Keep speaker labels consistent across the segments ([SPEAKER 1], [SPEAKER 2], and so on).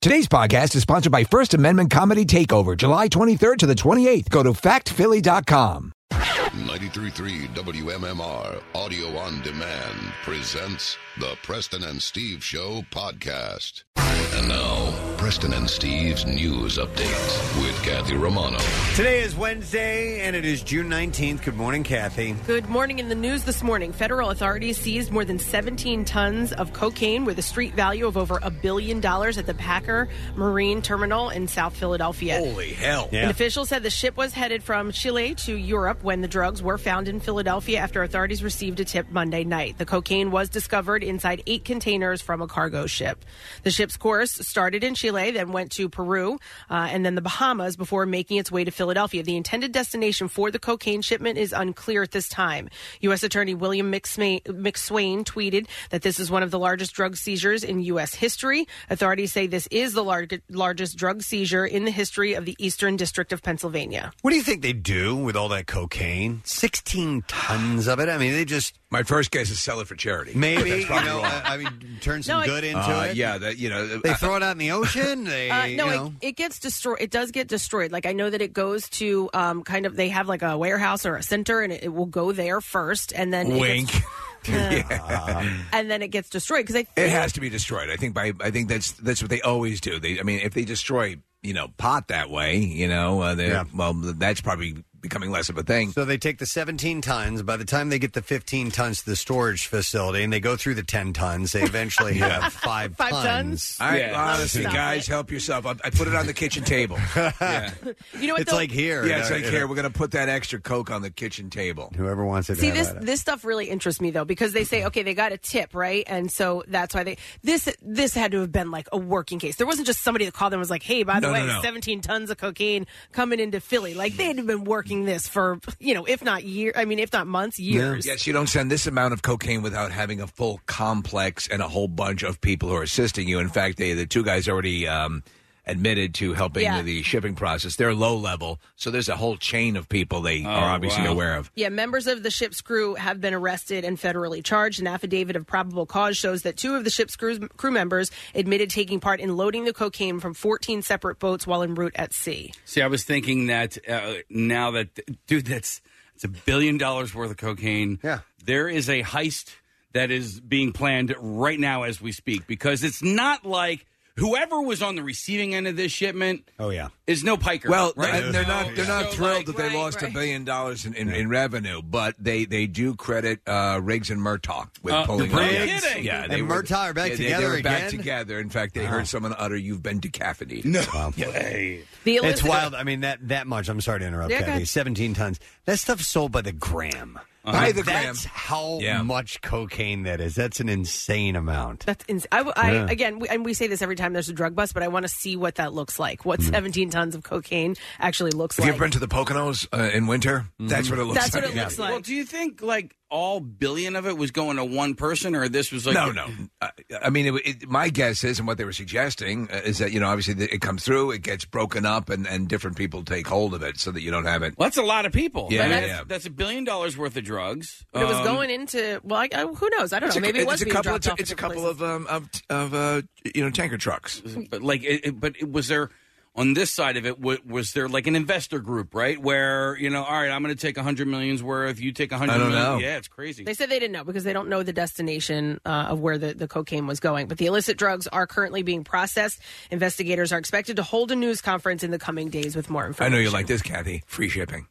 [SPEAKER 1] Today's podcast is sponsored by First Amendment Comedy Takeover, July 23rd to the 28th. Go to factphilly.com.
[SPEAKER 2] 933 WMMR Audio on Demand presents the Preston and Steve Show podcast. And now, Preston and Steve's news update with Kathy Romano.
[SPEAKER 3] Today is Wednesday, and it is June 19th. Good morning, Kathy.
[SPEAKER 4] Good morning. In the news this morning, federal authorities seized more than 17 tons of cocaine with a street value of over a billion dollars at the Packer Marine Terminal in South Philadelphia.
[SPEAKER 5] Holy hell.
[SPEAKER 4] An official said the ship was headed from Chile to Europe when the drugs were found in Philadelphia after authorities received a tip Monday night. The cocaine was discovered inside eight containers from a cargo ship. The ship's course started in Chile, then went to Peru, uh, and then the Bahamas before making its way to Philadelphia. The intended destination for the cocaine shipment is unclear at this time. U.S. Attorney William McSwain, McSwain tweeted that this is one of the largest drug seizures in U.S. history. Authorities say this is the lar- largest drug seizure in the history of the Eastern District of Pennsylvania.
[SPEAKER 3] What do you think they do with all that cocaine? 16 tons of it? I mean, they just.
[SPEAKER 5] My first guess is sell it for charity.
[SPEAKER 3] Maybe,
[SPEAKER 5] That's
[SPEAKER 3] you
[SPEAKER 5] probably
[SPEAKER 3] know,
[SPEAKER 5] wrong.
[SPEAKER 3] I, I mean, turn some
[SPEAKER 4] No, I-
[SPEAKER 3] good into
[SPEAKER 5] Uh,
[SPEAKER 3] it.
[SPEAKER 5] Yeah, that, you know.
[SPEAKER 3] They
[SPEAKER 5] I-
[SPEAKER 3] throw it out in the ocean. They,
[SPEAKER 4] Uh, no,
[SPEAKER 3] you
[SPEAKER 4] it-
[SPEAKER 3] know.
[SPEAKER 4] it, gets destroyed. It does get destroyed. Like I know that it goes to um, kind of they have like a warehouse or a center, and it, it will go there first, and then it
[SPEAKER 5] Wink.
[SPEAKER 4] gets-
[SPEAKER 5] Yeah. Uh-huh.
[SPEAKER 4] and then it gets destroyed because I
[SPEAKER 5] It has to be destroyed. I think by I think that's that's what they always do. They I mean if they destroy, you know, pot that way, you know, uh, they
[SPEAKER 3] Yeah.
[SPEAKER 5] well that's probably becoming less of a thing.
[SPEAKER 3] So they take the 17 tons. By the time they get the 15 tons to the storage facility and they go through the 10 tons, they eventually have five,
[SPEAKER 4] Five
[SPEAKER 3] tons.
[SPEAKER 4] tons?
[SPEAKER 5] All right, honestly, guys, help yourself. I, I put it on the kitchen table. Yeah.
[SPEAKER 4] You know what, It's though? like here.
[SPEAKER 5] Yeah, it's
[SPEAKER 4] No,
[SPEAKER 5] like
[SPEAKER 4] you
[SPEAKER 5] here.
[SPEAKER 4] know.
[SPEAKER 5] We're gonna put that extra coke on the kitchen table.
[SPEAKER 3] Whoever wants it.
[SPEAKER 4] See this this stuff really interests me though because they
[SPEAKER 5] Mm-hmm.
[SPEAKER 4] say okay they got a tip right and so that's why they this this had to have been like a working case there wasn't just somebody that called them and was like hey by the
[SPEAKER 5] No, no,
[SPEAKER 4] way
[SPEAKER 5] no.
[SPEAKER 4] 17 tons of cocaine coming into Philly like they'd have been working this for you know if not year I mean if not months years
[SPEAKER 5] Yes, you don't send this amount of cocaine without having a full complex and a whole bunch of people who are assisting you. In fact, they, the two guys already um, admitted to helping
[SPEAKER 4] Yeah.
[SPEAKER 5] with the shipping process. They're low level, so there's a whole chain of people they
[SPEAKER 4] Oh,
[SPEAKER 5] are obviously
[SPEAKER 6] wow.
[SPEAKER 5] aware of.
[SPEAKER 4] Yeah, members of the ship's crew have been arrested and federally charged. An affidavit of probable cause shows that two of the ship's crew, crew members admitted taking part in loading the cocaine from 14 separate boats while en route at sea.
[SPEAKER 6] See, I was thinking that uh, now that dude, that's it's a billion dollars worth of cocaine. Yeah, there is a heist that is being planned right now as we speak because it's not like whoever was on the receiving end of this shipment.
[SPEAKER 3] Oh yeah,
[SPEAKER 6] is no piker.
[SPEAKER 5] Well, uh,
[SPEAKER 6] right? Oh,
[SPEAKER 5] they're not they're not
[SPEAKER 6] So,
[SPEAKER 5] thrilled
[SPEAKER 6] like,
[SPEAKER 5] that they
[SPEAKER 6] right,
[SPEAKER 5] lost
[SPEAKER 6] right.
[SPEAKER 5] a billion dollars in, in, in revenue, but they, they do credit uh, Riggs and Murtaugh with
[SPEAKER 6] Uh,
[SPEAKER 5] pulling.
[SPEAKER 6] no
[SPEAKER 5] off.
[SPEAKER 6] kidding.
[SPEAKER 5] Yeah,
[SPEAKER 3] And
[SPEAKER 5] were-
[SPEAKER 3] Murtaugh are back
[SPEAKER 5] yeah, they-
[SPEAKER 3] together
[SPEAKER 5] They were back
[SPEAKER 3] again?
[SPEAKER 5] together. In fact, they heard someone utter, "You've been decaffeinated." No,
[SPEAKER 3] way.
[SPEAKER 4] The
[SPEAKER 3] it's
[SPEAKER 4] Elizabeth-
[SPEAKER 3] wild. I mean that that much. I'm sorry to interrupt,
[SPEAKER 4] Yeah, go
[SPEAKER 3] Kathy.
[SPEAKER 4] ahead.
[SPEAKER 3] 17 tons. That stuff's sold by the gram.
[SPEAKER 5] By the gram.
[SPEAKER 3] That's how
[SPEAKER 5] Yeah.
[SPEAKER 3] much cocaine that is. That's an insane amount.
[SPEAKER 4] That's ins- I, w- I-
[SPEAKER 3] Yeah.
[SPEAKER 4] again, we, and we say this every time there's a drug bust, but I want to see what that looks like. What 17 tons of cocaine actually looks
[SPEAKER 5] Have Mm-hmm. you
[SPEAKER 4] like.
[SPEAKER 5] ever been to the Poconos uh, in winter? That's what it looks
[SPEAKER 4] That's
[SPEAKER 5] like.
[SPEAKER 4] what it looks like.
[SPEAKER 6] Well, do you think like all billion of it was going to one person, or this was like
[SPEAKER 5] no, no. I, I mean, it, it, my guess is, and what they were suggesting uh, is that you know, obviously, the, it comes through, it gets broken up, and, and different people take hold of it, so that you don't have it.
[SPEAKER 6] Well, that's a lot of people.
[SPEAKER 5] Yeah,
[SPEAKER 6] And
[SPEAKER 5] yeah,
[SPEAKER 6] that's,
[SPEAKER 5] yeah.
[SPEAKER 6] that's a billion dollars worth of drugs.
[SPEAKER 4] but it was
[SPEAKER 6] Um,
[SPEAKER 4] going into, well, I, I, who knows? I don't
[SPEAKER 5] It's
[SPEAKER 4] know.
[SPEAKER 5] a-
[SPEAKER 4] Maybe it was
[SPEAKER 5] it's a
[SPEAKER 4] being
[SPEAKER 5] couple of
[SPEAKER 4] dropped
[SPEAKER 5] t-
[SPEAKER 4] off
[SPEAKER 5] it's a
[SPEAKER 4] different
[SPEAKER 5] couple
[SPEAKER 4] places.
[SPEAKER 5] of um of, of uh, you know tanker trucks.
[SPEAKER 6] but like it, it- but it, was there on this side of it was, was there like an investor group right where you know all right i'm going to take 100 millions worth you take 100
[SPEAKER 5] I don't
[SPEAKER 6] million
[SPEAKER 5] know.
[SPEAKER 6] yeah it's crazy
[SPEAKER 4] They said they didn't know because they don't know the destination uh, of where the, the cocaine was going. But the illicit drugs are currently being processed. Investigators are expected to hold a news conference in the coming days with more
[SPEAKER 5] I
[SPEAKER 4] information.
[SPEAKER 5] know you like this, Kathy. Free shipping.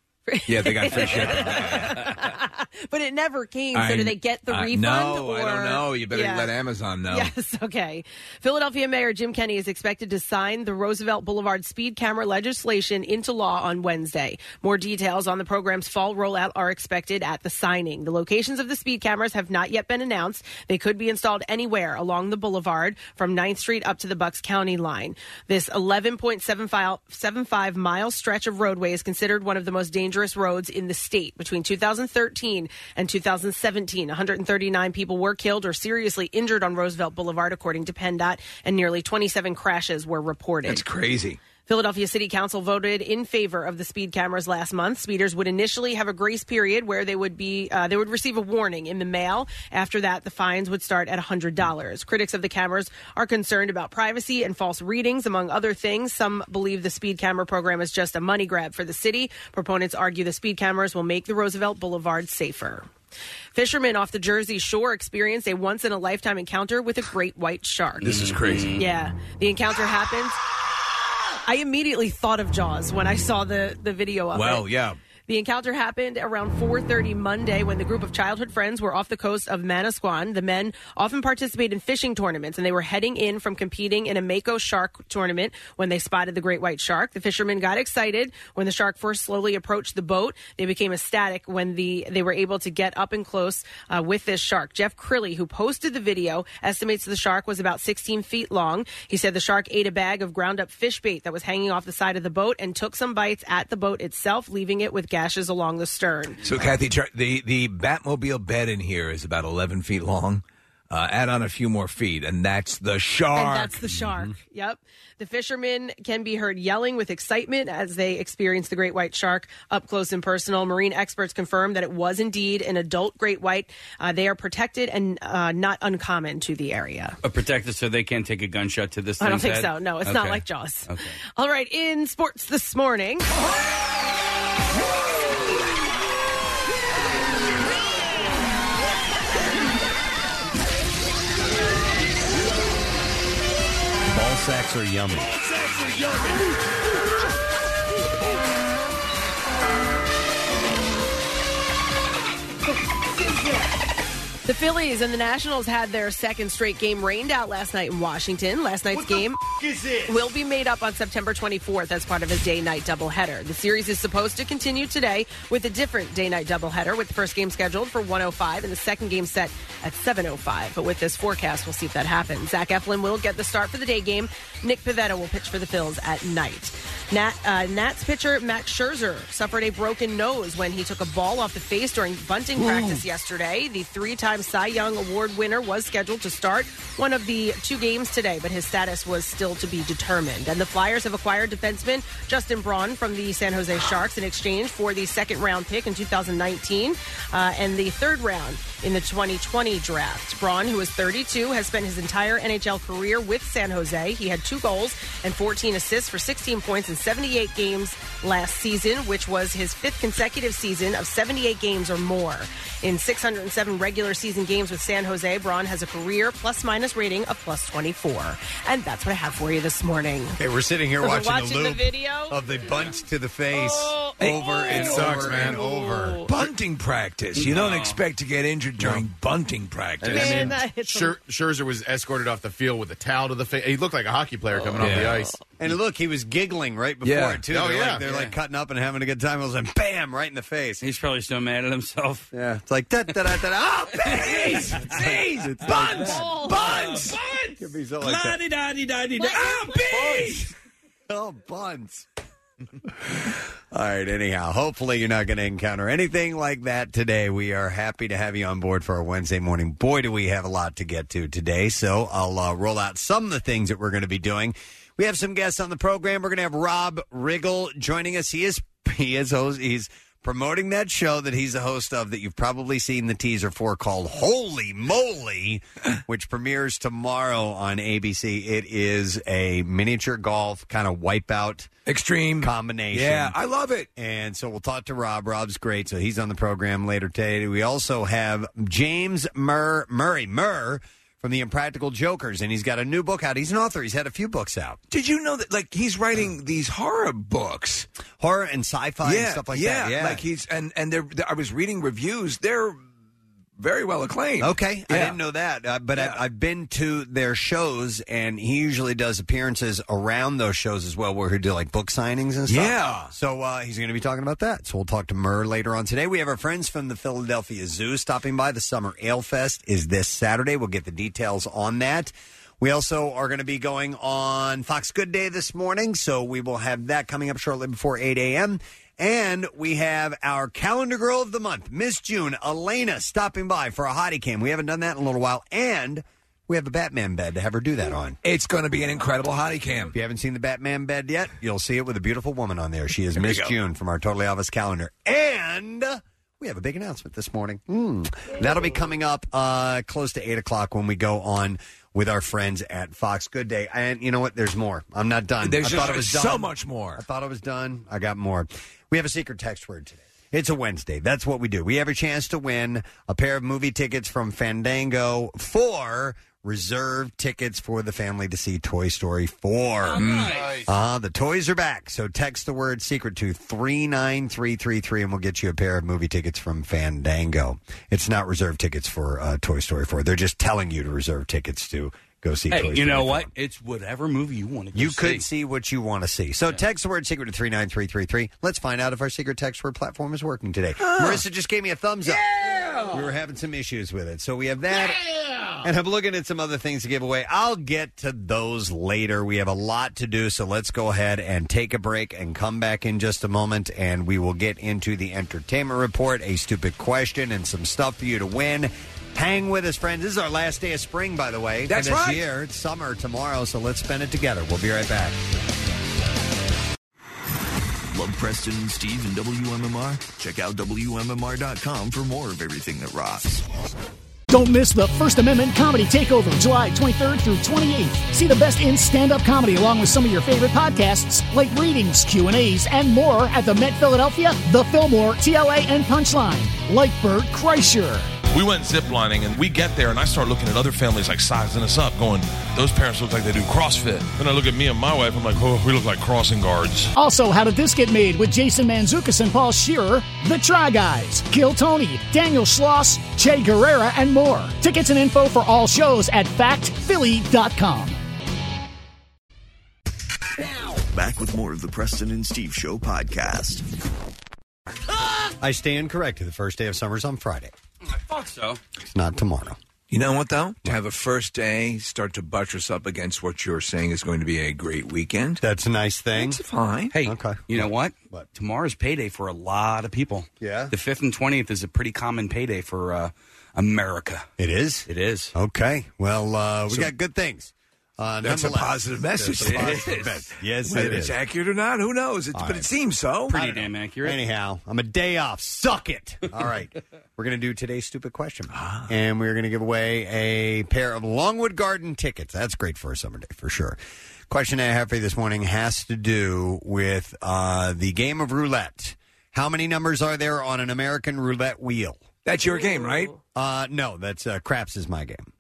[SPEAKER 5] Yeah, they got free shipping.
[SPEAKER 4] But it never came.
[SPEAKER 5] I-
[SPEAKER 4] so do they get the
[SPEAKER 5] I-
[SPEAKER 4] refund?
[SPEAKER 5] No, I
[SPEAKER 4] or-
[SPEAKER 5] don't know. You better
[SPEAKER 4] Yeah.
[SPEAKER 5] let Amazon know.
[SPEAKER 4] Yes, okay. Philadelphia Mayor Jim Kenney is expected to sign the Roosevelt Boulevard speed camera legislation into law on Wednesday. More details on the program's fall rollout are expected at the signing. The locations of the speed cameras have not yet been announced. They could be installed anywhere along the boulevard from 9th Street up to the Bucks County line. This 11.75 mile stretch of roadway is considered one of the most dangerous roads in the state. Between 2013 and 2017, 139 people were killed or seriously injured on Roosevelt Boulevard, according to PennDOT, and nearly 27 crashes were reported.
[SPEAKER 5] It's crazy.
[SPEAKER 4] Philadelphia City Council voted in favor of the speed cameras last month. Speeders would initially have a grace period where they would be uh, they would receive a warning in the mail. After that, the fines would start at $100. Critics of the cameras are concerned about privacy and false readings, among other things. Some believe the speed camera program is just a money grab for the city. Proponents argue the speed cameras will make the Roosevelt Boulevard safer. Fishermen off the Jersey Shore experienced a once in a lifetime encounter with a great white shark.
[SPEAKER 6] This is crazy.
[SPEAKER 4] Yeah. The encounter happens. I immediately thought of Jaws when I saw the, the video of it.
[SPEAKER 5] Well, yeah.
[SPEAKER 4] The encounter happened around 4:30 Monday when the group of childhood friends were off the coast of Manasquan. The men often participate in fishing tournaments and they were heading in from competing in a Mako shark tournament when they spotted the great white shark. The fishermen got excited when the shark first slowly approached the boat. They became ecstatic when the they were able to get up and close uh, with this shark. Jeff Crilly, who posted the video, estimates the shark was about 16 feet long. He said the shark ate a bag of ground up fish bait that was hanging off the side of the boat and took some bites at the boat itself, leaving it with gashes along the stern.
[SPEAKER 5] So, Kathy, Char- the the Batmobile bed in here is about eleven feet long. Uh, add on a few more feet, and that's the shark. Mm-hmm.
[SPEAKER 4] And that's the shark. Yep. The fishermen can be heard yelling with excitement as they experience the great white shark up close and personal. Marine experts confirm that it was indeed an adult great white. Uh, they are protected and uh, not uncommon to the area.
[SPEAKER 6] A protected so they can't take a gunshot to this
[SPEAKER 4] I don't
[SPEAKER 6] thing's
[SPEAKER 4] think
[SPEAKER 6] head?
[SPEAKER 4] so. No, it's not
[SPEAKER 6] Okay.
[SPEAKER 4] like Jaws.
[SPEAKER 6] Okay.
[SPEAKER 4] All right, in sports this morning.
[SPEAKER 3] Ball sacks are yummy.
[SPEAKER 4] The Phillies and the Nationals had their second straight game rained out last night in Washington. Last night's game will be made up on September 24th as part of a day-night doubleheader. The series is supposed to continue today with a different day-night doubleheader, with the first game scheduled for 105 and the second game set at 705. But with this forecast, we'll see if that happens. Zach Eflin will get the start for the day game. Nick Pavetta will pitch for the Phils at night. Nat, uh, Nats pitcher Max Scherzer suffered a broken nose when he took a ball off the face during bunting practice yesterday. The three-time Cy Young Award winner was scheduled to start one of the two games today, but his status was still to be determined. And the Flyers have acquired defenseman Justin Braun from the San Jose Sharks in exchange for the second-round pick in 2019 uh, and the third round in the 2020 draft. Braun, who is 32, has spent his entire NHL career with San Jose. He had two goals and 14 assists for 16 points in 78 games last season, which was his fifth consecutive season of 78 games or more. In 607 regular season games with San Jose, Braun has a career plus minus rating of plus 24. And that's what I have for you this morning.
[SPEAKER 3] Okay, we're sitting here
[SPEAKER 4] We're
[SPEAKER 3] watching,
[SPEAKER 4] watching
[SPEAKER 3] the
[SPEAKER 4] the
[SPEAKER 3] loop
[SPEAKER 4] video? Oh.
[SPEAKER 3] of the bunt to the face over and
[SPEAKER 5] sucks,
[SPEAKER 3] over
[SPEAKER 5] man.
[SPEAKER 3] and over.
[SPEAKER 5] bunting practice. You don't expect to get injured during bunting practice.
[SPEAKER 4] Man, that hits a-
[SPEAKER 7] Scher- Scherzer was escorted off the field with a towel to the face. He looked like a hockey
[SPEAKER 4] Oh,
[SPEAKER 7] player coming off the
[SPEAKER 5] Yeah.
[SPEAKER 7] ice.
[SPEAKER 3] And look, he was giggling right before
[SPEAKER 5] Yeah.
[SPEAKER 3] it too.
[SPEAKER 7] Oh,
[SPEAKER 3] they're
[SPEAKER 7] yeah.
[SPEAKER 3] like, they're like
[SPEAKER 6] Yeah.
[SPEAKER 3] cutting up and having a good time. It was like bam, right in the face.
[SPEAKER 6] He's probably so mad at himself.
[SPEAKER 3] Yeah, it's like da da da da. da. Oh,
[SPEAKER 5] Jeez, jeez, bunts, bunts, bunts.
[SPEAKER 3] He's all like that.
[SPEAKER 5] La-di-da-di-da-di-da. Ah, bees!
[SPEAKER 3] Oh, buns. All right, anyhow, hopefully you're not going to encounter anything like that today. We are happy to have you on board for our Wednesday morning. Boy, do we have a lot to get to today. So I'll uh, roll out some of the things that we're going to be doing. We have some guests on the program. We're going to have Rob Riggle joining us. He is, he is, host, he's promoting that show that he's the host of that you've probably seen the teaser for called Holy Moly, which premieres tomorrow on ABC. It is a miniature golf kind of wipeout
[SPEAKER 5] Extreme.
[SPEAKER 3] combination.
[SPEAKER 5] Yeah, I love it.
[SPEAKER 3] And so we'll talk to Rob. Rob's great, so he's on the program later today. We also have James Murr Murray Murr from the Impractical Jokers, and he's got a new book out. He's an author. He's had a few books out,
[SPEAKER 5] Did you know that? Like he's writing these horror books.
[SPEAKER 3] horror and sci-fi
[SPEAKER 5] yeah,
[SPEAKER 3] and stuff like
[SPEAKER 5] yeah,
[SPEAKER 3] that. Yeah,
[SPEAKER 5] like he's and and they're, I was reading reviews. They're very well acclaimed.
[SPEAKER 3] Okay, I
[SPEAKER 5] Yeah.
[SPEAKER 3] didn't know that, uh, but I, I've been to their shows, and he usually does appearances around those shows as well, where he do like book signings and stuff.
[SPEAKER 5] Yeah.
[SPEAKER 3] So uh, he's going to be talking about that. So we'll talk to Murr later on today. We have our friends from the Philadelphia Zoo stopping by. The Summer Ale Fest is this Saturday. We'll get the details on that. We also are going to be going on Fox Good Day this morning, so we will have that coming up shortly before 8 a.m. And we have our calendar girl of the month, Miss June, Elena, stopping by for a hottie cam. We haven't done that in a little while. And We have a Batman bed to have her do that on.
[SPEAKER 5] It's going to be an incredible hottie cam.
[SPEAKER 3] If you haven't seen the Batman bed yet, you'll see it with a beautiful woman on there. She is
[SPEAKER 5] There we
[SPEAKER 3] Miss
[SPEAKER 5] go.
[SPEAKER 3] June from our Totally Elvis calendar. And we have a big announcement this morning. Mm. That'll be coming up uh, close to 8 o'clock when we go on with our friends at Fox. Good day. And you know what? There's more. I'm not done.
[SPEAKER 5] There's
[SPEAKER 3] I
[SPEAKER 5] just
[SPEAKER 3] thought it was
[SPEAKER 5] so
[SPEAKER 3] done.
[SPEAKER 5] much more.
[SPEAKER 3] I thought I was done. I got more. We have a secret text word today. It's a Wednesday. That's what we do. We have a chance to win a pair of movie tickets from Fandango for reserved tickets for the family to see Toy Story 4.
[SPEAKER 6] Oh,
[SPEAKER 3] Uh, the toys are back. So text the word secret to 39333 and we'll get you a pair of movie tickets from Fandango. It's not reserved tickets for uh, Toy Story 4. They're just telling you to reserve tickets to go see Toy
[SPEAKER 6] Hey,
[SPEAKER 3] Story
[SPEAKER 6] you know
[SPEAKER 3] 4.
[SPEAKER 6] what? It's whatever movie you want to go
[SPEAKER 3] You
[SPEAKER 6] see.
[SPEAKER 3] could see what you want to see. So text the word secret to 39333. Let's find out if our secret text word platform is working today. Marissa just gave me a thumbs up. We were having some issues with it. So we have that. And I'm looking at some other things to give away. I'll get to those later. We have a lot to do. So let's go ahead and take a break and come back in just a moment. And we will get into the entertainment report, a stupid question, and some stuff for you to win. Hang with us, friends. This is our last day of spring, by the way.
[SPEAKER 8] That's
[SPEAKER 3] for this
[SPEAKER 8] right.
[SPEAKER 3] year. It's summer tomorrow, so let's spend it together. We'll be right back.
[SPEAKER 9] Love Preston, Steve, and WMMR? Check out WMMR.com for more of everything that rocks.
[SPEAKER 10] Don't miss the First Amendment Comedy Takeover, July 23rd through 28th. See the best in stand-up comedy along with some of your favorite podcasts, like readings, Q&As, and more at the Met Philadelphia, the Fillmore, TLA, and Punchline. Like Bert Kreischer.
[SPEAKER 11] We went ziplining and we get there and I start looking at other families like sizing us up, going, those parents look like they do CrossFit. Then I look at me and my wife, I'm like, oh, we look like crossing guards.
[SPEAKER 10] Also, How Did This Get Made with Jason Manzukis and Paul Shearer, The Try Guys, Gil Tony, Daniel Schloss, Che Guerrera, and more. Tickets and info for all shows at factphilly.com.
[SPEAKER 9] Back with more of the Preston and Steve Show podcast.
[SPEAKER 3] I stand corrected. The first day of summer's on Friday.
[SPEAKER 6] I thought so.
[SPEAKER 3] It's not tomorrow.
[SPEAKER 5] You know what though? To have a first day, start to buttress up against what you're saying is going to be a great weekend.
[SPEAKER 3] That's a nice thing.
[SPEAKER 5] That's fine.
[SPEAKER 6] Hey, you know what? what? Tomorrow's payday for a lot of people. Yeah. The 5th and 20th is a pretty common payday for uh, America.
[SPEAKER 3] It is?
[SPEAKER 6] It is.
[SPEAKER 3] Okay. Well, uh, we got good things. Uh,
[SPEAKER 5] That's a
[SPEAKER 3] nonetheless,
[SPEAKER 5] positive
[SPEAKER 3] that's
[SPEAKER 5] message.
[SPEAKER 3] a positive message. Yes,
[SPEAKER 5] Whether
[SPEAKER 3] it
[SPEAKER 5] it's
[SPEAKER 3] is.
[SPEAKER 5] accurate or not, who knows? It's,
[SPEAKER 3] All
[SPEAKER 5] but
[SPEAKER 3] right.
[SPEAKER 5] it seems so.
[SPEAKER 3] I don't know. Anyhow, I'm a day off. Suck it. All right. We're going to do today's stupid question.
[SPEAKER 5] Ah.
[SPEAKER 3] And we're going to give away a pair of Longwood Garden tickets. That's great for a summer day, for sure. Question I have for you this morning has to do with uh, the game of roulette. How many numbers are there on an American roulette wheel?
[SPEAKER 5] That's your game, right?
[SPEAKER 3] Uh, no, that's uh, craps is my game.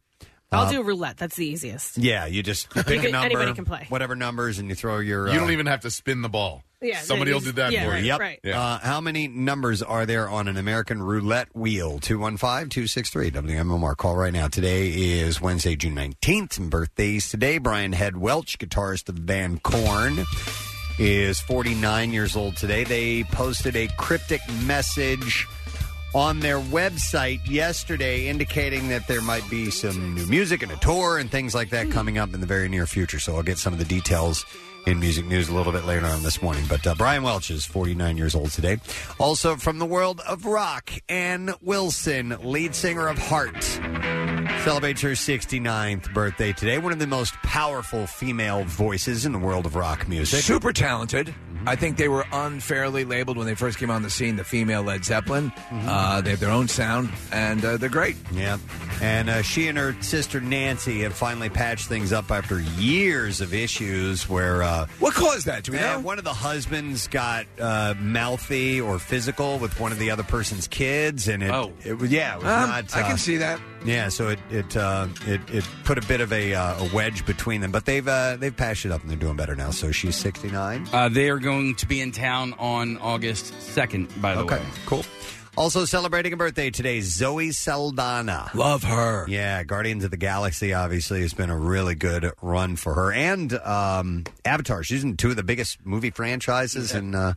[SPEAKER 4] I'll
[SPEAKER 3] Uh,
[SPEAKER 4] do roulette. That's the easiest.
[SPEAKER 3] Yeah, you just pick a
[SPEAKER 4] Anybody-
[SPEAKER 3] number.
[SPEAKER 4] anybody can play.
[SPEAKER 3] Whatever numbers, and you throw your. uh,
[SPEAKER 7] You don't even have to spin the ball. Somebody will do that for you.
[SPEAKER 3] Yep. Uh, how many numbers are there on an American roulette wheel? 215 263 WMMR. Call right now. Today is Wednesday, June 19th, and birthdays today. Brian Head Welch, guitarist of the band Korn, is 49 years old today. They posted a cryptic message on their website yesterday indicating that there might be some new music and a tour and things like that coming up in the very near future. So I'll get some of the details in music news a little bit later on this morning. But uh, Brian Welch is 49 years old today. Also from the world of rock, Ann Wilson, lead singer of Heart, celebrates her 69th birthday today. One of the most powerful female voices in the world of rock music.
[SPEAKER 5] Super talented.
[SPEAKER 3] Mm-hmm.
[SPEAKER 5] I think they were unfairly labeled when they first came on the scene. The female Led Zeppelin.
[SPEAKER 3] Mm-hmm.
[SPEAKER 5] Uh, they have their own sound, and uh, they're great.
[SPEAKER 3] Yeah. And uh, she and her sister Nancy have finally patched things up after years of issues where. Uh,
[SPEAKER 5] What caused that? Do we
[SPEAKER 3] Yeah,
[SPEAKER 5] know?
[SPEAKER 3] One of the husbands got uh, mouthy or physical with one of the other person's kids, and it,
[SPEAKER 5] Oh.
[SPEAKER 3] it was yeah, it was
[SPEAKER 5] Um,
[SPEAKER 3] not.
[SPEAKER 5] I
[SPEAKER 3] uh,
[SPEAKER 5] can see that.
[SPEAKER 3] Yeah, so it it uh, it, it put a bit of a, uh, a wedge between them, but they've uh, they've patched it up and they're doing better now. So she's sixty nine.
[SPEAKER 6] Uh, they are going to be in town on August 2nd, by the
[SPEAKER 3] Okay,
[SPEAKER 6] way.
[SPEAKER 3] cool. Also celebrating a birthday today, Zoe Saldana.
[SPEAKER 5] Love her.
[SPEAKER 3] Yeah, Guardians of the Galaxy obviously has been a really good run for her, and um, Avatar. She's in two of the biggest movie franchises, and uh,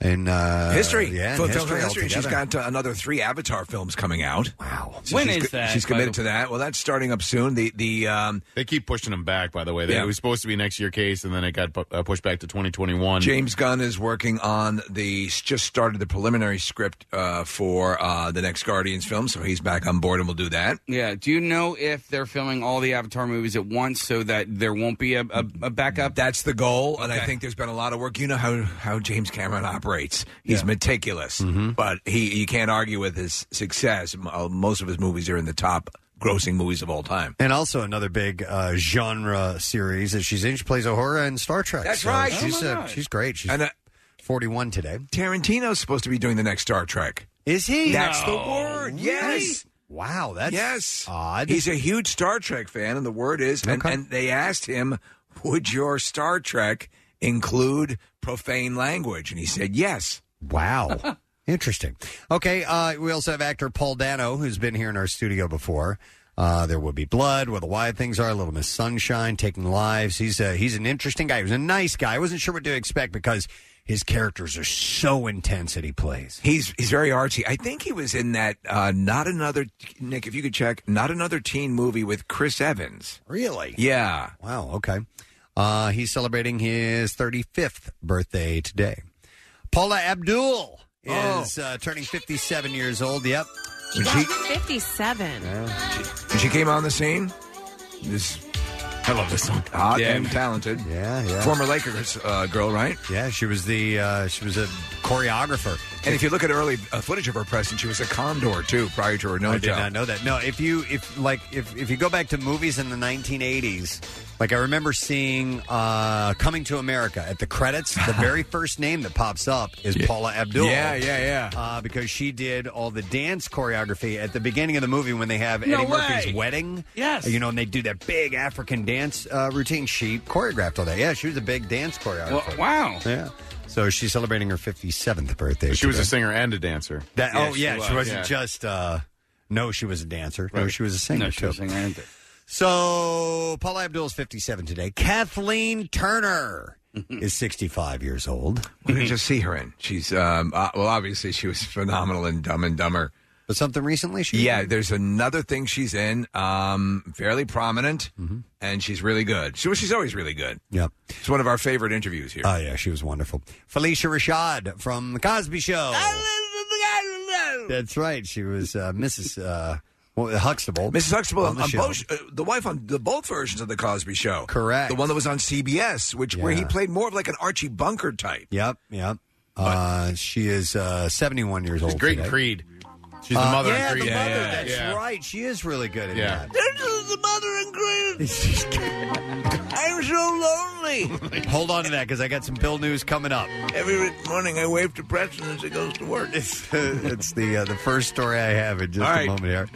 [SPEAKER 3] in uh,
[SPEAKER 5] history.
[SPEAKER 3] Yeah, in
[SPEAKER 5] Fulfilled her history. She's
[SPEAKER 3] altogether.
[SPEAKER 5] got uh, another three Avatar films coming out. Wow.
[SPEAKER 7] When
[SPEAKER 5] she's,
[SPEAKER 7] is
[SPEAKER 5] co-
[SPEAKER 7] that,
[SPEAKER 5] She's
[SPEAKER 7] by
[SPEAKER 5] committed
[SPEAKER 7] the-
[SPEAKER 5] to that. Well, that's starting up soon. The the um,
[SPEAKER 7] They keep pushing them back, by the way. They,
[SPEAKER 5] Yeah.
[SPEAKER 7] It was supposed to be next year case, and then it got pu- uh, pushed back to 2021.
[SPEAKER 5] James Gunn is working on the just started the preliminary script uh, for uh, the next Guardians film, so he's back on board and will do that.
[SPEAKER 6] Yeah. Do you know if they're filming all the Avatar movies at once so that there won't be a, a, a backup?
[SPEAKER 5] That's the goal, and I think there's been a lot of work. You know how how James Cameron operates. He's meticulous,
[SPEAKER 3] Mm-hmm.
[SPEAKER 5] but he you can't argue with his success. M- uh, Most of his movies are in the top grossing movies of all time.
[SPEAKER 3] And also another big uh, genre series that she's in. She plays Ahura in Star Trek.
[SPEAKER 5] That's
[SPEAKER 3] So
[SPEAKER 5] right.
[SPEAKER 3] She's,
[SPEAKER 5] Oh, my
[SPEAKER 3] uh,
[SPEAKER 5] God.
[SPEAKER 3] she's great. She's
[SPEAKER 5] And, uh,
[SPEAKER 3] 41 today.
[SPEAKER 5] Tarantino's supposed to be doing the next Star Trek.
[SPEAKER 3] Is he?
[SPEAKER 5] That's the word. Yes.
[SPEAKER 3] Wow, that's
[SPEAKER 5] yes.
[SPEAKER 3] odd.
[SPEAKER 5] He's a huge Star Trek fan, and the word is, and, and they asked him, "Would your Star Trek include profane language?" And he said, "Yes."
[SPEAKER 3] Wow. Interesting. Okay, uh, we also have actor Paul Dano, who's been here in our studio before. Uh, there will be blood. Where the wild things are. Little Miss Sunshine, Taking Lives. He's a, he's an interesting guy. He was a nice guy. I wasn't sure what to expect because his characters are so intense that he plays.
[SPEAKER 5] He's he's very artsy. I think he was in that uh, not another Nick. If you could check, not another teen movie with Chris Evans.
[SPEAKER 3] Really?
[SPEAKER 5] Yeah.
[SPEAKER 3] Wow. Okay. Uh, he's celebrating his 35th birthday today. Paula Abdul is uh, turning 57 years old. Yep.
[SPEAKER 5] When she,
[SPEAKER 8] 57.
[SPEAKER 5] when she came on the scene, this I love this song. Hot
[SPEAKER 3] Yeah.
[SPEAKER 5] and talented.
[SPEAKER 3] Yeah, yeah.
[SPEAKER 5] Former Lakers uh, girl, right?
[SPEAKER 3] Yeah, she was the uh, she was a choreographer.
[SPEAKER 5] And if you look at early uh, footage of her, Preston, she was a Condor too prior to her no
[SPEAKER 3] I did not know that. No, if you if like if if you go back to movies in the 1980s, like I remember seeing uh Coming to America at the credits, the very first name that pops up is Paula Abdul.
[SPEAKER 5] Yeah, yeah,
[SPEAKER 3] yeah. Uh, because she did all the dance choreography at the beginning of the movie when they have
[SPEAKER 5] No
[SPEAKER 3] Eddie Murphy's
[SPEAKER 5] way.
[SPEAKER 3] wedding.
[SPEAKER 5] Yes.
[SPEAKER 3] You know, and they do that big African dance uh, routine. She choreographed all that. Yeah, she was a big dance choreographer.
[SPEAKER 7] Well, wow.
[SPEAKER 3] Yeah. So she's celebrating her 57th birthday.
[SPEAKER 7] She was a
[SPEAKER 3] today.
[SPEAKER 7] singer and a dancer.
[SPEAKER 3] That, oh yeah, she, wasn't just. Uh, no, she was a dancer. No,
[SPEAKER 7] Right.
[SPEAKER 3] she was a singer.
[SPEAKER 7] No, she
[SPEAKER 3] too.
[SPEAKER 7] was a singer and
[SPEAKER 3] So Paul Abdul is fifty-seven today. Kathleen Turner is sixty-five years old.
[SPEAKER 5] What did you just see her in? She's um, uh, well, obviously she was phenomenal in Dumb and Dumber.
[SPEAKER 3] But something recently, she
[SPEAKER 5] yeah. There's another thing she's in, um, fairly prominent,
[SPEAKER 3] Mm-hmm.
[SPEAKER 5] and she's really good. She, well, she's always really good.
[SPEAKER 3] Yep.
[SPEAKER 5] It's one of our favorite interviews here.
[SPEAKER 3] Oh yeah, she was wonderful. Felicia Rashad from The Cosby Show. That's right. She was uh, Mrs. Uh, well, Huxtable.
[SPEAKER 5] Mrs. Huxtable
[SPEAKER 3] on
[SPEAKER 5] on,
[SPEAKER 3] the
[SPEAKER 5] on
[SPEAKER 3] show.
[SPEAKER 5] both, uh, the wife on the both versions of the Cosby Show,
[SPEAKER 3] Correct.
[SPEAKER 5] The one that was on CBS, which where he
[SPEAKER 3] Yeah.
[SPEAKER 5] played more of like an Archie Bunker type.
[SPEAKER 3] Yep, yep. Uh, she is uh, seventy-one years old.
[SPEAKER 7] Great
[SPEAKER 3] today.
[SPEAKER 7] Creed. She's the
[SPEAKER 3] Uh,
[SPEAKER 7] mother
[SPEAKER 3] yeah,
[SPEAKER 7] of Creed.
[SPEAKER 3] the mother, that's right. She is really good at
[SPEAKER 7] Yeah.
[SPEAKER 5] the mother and I'm so lonely.
[SPEAKER 3] Hold on to that because I got some Bill news coming up.
[SPEAKER 5] Every morning I wave to Preston as he goes to work.
[SPEAKER 3] It's, it's the uh, the first story I have in just
[SPEAKER 5] All
[SPEAKER 3] a
[SPEAKER 5] right.
[SPEAKER 3] moment here.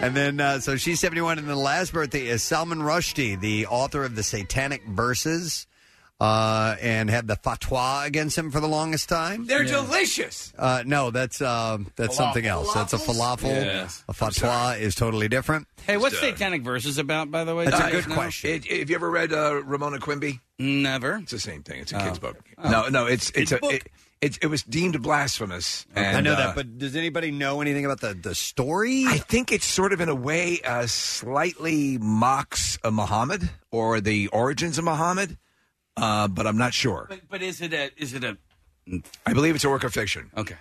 [SPEAKER 3] And then, uh, so she's 71, and the last birthday is Salman Rushdie, the author of the Satanic Verses, uh, and had the fatwa against him for the longest time.
[SPEAKER 5] They're delicious.
[SPEAKER 3] Uh, no, that's uh, that's something else. That's a
[SPEAKER 6] Falafels?
[SPEAKER 3] falafel.
[SPEAKER 6] Yes.
[SPEAKER 3] A fatwa is totally different.
[SPEAKER 6] Hey, what's
[SPEAKER 3] uh,
[SPEAKER 6] Satanic Verses about, by the way?
[SPEAKER 3] That's a
[SPEAKER 6] Do you
[SPEAKER 3] good
[SPEAKER 6] know?
[SPEAKER 3] question.
[SPEAKER 5] It, have you ever read uh, Ramona Quimby?
[SPEAKER 6] Never. Oh. It's
[SPEAKER 5] the same thing. It's a kid's book. No, no, it's it's a it, it's it was deemed blasphemous. And,
[SPEAKER 3] I know
[SPEAKER 5] uh,
[SPEAKER 3] that, but does anybody know anything about the, the story?
[SPEAKER 5] I think it's sort of in a way uh, slightly mocks uh, Muhammad or the origins of Muhammad, uh, but I'm not sure.
[SPEAKER 6] But, but is it a is it a
[SPEAKER 5] I believe it's a work of fiction.
[SPEAKER 6] Okay.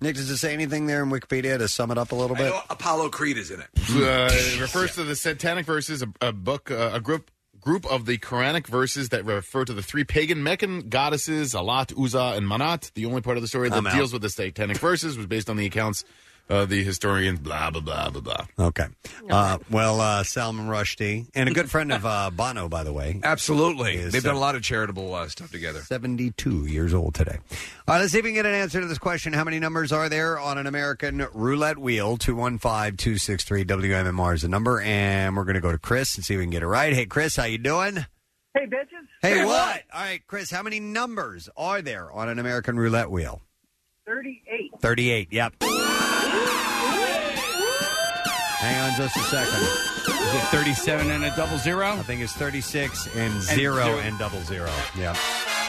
[SPEAKER 3] Nick, does it say anything there in Wikipedia to sum it up a little bit?
[SPEAKER 6] uh,
[SPEAKER 5] Apollo Creed is in it.
[SPEAKER 7] Uh, it refers to the Satanic verses, a, a book, uh, a group group of the Quranic verses that refer to the three pagan Meccan goddesses, Alat, Uzza, and Manat. The only part of the story that
[SPEAKER 3] I'm out.
[SPEAKER 7] deals with the Satanic verses was based on the accounts of the historians, blah, blah, blah, blah, blah.
[SPEAKER 3] Okay. Uh, well, uh, Salman Rushdie, and a good friend of uh, Bono, by the way.
[SPEAKER 5] Absolutely,
[SPEAKER 3] Is,
[SPEAKER 5] they've done
[SPEAKER 3] uh,
[SPEAKER 5] a lot of charitable uh, stuff together.
[SPEAKER 3] 72 years old today. All right, Uh, let's see if we can get an answer to this question. How many numbers are there on an American roulette wheel? 215 263 WMMR is the number. And we're going to go to Chris and see if we can get it right. Hey, Chris, how you doing?
[SPEAKER 12] Hey, bitches.
[SPEAKER 3] Hey, what? All right, Chris, how many numbers are there on an American roulette wheel?
[SPEAKER 12] 38.
[SPEAKER 3] 38, yep. Hang on just a second. Is
[SPEAKER 6] it 37 and a double zero? I
[SPEAKER 3] think it's 36 and zero
[SPEAKER 6] zero.
[SPEAKER 3] and double zero. Yeah.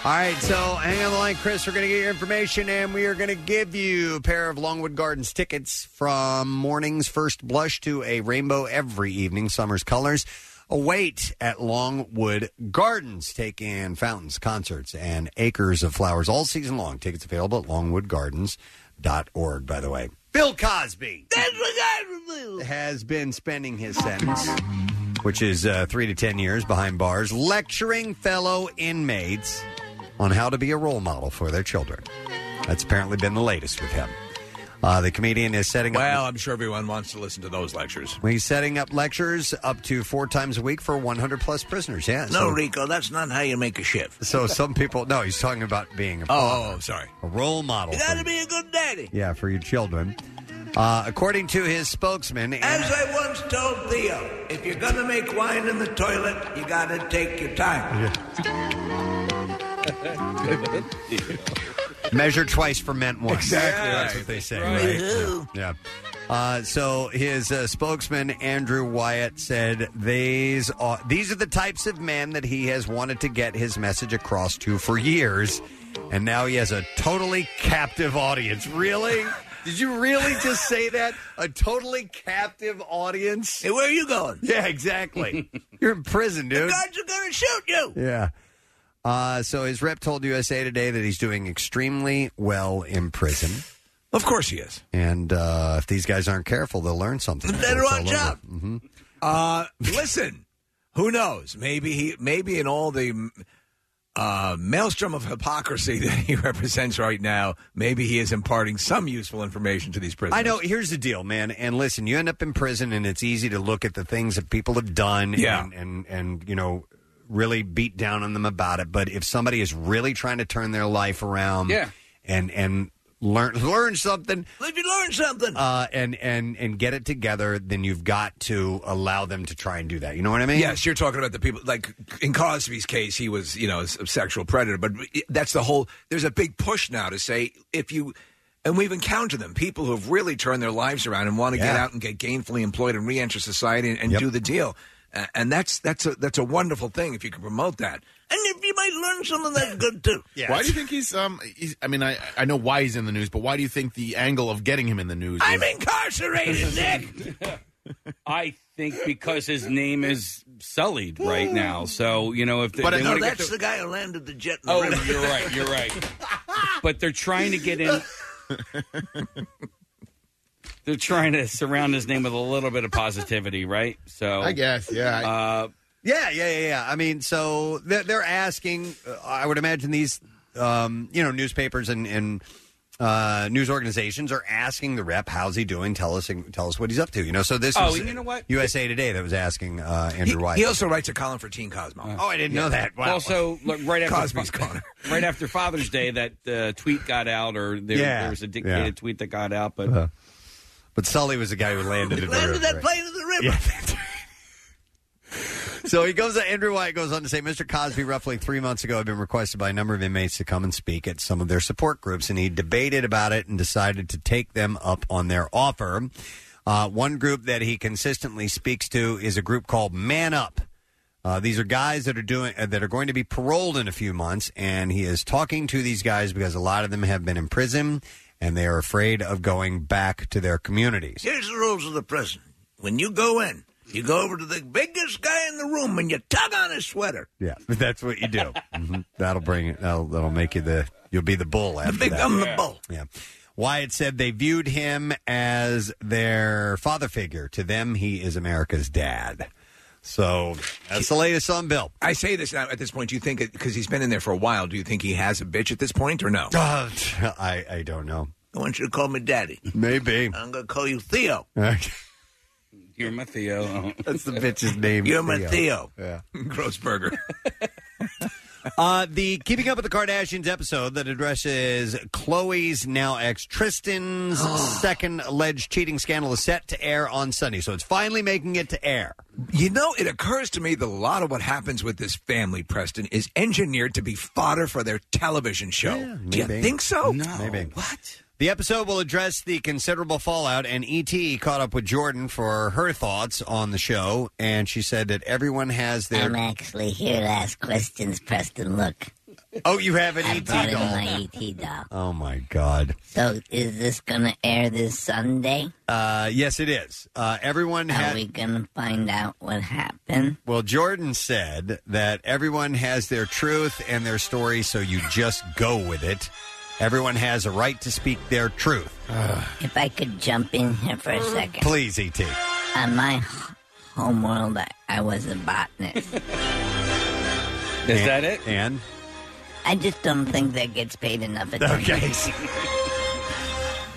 [SPEAKER 3] All right, so hang on the line, Chris. We're going to get your information, and we are going to give you a pair of Longwood Gardens tickets from morning's first blush to a rainbow every evening, summer's colors. Await at Longwood Gardens. Take in fountains, concerts, and acres of flowers all season long. Tickets available at longwoodgardens.org, by the way. Bill Cosby has been spending his sentence, which is uh, three to ten years behind bars, lecturing fellow inmates on how to be a role model for their children. That's apparently been the latest with him. Uh, the comedian is setting up.
[SPEAKER 5] Well, I'm sure everyone wants to listen to those lectures.
[SPEAKER 3] Well, He's setting up lectures up to four times a week for 100 plus prisoners. Yeah.
[SPEAKER 5] No,
[SPEAKER 3] so-
[SPEAKER 5] Rico, that's not how you make a shift.
[SPEAKER 3] So some people, no, he's talking about being a
[SPEAKER 5] Oh, oh, sorry.
[SPEAKER 3] a role model.
[SPEAKER 5] You
[SPEAKER 3] for-
[SPEAKER 5] gotta be a good daddy.
[SPEAKER 3] yeah, for your children. Uh, according to his spokesman,
[SPEAKER 5] As I once told Theo, if you're gonna make wine in the toilet, you gotta take your time.
[SPEAKER 3] measure twice, ferment once.
[SPEAKER 5] Exactly.
[SPEAKER 3] That's what they say.
[SPEAKER 5] Right.
[SPEAKER 3] Right? Yeah. Yeah. Uh, so his uh, spokesman Andrew Wyatt said these are these are the types of men that he has wanted to get his message across to for years, and now he has a totally captive audience. Really? Did you really just say that? A totally captive audience?
[SPEAKER 5] Hey, where are you going?
[SPEAKER 3] Yeah, exactly. You're in prison, dude.
[SPEAKER 5] Guards are gonna shoot you.
[SPEAKER 3] Yeah. Uh, so his rep told USA Today that he's doing extremely well in prison.
[SPEAKER 5] Of course he is.
[SPEAKER 3] And uh, if these guys aren't careful, they'll learn something.
[SPEAKER 5] Better
[SPEAKER 3] It's all
[SPEAKER 5] watch
[SPEAKER 3] over.
[SPEAKER 5] out. Uh, listen, who knows? Maybe he, maybe in all the uh, maelstrom of hypocrisy that he represents right now, maybe he is imparting some useful information to these prisoners.
[SPEAKER 3] I know. Here's the deal, man. And listen, you end up in prison, and it's easy to look at the things that people have done,
[SPEAKER 5] Yeah.
[SPEAKER 3] and, and and you know, really beat down on them about it. But if somebody is really trying to turn their life around,
[SPEAKER 5] Yeah.
[SPEAKER 3] and and learn learn something,
[SPEAKER 5] If you learn something,
[SPEAKER 3] uh, and and and get it together, then you've got to allow them to try and do that. You know what I mean?
[SPEAKER 5] Yes, you're talking about the people. Like in Cosby's case, he was, you know, a sexual predator. But that's the whole. There's a big push now to say if you, and we've encountered them, people who have really turned their lives around and want to get
[SPEAKER 3] Yeah.
[SPEAKER 5] out and get gainfully employed and reenter society and, and do the deal. A- And that's that's a that's a wonderful thing if you can promote that. And if you might learn something that's good too.
[SPEAKER 7] Why do you think he's? Um, he's, I mean, I I know why he's in the news, but why do you think the angle of getting him in the news?
[SPEAKER 5] I'm
[SPEAKER 7] is-
[SPEAKER 5] incarcerated, Nick.
[SPEAKER 6] I think because his name is sullied right now. So you know if they,
[SPEAKER 5] But
[SPEAKER 6] they
[SPEAKER 5] no,
[SPEAKER 6] wanna get
[SPEAKER 5] that's
[SPEAKER 6] the-
[SPEAKER 5] the guy who landed the jet. In the
[SPEAKER 6] oh,
[SPEAKER 5] river.
[SPEAKER 6] you're right, you're right. But they're trying to get in. they're trying to surround his name with a little bit of positivity, right? So
[SPEAKER 7] I guess, yeah.
[SPEAKER 6] Uh,
[SPEAKER 3] Yeah, yeah, yeah, yeah. I mean, so they're, they're asking. Uh, I would imagine these, um, you know, newspapers and, and uh, news organizations are asking the rep, "How's he doing? Tell us, tell us what he's up to." You know, so this.
[SPEAKER 5] Oh,
[SPEAKER 3] is
[SPEAKER 5] you know what?
[SPEAKER 3] USA Today that was asking uh, Andrew White.
[SPEAKER 5] He also writes a column for Teen Cosmo.
[SPEAKER 3] oh, I didn't know that. Wow.
[SPEAKER 6] Also, look, right after
[SPEAKER 5] Cosby's Connor.
[SPEAKER 6] right after Father's Day, that uh, tweet got out, or there,
[SPEAKER 3] Yeah,
[SPEAKER 6] there was a dictated
[SPEAKER 3] yeah. Uh-huh.
[SPEAKER 6] tweet that got out. But
[SPEAKER 3] but Sully was the guy who landed it.
[SPEAKER 5] landed that plane in the river.
[SPEAKER 3] So he goes. Andrew White goes on to say, Mr. Cosby, roughly three months ago, had been requested by a number of inmates to come and speak at some of their support groups, and he debated about it and decided to take them up on their offer. Uh, one group that he consistently speaks to is a group called Man Up. Uh, these are guys that are doing uh, that are going to be paroled in a few months, and he is talking to these guys because a lot of them have been in prison and they are afraid of going back to their communities.
[SPEAKER 5] Here's the rules of the prison. When you go in, you go over to the biggest guy in the room and you tug on his sweater.
[SPEAKER 3] Yeah, that's what you do. Mhm. That'll bring it. That'll, that'll make you the. You'll be the bull after
[SPEAKER 5] big-
[SPEAKER 3] that.
[SPEAKER 5] I'm the bull.
[SPEAKER 3] Yeah. Wyatt said they viewed him as their father figure. To them, he is America's dad. So that's the latest on Bill.
[SPEAKER 5] I say this now at this point. Do you think, because he's been in there for a while, do you think he has a bitch at this point or no?
[SPEAKER 3] Uh, I I don't know.
[SPEAKER 5] I want you to call me daddy.
[SPEAKER 3] Maybe.
[SPEAKER 5] I'm going to call you Theo.
[SPEAKER 3] that's
[SPEAKER 6] you're my Theo.
[SPEAKER 3] the bitch's name.
[SPEAKER 5] You're my Theo.
[SPEAKER 3] Yeah.
[SPEAKER 5] Grossberger.
[SPEAKER 3] Uh, the Keeping Up with the Kardashians episode that addresses Chloe's now ex Tristan's second alleged cheating scandal is set to air on Sunday. So it's finally making it to air.
[SPEAKER 5] You know, it occurs to me that a lot of what happens with this family, Preston, is engineered to be fodder for their television show. do you
[SPEAKER 3] maybe.
[SPEAKER 5] think so?
[SPEAKER 6] No.
[SPEAKER 3] Maybe.
[SPEAKER 6] What?
[SPEAKER 3] The episode will address the considerable fallout, and ET caught up with Jordan for her thoughts on the show, and she said that everyone has their.
[SPEAKER 8] I'm actually here to ask questions, Preston. Look,
[SPEAKER 3] Oh, you have an
[SPEAKER 8] I
[SPEAKER 3] ET
[SPEAKER 8] brought in
[SPEAKER 3] doll.
[SPEAKER 8] my ET doll.
[SPEAKER 3] Oh my God.
[SPEAKER 8] So is this gonna air this Sunday?
[SPEAKER 3] Uh, yes, it is. Uh, everyone.
[SPEAKER 8] Are we gonna find out what happened?
[SPEAKER 3] Well, Jordan said that everyone has their truth and their story, so you just go with it. Everyone has a right to speak their truth.
[SPEAKER 8] If I could jump in here for a second.
[SPEAKER 3] Please, E ET.
[SPEAKER 8] On my h- homeworld, I, I was a botanist.
[SPEAKER 6] Is that it?
[SPEAKER 3] And
[SPEAKER 8] I just don't think that gets paid enough attention.
[SPEAKER 3] Okay.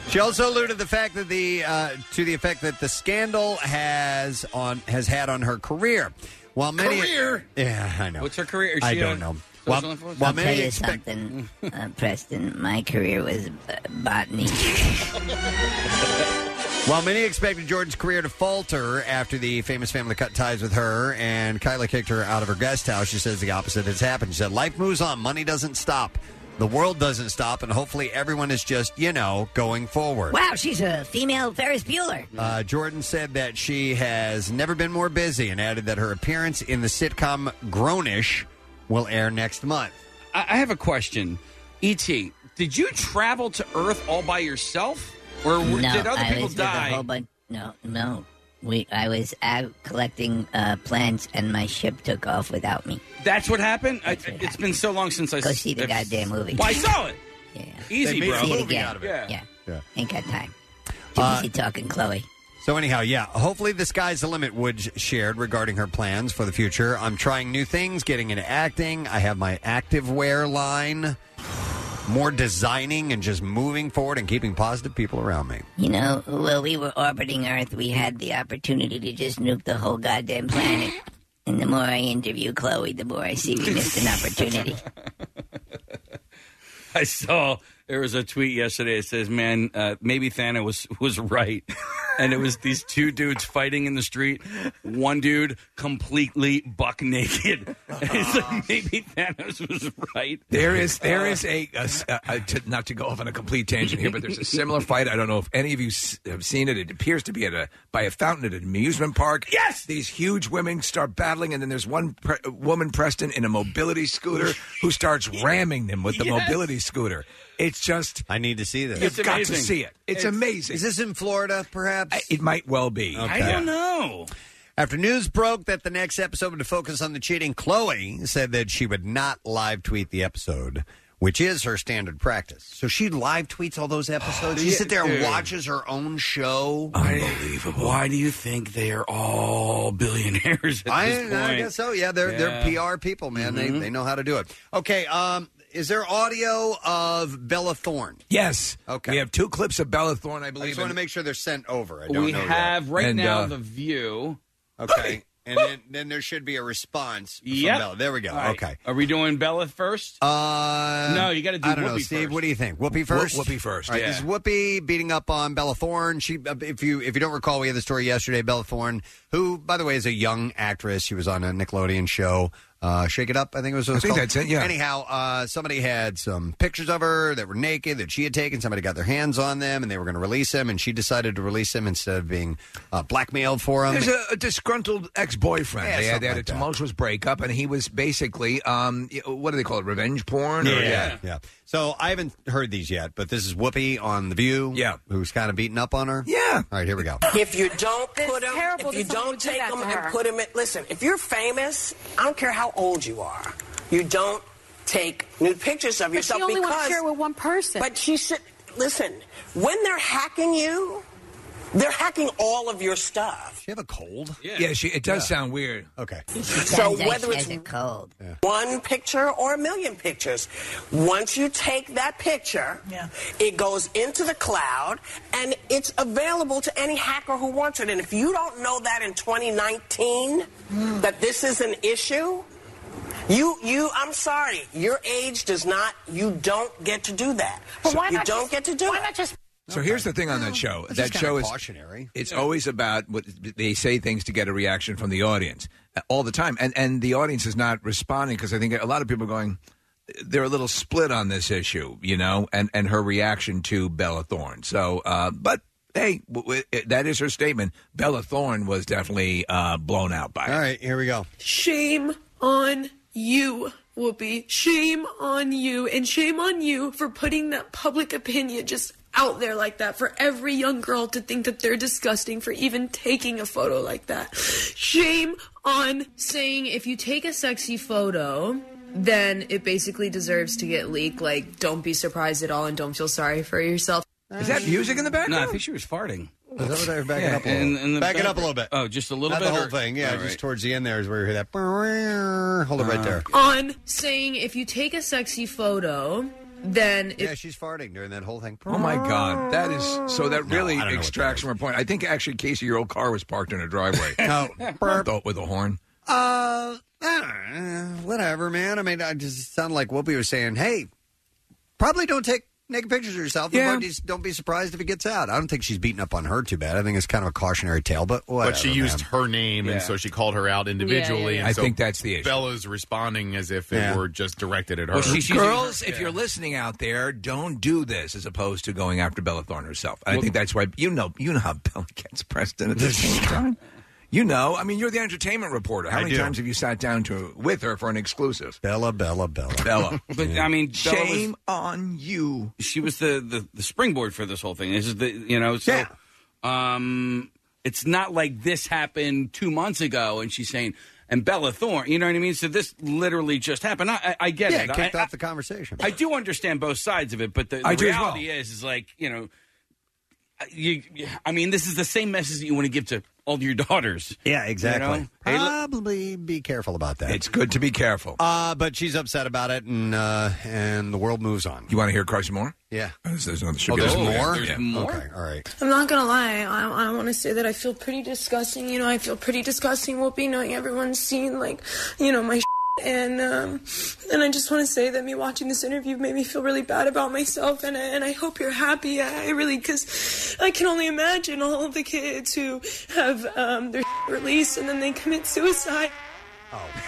[SPEAKER 3] She also alluded the fact that the uh, to the effect that the scandal has on has had on her career. While many
[SPEAKER 6] Career?
[SPEAKER 3] yeah, I know.
[SPEAKER 6] What's her career? Is
[SPEAKER 3] I
[SPEAKER 6] she a
[SPEAKER 3] don't know.
[SPEAKER 6] social
[SPEAKER 3] While,
[SPEAKER 6] influencer?
[SPEAKER 3] while
[SPEAKER 8] I'll tell
[SPEAKER 3] many
[SPEAKER 8] you
[SPEAKER 3] expect
[SPEAKER 8] something, uh, Preston. My career was b- botany.
[SPEAKER 3] While many expected Jordan's career to falter after the famous family cut ties with her and Kyla kicked her out of her guest house, she says the opposite has happened. She said, Life moves on, money doesn't stop, the world doesn't stop, and hopefully everyone is just, you know, going forward.
[SPEAKER 8] wow, she's a female Ferris Bueller.
[SPEAKER 3] Uh, Jordan said that she has never been more busy and added that her appearance in the sitcom Grownish will air next month.
[SPEAKER 6] I, I have a question. E.T., E did you travel to Earth all by yourself? Or w-
[SPEAKER 8] no,
[SPEAKER 6] did other
[SPEAKER 8] I
[SPEAKER 6] people
[SPEAKER 8] was with a
[SPEAKER 6] die?
[SPEAKER 8] whole bunch- no, no. We, I was out collecting uh, plants, and my ship took off without me.
[SPEAKER 6] That's what happened? I, it's been so long since I
[SPEAKER 8] Go see the goddamn movie.
[SPEAKER 6] Well, I saw it.
[SPEAKER 8] Yeah.
[SPEAKER 6] Easy,
[SPEAKER 3] They made
[SPEAKER 6] bro.
[SPEAKER 3] a movie Easy, yeah. out of it.
[SPEAKER 6] Yeah.
[SPEAKER 8] Yeah.
[SPEAKER 3] Yeah.
[SPEAKER 8] Ain't got time.
[SPEAKER 3] Uh,
[SPEAKER 8] talking, Chloe.
[SPEAKER 3] So anyhow, yeah. Hopefully, the sky's the limit. Woods shared regarding her plans for the future. I'm trying new things, getting into acting. I have my active wear line. More designing and just moving forward and keeping positive people around me.
[SPEAKER 8] You know, while we were orbiting Earth, we had the opportunity to just nuke the whole goddamn planet. And the more I interview Chloe, the more I see we missed an opportunity.
[SPEAKER 6] I saw there was a tweet yesterday. It says, "Man, uh, maybe Thanos was was right," and it was these two dudes fighting in the street. One dude completely buck naked. it's like maybe Thanos was right.
[SPEAKER 5] There is there is a, a s- a- a- to- not to go off on a complete tangent here, but there's a similar fight. I don't know if any of you s- have seen it. It appears to be at a by a fountain at an amusement park. Yes, these huge women start battling, and then there's one pre- woman, Preston, in a mobility scooter who starts ramming them with the
[SPEAKER 3] Yes.
[SPEAKER 5] mobility scooter. It's just
[SPEAKER 3] I need to see this.
[SPEAKER 5] You've got to see it. It's, amazing.
[SPEAKER 3] Is this in Florida, perhaps?
[SPEAKER 5] it might well be.
[SPEAKER 3] Okay.
[SPEAKER 6] know.
[SPEAKER 3] After news broke that the next episode would focus on the cheating, Chloe said that she would not live tweet the episode, which is her standard practice. So she live tweets all those episodes. she
[SPEAKER 5] Yeah,
[SPEAKER 3] sit there and
[SPEAKER 5] dude.
[SPEAKER 3] watches her own show.
[SPEAKER 6] Unbelievable. Why do you think they are all billionaires at
[SPEAKER 3] I,
[SPEAKER 6] this point?
[SPEAKER 3] I guess so. Yeah, Mm-hmm. they're they're PR people, man. They
[SPEAKER 5] Mm-hmm.
[SPEAKER 3] they know how to do it. Okay. Um, is there audio of Bella Thorne?
[SPEAKER 5] Yes.
[SPEAKER 3] Okay.
[SPEAKER 5] We have two clips of Bella Thorne, I believe.
[SPEAKER 3] I just want to make sure they're sent over. I don't
[SPEAKER 6] We
[SPEAKER 3] know yet.
[SPEAKER 6] have right
[SPEAKER 5] And,
[SPEAKER 6] now
[SPEAKER 5] uh,
[SPEAKER 6] the view.
[SPEAKER 3] Okay. And then, then there should be a response. from
[SPEAKER 6] Yep.
[SPEAKER 3] Bella. There we go.
[SPEAKER 6] All right.
[SPEAKER 3] Okay.
[SPEAKER 6] Are we doing Bella first?
[SPEAKER 3] Uh,
[SPEAKER 6] No, you gotta do
[SPEAKER 3] I don't know,
[SPEAKER 6] Whoopi
[SPEAKER 3] Steve.
[SPEAKER 6] first.
[SPEAKER 3] What do you think? Whoopi
[SPEAKER 6] Wh-
[SPEAKER 3] first.
[SPEAKER 6] Whoopi first,
[SPEAKER 3] All right,
[SPEAKER 6] yeah.
[SPEAKER 3] Is Whoopi beating up on Bella Thorne? She, uh, if you if you don't recall, we had the story yesterday. Bella Thorne, who by the way is a young actress, she was on a Nickelodeon show, uh, Shake It Up. I think it was. What it
[SPEAKER 5] I
[SPEAKER 3] was
[SPEAKER 5] think
[SPEAKER 3] called.
[SPEAKER 5] that's it, yeah.
[SPEAKER 3] Anyhow, uh, somebody had some pictures of her that were naked that she had taken. Somebody got their hands on them, and they were going to release them, and she decided to release them instead of being uh, blackmailed for them.
[SPEAKER 5] There's a, a disgruntled ex-boyfriend.
[SPEAKER 3] Yeah,
[SPEAKER 5] they had,
[SPEAKER 3] something
[SPEAKER 5] they had
[SPEAKER 3] like
[SPEAKER 5] a
[SPEAKER 3] that.
[SPEAKER 5] tumultuous breakup, and he was basically, um, y- what do they call it, revenge porn? Or,
[SPEAKER 3] yeah, yeah. So I haven't heard these yet, but this is Whoopi on The View. Yeah. Who's kind of beating up on her.
[SPEAKER 5] Yeah.
[SPEAKER 3] All right, here we go.
[SPEAKER 13] If you don't put them,
[SPEAKER 14] terrible
[SPEAKER 13] if you
[SPEAKER 14] that someone
[SPEAKER 13] don't
[SPEAKER 14] would do
[SPEAKER 13] take
[SPEAKER 14] that
[SPEAKER 13] them
[SPEAKER 14] to her.
[SPEAKER 13] and put them in, listen, if you're famous, I don't care how old you are, you don't take nude pictures of
[SPEAKER 14] But she
[SPEAKER 13] yourself
[SPEAKER 14] only
[SPEAKER 13] because.
[SPEAKER 14] wants to share with one person.
[SPEAKER 13] But she should listen. When they're hacking you, they're hacking all of your stuff.
[SPEAKER 3] She have a cold.
[SPEAKER 5] Yeah, she, it does sound weird.
[SPEAKER 3] Okay.
[SPEAKER 13] So whether it's
[SPEAKER 8] cold.
[SPEAKER 13] one picture or a million pictures, once you take that picture, it goes into the cloud and it's available to any hacker who wants it. And if you don't know that in 2019
[SPEAKER 14] Hmm.
[SPEAKER 13] that this is an issue, you you I'm sorry, your age does not. You don't get to do that.
[SPEAKER 14] But why
[SPEAKER 13] you
[SPEAKER 14] not
[SPEAKER 13] don't
[SPEAKER 14] just-
[SPEAKER 13] get to do
[SPEAKER 14] why
[SPEAKER 13] it.
[SPEAKER 14] not just
[SPEAKER 5] So here's the thing on that show.
[SPEAKER 3] This
[SPEAKER 5] that
[SPEAKER 3] is
[SPEAKER 5] show
[SPEAKER 3] kinda
[SPEAKER 5] is
[SPEAKER 3] cautionary.
[SPEAKER 5] It's always about what they say things to get a reaction from the audience uh, all the time, and and the audience is not responding because I think a lot of people are going. They're a little split on this issue, you know, and and her reaction to Bella Thorne. So, uh, but hey, w- w- it- that is her statement. Bella Thorne was definitely uh, blown out by it.
[SPEAKER 3] All right, here we go.
[SPEAKER 15] Shame on you.
[SPEAKER 14] Whoopi, shame on you, and shame on you for putting that public opinion just out there like that for every young girl to think that they're disgusting for even taking a photo like that. Shame on
[SPEAKER 15] saying if you take a sexy photo, then it basically deserves to get leaked. Like, don't be surprised at all and don't feel sorry for yourself.
[SPEAKER 6] Is that music in the background? No, I think she was farting.
[SPEAKER 3] Is that what they were backing
[SPEAKER 6] Yeah,
[SPEAKER 3] up a little?
[SPEAKER 6] and- and the
[SPEAKER 3] back it
[SPEAKER 6] back-
[SPEAKER 3] up a little bit.
[SPEAKER 6] Oh, just a little
[SPEAKER 3] Not
[SPEAKER 6] bit,
[SPEAKER 3] The
[SPEAKER 6] or-
[SPEAKER 3] whole thing, yeah.
[SPEAKER 6] all
[SPEAKER 3] Just
[SPEAKER 6] right. Uh.
[SPEAKER 3] towards the end there is where you hear that. Hold it right there.
[SPEAKER 15] On saying if you take a sexy photo, then it
[SPEAKER 3] Yeah, she's farting during that whole thing.
[SPEAKER 5] Oh my God, that is so. That
[SPEAKER 3] No,
[SPEAKER 5] really
[SPEAKER 3] I don't know what
[SPEAKER 5] extracts from her point. I think actually, Casey, your old car was parked in a driveway.
[SPEAKER 3] no,
[SPEAKER 5] with a horn.
[SPEAKER 3] Uh, uh, whatever, man. I mean, I just sound like Whoopi was saying, hey, probably don't take naked pictures of yourself.
[SPEAKER 7] Yeah.
[SPEAKER 3] Yeah. Don't be surprised if it gets out. I don't think she's beating up on her too bad. I think it's kind of a cautionary tale, but whatever.
[SPEAKER 7] but she used
[SPEAKER 3] man.
[SPEAKER 7] her name,
[SPEAKER 3] Yeah.
[SPEAKER 7] and so she called her out
[SPEAKER 3] Yeah,
[SPEAKER 7] individually.
[SPEAKER 3] yeah, yeah.
[SPEAKER 7] And
[SPEAKER 3] I
[SPEAKER 7] so
[SPEAKER 3] think that's the issue.
[SPEAKER 7] Bella's responding as if it
[SPEAKER 5] Yeah.
[SPEAKER 7] were just directed at her.
[SPEAKER 5] Well, she's girls, if you're listening out there, don't do this as opposed to going after Bella Thorne herself. I think that's why you know you know how Bella gets Preston at this point in time. You know, I mean, you're the entertainment reporter. How
[SPEAKER 3] I
[SPEAKER 5] many
[SPEAKER 3] do.
[SPEAKER 5] times have you sat down to with her for an exclusive?
[SPEAKER 3] Bella, Bella, Bella,
[SPEAKER 5] Bella.
[SPEAKER 6] But um, I mean, Bella was-
[SPEAKER 5] shame on you.
[SPEAKER 6] she was the, the the springboard for this whole thing. This is the you know so um it's not like this happened two months ago and she's saying and Bella Thorne, you know what I mean? So this literally just happened. I, I, I get
[SPEAKER 3] yeah,
[SPEAKER 6] it.
[SPEAKER 3] it kicked
[SPEAKER 6] I,
[SPEAKER 3] off the conversation.
[SPEAKER 6] I do understand both sides of it, but the, the
[SPEAKER 3] I do as well.
[SPEAKER 6] reality is, is like you know, you, I mean, this is the same message that you want to give to all your daughters.
[SPEAKER 3] Yeah, exactly.
[SPEAKER 6] You know? Hey, look-
[SPEAKER 3] Probably be careful about that.
[SPEAKER 5] It's good to be careful.
[SPEAKER 3] Uh, but she's upset about it, and uh, and the world moves on.
[SPEAKER 5] You want to hear Carson more?
[SPEAKER 3] Yeah.
[SPEAKER 5] There's, there's,
[SPEAKER 3] Oh, there's
[SPEAKER 5] another-
[SPEAKER 3] more?
[SPEAKER 5] Yeah.
[SPEAKER 3] There's more? Okay, all right.
[SPEAKER 14] I'm not gonna lie. I, I want to say that I feel pretty disgusting. You know, I feel pretty disgusting. Whoopi, knowing everyone's seen like, you know, my and um, and I just want to say that me watching this interview made me feel really bad about myself. And I, and I hope you're happy. I, I really because I can only imagine all of the kids who have um, their released and then they commit suicide.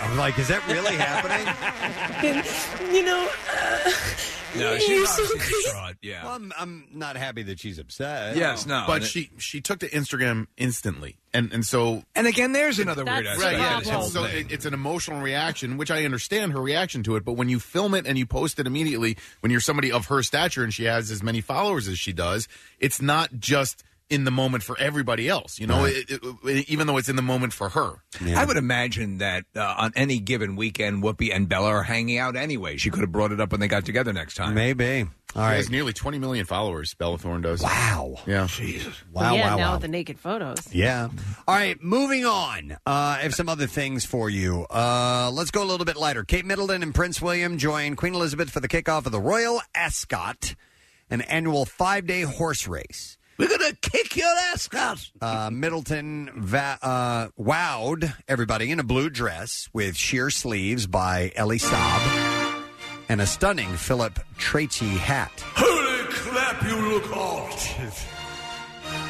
[SPEAKER 3] I'm like, is that really happening?
[SPEAKER 14] And you know, uh,
[SPEAKER 5] No,
[SPEAKER 14] she's You're
[SPEAKER 5] so
[SPEAKER 3] Yeah. Well, I'm, I'm not happy that she's upset.
[SPEAKER 7] But she she took to Instagram instantly, and and so
[SPEAKER 5] and again, there's another
[SPEAKER 7] right,
[SPEAKER 5] weird aspect
[SPEAKER 7] yeah,
[SPEAKER 5] of this whole
[SPEAKER 7] and so
[SPEAKER 5] thing.
[SPEAKER 7] it- it's an emotional reaction, which I understand her reaction to it. But when you film it and you post it immediately, when you're somebody of her stature and she has as many followers as she does, it's not just in the moment for everybody else. You know, it, it- even though it's in the moment for her.
[SPEAKER 5] I would imagine that uh, on any given weekend, Whoopi and Bella are hanging out anyway. She could have brought it up when they got together next time.
[SPEAKER 3] Maybe. All
[SPEAKER 7] She has nearly 20 million followers. Bella Thorne does.
[SPEAKER 3] Wow.
[SPEAKER 7] Yeah.
[SPEAKER 5] Jesus.
[SPEAKER 3] Wow,
[SPEAKER 4] yeah,
[SPEAKER 3] wow,
[SPEAKER 4] now
[SPEAKER 3] wow.
[SPEAKER 4] with the naked photos.
[SPEAKER 3] Yeah. All right, moving on. Uh, I have some other things for you. Uh, let's go a little bit lighter. Kate Middleton and Prince William join Queen Elizabeth for the kickoff of the Royal Ascot, an annual five day horse race.
[SPEAKER 5] We're going to kick your ascot.
[SPEAKER 3] Uh, Middleton va- uh, wowed everybody in a blue dress with sheer sleeves by Ellie Saab and a stunning Philip Tracy hat.
[SPEAKER 5] Holy crap, you look hot.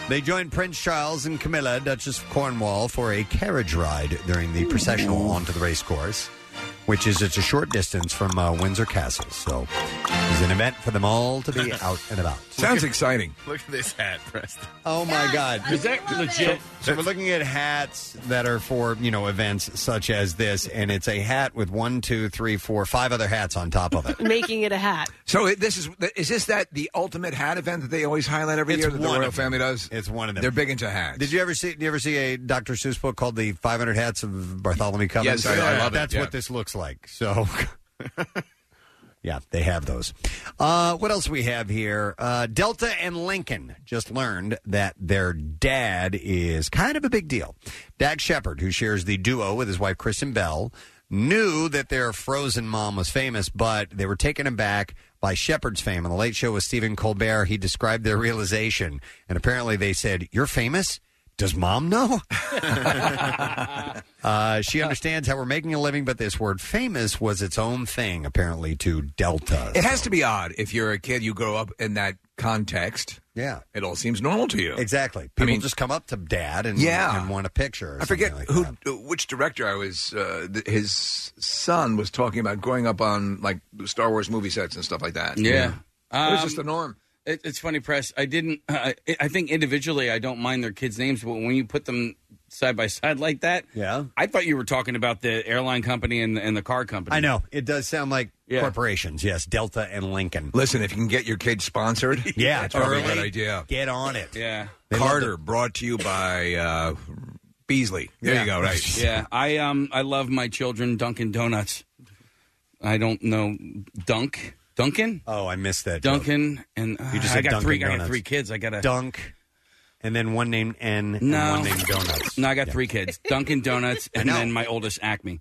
[SPEAKER 3] They joined Prince Charles and Camilla, Duchess of Cornwall, for a carriage ride during the processional onto the race course, which is it's a short distance from uh, Windsor Castle. So it's an event for them all to be out and about.
[SPEAKER 5] Sounds exciting.
[SPEAKER 7] Look at this hat, Preston.
[SPEAKER 3] Oh my God!
[SPEAKER 7] Is that legit?
[SPEAKER 3] So we're looking at hats that are for you know events such as this, and it's a hat with one, two, three, four, five other hats on top of it.
[SPEAKER 4] Making it a hat.
[SPEAKER 5] So it- this is is this that the ultimate hat event that they always highlight every
[SPEAKER 3] It's
[SPEAKER 5] year that the
[SPEAKER 3] one
[SPEAKER 5] royal
[SPEAKER 3] of them.
[SPEAKER 5] family does?
[SPEAKER 3] It's one of them.
[SPEAKER 5] They're big into hats.
[SPEAKER 3] Did you ever see? Did you ever see a Dr. Seuss book called "The 500 Hats of Bartholomew Cummings"?
[SPEAKER 5] Yes, I- I love it,
[SPEAKER 3] That's
[SPEAKER 5] yeah.
[SPEAKER 3] what this looks like. So, yeah, they have those. Uh, what else we have here? Uh, Delta and Lincoln just learned that their dad is kind of a big deal. Dax Shepard, who shares the duo with his wife Kristen Bell, knew that their frozen mom was famous, but they were taken aback by Shepard's fame. On the Late Show with Stephen Colbert, he described their realization, and apparently they said, "You're famous." Does mom know? Uh, she understands how we're making a living, but this word famous was its own thing, apparently, to Delta.
[SPEAKER 5] It has to be odd if you're a kid, you grow up in that context.
[SPEAKER 3] Yeah.
[SPEAKER 5] It all seems normal to you.
[SPEAKER 3] Exactly. People just come up to dad and,
[SPEAKER 5] Yeah.
[SPEAKER 3] and want a picture. or
[SPEAKER 5] I forget
[SPEAKER 3] something like
[SPEAKER 5] who, uh, which director I was. Uh, th- his son was talking about growing up on like Star Wars movie sets and stuff like that.
[SPEAKER 6] Yeah.
[SPEAKER 5] it was just the
[SPEAKER 6] Um,
[SPEAKER 5] norm.
[SPEAKER 6] It, uh, it's funny, press. I didn't. I I think individually, I don't mind their kids' names, but when you put them side by side like that.
[SPEAKER 3] Yeah.
[SPEAKER 6] I thought you were talking about the airline company and, and the car company.
[SPEAKER 3] I know. It does sound like corporations. Yes, Delta and Lincoln.
[SPEAKER 5] Listen, if you can get your kid sponsored,
[SPEAKER 3] Yeah,
[SPEAKER 5] that's probably a good
[SPEAKER 3] early.
[SPEAKER 5] idea.
[SPEAKER 3] Get on it.
[SPEAKER 6] Yeah.
[SPEAKER 5] Carter, brought to you by uh, Beasley. There you go. Right.
[SPEAKER 6] yeah. I um I love my children Dunkin' Donuts. I don't know Dunk Dunkin'.
[SPEAKER 3] Oh, I missed that.
[SPEAKER 6] Dunkin' and uh,
[SPEAKER 3] You just
[SPEAKER 6] I
[SPEAKER 3] said
[SPEAKER 6] got
[SPEAKER 3] Dunkin'
[SPEAKER 6] three. I got
[SPEAKER 3] Donuts.
[SPEAKER 6] three kids. I got a
[SPEAKER 3] Dunk, and then one named N, and
[SPEAKER 6] No.
[SPEAKER 3] one named Donuts.
[SPEAKER 6] No, I got
[SPEAKER 3] Yeah.
[SPEAKER 6] three kids: Dunkin' Donuts,
[SPEAKER 3] I
[SPEAKER 6] and
[SPEAKER 3] know.
[SPEAKER 6] then my oldest Acme.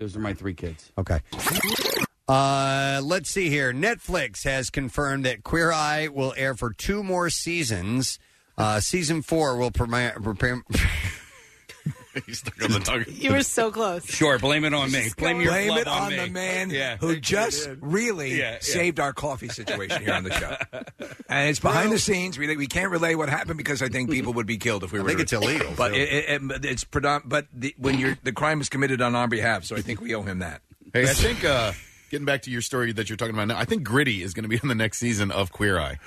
[SPEAKER 6] Those are my three kids.
[SPEAKER 3] Okay. Uh, let's see here. Netflix has confirmed that Queer Eye will air for two more seasons. Uh, season four will premiere. prepare
[SPEAKER 6] He's stuck on the tongue.
[SPEAKER 4] You were so close.
[SPEAKER 6] Sure, blame it on me. Blame your
[SPEAKER 5] Blame
[SPEAKER 6] club
[SPEAKER 5] it on
[SPEAKER 6] me.
[SPEAKER 5] the man
[SPEAKER 6] Yeah.
[SPEAKER 5] who just really
[SPEAKER 6] Yeah, yeah.
[SPEAKER 5] saved our coffee situation here on the show. and it's behind the scenes. We we can't relay what happened because I think people would be killed if we
[SPEAKER 3] I
[SPEAKER 5] were.
[SPEAKER 3] think
[SPEAKER 5] to-
[SPEAKER 3] it's illegal,
[SPEAKER 5] but
[SPEAKER 3] so-
[SPEAKER 5] it, it, it- it's predominant. But the, when you're the crime is committed on our behalf, so I think we owe him that.
[SPEAKER 7] Hey, I think uh, getting back to your story that you're talking about now, I think Gritty is going to be on the next season of Queer Eye.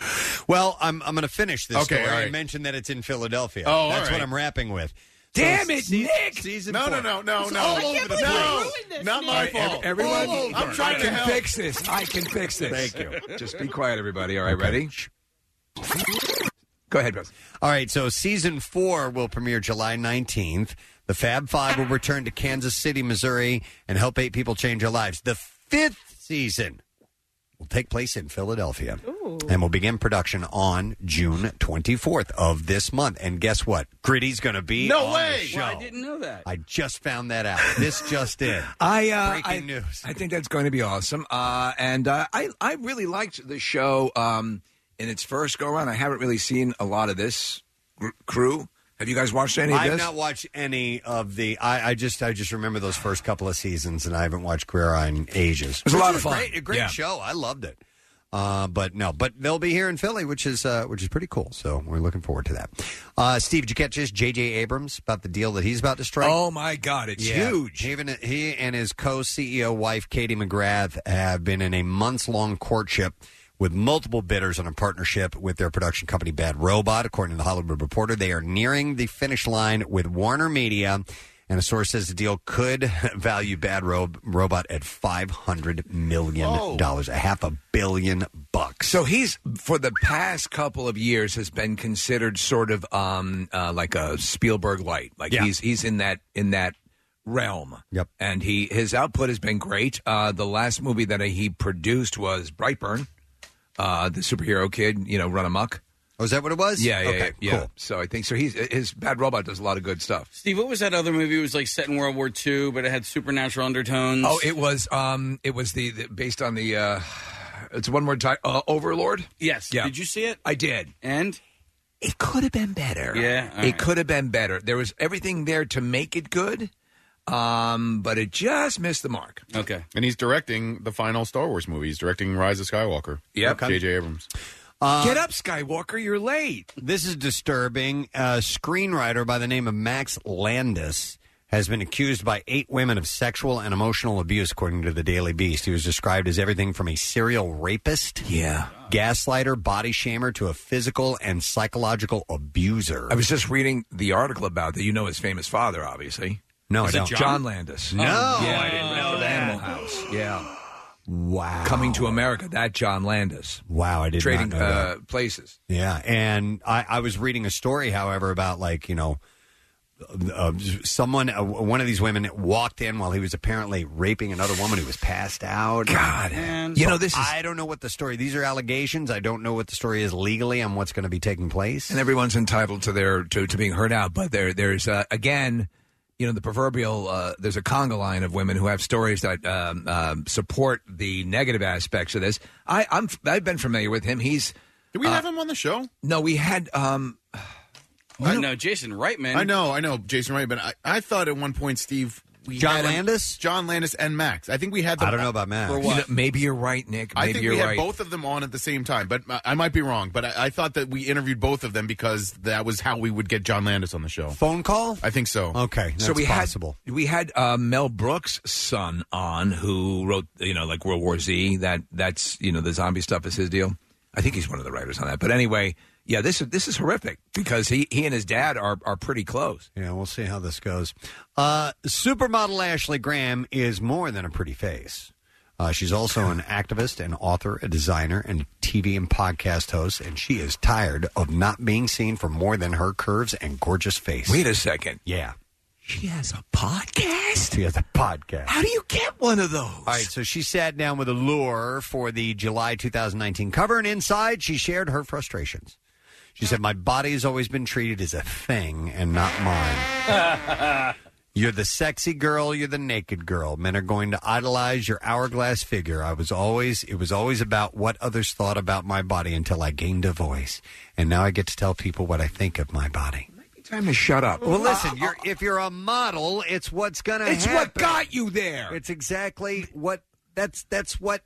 [SPEAKER 3] Well, I'm I'm going to finish this
[SPEAKER 7] Okay,
[SPEAKER 3] story.
[SPEAKER 7] all
[SPEAKER 3] I
[SPEAKER 7] right.
[SPEAKER 3] mentioned that it's in Philadelphia.
[SPEAKER 7] Oh, all
[SPEAKER 3] that's what
[SPEAKER 7] right.
[SPEAKER 3] I'm wrapping with.
[SPEAKER 7] Damn
[SPEAKER 3] it, Nick! Season
[SPEAKER 7] No,
[SPEAKER 3] four.
[SPEAKER 7] no, no, no,
[SPEAKER 3] It's
[SPEAKER 7] no.
[SPEAKER 3] all
[SPEAKER 7] I can't
[SPEAKER 3] over the
[SPEAKER 7] believe you
[SPEAKER 3] place.
[SPEAKER 7] ruined this, Not Nick. my fault.
[SPEAKER 5] Ev-
[SPEAKER 7] All
[SPEAKER 5] everyone,
[SPEAKER 7] over. I'm trying
[SPEAKER 5] I
[SPEAKER 7] to
[SPEAKER 5] can
[SPEAKER 7] help.
[SPEAKER 5] fix this. I can fix this.
[SPEAKER 3] Thank you.
[SPEAKER 5] Just be quiet, everybody. All right, ready? Go ahead, Beth.
[SPEAKER 3] All right, so season four will premiere July 19th. The Fab Five will return to Kansas City, Missouri, and help eight people change their lives. The fifth season will take place in Philadelphia and will begin production on June 24th of this month. And guess what? Gritty's going to be
[SPEAKER 6] No
[SPEAKER 3] on
[SPEAKER 6] way.
[SPEAKER 3] The show.
[SPEAKER 6] Well, I didn't know that.
[SPEAKER 3] I just found that out. This just in.
[SPEAKER 5] I uh,
[SPEAKER 3] Breaking
[SPEAKER 5] I,
[SPEAKER 3] news.
[SPEAKER 5] I think that's going to be awesome. Uh, and uh, I I really liked the show um, in its first go around. I haven't really seen a lot of this gr- crew. Have you guys watched any of
[SPEAKER 3] I've
[SPEAKER 5] this?
[SPEAKER 3] not watched any of the. I, I just I just remember those first couple of seasons, and I haven't watched Queer Eye in ages. It
[SPEAKER 5] was a lot of fun.
[SPEAKER 3] Great, a great
[SPEAKER 5] Yeah.
[SPEAKER 3] show. I loved it. Uh, but no, but they'll be here in Philly, which is uh, which is pretty cool. So we're looking forward to that. Uh, Steve, did you catch this? J.J. Abrams about the deal that he's about to strike.
[SPEAKER 5] Oh my God, it's
[SPEAKER 3] Yeah.
[SPEAKER 5] huge.
[SPEAKER 3] He Even he and his co-CEO wife Katie McGrath have been in a months-long courtship with multiple bidders on a partnership with their production company Bad Robot, according to the Hollywood Reporter. They are nearing the finish line with Warner Media. And a source says the deal could value Bad Rob- Robot at five hundred million dollars, a half a billion bucks.
[SPEAKER 5] So he's for the past couple of years has been considered sort of um, uh, like a Spielberg light. Like
[SPEAKER 16] Yeah.
[SPEAKER 5] he's he's in that in that realm.
[SPEAKER 3] Yep.
[SPEAKER 5] And he his output has been great. Uh, the last movie that he produced was Brightburn, uh, the superhero kid, you know, run amok.
[SPEAKER 3] Oh, is that what it was?
[SPEAKER 5] Yeah, yeah,
[SPEAKER 6] Okay,
[SPEAKER 5] yeah. yeah.
[SPEAKER 6] cool.
[SPEAKER 5] So I think so. He's his Bad Robot does a lot of good stuff.
[SPEAKER 6] Steve, what was that other movie? It was like set in World War II, but it had supernatural undertones.
[SPEAKER 5] Oh, it was um, it was the, the based on the uh, it's one more time uh, Overlord.
[SPEAKER 6] yes.
[SPEAKER 5] Yeah.
[SPEAKER 6] Did you see it?
[SPEAKER 5] I did.
[SPEAKER 6] And
[SPEAKER 5] it could have been better.
[SPEAKER 6] Yeah, all
[SPEAKER 5] it
[SPEAKER 6] right.
[SPEAKER 5] could have been better. There was everything there to make it good, um, but it just missed the mark.
[SPEAKER 6] Okay.
[SPEAKER 7] And he's directing the final Star Wars movie. He's directing Rise of Skywalker.
[SPEAKER 5] Yep.
[SPEAKER 7] J.J. Abrams.
[SPEAKER 5] Get up, Skywalker! You're late.
[SPEAKER 3] Uh, This is disturbing. A screenwriter by the name of Max Landis has been accused by eight women of sexual and emotional abuse, according to the Daily Beast. He was described as everything from a serial rapist,
[SPEAKER 5] yeah,
[SPEAKER 3] gaslighter, body shamer, to a physical and psychological abuser.
[SPEAKER 5] I was just reading the article about that. You know his famous father, obviously.
[SPEAKER 3] No,
[SPEAKER 5] Is
[SPEAKER 3] I
[SPEAKER 5] it
[SPEAKER 3] don't.
[SPEAKER 5] John? Landis.
[SPEAKER 3] No,
[SPEAKER 6] Oh,
[SPEAKER 5] yeah,
[SPEAKER 3] I didn't know that.
[SPEAKER 5] Animal House. Yeah.
[SPEAKER 3] Wow.
[SPEAKER 5] Coming to America, that John Landis.
[SPEAKER 3] Wow, I did not
[SPEAKER 5] Trading
[SPEAKER 3] know that.
[SPEAKER 5] Uh, places.
[SPEAKER 3] Yeah, and I, I was reading a story, however, about like you know, uh, someone, uh, one of these women walked in while he was apparently raping another woman who was passed out.
[SPEAKER 5] God,
[SPEAKER 6] man.
[SPEAKER 5] You know, this is-
[SPEAKER 3] I don't know what the story. These are allegations. I don't know what the story is legally on what's going to be taking place.
[SPEAKER 5] and everyone's entitled to their to, to being heard out. But there there's uh, again, you know, the proverbial uh, there's a conga line of women who have stories that um, um, support the negative aspects of this. I, I'm f- I've been familiar with him. He's uh,
[SPEAKER 7] Did we have him on the show?
[SPEAKER 5] No, we had. Um,
[SPEAKER 6] I know Jason Reitman.
[SPEAKER 7] I know, I know, Jason Wright, but I, I thought at one point, Steve. We
[SPEAKER 3] John
[SPEAKER 7] had him-
[SPEAKER 3] Landis?
[SPEAKER 7] John Landis and Max. I think we had them
[SPEAKER 3] I don't know about Max.
[SPEAKER 7] For what?
[SPEAKER 5] you know, maybe you're right, Nick. Maybe
[SPEAKER 7] I think
[SPEAKER 5] you're
[SPEAKER 7] we had
[SPEAKER 5] right.
[SPEAKER 7] both of them on at the same time, but I- I might be wrong. But I, I thought that we interviewed both of them because that was how we would get John Landis on the show.
[SPEAKER 3] Phone call?
[SPEAKER 7] I think so.
[SPEAKER 3] Okay,
[SPEAKER 5] so we had we had uh, Mel Brooks' son on, who wrote you know like World War Z. That that's you know the zombie stuff is his deal. I think he's one of the writers on that. But anyway, yeah, this is this is horrific because he, he and his dad are, are pretty close.
[SPEAKER 3] Yeah, we'll see how this goes. Uh, supermodel Ashley Graham is more than a pretty face. Uh, she's also an activist, an author, a designer, and TV and podcast host, and she is tired of not being seen for more than her curves and gorgeous face.
[SPEAKER 5] Wait a second.
[SPEAKER 3] Yeah.
[SPEAKER 5] She has a podcast?
[SPEAKER 3] She has a podcast.
[SPEAKER 5] How do you get one of those?
[SPEAKER 3] All right, so she sat down with Allure for the July 2019 cover, and inside she shared her frustrations. She said, My body has always been treated as a thing and not mine. You're the sexy girl, you're the naked girl. Men are going to idolize your hourglass figure. I was always it was always about what others thought about my body until I gained a voice. And now I get to tell people what I think of my body.
[SPEAKER 5] Time to shut up.
[SPEAKER 3] Well, listen, you're, if you're a model, it's what's going to
[SPEAKER 5] It's
[SPEAKER 3] happen.
[SPEAKER 5] what got you there.
[SPEAKER 3] It's exactly what that's that's what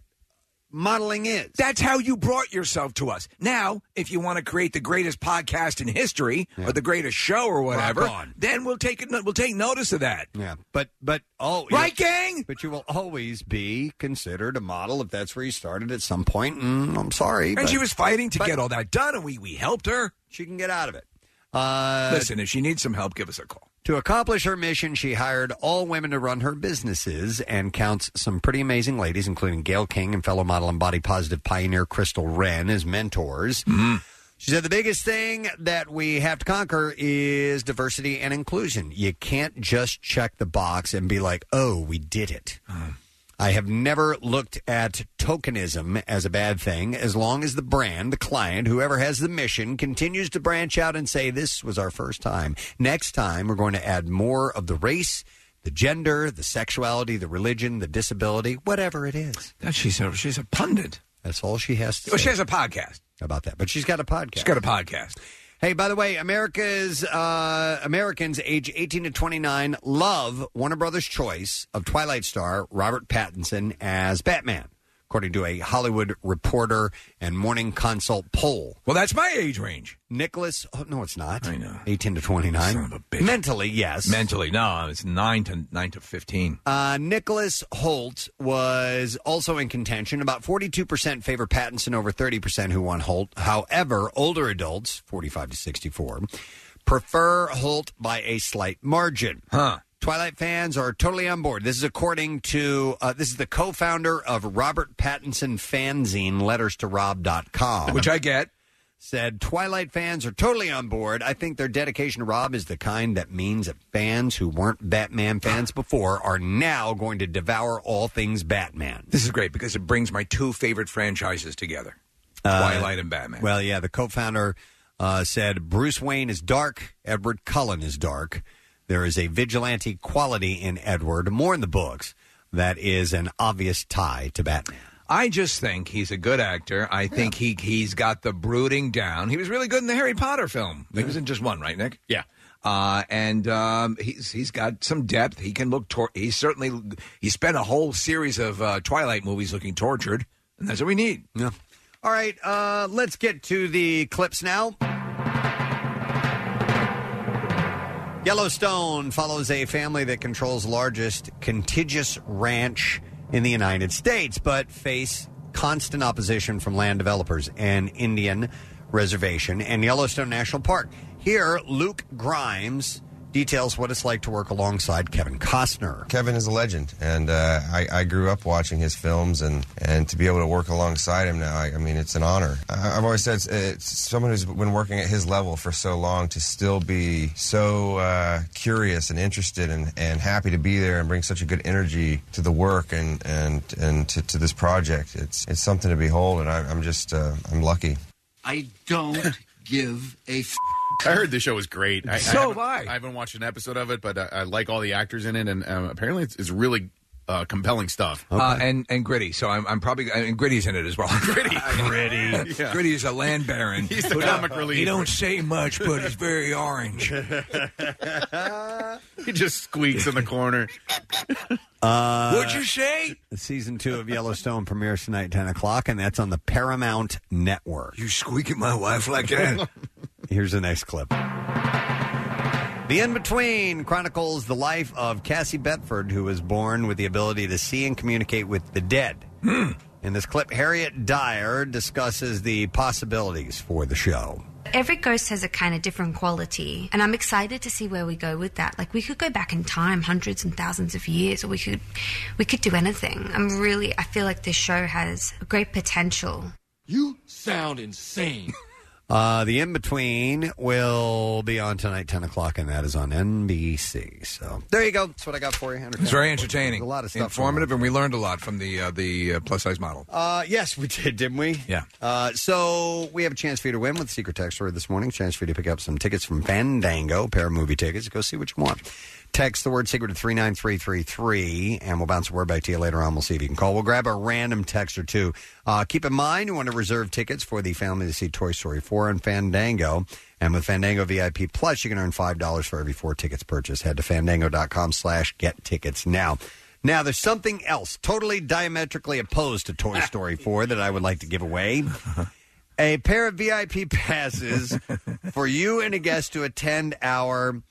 [SPEAKER 3] modeling is.
[SPEAKER 5] That's how you brought yourself to us. Now, if you want to create the greatest podcast in history or the greatest show or whatever,
[SPEAKER 3] Rock on.
[SPEAKER 5] then we'll take it. We'll take notice of that.
[SPEAKER 3] Yeah, but but oh,
[SPEAKER 5] right,
[SPEAKER 3] you-
[SPEAKER 5] gang.
[SPEAKER 3] But you will always be considered a model if that's where you started at some point. And I'm sorry,
[SPEAKER 5] And
[SPEAKER 3] but-
[SPEAKER 5] she was fighting to
[SPEAKER 3] but-
[SPEAKER 5] get all that done, and we we helped her.
[SPEAKER 3] She can get out of it. Uh,
[SPEAKER 5] Listen, if she needs some help, give us a call.
[SPEAKER 3] To accomplish her mission, she hired all women to run her businesses and counts some pretty amazing ladies, including Gail King and fellow model and body positive pioneer Crystal Wren, as mentors.
[SPEAKER 5] Mm-hmm.
[SPEAKER 3] She said the biggest thing that we have to conquer is diversity and inclusion. You can't just check the box and be like, oh, we did it. I have never looked at tokenism as a bad thing as long as the brand, the client, whoever has the mission continues to branch out and say, This was our first time. Next time, we're going to add more of the race, the gender, the sexuality, the religion, the disability, whatever it is.
[SPEAKER 5] she's, a, she's a pundit.
[SPEAKER 3] That's all she has to
[SPEAKER 5] Well,
[SPEAKER 3] say
[SPEAKER 5] she has a podcast.
[SPEAKER 3] about that. But she's got a podcast.
[SPEAKER 5] She's got a podcast.
[SPEAKER 3] Hey, by the way, America's uh, Americans age 18 to 29 love Warner Brothers' choice of Twilight star Robert Pattinson as Batman, according to a Hollywood Reporter and Morning Consult poll.
[SPEAKER 5] Well, that's my age range.
[SPEAKER 3] Nicholas, oh, no, it's not. I know. 18 to 29. Mentally, yes.
[SPEAKER 5] Mentally, no, it's nine to nine to fifteen.
[SPEAKER 3] Uh, Nicholas Holt was also in contention. About 42% favor Pattinson over 30% who want Holt. However, older adults, 45 to 64, prefer Holt by a slight margin. Huh. Twilight fans are totally on board. This is according to, uh, this is the co founder of Robert Pattinson fanzine, letters to rob.com.
[SPEAKER 5] Which I get.
[SPEAKER 3] Said Twilight fans are totally on board. I think their dedication to Rob is the kind that means that fans who weren't Batman fans before are now going to devour all things Batman.
[SPEAKER 5] This is great because it brings my two favorite franchises together:
[SPEAKER 3] Uh,
[SPEAKER 5] Twilight and Batman.
[SPEAKER 3] Well, yeah, the co founder uh, said Bruce Wayne is dark, Edward Cullen is dark. There is a vigilante quality in Edward, more in the books, that is an obvious tie to Batman.
[SPEAKER 5] I just think he's a good actor. I think he he's got the brooding down. He was really good in the Harry Potter film. He was in just one, right, Nick?
[SPEAKER 7] Yeah.
[SPEAKER 5] Uh, and um, he's he's got some depth. He can look. Tor- he certainly he spent a whole series of uh, Twilight movies looking tortured, and that's what we need.
[SPEAKER 3] Yeah. All right, uh, let's get to the clips now. Yellowstone follows a family that controls largest contiguous ranch in the United States, but face constant opposition from land developers and Indian reservation and Yellowstone National Park. Here, Luke Grimes details what it's like to work alongside Kevin Costner.
[SPEAKER 16] Kevin is a legend, and uh, I, I grew up watching his films, and, and to be able to work alongside him now, I, I mean, it's an honor. I, I've always said it's, it's someone who's been working at his level for so long to still be so uh, curious and interested and, and happy to be there and bring such a good energy to the work and and, and to, to this project. It's it's something to behold, and I, I'm just uh, I'm lucky.
[SPEAKER 7] I don't give a. F- I heard the show was great. I,
[SPEAKER 16] So
[SPEAKER 7] have I. I haven't watched an episode of it, but I, I like all the actors in it, and um, apparently it's, it's really uh, compelling stuff.
[SPEAKER 5] Uh, and and gritty, so I'm, I'm probably and gritty's in it as well. Gritty, gritty,
[SPEAKER 7] Yeah.
[SPEAKER 5] gritty is a land baron.
[SPEAKER 7] He's the
[SPEAKER 5] Who-
[SPEAKER 7] comic
[SPEAKER 5] uh, He
[SPEAKER 7] relief.
[SPEAKER 5] don't say much, but he's very orange.
[SPEAKER 7] he just squeaks in the corner.
[SPEAKER 3] Uh,
[SPEAKER 5] What'd you say?
[SPEAKER 3] Season two of Yellowstone premieres tonight, ten o'clock, and that's on the Paramount Network.
[SPEAKER 5] You squeaking my wife like that?
[SPEAKER 3] Here's the next clip. The In Between chronicles the life of Cassie Bedford, who was born with the ability to see and communicate with the dead.
[SPEAKER 5] Hmm.
[SPEAKER 3] In this clip, Harriet Dyer discusses the possibilities for the show.
[SPEAKER 17] Every ghost has a kind of different quality, and I'm excited to see where we go with that. Like we could go back in time, hundreds and thousands of years, or we could we could do anything. I'm really I feel like this show has a great potential.
[SPEAKER 3] You sound insane. Uh, the In Between will be on tonight, 10 o'clock, and that is on NBC. So there you go. That's what I got for you.
[SPEAKER 5] It's very entertaining.
[SPEAKER 3] There's a lot of stuff.
[SPEAKER 5] informative, and we learned a lot from the uh, the uh, plus size model.
[SPEAKER 3] Uh, yes, we did, didn't we?
[SPEAKER 5] Yeah.
[SPEAKER 3] Uh, so we have a chance for you to win with Secret Text Story this morning. Chance for you to pick up some tickets from Fandango, a pair of movie tickets. Go see what you want. Text the word secret to 39333, and we'll bounce a word back to you later on. We'll see if you can call. We'll grab a random text or two. Uh, keep in mind, you want to reserve tickets for the family to see Toy Story 4 and Fandango. And with Fandango VIP Plus, you can earn $5 for every four tickets purchased. Head to fandango.com slash get tickets now. Now, there's something else totally diametrically opposed to Toy Story 4 that I would like to give away. A pair of VIP passes for you and a guest to attend our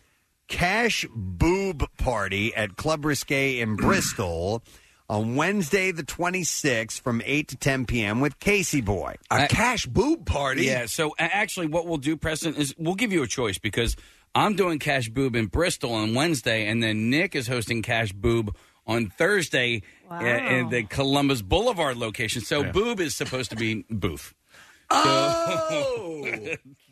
[SPEAKER 3] cash boob party at Club Risque in Bristol on Wednesday, the 26th from 8 to 10 p.m. with Casey Boy. A cash boob party?
[SPEAKER 6] Yeah. So a- actually, what we'll do, Preston, is we'll give you a choice because I'm doing Cash Boob in Bristol on Wednesday, and then Nick is hosting Cash Boob on Thursday
[SPEAKER 18] Wow.
[SPEAKER 6] a- in the Columbus Boulevard location. So Boob is supposed to be Booth. Oh,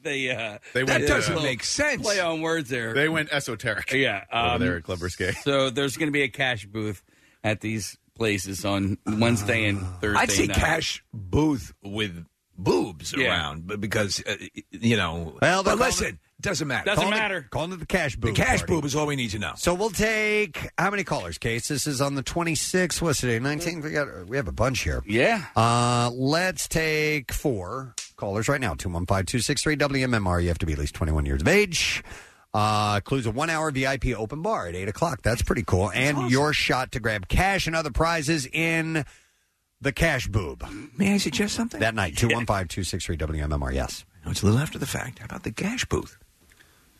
[SPEAKER 6] they uh,
[SPEAKER 7] They went, That doesn't
[SPEAKER 6] uh,
[SPEAKER 7] make sense.
[SPEAKER 6] Play on words there.
[SPEAKER 7] They went esoteric.
[SPEAKER 6] Yeah,
[SPEAKER 7] over
[SPEAKER 6] um,
[SPEAKER 7] there at Club Risque.
[SPEAKER 6] So there's going to be a cash booth at these places on Wednesday and Thursday.
[SPEAKER 5] I'd say
[SPEAKER 6] night.
[SPEAKER 5] cash booth with boobs
[SPEAKER 6] Yeah.
[SPEAKER 5] around, but because uh, you know.
[SPEAKER 3] Well, they're
[SPEAKER 5] but
[SPEAKER 3] calling
[SPEAKER 5] listen, doesn't matter.
[SPEAKER 3] Doesn't
[SPEAKER 5] Call it-
[SPEAKER 3] matter. call into the cash
[SPEAKER 5] The
[SPEAKER 3] boob
[SPEAKER 5] cash
[SPEAKER 3] party.
[SPEAKER 5] boob is all we need to know.
[SPEAKER 3] So we'll take how many callers, Case? This is on the 26th. What's today? 19th? We got we have a bunch here.
[SPEAKER 6] Yeah.
[SPEAKER 3] Uh let's take four callers right now. 215-263 WMMR. You have to be at least 21 years of age. Uh, includes a one-hour VIP open bar at eight o'clock. That's pretty cool. And your shot to grab cash and other prizes in the cash boob
[SPEAKER 5] May I suggest something?
[SPEAKER 3] that night. 215-263 WMMR. Yes.
[SPEAKER 5] No, it's a little after the fact. How about the cash booth?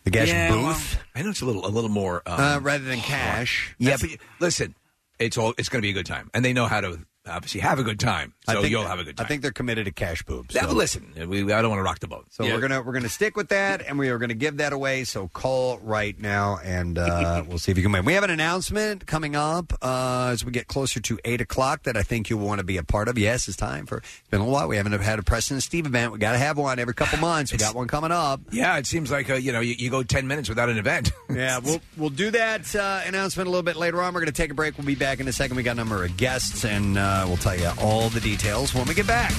[SPEAKER 3] The cash
[SPEAKER 5] Yeah, well,
[SPEAKER 3] booth.
[SPEAKER 5] I know it's a little, a little more um,
[SPEAKER 3] Uh, rather than cash.
[SPEAKER 5] Yeah, but listen, it's all. It's going to be a good time, and they know how to obviously have a good time.
[SPEAKER 3] I
[SPEAKER 5] So
[SPEAKER 3] think-
[SPEAKER 5] you'll have a good time.
[SPEAKER 3] I think they're committed to cash boobs.
[SPEAKER 5] Yeah,
[SPEAKER 3] so-
[SPEAKER 5] but listen, we, I don't want to rock the boat.
[SPEAKER 3] So we're gonna we're gonna stick with that, and we are gonna give that away. So call right now, and uh, we'll see if you can win. We have an announcement coming up uh, as we get closer to eight o'clock that I think you'll want to be a part of. Yes, it's time for. It's been a while. We haven't had a Preston and Steve event. We got to have one every couple months. We got one coming up.
[SPEAKER 5] Yeah, it seems like uh, you know you, you go ten minutes without an event.
[SPEAKER 3] Yeah, we'll we'll do that uh, announcement a little bit later on. We're gonna take a break. We'll be back in a second. We got a number of guests, and uh, we'll tell you all the details when we get back.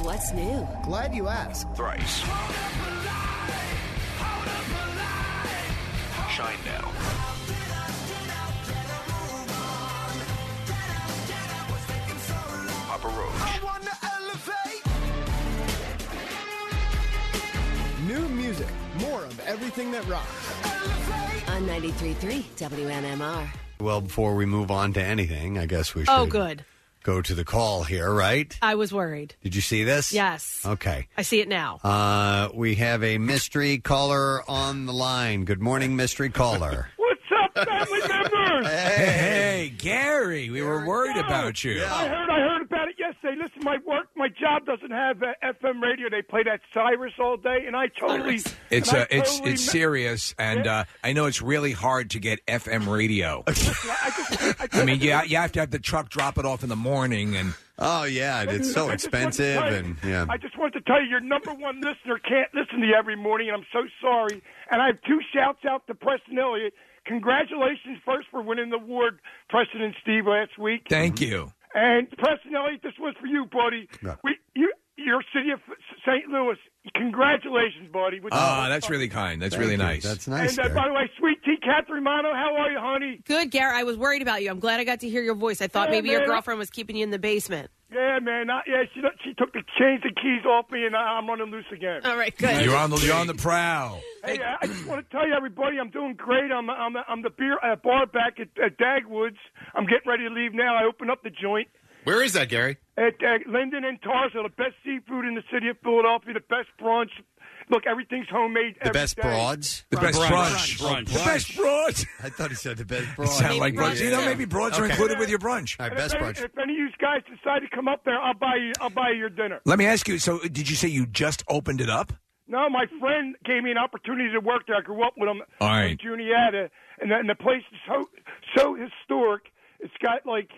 [SPEAKER 19] What's new? Glad you asked.
[SPEAKER 9] Thrice. Shine now. Papa Roach.
[SPEAKER 19] New music. More of everything that rocks. On 93.3 WMMR.
[SPEAKER 3] Well, before we move on to anything, I guess we should
[SPEAKER 4] Oh, good.
[SPEAKER 3] go to the call here, right?
[SPEAKER 4] I was worried.
[SPEAKER 3] Did you see this?
[SPEAKER 4] Yes.
[SPEAKER 3] Okay.
[SPEAKER 4] I see it now.
[SPEAKER 3] Uh, we have a mystery caller on the line. Good morning, mystery caller.
[SPEAKER 18] What's up, family members?
[SPEAKER 5] Hey, Gary, we were worried about you.
[SPEAKER 18] I heard, I heard about it yesterday. Listen, my work, my job doesn't have uh, FM radio. They play that Cyrus all day, and I totally.
[SPEAKER 5] It's
[SPEAKER 18] and I
[SPEAKER 5] uh, it's
[SPEAKER 18] totally
[SPEAKER 5] it's
[SPEAKER 18] me-
[SPEAKER 5] serious, and uh, I know it's really hard to get FM radio. I mean, yeah, you have to have the truck drop it off in the morning, and
[SPEAKER 3] oh yeah,
[SPEAKER 18] Listen, I just wanted to tell you- I just wanted to tell you, your number one listener can't listen to you every morning, and I'm so sorry. And I have two shouts out to Preston Elliott. Congratulations first for winning the award, Preston and Steve, last week.
[SPEAKER 5] thank you.
[SPEAKER 18] And Preston Elliott, this one's for you, buddy. We, you, your city of St. Louis. Congratulations, buddy. With-
[SPEAKER 5] Ah, that's really kind. That's really nice. That's
[SPEAKER 18] And uh, by the way, sweet tea, Catherine Mono, how are you, honey?
[SPEAKER 4] Good, Garrett. I was worried about you. I'm glad I got to hear your voice. I thought
[SPEAKER 18] Yeah,
[SPEAKER 4] maybe your
[SPEAKER 18] man.
[SPEAKER 4] girlfriend was keeping you in the basement.
[SPEAKER 18] Yeah, man. I, yeah, she she took the chains and keys off me, and I, I'm running loose again.
[SPEAKER 4] All right,
[SPEAKER 5] You're on the you're on the prowl.
[SPEAKER 18] Hey, I I just want to tell you, everybody, I'm doing great. I'm I'm I'm the beer uh, bar back at, at Dagwoods. I'm getting ready to leave now. I open up the joint
[SPEAKER 7] Where is that, Gary?
[SPEAKER 18] at uh, Linden and Tarza, the best seafood in the city of Philadelphia, the best brunch. Look, everything's homemade.
[SPEAKER 3] The best broads?
[SPEAKER 5] The best brunch.
[SPEAKER 3] Brunch.
[SPEAKER 5] The best brunch.
[SPEAKER 3] I thought he said the best
[SPEAKER 5] It
[SPEAKER 3] broads.
[SPEAKER 5] sounds like brunch. You know, maybe brunch are included with your brunch.
[SPEAKER 3] All right,
[SPEAKER 18] And
[SPEAKER 3] best
[SPEAKER 18] if, any,
[SPEAKER 3] brunch.
[SPEAKER 18] if any of you guys decide to come up there, I'll buy you. I'll buy you your dinner.
[SPEAKER 5] Let me ask you. So, did you say you just opened it up?
[SPEAKER 18] No, my friend gave me an opportunity to work there. I grew up with him
[SPEAKER 5] All right.
[SPEAKER 18] in Juniata, and the, and the place is so so historic. It's got like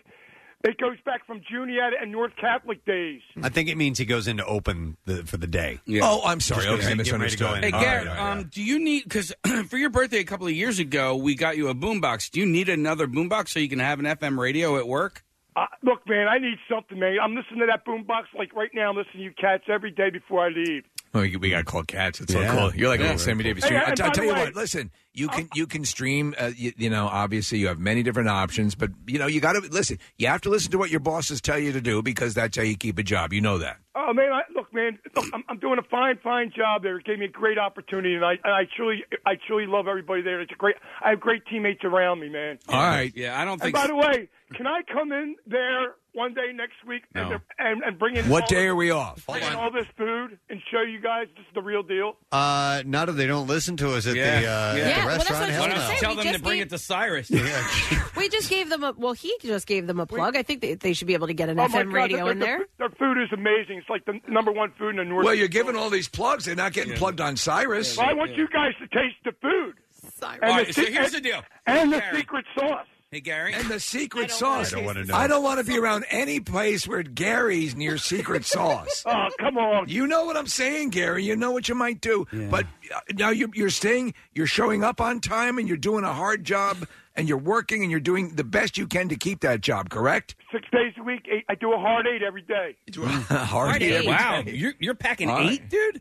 [SPEAKER 18] it goes back from Juniata and North Catholic days.
[SPEAKER 3] I think it means he goes into open the, for the day.
[SPEAKER 5] Oh, I'm sorry.
[SPEAKER 3] Just 'cause
[SPEAKER 5] Okay, I
[SPEAKER 3] he's getting ready to go
[SPEAKER 5] misunderstood.
[SPEAKER 3] in.
[SPEAKER 6] Hey,
[SPEAKER 3] All right,
[SPEAKER 6] Garrett,
[SPEAKER 3] all right.
[SPEAKER 6] um, do you need, because for your birthday a couple of years ago, we got you a boombox. Do you need another boombox so you can have an FM radio at work?
[SPEAKER 18] Uh, look, man, I need something, man. I'm listening to that boombox like right now. I'm listening to you cats every day before I leave.
[SPEAKER 5] Oh, you- we got to call cats. It's
[SPEAKER 18] Yeah.
[SPEAKER 5] so cool. You're like
[SPEAKER 18] Yeah.
[SPEAKER 5] old Sammy Davis.
[SPEAKER 18] Hey,
[SPEAKER 5] Jr.
[SPEAKER 18] and
[SPEAKER 5] I, I
[SPEAKER 18] by
[SPEAKER 5] tell
[SPEAKER 18] the
[SPEAKER 5] you
[SPEAKER 18] way-
[SPEAKER 5] what. Listen, you can you can stream. Uh, you, you know, obviously you have many different options, but you know you got to listen. You have to listen to what your bosses tell you to do because that's how you keep a job. You know that.
[SPEAKER 18] Oh man, I, look, man, look, I'm, I'm doing a fine, fine job there. It gave me a great opportunity, and I, and I truly, I truly love everybody there. It's a great. I have great teammates around me, man.
[SPEAKER 6] All right. Yeah, I don't
[SPEAKER 18] And
[SPEAKER 6] think.
[SPEAKER 18] by the way, can I come in there one day next week and,
[SPEAKER 6] No.
[SPEAKER 18] and, and bring in
[SPEAKER 3] What
[SPEAKER 18] all
[SPEAKER 3] day
[SPEAKER 18] this-
[SPEAKER 3] are we off?
[SPEAKER 18] Bring in all this food and show you guys this is the real deal.
[SPEAKER 3] Uh, not if they don't listen to us at
[SPEAKER 6] Yeah.
[SPEAKER 3] the, uh,
[SPEAKER 6] Yeah.
[SPEAKER 3] at
[SPEAKER 6] Yeah,
[SPEAKER 3] the
[SPEAKER 6] well, that's what
[SPEAKER 3] restaurant.
[SPEAKER 6] I was
[SPEAKER 3] Hell
[SPEAKER 6] gonna
[SPEAKER 3] no.
[SPEAKER 6] say. Tell We them to just bring need- it to Cyrus. Yeah.
[SPEAKER 4] We just gave them a well. He just gave them a plug. I think they, they should be able to get an
[SPEAKER 18] oh my
[SPEAKER 4] FM
[SPEAKER 18] God,
[SPEAKER 4] radio
[SPEAKER 18] their,
[SPEAKER 4] in there.
[SPEAKER 18] Their food is amazing. It's like the number one food in the north.
[SPEAKER 5] Well, you're giving all these plugs. They're not getting plugged on Cyrus.
[SPEAKER 18] Well, I want you guys to taste the food.
[SPEAKER 6] All right, so
[SPEAKER 18] se-
[SPEAKER 6] here's the deal.
[SPEAKER 18] And the
[SPEAKER 6] Gary.
[SPEAKER 18] secret sauce.
[SPEAKER 6] Hey, Gary.
[SPEAKER 5] And the secret
[SPEAKER 18] wanna
[SPEAKER 5] sauce.
[SPEAKER 18] taste I don't wanna
[SPEAKER 5] to
[SPEAKER 18] know.
[SPEAKER 5] I don't want to be around any place where Gary's near secret sauce.
[SPEAKER 18] oh, come on.
[SPEAKER 5] You know what I'm saying, Gary. You know what you might do. But uh, now you, you're saying you're showing up on time and you're doing a hard job and you're working and you're doing the best you can to keep that job, correct?
[SPEAKER 18] Six days a week. Eight, I do a hard eight every day.
[SPEAKER 5] hard eight every Wow, day.
[SPEAKER 6] you're, you're packing
[SPEAKER 5] All right.
[SPEAKER 6] eight, dude?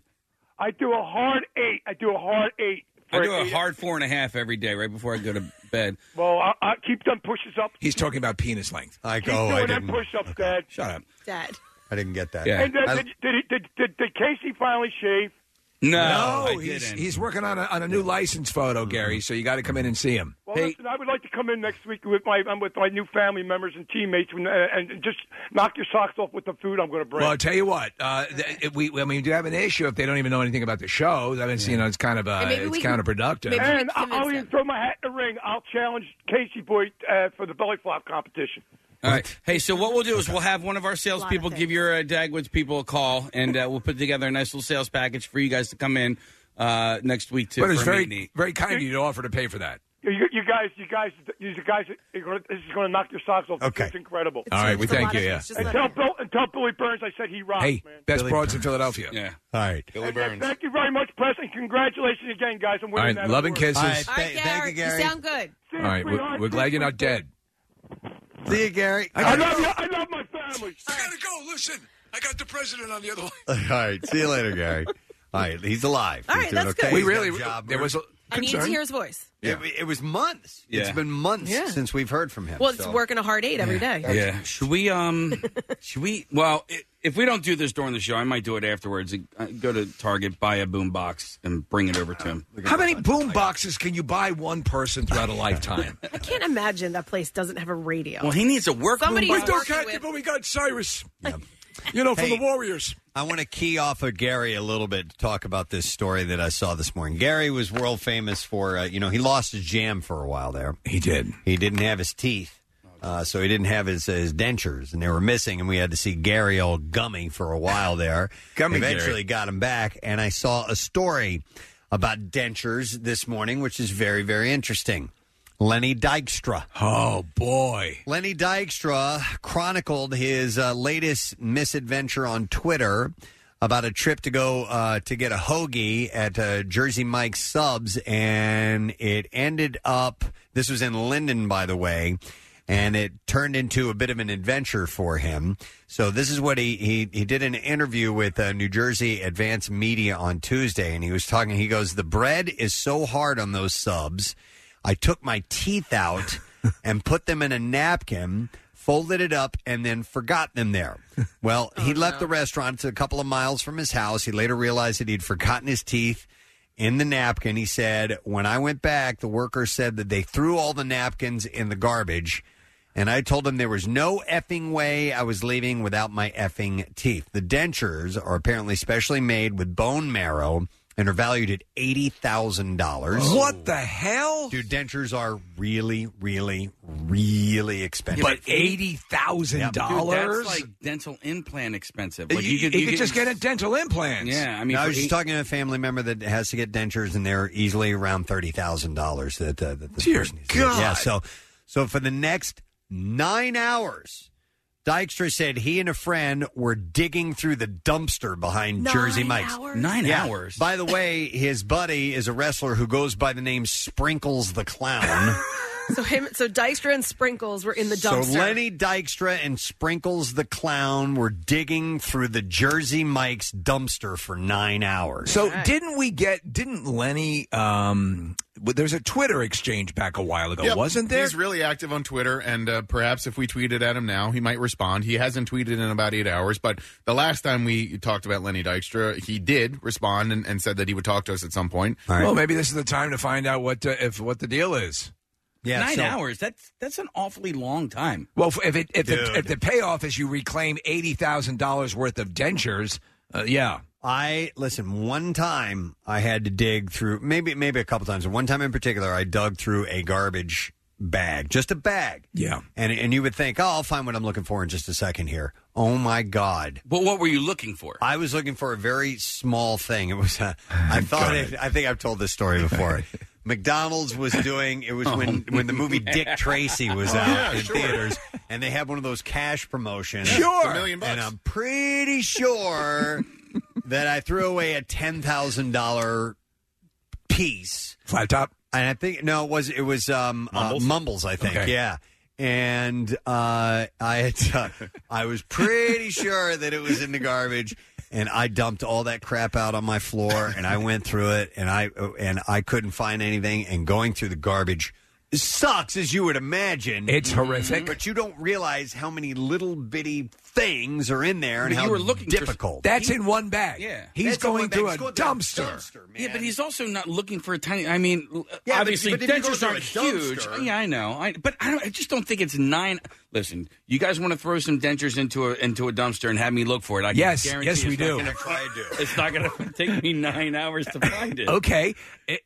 [SPEAKER 18] I do a hard eight. I do a hard eight.
[SPEAKER 6] I do a
[SPEAKER 18] eight-
[SPEAKER 6] hard four and a half every day right before I go to bed.
[SPEAKER 18] Well, I, I keep them pushes up.
[SPEAKER 5] He's talking about penis length.
[SPEAKER 3] I
[SPEAKER 18] Keep doing them push ups, Dad.
[SPEAKER 6] Shut up.
[SPEAKER 4] Dad.
[SPEAKER 3] I didn't get that.
[SPEAKER 18] And then,
[SPEAKER 3] I-
[SPEAKER 18] did, did, he- did, did, did Casey finally shave?
[SPEAKER 5] No, he's, he's working on a, on a new license photo, Gary, so you got to come in and see him.
[SPEAKER 18] Well, listen, I would like to come in next week with my I'm with my new family members and teammates, and, uh, and just knock your socks off with the food I'm going to bring.
[SPEAKER 5] Well, I'll tell you what, uh, th- it- we, I mean, we do have an issue if they don't even know anything about the show. That means, you know, it's kind of uh,
[SPEAKER 18] And maybe
[SPEAKER 5] it's
[SPEAKER 18] we can-
[SPEAKER 5] counterproductive.
[SPEAKER 18] and I- I'll even throw my hat in the ring. I'll challenge Casey Boy uh, for the belly flop competition.
[SPEAKER 6] All right. Hey, so what we'll do is we'll have one of our salespeople give your uh, Dagwoods people a call, and uh, we'll put together a nice little sales package for you guys to come in uh, next week to.
[SPEAKER 5] but it's
[SPEAKER 6] for a meet
[SPEAKER 5] very,
[SPEAKER 6] and eat.
[SPEAKER 5] very kind of you to offer to pay for that.
[SPEAKER 18] You, you guys, you guys, you guys, are gonna, this is going to knock your socks off.
[SPEAKER 5] Okay.
[SPEAKER 18] it's incredible.
[SPEAKER 5] All right, we It's a thank lot you, of- yeah. it's just
[SPEAKER 18] and
[SPEAKER 5] a
[SPEAKER 18] tell
[SPEAKER 5] lot
[SPEAKER 18] Bill, and tell Billy Burns I said he rocks,
[SPEAKER 5] Hey,
[SPEAKER 18] man.
[SPEAKER 5] best broads in Philadelphia.
[SPEAKER 6] Yeah.
[SPEAKER 3] All right.
[SPEAKER 5] Billy
[SPEAKER 18] Thank you very much, Press, and congratulations again, guys. I'm
[SPEAKER 5] All
[SPEAKER 18] winning
[SPEAKER 5] right,
[SPEAKER 18] that.
[SPEAKER 5] love and
[SPEAKER 18] award.
[SPEAKER 5] kisses.
[SPEAKER 4] Gary, sound good.
[SPEAKER 5] All right, we're, we're glad you're not dead.
[SPEAKER 3] See you, Gary.
[SPEAKER 18] I love you. I love my family.
[SPEAKER 5] I gotta go. Listen, I got the president on the other line.
[SPEAKER 3] All right. See you later, Gary. All right. He's alive.
[SPEAKER 4] All
[SPEAKER 3] He's
[SPEAKER 4] right,
[SPEAKER 3] doing
[SPEAKER 4] that's
[SPEAKER 3] okay.
[SPEAKER 4] good.
[SPEAKER 3] He's
[SPEAKER 4] We
[SPEAKER 3] got a
[SPEAKER 4] really-
[SPEAKER 3] job.
[SPEAKER 5] there was a
[SPEAKER 4] I need to hear his voice.
[SPEAKER 3] It, it was months.
[SPEAKER 6] Yeah.
[SPEAKER 3] It's been months
[SPEAKER 4] Yeah.
[SPEAKER 3] since we've heard from him.
[SPEAKER 4] Well, it's
[SPEAKER 3] so-
[SPEAKER 4] working a hard eight every day.
[SPEAKER 6] Yeah. Should we? Um. should we? Well, i- if we don't do this during the show, I might do it afterwards. I- Go to Target, buy a boom box, and bring it over to him.
[SPEAKER 5] How many boom boxes can you buy one person throughout a lifetime?
[SPEAKER 4] I can't imagine that place doesn't have a radio.
[SPEAKER 6] Well, he needs a work
[SPEAKER 4] Somebody's
[SPEAKER 5] We don't
[SPEAKER 4] working
[SPEAKER 5] have
[SPEAKER 4] with-
[SPEAKER 5] to, but we got Cyrus. You know, from
[SPEAKER 3] Hey.
[SPEAKER 5] the Warriors.
[SPEAKER 3] I want to key off of Gary a little bit to talk about this story that I saw this morning. Gary was world famous for, uh, you know, he lost his jam for a while there.
[SPEAKER 5] He did.
[SPEAKER 3] He didn't have his teeth. Uh, so he didn't have his, his dentures, and they were missing, and we had to see Gary all gummy for a while there.
[SPEAKER 5] Gummy
[SPEAKER 3] Eventually
[SPEAKER 5] Gary.
[SPEAKER 3] got him back, and I saw a story about dentures this morning, which is very, very interesting. Lenny Dykstra.
[SPEAKER 5] Oh, boy.
[SPEAKER 3] Lenny Dykstra chronicled his uh, latest misadventure on Twitter about a trip to go uh, to get a hoagie at uh, Jersey Mike's Subs, and it ended up. This was in Linden, by the way, and it turned into a bit of an adventure for him. So this is what he he, he did an interview with uh, New Jersey Advanced Media on Tuesday, and he was talking. He goes, "The bread is so hard on those subs." I took my teeth out and put them in a napkin, folded it up, and then forgot them there. Well, he left the restaurant it's a couple of miles from his house. He later realized that he'd forgotten his teeth in the napkin. He said, When I went back, the workers said that they threw all the napkins in the garbage. And I told him there was no effing way I was leaving without my effing teeth. The dentures are apparently specially made with bone marrow and are valued at eighty thousand dollars.
[SPEAKER 5] What the hell,
[SPEAKER 3] Oh. dude? Dentures are really, really, really expensive.
[SPEAKER 5] But eighty thousand
[SPEAKER 6] Dude,
[SPEAKER 5] dollars.
[SPEAKER 6] that's like dental implant expensive.
[SPEAKER 5] You-
[SPEAKER 6] Like
[SPEAKER 5] you could just get a dental implant.
[SPEAKER 6] Yeah, I mean,
[SPEAKER 3] No, I
[SPEAKER 6] for
[SPEAKER 3] was just
[SPEAKER 6] eight-
[SPEAKER 3] talking to a family member that has to get dentures, and they're easily around thirty thousand dollars. That, uh, that this
[SPEAKER 5] Dear
[SPEAKER 3] person needs to get. Yeah.
[SPEAKER 5] God.
[SPEAKER 3] So, so for the next nine hours, Dykstra said he and a friend were digging through the dumpster behind
[SPEAKER 6] Nine
[SPEAKER 3] Jersey Mike's.
[SPEAKER 6] hours? Nine
[SPEAKER 3] Yeah.
[SPEAKER 6] hours.
[SPEAKER 3] By the way, his buddy is a wrestler who goes by the name Sprinkles the Clown.
[SPEAKER 4] So him, so Dykstra and Sprinkles were in the
[SPEAKER 3] So
[SPEAKER 4] dumpster.
[SPEAKER 3] Lenny Dykstra and Sprinkles the Clown were digging through the Jersey Mike's dumpster for nine hours.
[SPEAKER 5] So didn't we get? Didn't Lenny? Um, w- there was a Twitter exchange back a while ago,
[SPEAKER 7] Yep.
[SPEAKER 5] wasn't there?
[SPEAKER 7] He's really active on Twitter, and uh, perhaps if we tweeted at him now, he might respond. He hasn't tweeted in about eight hours, but the last time we talked about Lenny Dykstra, he did respond and, and said that he would talk to us at some point.
[SPEAKER 5] Well, maybe this is the time to find out what uh, if what the deal is.
[SPEAKER 6] nine hours. That's that's an awfully long time.
[SPEAKER 5] Well, if- if it, if,
[SPEAKER 6] Dude.
[SPEAKER 5] the, if the payoff is you reclaim eighty thousand dollars worth of dentures, uh, yeah.
[SPEAKER 3] I listen. One time I had to dig through maybe maybe a couple times. and One time in particular, I dug through a garbage bag, just a bag.
[SPEAKER 5] Yeah.
[SPEAKER 3] And and you would think, oh, I'll find what I'm looking for in just a second here. Oh my God!
[SPEAKER 6] But what were you looking for?
[SPEAKER 3] I was looking for a very small thing. It was a, I thought it, I think I've told this story before. McDonald's was doing it was when
[SPEAKER 5] Oh,
[SPEAKER 3] when the movie Dick Tracy was
[SPEAKER 7] Oh,
[SPEAKER 3] out
[SPEAKER 7] yeah,
[SPEAKER 3] in
[SPEAKER 7] sure.
[SPEAKER 3] theaters, and they had one of those cash promotions.
[SPEAKER 7] Sure. A million bucks.
[SPEAKER 3] And I'm pretty sure that I threw away a ten thousand dollar um, piece
[SPEAKER 5] flat top.
[SPEAKER 3] And I think no, it was it was um, Mumbles,
[SPEAKER 5] Mumbles?
[SPEAKER 3] uh, Mumbles I think,
[SPEAKER 5] Okay.
[SPEAKER 3] yeah. And uh, I had uh, I was pretty sure that it was in the garbage, and I dumped all that crap out on my floor, and I went through it, and I and I couldn't find anything, and going through the garbage. Sucks as you would imagine.
[SPEAKER 5] It's horrific.
[SPEAKER 3] but you don't realize how many little bitty things are in there, and
[SPEAKER 6] But
[SPEAKER 3] how
[SPEAKER 6] you were looking for-
[SPEAKER 3] difficult.
[SPEAKER 5] That's in one bag.
[SPEAKER 6] Yeah.
[SPEAKER 5] He's
[SPEAKER 3] That's in
[SPEAKER 5] going
[SPEAKER 3] one bag.
[SPEAKER 5] through a
[SPEAKER 3] He's going
[SPEAKER 5] dumpster.
[SPEAKER 6] Yeah, but he's also not looking for a tiny. I mean, l-
[SPEAKER 5] Yeah, but-
[SPEAKER 6] obviously
[SPEAKER 5] but if you go
[SPEAKER 6] dentures
[SPEAKER 5] through
[SPEAKER 6] aren't
[SPEAKER 5] a
[SPEAKER 6] huge.
[SPEAKER 5] dumpster-
[SPEAKER 6] Yeah, I know. I, but I, don't, I just don't think it's nine. Listen, you guys want to throw some dentures into a into a dumpster and have me look for it? I can
[SPEAKER 5] Yes,
[SPEAKER 6] guarantee
[SPEAKER 5] yes,
[SPEAKER 6] it's
[SPEAKER 5] we do.
[SPEAKER 6] not gonna- it's not going to take me nine hours to find it.
[SPEAKER 5] Okay, It-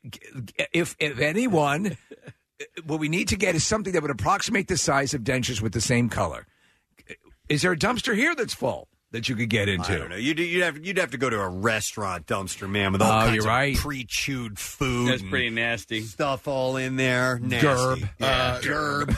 [SPEAKER 5] if if anyone, uh, what we need to get is something that would approximate the size of dentures with the same color. Is there a dumpster here that's full that you could get into?
[SPEAKER 3] I don't know. You'd, you'd have you'd have to go to a restaurant dumpster, man, with all
[SPEAKER 5] Oh,
[SPEAKER 3] kinds
[SPEAKER 5] you're
[SPEAKER 3] of
[SPEAKER 5] right.
[SPEAKER 3] pre-chewed food.
[SPEAKER 6] That's
[SPEAKER 3] and
[SPEAKER 6] pretty nasty.
[SPEAKER 3] Stuff all in there. Nasty.
[SPEAKER 7] Gerb.
[SPEAKER 3] Yeah,
[SPEAKER 7] Uh,
[SPEAKER 3] gerb.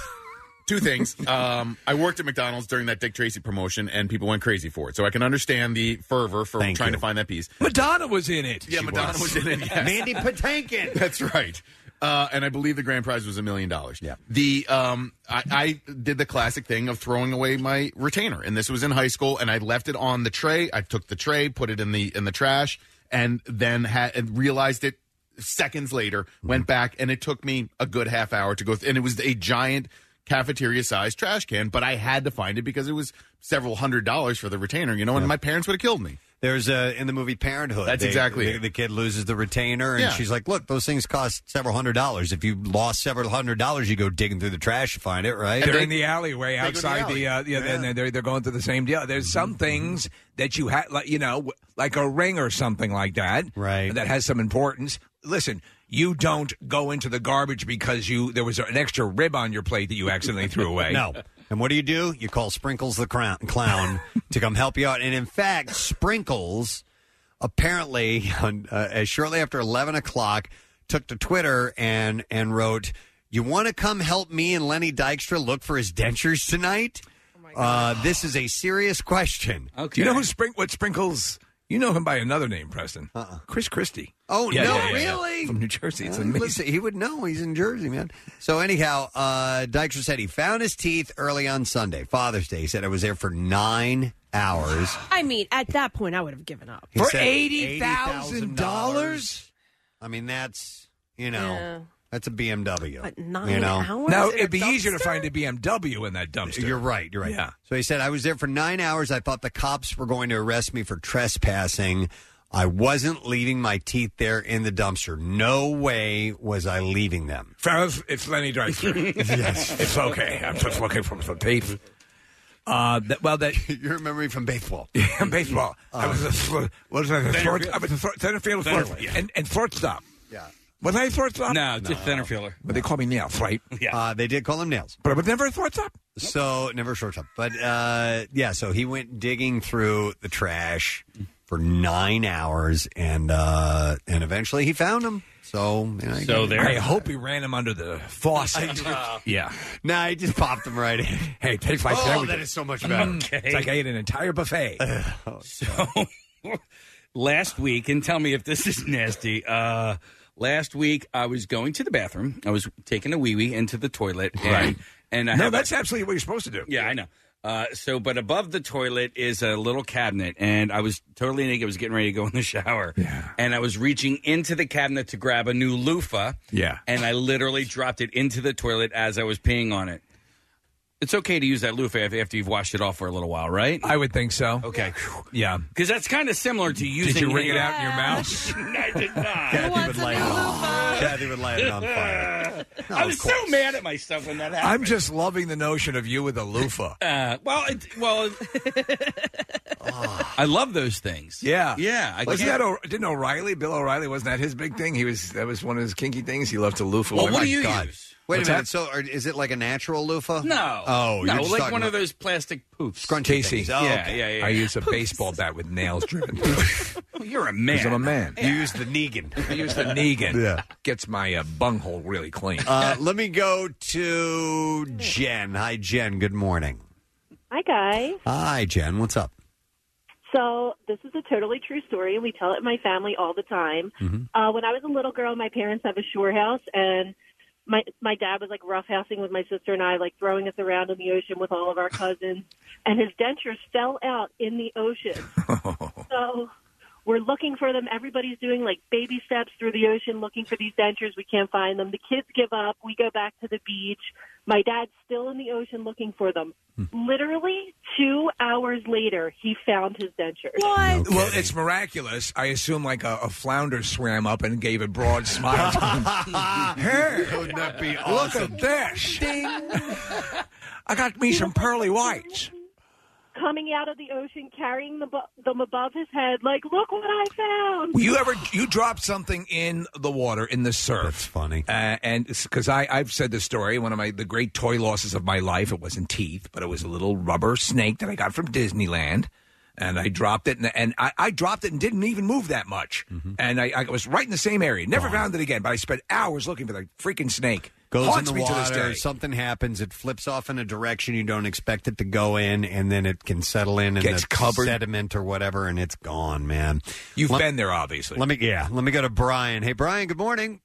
[SPEAKER 7] Two things. Um, I worked at McDonald's during that Dick Tracy promotion, and people went crazy for it. So I can understand the fervor for trying to find that piece.
[SPEAKER 5] Madonna was in it.
[SPEAKER 7] Yeah, Madonna was. in it. yes.
[SPEAKER 3] Mandy Patinkin.
[SPEAKER 7] That's right. Uh, and I believe the grand prize was a million dollars. Yeah. The um, I, I did the classic thing of throwing away my retainer, and this was in high school, and I left it on the tray. I took the tray, put it in the in the trash, and then had and realized it seconds later.
[SPEAKER 3] Mm-hmm.
[SPEAKER 7] Went back, and it took me a good half hour to go. Th- and it was a giant cafeteria sized trash can, but I had to find it because it was several hundred dollars for the retainer. You know, and my parents would have killed me.
[SPEAKER 3] There's a in the movie Parenthood.
[SPEAKER 7] That's
[SPEAKER 3] they-
[SPEAKER 7] exactly
[SPEAKER 3] the,
[SPEAKER 7] it.
[SPEAKER 3] the kid loses the retainer, and
[SPEAKER 7] Yeah.
[SPEAKER 3] she's like, "Look, those things cost several hundred dollars. If you lost several hundred dollars, you go digging through the trash to find it, right?"
[SPEAKER 5] They're in the
[SPEAKER 3] They go
[SPEAKER 5] alleyway
[SPEAKER 3] to the
[SPEAKER 5] outside the,
[SPEAKER 3] alley. Mm-hmm.
[SPEAKER 5] uh, yeah, They're, they're they're going through the same deal. There's some things that you have, like, you know, w- like a ring or something like that, right? That has some importance. Listen, you don't go into the garbage because you there was an extra rib on your plate that you accidentally threw away.
[SPEAKER 3] No. And what do you do? You call Sprinkles the crown, Clown to come help you out. And in fact, Sprinkles apparently, on, uh, as shortly after 11 o'clock, took to Twitter and, and wrote, You want to come help me and Lenny Dykstra look for his dentures tonight? uh, this is a serious question.
[SPEAKER 5] Do you know who Sprink- what Sprinkles? You know him by another name, Preston. Uh-uh. Chris Christie.
[SPEAKER 3] Oh,
[SPEAKER 5] Yeah,
[SPEAKER 3] no,
[SPEAKER 5] yeah, yeah, yeah.
[SPEAKER 3] really?
[SPEAKER 5] From New Jersey. It's
[SPEAKER 3] Uh,
[SPEAKER 5] amazing.
[SPEAKER 3] listen, he would know. He's in Jersey, man. So anyhow, uh, Dykstra said he found his teeth early on Sunday, Father's Day. He said I was there for nine hours.
[SPEAKER 4] I mean, at that point, I would have given up
[SPEAKER 3] He said $80,000? I mean, that's you know,
[SPEAKER 4] Yeah.
[SPEAKER 3] that's a BMW.
[SPEAKER 4] But nine
[SPEAKER 3] you know?
[SPEAKER 4] hours
[SPEAKER 5] Now
[SPEAKER 4] in a
[SPEAKER 5] it'd be
[SPEAKER 4] dumpster?
[SPEAKER 5] easier to find a BMW in that dumpster.
[SPEAKER 3] You're right. You're right.
[SPEAKER 5] Yeah.
[SPEAKER 3] So he said, I was there for nine hours. I thought the cops were going to arrest me for trespassing. I wasn't leaving my teeth there in the dumpster. No way was I leaving them.
[SPEAKER 5] If, if Lenny Dykstra. yes. It's okay. I'm just looking for some teeth. Uh, that, well, that
[SPEAKER 3] you remember me from baseball. Uh,
[SPEAKER 5] Yeah, baseball. I was a sl- what was I? A short,
[SPEAKER 3] Centerfield.
[SPEAKER 5] I was a short, center field
[SPEAKER 3] Center-
[SPEAKER 5] short,
[SPEAKER 3] yeah.
[SPEAKER 5] and and shortstop.
[SPEAKER 3] Yeah.
[SPEAKER 5] Was I a shortstop?
[SPEAKER 3] No, just No. center
[SPEAKER 6] fielder.
[SPEAKER 5] But they call me Nails, right?
[SPEAKER 3] Yeah. Uh, they did call him Nails.
[SPEAKER 5] But I was never a shortstop.
[SPEAKER 3] So never a shortstop, but uh, yeah. So he went digging through the trash for nine hours, and uh, and eventually he found him. So you know, he got-
[SPEAKER 5] I hope he ran him under the faucet.
[SPEAKER 6] yeah.
[SPEAKER 3] Nah, he just popped him right in. hey,
[SPEAKER 5] take my Mm,
[SPEAKER 3] Oh,
[SPEAKER 5] sandwich.
[SPEAKER 3] that is so much better.
[SPEAKER 6] Okay.
[SPEAKER 5] It's like I ate an entire buffet.
[SPEAKER 6] So last week, and tell me if this is nasty. Uh, last week, I was going to the bathroom. I was taking a wee wee into the toilet. And,
[SPEAKER 5] Right.
[SPEAKER 6] And I
[SPEAKER 5] no,
[SPEAKER 6] have a-
[SPEAKER 5] that's absolutely what you're supposed to do.
[SPEAKER 6] Yeah, I know. Uh, so, but above the toilet is a little cabinet, and I was totally naked. I was getting ready to go in the shower, yeah. and I was reaching into the cabinet to grab a new loofah,
[SPEAKER 5] Yeah.
[SPEAKER 6] and I literally dropped it into the toilet as I was peeing on it. It's okay to use that loofah af- after you've washed it off for a little while, right?
[SPEAKER 5] I would think so.
[SPEAKER 6] Okay,
[SPEAKER 5] Yeah.
[SPEAKER 6] because that's kind of similar to using.
[SPEAKER 5] you wring it out in your mouth?
[SPEAKER 6] I did not.
[SPEAKER 3] Kathy would light it on. Kathy would light it on fire.
[SPEAKER 6] I was so mad at myself when that happened.
[SPEAKER 5] I'm just loving the notion of you with a loofah.
[SPEAKER 6] Uh, well, it, well, I love those things.
[SPEAKER 5] Yeah,
[SPEAKER 6] yeah. I
[SPEAKER 5] Wasn't
[SPEAKER 6] can't-
[SPEAKER 5] that o- didn't O'Reilly? Bill O'Reilly wasn't that his big thing? He was that was one of his kinky things. He loved to loofah.
[SPEAKER 6] Well,
[SPEAKER 5] away.
[SPEAKER 6] what
[SPEAKER 5] My
[SPEAKER 6] do you
[SPEAKER 5] God.
[SPEAKER 6] use?
[SPEAKER 3] Wait
[SPEAKER 5] What's
[SPEAKER 3] a minute.
[SPEAKER 5] that?
[SPEAKER 3] So, are, is it like a natural loofah?
[SPEAKER 6] No.
[SPEAKER 3] Oh,
[SPEAKER 6] no,
[SPEAKER 3] you're just
[SPEAKER 6] like
[SPEAKER 3] talking
[SPEAKER 6] one of
[SPEAKER 3] about-
[SPEAKER 6] those plastic poofs.
[SPEAKER 3] Scrunchy
[SPEAKER 5] Casey.
[SPEAKER 3] things. Oh,
[SPEAKER 6] yeah,
[SPEAKER 3] okay.
[SPEAKER 6] yeah, yeah,
[SPEAKER 5] I use a baseball bat with nails driven.
[SPEAKER 6] You're a man.
[SPEAKER 5] 'Cause I'm a man.
[SPEAKER 3] You use the Negan.
[SPEAKER 5] I use the Negan.
[SPEAKER 3] Yeah.
[SPEAKER 5] Gets my uh, bunghole really clean.
[SPEAKER 3] Uh, let me go to Jen. Hi, Jen. Good morning.
[SPEAKER 20] Hi, guys.
[SPEAKER 3] Hi, Jen. What's up?
[SPEAKER 20] So, this is a totally true story, and we tell it in my family all the time. Uh, when I was a little girl, my parents have a shore house, and my my dad was like roughhousing with my sister and I, like throwing us around in the ocean with all of our cousins, and his dentures fell out in the ocean. so, we're looking for them. Everybody's doing like baby steps through the ocean looking for these dentures. We can't find them. The kids give up. We go back to the beach. My dad's still in the ocean looking for them. Literally two hours later, he found his dentures. What?
[SPEAKER 5] well, it's miraculous. I assume like a, a flounder swam up and gave a broad smile. hey,
[SPEAKER 3] Wouldn't that be
[SPEAKER 5] look
[SPEAKER 3] awesome?
[SPEAKER 5] at this! I got me some pearly whites.
[SPEAKER 20] Coming out of the ocean, carrying the, bu- them above his head, like, look what I found.
[SPEAKER 5] You ever you dropped something in the water in the surf? That's
[SPEAKER 3] funny.
[SPEAKER 5] Uh, and because I I've said this story, one of my the great toy losses of my life. It wasn't teeth, but it was a little rubber snake that I got from Disneyland. And I dropped it, and, and I, I dropped it and didn't even move that much.
[SPEAKER 3] Mm-hmm.
[SPEAKER 5] And I, I was right in the same area. Never found it again, but I spent hours looking for the freaking snake.
[SPEAKER 3] Goes
[SPEAKER 5] Haunts
[SPEAKER 3] in the
[SPEAKER 5] me
[SPEAKER 3] water.
[SPEAKER 5] to this day.
[SPEAKER 3] Something happens. It flips off in a direction you don't expect it to go in, and then it can settle in and
[SPEAKER 5] Gets
[SPEAKER 3] the
[SPEAKER 5] covered.
[SPEAKER 3] sediment or whatever, and it's gone, man.
[SPEAKER 5] You've
[SPEAKER 3] Let-
[SPEAKER 5] been there, obviously.
[SPEAKER 3] Let me yeah. Let me go to Brian. Hey, Brian. Good morning.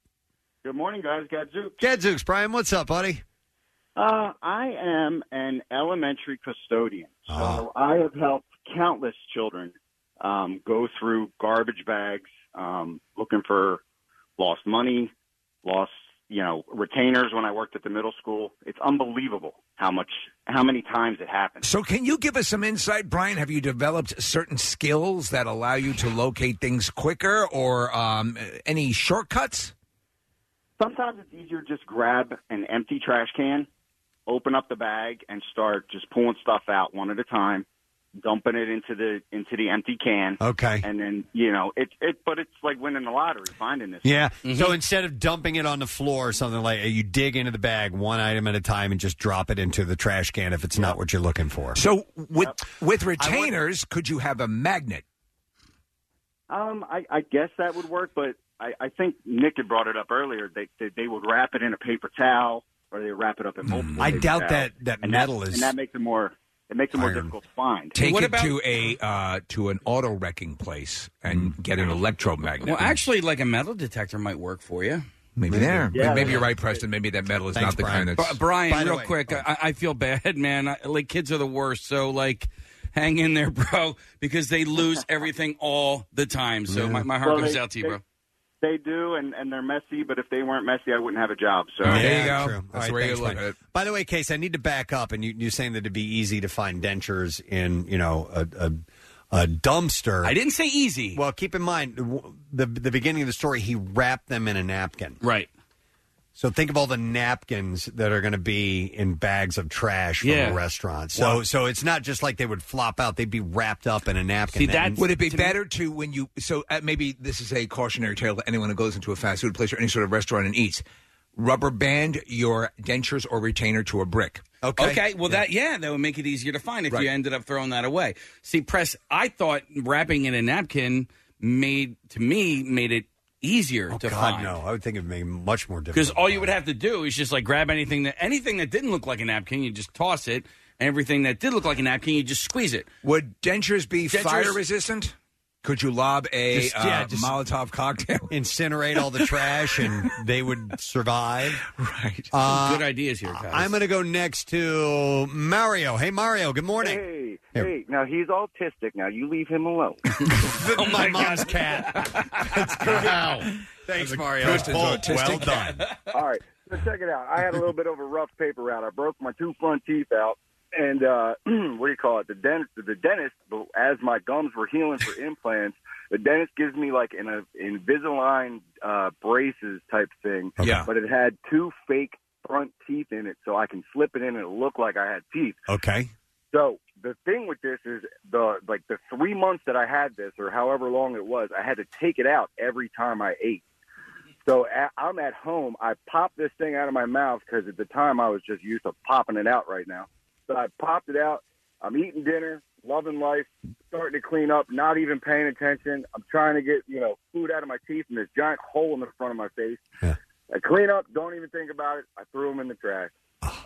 [SPEAKER 21] Good morning, guys. Gadzooks.
[SPEAKER 3] Gadzooks. Brian, what's up, buddy?
[SPEAKER 21] Uh, I am an elementary custodian, so I have helped countless children um, go through garbage bags, um, looking for lost money, lost you know retainers. When I worked at the middle school, it's unbelievable how much how many times it happens.
[SPEAKER 5] So, can you give us some insight, Brian? Have you developed certain skills that allow you to locate things quicker, or um, any shortcuts?
[SPEAKER 21] Sometimes it's easier just grab an empty trash can, open up the bag, and start just pulling stuff out one at a time, dumping it into the into the empty can.
[SPEAKER 3] Okay.
[SPEAKER 21] And then you know it it, but it's like winning the lottery, finding this.
[SPEAKER 3] Yeah. So instead of dumping it on the floor or something like you dig into the bag one item at a time and just drop it into the trash can if it's not what you're looking for.
[SPEAKER 5] So,
[SPEAKER 21] Uh,
[SPEAKER 5] with with retainers, could you have a magnet?
[SPEAKER 21] Um, I, I guess that would work, but I, I think Nick had brought it up earlier. They, they they would wrap it in a paper towel, or they wrap it up in multiple.
[SPEAKER 3] I
[SPEAKER 21] paper
[SPEAKER 3] doubt
[SPEAKER 21] towels.
[SPEAKER 3] that- that
[SPEAKER 21] and
[SPEAKER 3] metal is-
[SPEAKER 21] and that makes it more it makes it more difficult to find.
[SPEAKER 5] Take it to a uh, to an auto wrecking place and get an electromagnet.
[SPEAKER 6] Well, actually, like a metal detector might work for you.
[SPEAKER 5] maybe there.
[SPEAKER 6] Yeah,
[SPEAKER 5] maybe you're
[SPEAKER 6] yeah.
[SPEAKER 5] right, Preston. Maybe that metal is
[SPEAKER 6] Thanks,
[SPEAKER 5] not the
[SPEAKER 6] Brian.
[SPEAKER 5] kind that's
[SPEAKER 6] Bri- Brian,
[SPEAKER 5] By the
[SPEAKER 6] real
[SPEAKER 5] way-
[SPEAKER 6] quick, I, I feel bad, man. I, like kids are the worst, so like, hang in there, bro, because they lose everything all the time. So my, my heart
[SPEAKER 21] Well,
[SPEAKER 6] goes
[SPEAKER 21] they-
[SPEAKER 6] out to you,
[SPEAKER 21] they-
[SPEAKER 6] bro.
[SPEAKER 21] They do, and, and they're messy. But if they weren't messy, I wouldn't have a job. So
[SPEAKER 3] Yeah, true. All right, thanks, Brian. By the way, Case, I need to back up, and you, you're saying that it'd be easy to find dentures in, you know, a, a, a dumpster.
[SPEAKER 6] I didn't say easy.
[SPEAKER 3] Well, keep in mind the, the the beginning of the story. He wrapped them in a napkin,
[SPEAKER 6] right?
[SPEAKER 3] So think of all the napkins that are going to be in bags of trash from
[SPEAKER 5] Yeah.
[SPEAKER 3] a restaurant. So
[SPEAKER 5] Wow.
[SPEAKER 3] so it's not just like they would flop out; they'd be wrapped up in a napkin.
[SPEAKER 5] would it be better to when you so uh, maybe this is a cautionary tale to anyone who goes into a fast food place or any sort of restaurant and eats. Rubber band your dentures or retainer to a brick.
[SPEAKER 6] Okay. Well, that yeah, that would make it easier to find if
[SPEAKER 5] Right.
[SPEAKER 6] you ended up throwing that away. See, press. I thought wrapping in a napkin made to me made it easier
[SPEAKER 5] Oh,
[SPEAKER 6] to
[SPEAKER 3] God
[SPEAKER 6] find.
[SPEAKER 3] no! I would think it would be much more difficult.
[SPEAKER 6] Because all you would have to do is just like grab anything that anything that didn't look like a napkin, you just toss it. And everything that did look like a napkin, you just squeeze it.
[SPEAKER 5] Would dentures be
[SPEAKER 6] Dentures-
[SPEAKER 5] fire resistant? Could you lob a
[SPEAKER 6] Just-
[SPEAKER 5] uh,
[SPEAKER 6] yeah, just-
[SPEAKER 5] Molotov cocktail?
[SPEAKER 3] Incinerate all the trash, and they would survive.
[SPEAKER 5] Right.
[SPEAKER 3] Uh,
[SPEAKER 6] Good ideas here, guys.
[SPEAKER 3] I'm going to go next to Mario. Hey, Mario. Good morning.
[SPEAKER 1] Hey, hey, now he's autistic. Now you leave him alone.
[SPEAKER 3] Oh my mom's cat.
[SPEAKER 1] That's good.
[SPEAKER 3] Thanks,
[SPEAKER 1] Mario.
[SPEAKER 3] well done.
[SPEAKER 1] All right, so check it out. I had a little bit of a rough paper route. I broke my two front teeth out, and uh, what do you call it? The dentist, the dentist, as my gums were healing for implants, the dentist gives me like an uh, Invisalign uh, braces type thing.
[SPEAKER 22] Yeah.
[SPEAKER 1] But it had two fake front teeth in it, so I can slip it in and it look like I had teeth.
[SPEAKER 3] Okay.
[SPEAKER 1] So the thing with this is the like the three months that I had this, or however long it was, I had to take it out every time I ate. So at, I'm at home. I pop this thing out of my mouth because at the time I was just used to popping it out right now. So I popped it out. I'm eating dinner, loving life, starting to clean up, not even paying attention. I'm trying to get you know food out of my teeth and this giant hole in the front of my face. I clean up, don't even think about it. I threw them in the trash.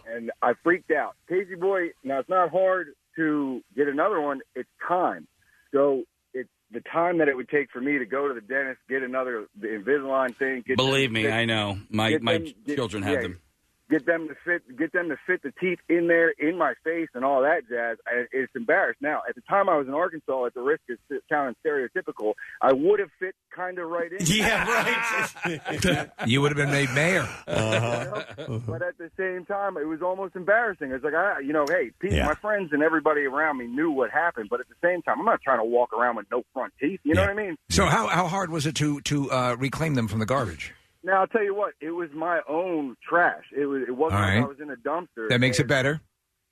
[SPEAKER 1] And I freaked out. Casey Boy, now it's not hard to get another one. It's time. So it's the time that it would take for me to go to the dentist, get another the Invisalign thing. Get
[SPEAKER 6] Believe me,
[SPEAKER 1] them fit-
[SPEAKER 6] I know. My
[SPEAKER 1] get
[SPEAKER 6] my
[SPEAKER 1] them- get-
[SPEAKER 6] children have
[SPEAKER 1] yeah,
[SPEAKER 6] them.
[SPEAKER 1] Get them to fit, get them to fit the teeth in there, in my face, and all that jazz. And it's embarrassed. Now, at the time I was in Arkansas, at the risk of sounding stereotypical, I would have fit kind of right in.
[SPEAKER 3] Yeah, right.
[SPEAKER 5] you would have been made mayor.
[SPEAKER 1] but at the same time, it was almost embarrassing. It's like I, you know, hey, people,
[SPEAKER 5] Yeah.
[SPEAKER 1] my friends and everybody around me knew what happened. But at the same time, I'm not trying to walk around with no front teeth. You know what I mean?
[SPEAKER 5] So how, how hard was it to to uh, reclaim them from the garbage?
[SPEAKER 1] Now I'll tell you what, it was my own trash. It was. It wasn't
[SPEAKER 5] All
[SPEAKER 1] like
[SPEAKER 5] right.
[SPEAKER 1] I was in a dumpster.
[SPEAKER 5] That makes it better.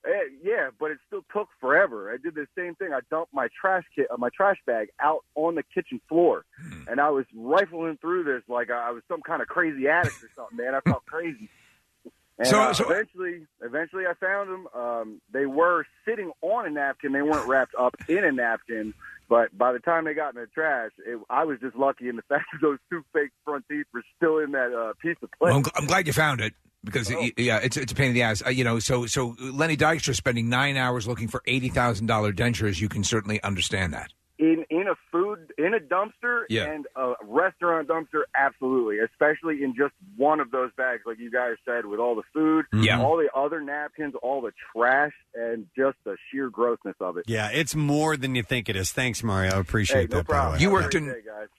[SPEAKER 1] Eh, yeah, but it still took forever. I did the same thing. I dumped my trash kit, uh, my trash bag out on the kitchen floor,
[SPEAKER 5] Hmm.
[SPEAKER 1] and I was rifling through this like I was some kind of crazy addict or something. Man, I felt crazy. And,
[SPEAKER 5] So-
[SPEAKER 1] uh,
[SPEAKER 5] so-
[SPEAKER 1] eventually, eventually, I found them. Um, they were sitting on a napkin. They weren't wrapped up in a napkin. But by the time they got in the trash, it, I was just lucky in the fact that those two fake front teeth were still in that uh, piece of
[SPEAKER 5] Well,
[SPEAKER 1] plastic.
[SPEAKER 5] I'm, gl- I'm glad you found it because y yeah, it's it's a pain in the ass. Uh, you know, so so Lenny Dykstra spending nine hours looking for eighty thousand dollar dentures. You can certainly understand that.
[SPEAKER 1] in in a food in a dumpster
[SPEAKER 5] Yeah.
[SPEAKER 1] and a restaurant dumpster absolutely especially in just one of those bags like you guys said with all the food
[SPEAKER 5] Mm-hmm.
[SPEAKER 3] Yeah.
[SPEAKER 1] all the other napkins all the trash and just the sheer grossness of it
[SPEAKER 3] Yeah, it's more than you think it is. Thanks, Mario. I appreciate that. by the way.
[SPEAKER 5] You worked in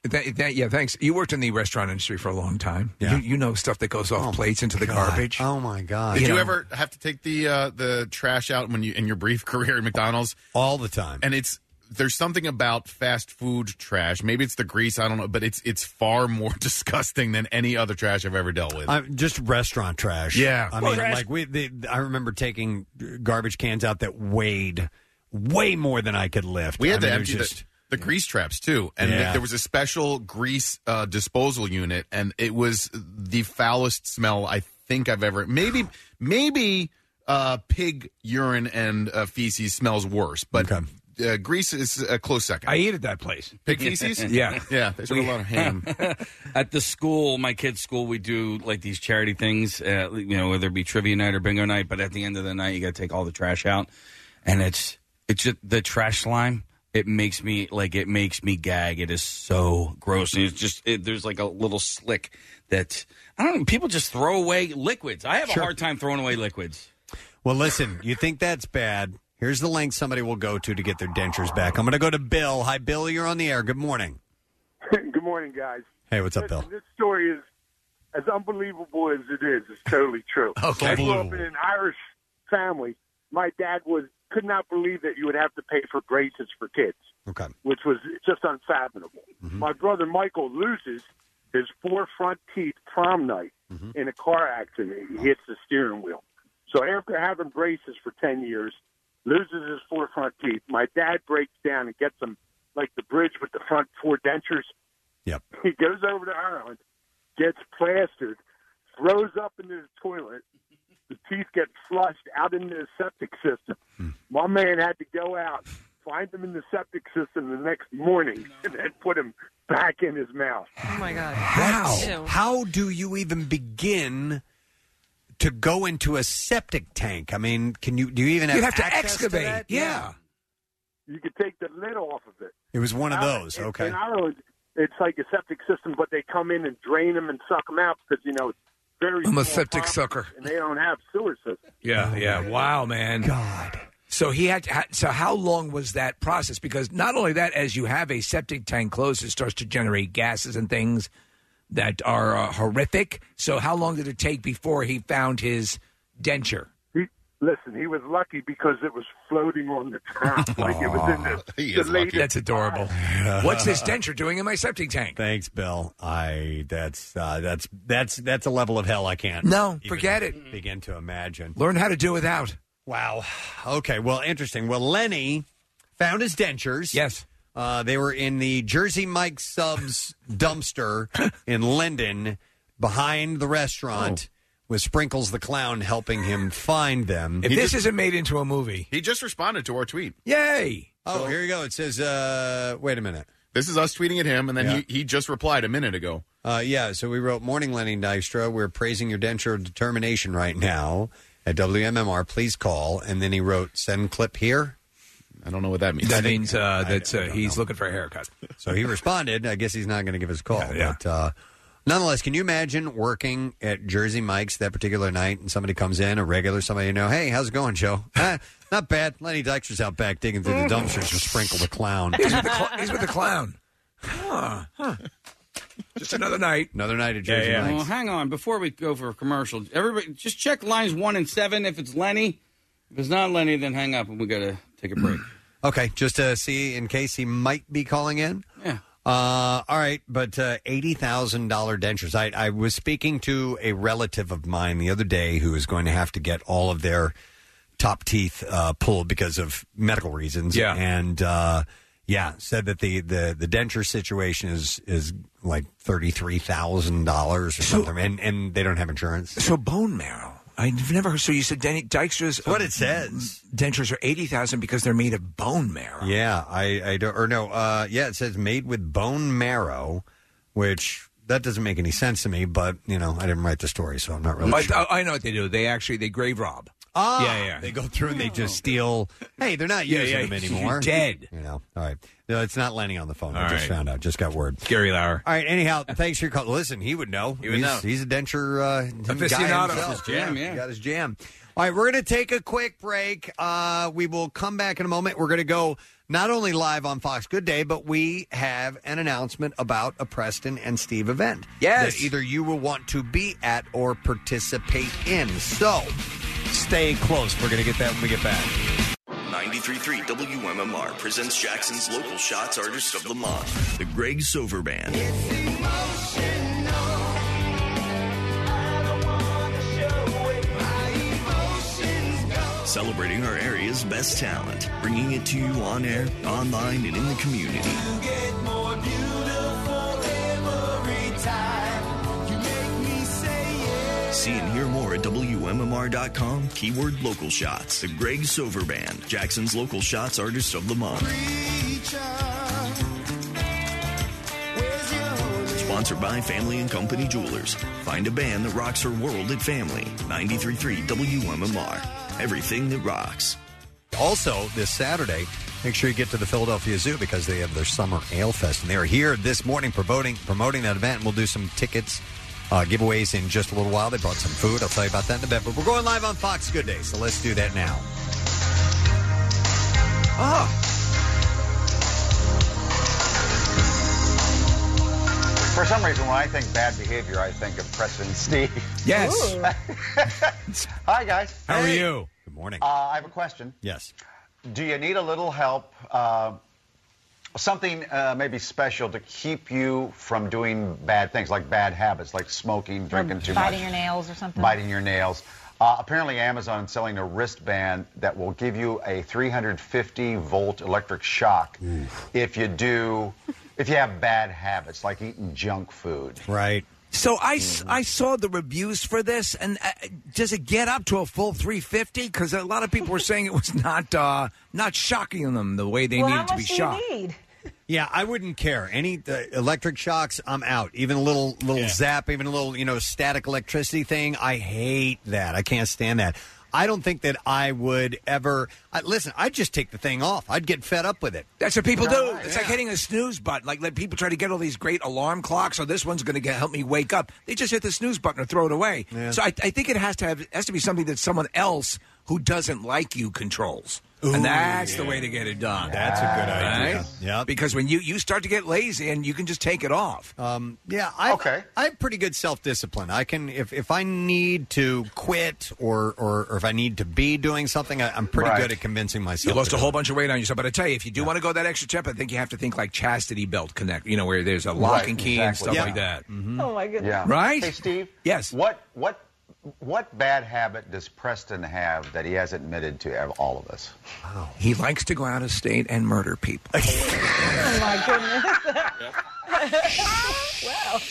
[SPEAKER 5] that, that, yeah, thanks. You worked in the restaurant industry for a long time. Yeah. You, you know stuff that goes off plates into the garbage.
[SPEAKER 3] Oh my god!
[SPEAKER 1] You
[SPEAKER 5] know.
[SPEAKER 1] know.
[SPEAKER 7] you ever have to take the uh, the trash out when you in your brief career at McDonald's?
[SPEAKER 3] All the time.
[SPEAKER 7] And it's there's something about fast food trash. Maybe it's the grease. I don't know, but it's it's far more disgusting than any other trash I've ever dealt with.
[SPEAKER 3] Uh, just restaurant trash.
[SPEAKER 7] Yeah.
[SPEAKER 3] I
[SPEAKER 7] Well,
[SPEAKER 3] mean,
[SPEAKER 7] trash-
[SPEAKER 3] like we. The, I remember taking garbage cans out that weighed way more than I could lift.
[SPEAKER 7] we had to
[SPEAKER 3] I mean, it was
[SPEAKER 7] empty the-
[SPEAKER 3] just-
[SPEAKER 7] the, grease traps too, and
[SPEAKER 3] Yeah.
[SPEAKER 7] th- there was a special grease uh, disposal unit, and it was the foulest smell I think I've ever. Maybe maybe uh, pig urine and uh, feces smells worse, but. Uh, grease is a close second. I
[SPEAKER 5] eat at that place.
[SPEAKER 7] Pig feces? yeah. There's a lot of ham.
[SPEAKER 6] At the school, my kids' school, we do like these charity things, uh, you know, whether it be trivia night or bingo night. But at the end of the night, you got to take all the trash out, and it's it's just the trash slime. It makes me like it makes me gag. It is so gross, and it's just it, there's like a little slick that I don't know. People just throw away liquids. I have a hard time throwing away liquids.
[SPEAKER 3] Well, listen. You think that's bad? Here's the length somebody will go to to get their dentures back. I'm going to go to Bill. Hi, Bill. You're on the air. Good morning.
[SPEAKER 23] Good morning, guys.
[SPEAKER 3] Hey, what's up, Bill?
[SPEAKER 23] This story is as unbelievable as it is. It's totally true.
[SPEAKER 3] Okay.
[SPEAKER 23] I grew up in
[SPEAKER 3] Unbelievable.
[SPEAKER 23] an Irish family. My dad was could not believe that you would have to pay for braces for kids,
[SPEAKER 3] Okay. Mm-hmm.
[SPEAKER 23] which was just unfathomable. My brother Michael loses, his four front teeth prom night
[SPEAKER 3] Mm-hmm.
[SPEAKER 23] in a car accident. He hits the steering wheel. So after having braces for 10 years, loses his four front teeth. My dad breaks down and gets him like the bridge with the front four dentures.
[SPEAKER 3] Yep.
[SPEAKER 23] He goes over to Ireland, gets plastered, throws up into the toilet. The teeth get flushed out into the septic system.
[SPEAKER 3] Hmm.
[SPEAKER 23] My man had to go out, find him in the septic system the next morning, and then put him back in his mouth.
[SPEAKER 4] Oh my god!
[SPEAKER 3] How? How do you even begin to go into a septic tank? I mean, can you do you even have,
[SPEAKER 23] You'd have to
[SPEAKER 3] access
[SPEAKER 23] excavate,
[SPEAKER 3] that?
[SPEAKER 23] yeah. You could take the lid off of it.
[SPEAKER 3] It was one of those.
[SPEAKER 23] In-
[SPEAKER 3] Okay.
[SPEAKER 23] In Ireland, it's like a septic system, but they come in and drain them and suck them out because you know it's very.
[SPEAKER 5] I'm a
[SPEAKER 23] small
[SPEAKER 5] septic
[SPEAKER 23] properties
[SPEAKER 5] sucker.
[SPEAKER 23] and they don't have sewer system.
[SPEAKER 5] Yeah, yeah. Wow, man.
[SPEAKER 3] God.
[SPEAKER 5] So he had. To, ha- so how long was that process? Because not only that, as you have a septic tank closed, it starts to generate gases and things that are uh, horrific. So how long did it take before he found his denture?
[SPEAKER 23] He, listen, he was lucky because it was floating on the top, like it was in the, the latest.
[SPEAKER 5] That's adorable. What's this denture doing in my septic tank?
[SPEAKER 3] Thanks, Bill. I that's uh, that's that's that's a level of hell I can't.
[SPEAKER 5] No,
[SPEAKER 3] even
[SPEAKER 5] forget it.
[SPEAKER 3] Begin to imagine.
[SPEAKER 5] Learn how to do without.
[SPEAKER 3] Wow. Okay. Well, interesting. Well, Lenny found his dentures.
[SPEAKER 5] Yes.
[SPEAKER 3] Uh, they were in the Jersey Mike subs dumpster in Linden behind the restaurant
[SPEAKER 5] Oh.
[SPEAKER 3] with Sprinkles the Clown helping him find them.
[SPEAKER 5] If this isn't made into a movie,
[SPEAKER 7] He just responded to our tweet.
[SPEAKER 5] Yay!
[SPEAKER 3] Oh, here you go. It says, uh, wait a minute.
[SPEAKER 7] This is us tweeting at him, and then
[SPEAKER 3] Yeah.
[SPEAKER 7] he, he just replied a minute ago.
[SPEAKER 3] Uh, yeah, so we wrote, Morning Lenny Dykstra, we're praising your denture determination right now at WMMR. Please call. And then he wrote, send clip here.
[SPEAKER 7] I don't know what that means.
[SPEAKER 5] That means uh, that uh, he's looking for a haircut.
[SPEAKER 3] So he responded. I guess he's not going to give us a call. But uh, nonetheless, can you imagine working at Jersey Mike's that particular night and somebody comes in, a regular, somebody you know, hey, how's it going, Joe? "Ah, not bad. Lenny Dykstra's out back digging through the dumpsters to sprinkle the clown.
[SPEAKER 5] He's with the, cl- he's with the clown. Huh. Just another night.
[SPEAKER 3] Another night at Jersey Mike's.
[SPEAKER 6] Well, hang on. Before we go for a commercial, everybody, just check lines one and seven. If it's Lenny, if it's not Lenny, then hang up and we got to take a break.
[SPEAKER 3] Uh-huh. Okay, just to see in case he might be calling in.
[SPEAKER 6] Yeah.
[SPEAKER 3] Uh, all right, but uh, eighty thousand dollar dentures. I, I was speaking to a relative of mine the other day who is going to have to get all of their top teeth uh, pulled because of medical reasons.
[SPEAKER 5] Yeah.
[SPEAKER 3] and uh, yeah, said that the, the the denture situation is is like thirty three thousand dollars or something, and and they don't have insurance.
[SPEAKER 5] So bone marrow. I've never heard. So you said Denny Dykstra's. What
[SPEAKER 3] it says.
[SPEAKER 5] Dentures are eighty thousand because they're made of bone marrow.
[SPEAKER 3] Yeah, I, I don't, or no, uh, yeah, it says made with bone marrow, which that doesn't make any sense to me, but, you know, I didn't write the story, so I'm not really
[SPEAKER 5] But
[SPEAKER 3] sure.
[SPEAKER 5] I, I know what they do. They actually they grave rob.
[SPEAKER 3] Ah,
[SPEAKER 5] yeah, yeah.
[SPEAKER 3] They go through and they just steal. Hey, they're not
[SPEAKER 5] Yeah,
[SPEAKER 3] using
[SPEAKER 5] yeah,
[SPEAKER 3] them anymore.
[SPEAKER 5] you're dead.
[SPEAKER 3] You know, all right. No, it's not Lenny on the phone. I
[SPEAKER 5] All
[SPEAKER 3] just
[SPEAKER 5] right.
[SPEAKER 3] found out. Just got word.
[SPEAKER 5] Gary Lauer.
[SPEAKER 3] All right, anyhow, thanks for your call. Listen, he would know.
[SPEAKER 5] He would
[SPEAKER 3] he's,
[SPEAKER 5] know.
[SPEAKER 3] He's a denture uh, guy
[SPEAKER 5] aficionado.
[SPEAKER 3] himself.
[SPEAKER 5] His jam, yeah.
[SPEAKER 3] Got his jam. All right, we're going to take a quick break. Uh, we will come back in a moment. We're going to go not only live on Fox Good Day, but we have an announcement about a Preston and Steve event.
[SPEAKER 5] Yes.
[SPEAKER 3] That either you will want to be at or participate in. So stay close. We're going to get that when we get back.
[SPEAKER 9] 93.3 WMMR presents Jackson's Local Shots Artist of the Month, the Greg Silver Band. Celebrating our area's best talent, bringing it to you on air, online, and in the community. See and hear more at WMMR.com, keyword local shots. The Greg Silver Band, Jackson's local shots artist of the month. Sponsored by Family and Company Jewelers. Find a band that rocks her world at Family. 93.3 WMMR. Everything that rocks.
[SPEAKER 3] Also, this Saturday, make sure you get to the Philadelphia Zoo because they have their Summer Ale Fest, and they are here this morning promoting promoting that event. And we'll do some tickets uh, giveaways in just a little while. They brought some food. I'll tell you about that in a bit. But we're going live on Fox Good Day, so let's do that now.
[SPEAKER 5] Oh,
[SPEAKER 3] Ah.
[SPEAKER 2] For some reason, when I think bad behavior, I think of Preston Steve.
[SPEAKER 5] Yes.
[SPEAKER 2] Hi, guys.
[SPEAKER 5] How are you?
[SPEAKER 3] Good morning.
[SPEAKER 2] Uh, I have a question.
[SPEAKER 3] Yes.
[SPEAKER 2] Do you need a little help uh, something uh, maybe special to keep you from doing bad things, like bad habits, like smoking, drinking too much,
[SPEAKER 10] biting your nails or something.
[SPEAKER 2] biting your nails. Uh, apparently, Amazon is selling a wristband that will give you a 350 volt electric shock if you do, if you have bad habits like eating junk food.
[SPEAKER 3] Right.
[SPEAKER 5] So I, s-
[SPEAKER 3] Mm-hmm.
[SPEAKER 5] I saw the reviews for this, and uh, does it get up to a full 350? Because a lot of people were saying it was not uh, not shocking them the way they
[SPEAKER 10] well,
[SPEAKER 5] needed to
[SPEAKER 10] how
[SPEAKER 5] be
[SPEAKER 10] much do you
[SPEAKER 5] shocked.
[SPEAKER 10] need?
[SPEAKER 3] Yeah, I wouldn't care. Any uh, electric shocks, I'm out. Even a little little zap, even a little you know static electricity thing, I hate that. I can't stand that. I don't think that I would ever. I, listen, I'd just take the thing off. I'd get fed up with it.
[SPEAKER 5] That's what people do. It's like hitting a snooze button. Like let people try to get all these great alarm clocks. Oh, this one's going to get help me wake up. They just hit the snooze button or throw it away. So I, I think it has to have has to be something that someone else who doesn't like you controls.
[SPEAKER 3] Ooh,
[SPEAKER 5] and that's the
[SPEAKER 3] yeah.
[SPEAKER 5] way to get it done.
[SPEAKER 3] That's a good idea.
[SPEAKER 5] Right? Because when you, you start to get lazy and you can just take it off.
[SPEAKER 3] Um, yeah, I okay. I have pretty good self discipline. I can if if I need to quit or or, or if I need to be doing something, I, I'm pretty
[SPEAKER 5] Right.
[SPEAKER 3] good at convincing myself.
[SPEAKER 5] You lost
[SPEAKER 3] to
[SPEAKER 5] a
[SPEAKER 3] do
[SPEAKER 5] whole
[SPEAKER 3] it.
[SPEAKER 5] bunch of weight on yourself, but I tell you, if you do want to go that extra step, I think you have to think like chastity belt connect. You know, where there's a lock
[SPEAKER 2] Right,
[SPEAKER 5] and key and
[SPEAKER 2] exactly.
[SPEAKER 5] stuff
[SPEAKER 2] Yeah.
[SPEAKER 5] like that.
[SPEAKER 3] Mm-hmm.
[SPEAKER 10] Oh my goodness.
[SPEAKER 2] Yeah.
[SPEAKER 5] Right?
[SPEAKER 2] Hey, Steve.
[SPEAKER 5] Yes.
[SPEAKER 2] What what what bad habit does Preston have that he has admitted to ev- all of us?
[SPEAKER 5] He likes to go out of state and murder people.
[SPEAKER 10] Oh my goodness. well.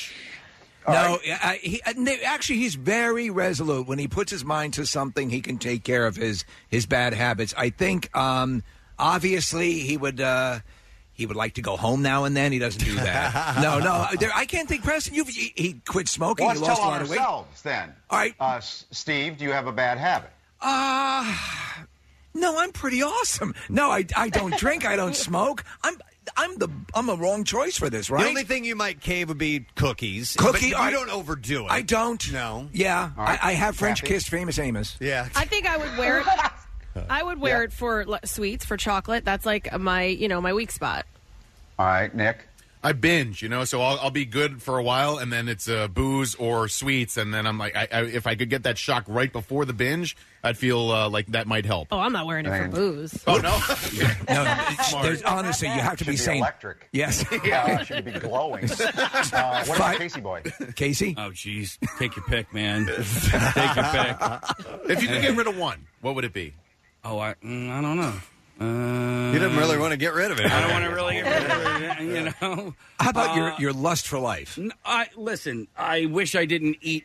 [SPEAKER 5] No, I, he, I- no, actually, he's very resolute. When he puts his mind to something, he can take care of his his bad habits. I think, um, obviously, he would uh, he would like to go home now and then. He doesn't do that. no, no, there, I can't think, Preston. You've, he, he quit smoking.
[SPEAKER 2] Well, let's
[SPEAKER 5] he lost a
[SPEAKER 2] tell on
[SPEAKER 5] lot of weight.
[SPEAKER 2] ourselves then. All right. Uh, S- Steve, do you have a bad habit?
[SPEAKER 5] Uh, no, I'm pretty awesome. No, I, I don't drink. I don't smoke. I'm I'm the I'm a wrong choice for this, right?
[SPEAKER 3] The only thing you might cave would be cookies.
[SPEAKER 5] Cookie,
[SPEAKER 3] but you
[SPEAKER 5] I-
[SPEAKER 3] don't overdo it.
[SPEAKER 5] I don't. No. Yeah,
[SPEAKER 3] All right.
[SPEAKER 5] I, I have French
[SPEAKER 3] Happy?
[SPEAKER 5] kissed famous Amos.
[SPEAKER 3] Yeah.
[SPEAKER 4] I think I would wear it. I would wear it for le- sweets, for chocolate. That's like my, you know, my weak spot.
[SPEAKER 2] All right, Nick.
[SPEAKER 7] I binge, you know, so I'll, I'll be good for a while, and then it's uh, booze or sweets, and then I'm like, I, I, if I could get that shock right before the binge, I'd feel uh, like that might help.
[SPEAKER 4] Oh, I'm not wearing it for
[SPEAKER 7] Thanks.
[SPEAKER 4] booze.
[SPEAKER 7] Oh no,
[SPEAKER 5] no, there's- honestly, you have to be sane.
[SPEAKER 2] electric.
[SPEAKER 5] Yes.
[SPEAKER 2] Yeah, it should be glowing. Uh, what about Casey Boy?
[SPEAKER 5] Casey?
[SPEAKER 6] Oh, jeez. Take your pick, man. Take your pick.
[SPEAKER 7] If you could get rid of one, what would it be?
[SPEAKER 6] Oh, I, mm, I don't know. Uh,
[SPEAKER 3] You didn't really want to get rid of it.
[SPEAKER 6] I don't want to really get rid of it. You know.
[SPEAKER 5] How about your
[SPEAKER 6] Uh,
[SPEAKER 5] your lust for life?
[SPEAKER 6] N- I listen. I wish I didn't eat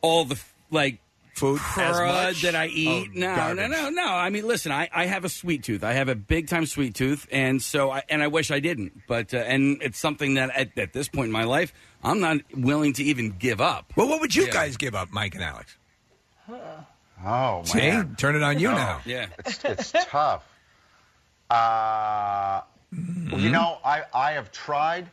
[SPEAKER 6] all the f- like
[SPEAKER 5] food
[SPEAKER 3] as much?
[SPEAKER 6] crud that I eat.
[SPEAKER 3] Oh,
[SPEAKER 6] no,
[SPEAKER 3] garbage.
[SPEAKER 6] no, no, no. I mean, listen. I, I have a sweet tooth. I have a big time sweet tooth, and so I, and I wish I didn't. But uh, and it's something that at, at this point in my life, I'm not willing to even give up.
[SPEAKER 5] Well, what would you guys give up, Mike and Alex?
[SPEAKER 2] Oh
[SPEAKER 5] See?
[SPEAKER 2] man,
[SPEAKER 5] Turn it on you
[SPEAKER 2] Oh,
[SPEAKER 5] now.
[SPEAKER 6] Yeah,
[SPEAKER 2] it's, it's tough. Uh,
[SPEAKER 5] Mm-hmm.
[SPEAKER 2] You know, I I have tried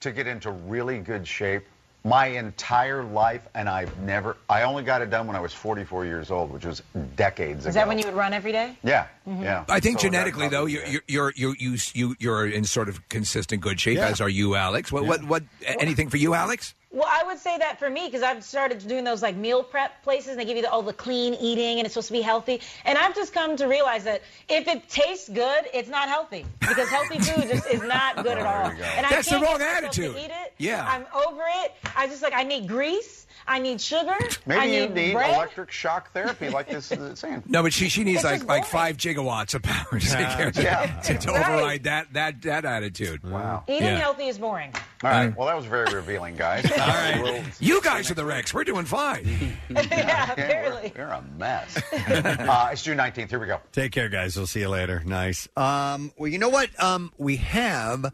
[SPEAKER 2] to get into really good shape my entire life, and I've never. I only got it done when I was 44 years old, which was decades ago.
[SPEAKER 10] Is that when you would run every day?
[SPEAKER 2] Yeah,
[SPEAKER 10] Mhm.
[SPEAKER 2] yeah.
[SPEAKER 5] I think
[SPEAKER 2] So that
[SPEAKER 5] genetically, though,
[SPEAKER 2] probably-
[SPEAKER 5] you're, you're you're you you s- you you're in sort of consistent good shape,
[SPEAKER 2] Yeah.
[SPEAKER 5] as are you, Alex. What what what? Anything for you, Alex?
[SPEAKER 10] Well, I would say that for me because I've started doing those like meal prep places and they give you the, all the clean eating and it's supposed to be healthy. And I've just come to realize that if it tastes good, it's not healthy because healthy food just is not good at all.
[SPEAKER 5] There you go.
[SPEAKER 10] And
[SPEAKER 5] That's the
[SPEAKER 10] I can't get
[SPEAKER 5] wrong
[SPEAKER 10] myself to
[SPEAKER 5] attitude.
[SPEAKER 10] eat it.
[SPEAKER 5] Yeah.
[SPEAKER 10] I'm over it. I just like I need grease. I need sugar. I
[SPEAKER 2] Maybe
[SPEAKER 10] need
[SPEAKER 2] you need
[SPEAKER 10] bread.
[SPEAKER 2] electric shock therapy, like this is saying.
[SPEAKER 5] No, but she she needs like like five gigawatts of power to, take care of it,
[SPEAKER 2] Yeah.
[SPEAKER 5] to, to
[SPEAKER 10] Right.
[SPEAKER 5] override that that that attitude.
[SPEAKER 2] Wow.
[SPEAKER 10] Eating
[SPEAKER 5] Yeah.
[SPEAKER 10] healthy is boring.
[SPEAKER 2] All right. Well, that was very revealing, guys. All right.
[SPEAKER 5] You guys are the wrecks. We're doing fine.
[SPEAKER 10] yeah,
[SPEAKER 2] apparently. You're a mess. uh, it's June 19th. Here we go.
[SPEAKER 3] Take care, guys. We'll see you later. Nice. Um, well, you know what? Um, we have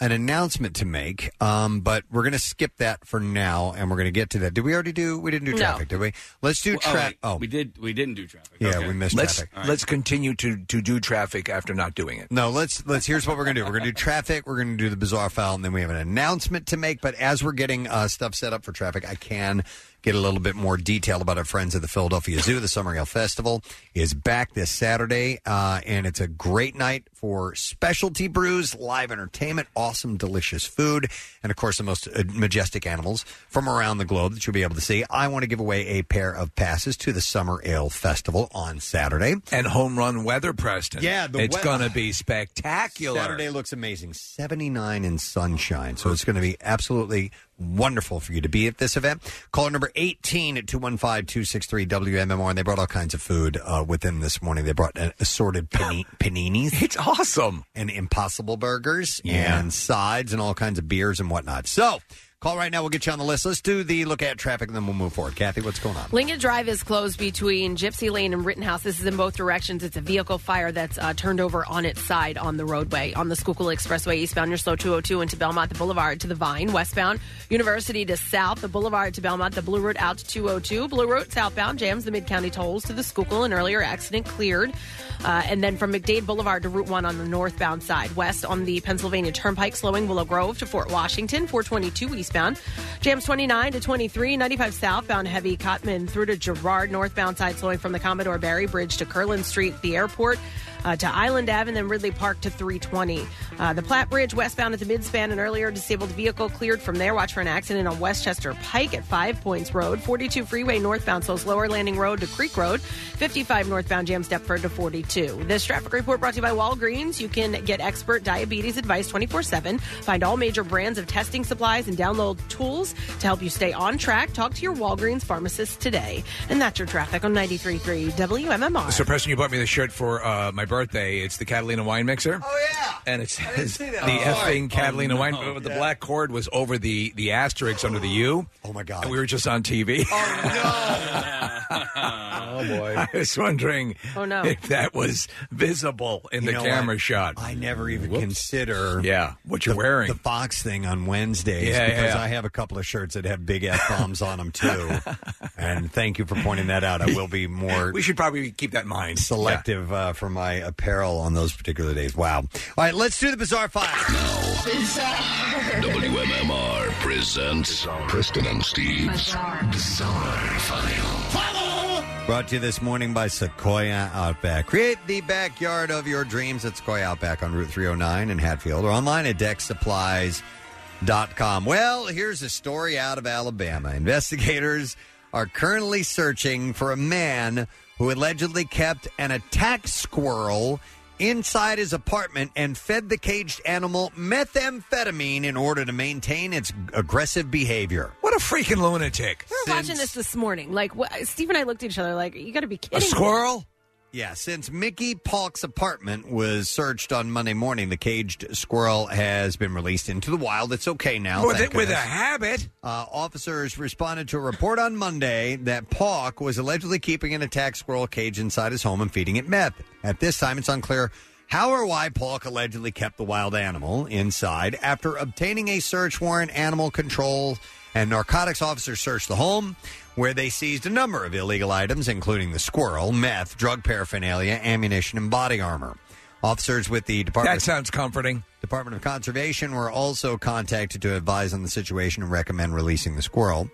[SPEAKER 3] an announcement to make, um, but we're going to skip that for now, and we're going to get to that. Did we already do? We didn't do
[SPEAKER 6] No.
[SPEAKER 3] traffic, did we? Let's do
[SPEAKER 6] oh,
[SPEAKER 3] traffic.
[SPEAKER 6] wait,
[SPEAKER 3] Oh,
[SPEAKER 6] we did. We didn't do traffic.
[SPEAKER 3] yeah,
[SPEAKER 5] Okay.
[SPEAKER 3] we missed
[SPEAKER 5] let's,
[SPEAKER 3] traffic.
[SPEAKER 5] Let's continue to to do traffic after not doing it.
[SPEAKER 3] No, let's let's. Here's what we're gonna do. We're gonna do traffic. We're gonna do the bizarre file, and then we have an announcement to make. But as we're getting uh, stuff set up for traffic, I can Get a little bit more detail about our friends at the Philadelphia Zoo. The Summer Ale Festival is back this Saturday, uh, and it's a great night for specialty brews, live entertainment, awesome, delicious food, and of course, the most uh, majestic animals from around the globe that you'll be able to see. I want to give away a pair of passes to the Summer Ale Festival on Saturday.
[SPEAKER 5] And home run weather, Preston.
[SPEAKER 3] Yeah, the
[SPEAKER 5] it's
[SPEAKER 3] wea-
[SPEAKER 5] going to be spectacular.
[SPEAKER 3] Saturday looks amazing. 79 in sunshine. So it's going to be absolutely wonderful for you to be at this event. Caller number 18 at 215 263 WMMR. And they brought all kinds of food uh, with them this morning. They brought an assorted pani- paninis.
[SPEAKER 5] It's awesome.
[SPEAKER 3] And impossible burgers
[SPEAKER 5] Yeah.
[SPEAKER 3] and sides and all kinds of beers and whatnot. So call right now. We'll get you on the list. Let's do the look at traffic and then we'll move forward. Kathy, what's going on?
[SPEAKER 4] Lincoln Drive is closed between Gypsy Lane and Rittenhouse. This is in both directions. It's a vehicle fire that's uh, turned over on its side on the roadway. On the Schuylkill Expressway eastbound, you're slow 202 into Belmont, the Boulevard to the Vine. Westbound, University to South, the Boulevard to Belmont, the Blue Route out to 202. Blue Route southbound jams the Mid-County tolls to the Schuylkill. An earlier accident cleared. Uh, and then from McDade Boulevard to Route 1 on the northbound side. West on the Pennsylvania Turnpike, slowing Willow Grove to Fort Washington, 422 eastbound. Jams 29 to 23, 95 southbound heavy Cotman through to Girard, northbound side, slowing from the Commodore Barry Bridge to Curlin Street, the airport. Uh, to Island Ave and then Ridley Park to 320. Uh, the Platte Bridge westbound at the midspan an earlier disabled vehicle cleared from there. Watch for an accident on Westchester Pike at Five Points Road. 42 Freeway northbound slows Lower Landing Road to Creek Road. 55 northbound jams Stepford to 42. This traffic report brought to you by Walgreens. You can get expert diabetes advice 24 7. Find all major brands of testing supplies and download tools to help you stay on track. Talk to your Walgreens pharmacist today. And that's your traffic on 93.3 WMMR.
[SPEAKER 5] So, Preston, you bought me the shirt for uh, my birthday. It's the Catalina wine mixer. Oh yeah, and it says the
[SPEAKER 6] that. Oh, sorry.
[SPEAKER 5] effing Catalina
[SPEAKER 6] Oh, no.
[SPEAKER 5] wine. But the
[SPEAKER 6] Yeah.
[SPEAKER 5] black cord was over the the asterisk under the U. Oh
[SPEAKER 3] my god!
[SPEAKER 5] And we were just on TV.
[SPEAKER 6] oh
[SPEAKER 5] boy! I was wondering.
[SPEAKER 4] Oh, no.
[SPEAKER 5] If that was visible in
[SPEAKER 3] You
[SPEAKER 5] the
[SPEAKER 3] know
[SPEAKER 5] camera
[SPEAKER 3] what?
[SPEAKER 5] shot.
[SPEAKER 3] I never even consider.
[SPEAKER 5] Yeah, what you're
[SPEAKER 3] the,
[SPEAKER 5] wearing.
[SPEAKER 3] The box thing on Wednesdays
[SPEAKER 5] Yeah,
[SPEAKER 3] because
[SPEAKER 5] yeah.
[SPEAKER 3] I have a couple of shirts that have big F bombs on them too. and thank you for pointing that out. I will be more.
[SPEAKER 5] We should probably keep that in mind.
[SPEAKER 3] Selective uh, for my apparel on those particular days. Wow. All right, let's do the bizarre five.
[SPEAKER 11] WMMR presents Preston and Steve's Bizarre, File.
[SPEAKER 3] Brought to you this morning by Sequoia Outback. Create the backyard of your dreams at Sequoia Outback on Route 309 in Hatfield or online at decksupplies.com. Well, here's a story out of Alabama. Investigators are currently searching for a man who allegedly kept an attack squirrel inside his apartment and fed the caged animal methamphetamine in order to maintain its aggressive behavior.
[SPEAKER 5] What a freaking lunatic.
[SPEAKER 4] We were watching this this morning. Like, what, Steve and I looked at each other like, you got to be kidding.
[SPEAKER 3] A
[SPEAKER 4] me."
[SPEAKER 3] squirrel? Yeah, since Mickey Palk's apartment was searched on Monday morning, the caged squirrel has been released into the wild. It's okay now.
[SPEAKER 5] with,
[SPEAKER 3] thank
[SPEAKER 5] it- with a
[SPEAKER 3] goodness.
[SPEAKER 5] habit.
[SPEAKER 3] Uh, officers responded to a report on Monday that Palk was allegedly keeping an attack squirrel cage inside his home and feeding it meth. At this time, it's unclear how or why Palk allegedly kept the wild animal inside. After obtaining a search warrant, animal control and narcotics officers searched the home where they seized a number of illegal items, including the squirrel, meth, drug paraphernalia, ammunition, and body armor. Officers with the Department
[SPEAKER 5] That sounds comforting.
[SPEAKER 3] Department of Conservation were also contacted to advise on the situation and recommend releasing the squirrel.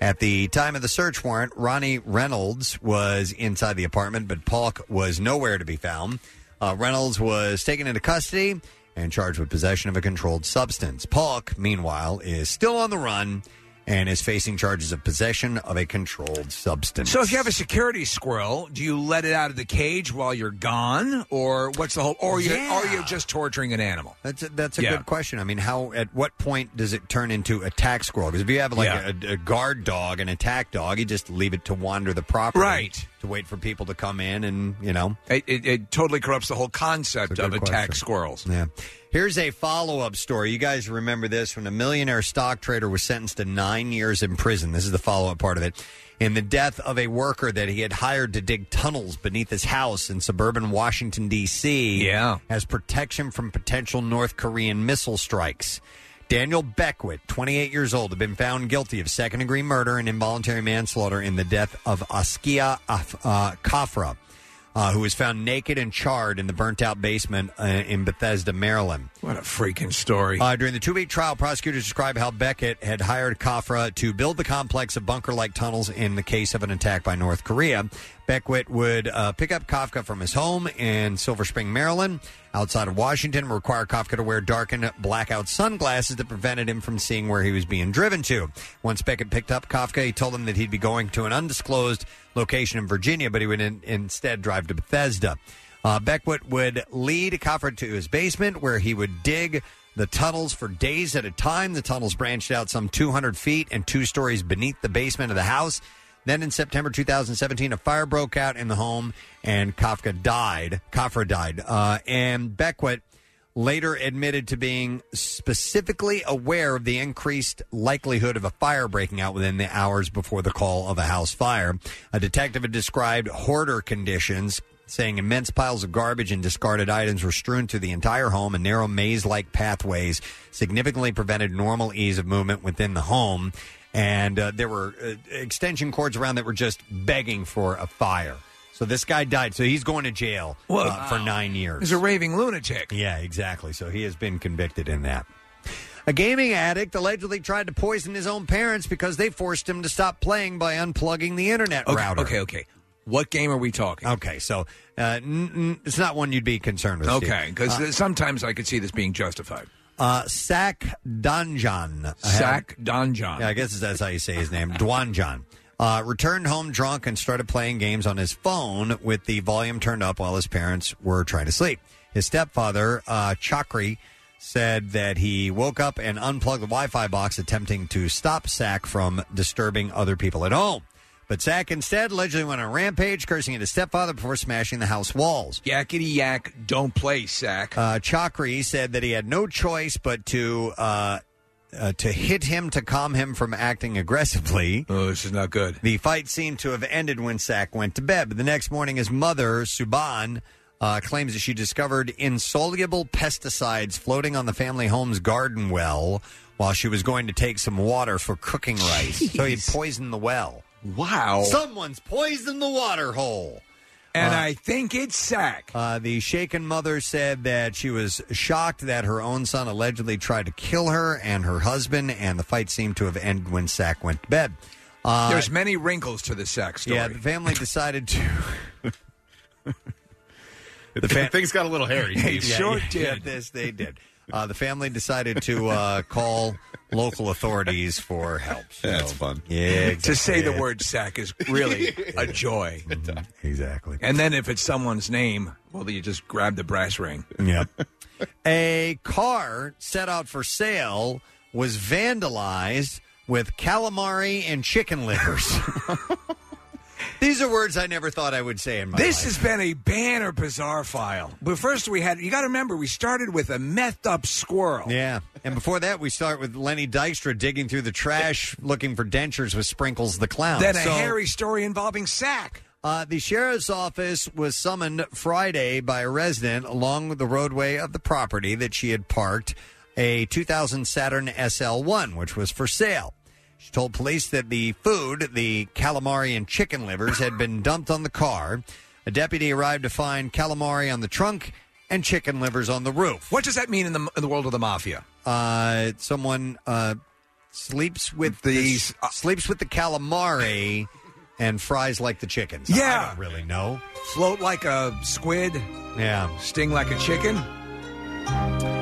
[SPEAKER 3] At the time of the search warrant, Ronnie Reynolds was inside the apartment, but Palk was nowhere to be found. Uh, Reynolds was taken into custody and charged with possession of a controlled substance. Palk, meanwhile, is still on the run and is facing charges of possession of a controlled substance.
[SPEAKER 5] So if you have a security squirrel, do you let it out of the cage while you're gone, or what's the whole? Or you
[SPEAKER 3] Yeah.
[SPEAKER 5] are you just torturing an animal?
[SPEAKER 3] That's a, that's a
[SPEAKER 5] Yeah.
[SPEAKER 3] good question. I mean, how at what point does it turn into attack squirrel? Because if you have like a, a guard dog, an attack dog, you just leave it to wander the property,
[SPEAKER 5] Right.
[SPEAKER 3] To wait for people to come in, and you know,
[SPEAKER 5] It, it, it totally corrupts the whole concept of attack squirrels.
[SPEAKER 3] yeah. Here's a follow up story. You guys remember this when a millionaire stock trader was sentenced to nine years in prison. This is the follow up part of it. In the death of a worker that he had hired to dig tunnels beneath his house in suburban Washington, D.C., yeah. as protection from potential North Korean missile strikes. Daniel Beckwith, 28 years old, had been found guilty of second degree murder and involuntary manslaughter in the death of Askia Af- uh, Kafra. uh, who was found naked and charred in the burnt out basement uh, in Bethesda, Maryland.
[SPEAKER 5] What a freaking story.
[SPEAKER 3] Uh, during the two week trial, prosecutors described how Beckett had hired Kafra to build the complex of bunker like tunnels in the case of an attack by North Korea. Beckwith would uh, pick up Kafka from his home in Silver Spring, Maryland, outside of Washington, and require Kafka to wear darkened blackout sunglasses that prevented him from seeing where he was being driven to. Once Beckett picked up Kafka, he told him that he'd be going to an undisclosed location in Virginia, but he would in- instead drive to Bethesda. Uh, Beckwith would lead Kafka to his basement, where he would dig the tunnels for days at a time. The tunnels branched out some 200 feet and two stories beneath the basement of the house. Then in September 2017, a fire broke out in the home and Kafka died. Kafra died. Uh, and Beckwith later admitted to being specifically aware of the increased likelihood of a fire breaking out within the hours before the call of a house fire. A detective had described hoarder conditions. Saying immense piles of garbage and discarded items were strewn through the entire home, and narrow maze like pathways significantly prevented normal ease of movement within the home and uh, there were uh, extension cords around that were just begging for a fire. So this guy died. So he's going to jail uh,
[SPEAKER 5] Whoa.
[SPEAKER 3] for nine years.
[SPEAKER 5] He's a raving lunatic.
[SPEAKER 3] Yeah, exactly. So he has been convicted in that. A gaming addict allegedly tried to poison his own parents because they forced him to stop playing by unplugging the internet
[SPEAKER 5] Okay,
[SPEAKER 3] router.
[SPEAKER 5] okay, okay. What game are we talking?
[SPEAKER 3] Okay, so uh, n- n- it's not one you'd be concerned with. Steve.
[SPEAKER 5] Okay, because
[SPEAKER 3] Uh,
[SPEAKER 5] sometimes I could see this being justified.
[SPEAKER 3] Uh, Sack Danjan.
[SPEAKER 5] Sack Danjan.
[SPEAKER 3] Yeah, I guess that's how you say his name. Dwanjan. Uh, returned home drunk and started playing games on his phone with the volume turned up while his parents were trying to sleep. His stepfather, uh, Chakri, said that he woke up and unplugged the Wi Fi box, attempting to stop Sack from disturbing other people at home. But Sack instead allegedly went on a rampage, cursing at his stepfather before smashing the house walls.
[SPEAKER 5] Yakety yak, don't play, Sack.
[SPEAKER 3] Uh, Chakri said that he had no choice but to uh, uh, to hit him to calm him from acting aggressively.
[SPEAKER 5] Oh, this is not good.
[SPEAKER 3] The fight seemed to have ended when Sack went to bed. But the next morning, his mother Suban. Uh, claims that she discovered insoluble pesticides floating on the family home's garden well while she was going to take some water for cooking rice. So he poisoned the well.
[SPEAKER 5] Wow.
[SPEAKER 3] Someone's poisoned the water hole.
[SPEAKER 5] And I think it's Sack.
[SPEAKER 3] Uh, the shaken mother said that she was shocked that her own son allegedly tried to kill her and her husband, and the fight seemed to have ended when Sack went to bed. Uh,
[SPEAKER 5] There's many wrinkles to this Sack story.
[SPEAKER 3] yeah, the family decided to. the
[SPEAKER 7] Things got a little hairy.
[SPEAKER 3] They
[SPEAKER 7] Steve.
[SPEAKER 3] sure did. This they did. Uh, the family decided to uh, call local authorities for help.
[SPEAKER 5] That's
[SPEAKER 3] fun. Yeah,
[SPEAKER 5] to say the
[SPEAKER 3] yeah.
[SPEAKER 5] word sack is really a joy.
[SPEAKER 3] Exactly.
[SPEAKER 5] And then if it's someone's name, well, you just grab the brass ring.
[SPEAKER 3] Yep. A car set out for sale was vandalized with calamari and chicken livers. These are words I never thought I would say in my
[SPEAKER 5] This
[SPEAKER 3] life.
[SPEAKER 5] has been a banner bizarre file. But first, we had you got to remember we started with a methed up squirrel.
[SPEAKER 3] Yeah. And before that, we start with Lenny Dykstra digging through the trash looking for dentures with Sprinkles the Clown.
[SPEAKER 5] Then a
[SPEAKER 3] So-
[SPEAKER 5] hairy story involving sack.
[SPEAKER 3] Uh, the sheriff's office was summoned Friday by a resident along the roadway of the property that she had parked a 2000 Saturn SL1, which was for sale. She told police that the food, the calamari and chicken livers, had been dumped on the car. A deputy arrived to find calamari on the trunk and chicken livers on the roof.
[SPEAKER 5] What does that mean in the in the world of the mafia?
[SPEAKER 3] Uh, someone uh, sleeps with the, sleeps with the calamari and fries like the chickens.
[SPEAKER 5] Yeah.
[SPEAKER 3] I don't really know.
[SPEAKER 5] Float like a squid.
[SPEAKER 3] Yeah.
[SPEAKER 5] Sting like a chicken.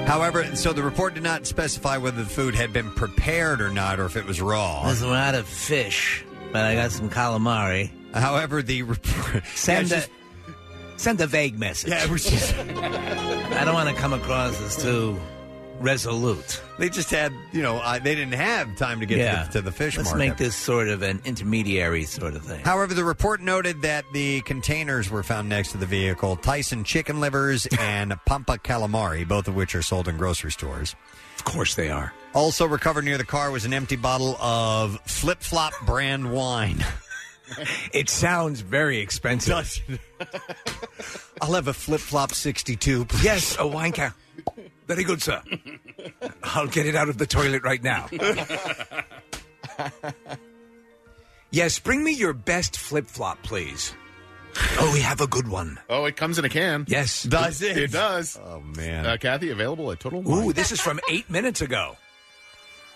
[SPEAKER 3] However, so the report did not specify whether the food had been prepared or not, or if it was raw.
[SPEAKER 8] Listen, we're out of fish, but I got some calamari.
[SPEAKER 3] However, the report
[SPEAKER 8] send
[SPEAKER 3] Yeah,
[SPEAKER 8] a
[SPEAKER 3] it's
[SPEAKER 8] send a vague message.
[SPEAKER 3] Yeah, we're just-
[SPEAKER 8] I don't want to come across as too resolute.
[SPEAKER 3] They just had, you know, uh, they didn't have time to get to the- to the fish
[SPEAKER 8] Let's
[SPEAKER 3] market.
[SPEAKER 8] make this sort of an intermediary sort of thing.
[SPEAKER 3] However, the report noted that the containers were found next to the vehicle Tyson chicken livers and Pampa calamari, both of which are sold in grocery stores.
[SPEAKER 5] Of course they are.
[SPEAKER 3] Also recovered near the car was an empty bottle of Flip Flop brand wine.
[SPEAKER 5] It sounds very expensive.
[SPEAKER 3] I'll have a flip flop 62, please.
[SPEAKER 5] Yes, a wine cap. Very good, sir. I'll get it out of the toilet right now. yes, bring me your best flip flop, please. Oh, we have a good one.
[SPEAKER 7] Oh, it comes in a can.
[SPEAKER 5] Yes.
[SPEAKER 7] Does it? It does.
[SPEAKER 3] Oh, man.
[SPEAKER 7] Uh, Kathy, available at Total
[SPEAKER 5] Ooh, this is from eight minutes ago.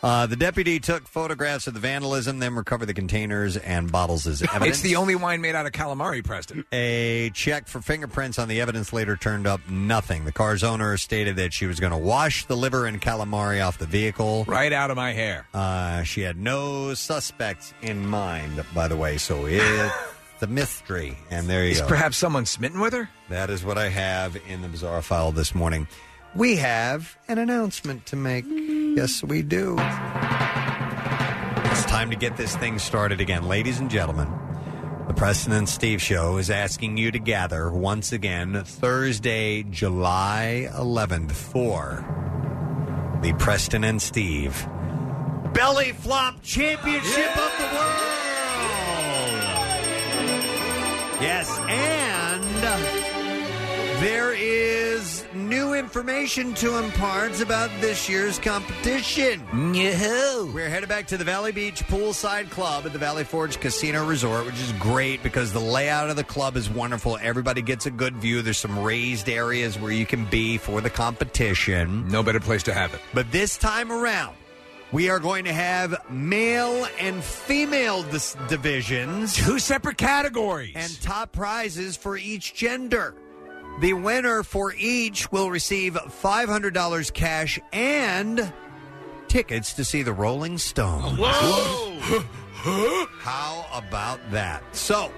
[SPEAKER 3] Uh, the deputy took photographs of the vandalism, then recovered the containers and bottles as evidence.
[SPEAKER 5] It's the only wine made out of calamari, Preston.
[SPEAKER 3] A check for fingerprints on the evidence later turned up nothing. The car's owner stated that she was going to wash the liver and calamari off the vehicle.
[SPEAKER 5] Right out of my hair.
[SPEAKER 3] Uh, she had no suspects in mind, by the way, so it's a mystery. And there you
[SPEAKER 5] Is
[SPEAKER 3] go.
[SPEAKER 5] perhaps someone smitten with her?
[SPEAKER 3] That is what I have in the bizarre file this morning. We have an announcement to make. Yes, we do. It's time to get this thing started again. Ladies and gentlemen, the Preston and Steve Show is asking you to gather once again Thursday, July 11th for the Preston and Steve Belly Flop Championship of the World. Yes, and there is new information to impart about this year's competition. We're headed back to the Valley Beach Poolside Club at the Valley Forge Casino Resort, which is great because the layout of the club is wonderful. Everybody gets a good view. There's some raised areas where you can be for the competition.
[SPEAKER 5] No better place to have it.
[SPEAKER 3] But this time around, we are going to have male and female dis- divisions.
[SPEAKER 5] Two separate categories.
[SPEAKER 3] And top prizes for each gender. The winner for each will receive $500 cash and tickets to see the Rolling Stones. Whoa! How about that? So,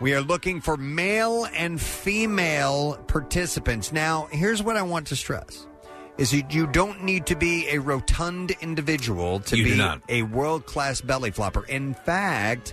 [SPEAKER 3] we are looking for male and female participants. Now, here's what I want to stress. Is that you don't need to be a rotund individual to
[SPEAKER 5] You do
[SPEAKER 3] be
[SPEAKER 5] not.
[SPEAKER 3] a world class belly flopper. In fact,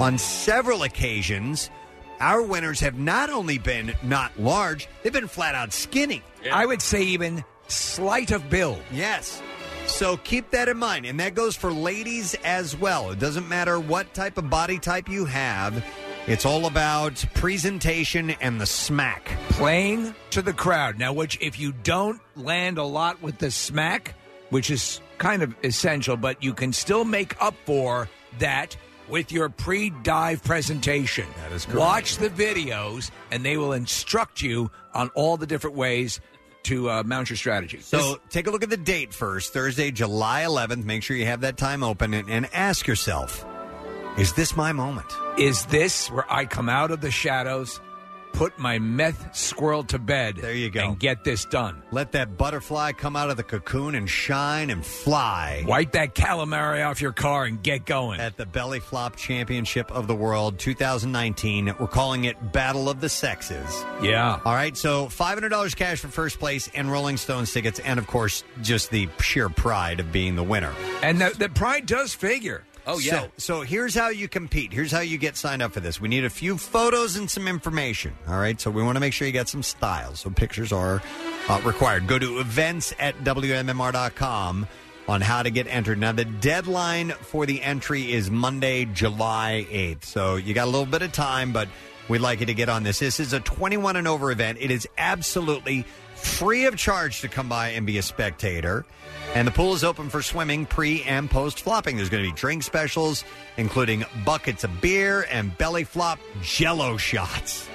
[SPEAKER 3] on several occasions, our winners have not only been not large, they've been flat out skinny.
[SPEAKER 5] I would say even slight of build.
[SPEAKER 3] Yes. So keep that in mind. And that goes for ladies as well. It doesn't matter what type of body type you have, it's all about presentation and the smack.
[SPEAKER 5] Playing to the crowd. Now, which if you don't land a lot with the smack, which is kind of essential, but you can still make up for that with your pre-dive presentation. That is
[SPEAKER 3] correct.
[SPEAKER 5] Watch the videos, and they will instruct you on all the different ways to uh, mount your strategy.
[SPEAKER 3] So take a look at the date first, Thursday, July 11th. Make sure you have that time open and, and ask yourself, is this my moment?
[SPEAKER 5] Is this where I come out of the shadows, put my meth squirrel to bed? There you go. And get this done.
[SPEAKER 3] Let that butterfly come out of the cocoon and shine and fly.
[SPEAKER 5] Wipe that calamari off your car and get going.
[SPEAKER 3] At the Belly Flop Championship of the World 2019. We're calling it Battle of the Sexes.
[SPEAKER 5] Yeah.
[SPEAKER 3] All right, so $500 cash for first place and Rolling Stones tickets, and of course, just the sheer pride of being the winner.
[SPEAKER 5] And that, that pride does figure.
[SPEAKER 3] So, so here's how you compete. Here's how you get signed up for this. We need a few photos and some information. All right. So we want to make sure you got some style. So pictures are uh, required. Go to events at WMMR.com on how to get entered. Now, the deadline for the entry is Monday, July 8th. So you got a little bit of time, but we'd like you to get on this. This is a 21 and over event. It is absolutely free of charge to come by and be a spectator. And the pool is open for swimming pre and post flopping. There's going to be drink specials, including buckets of beer and belly flop jello shots.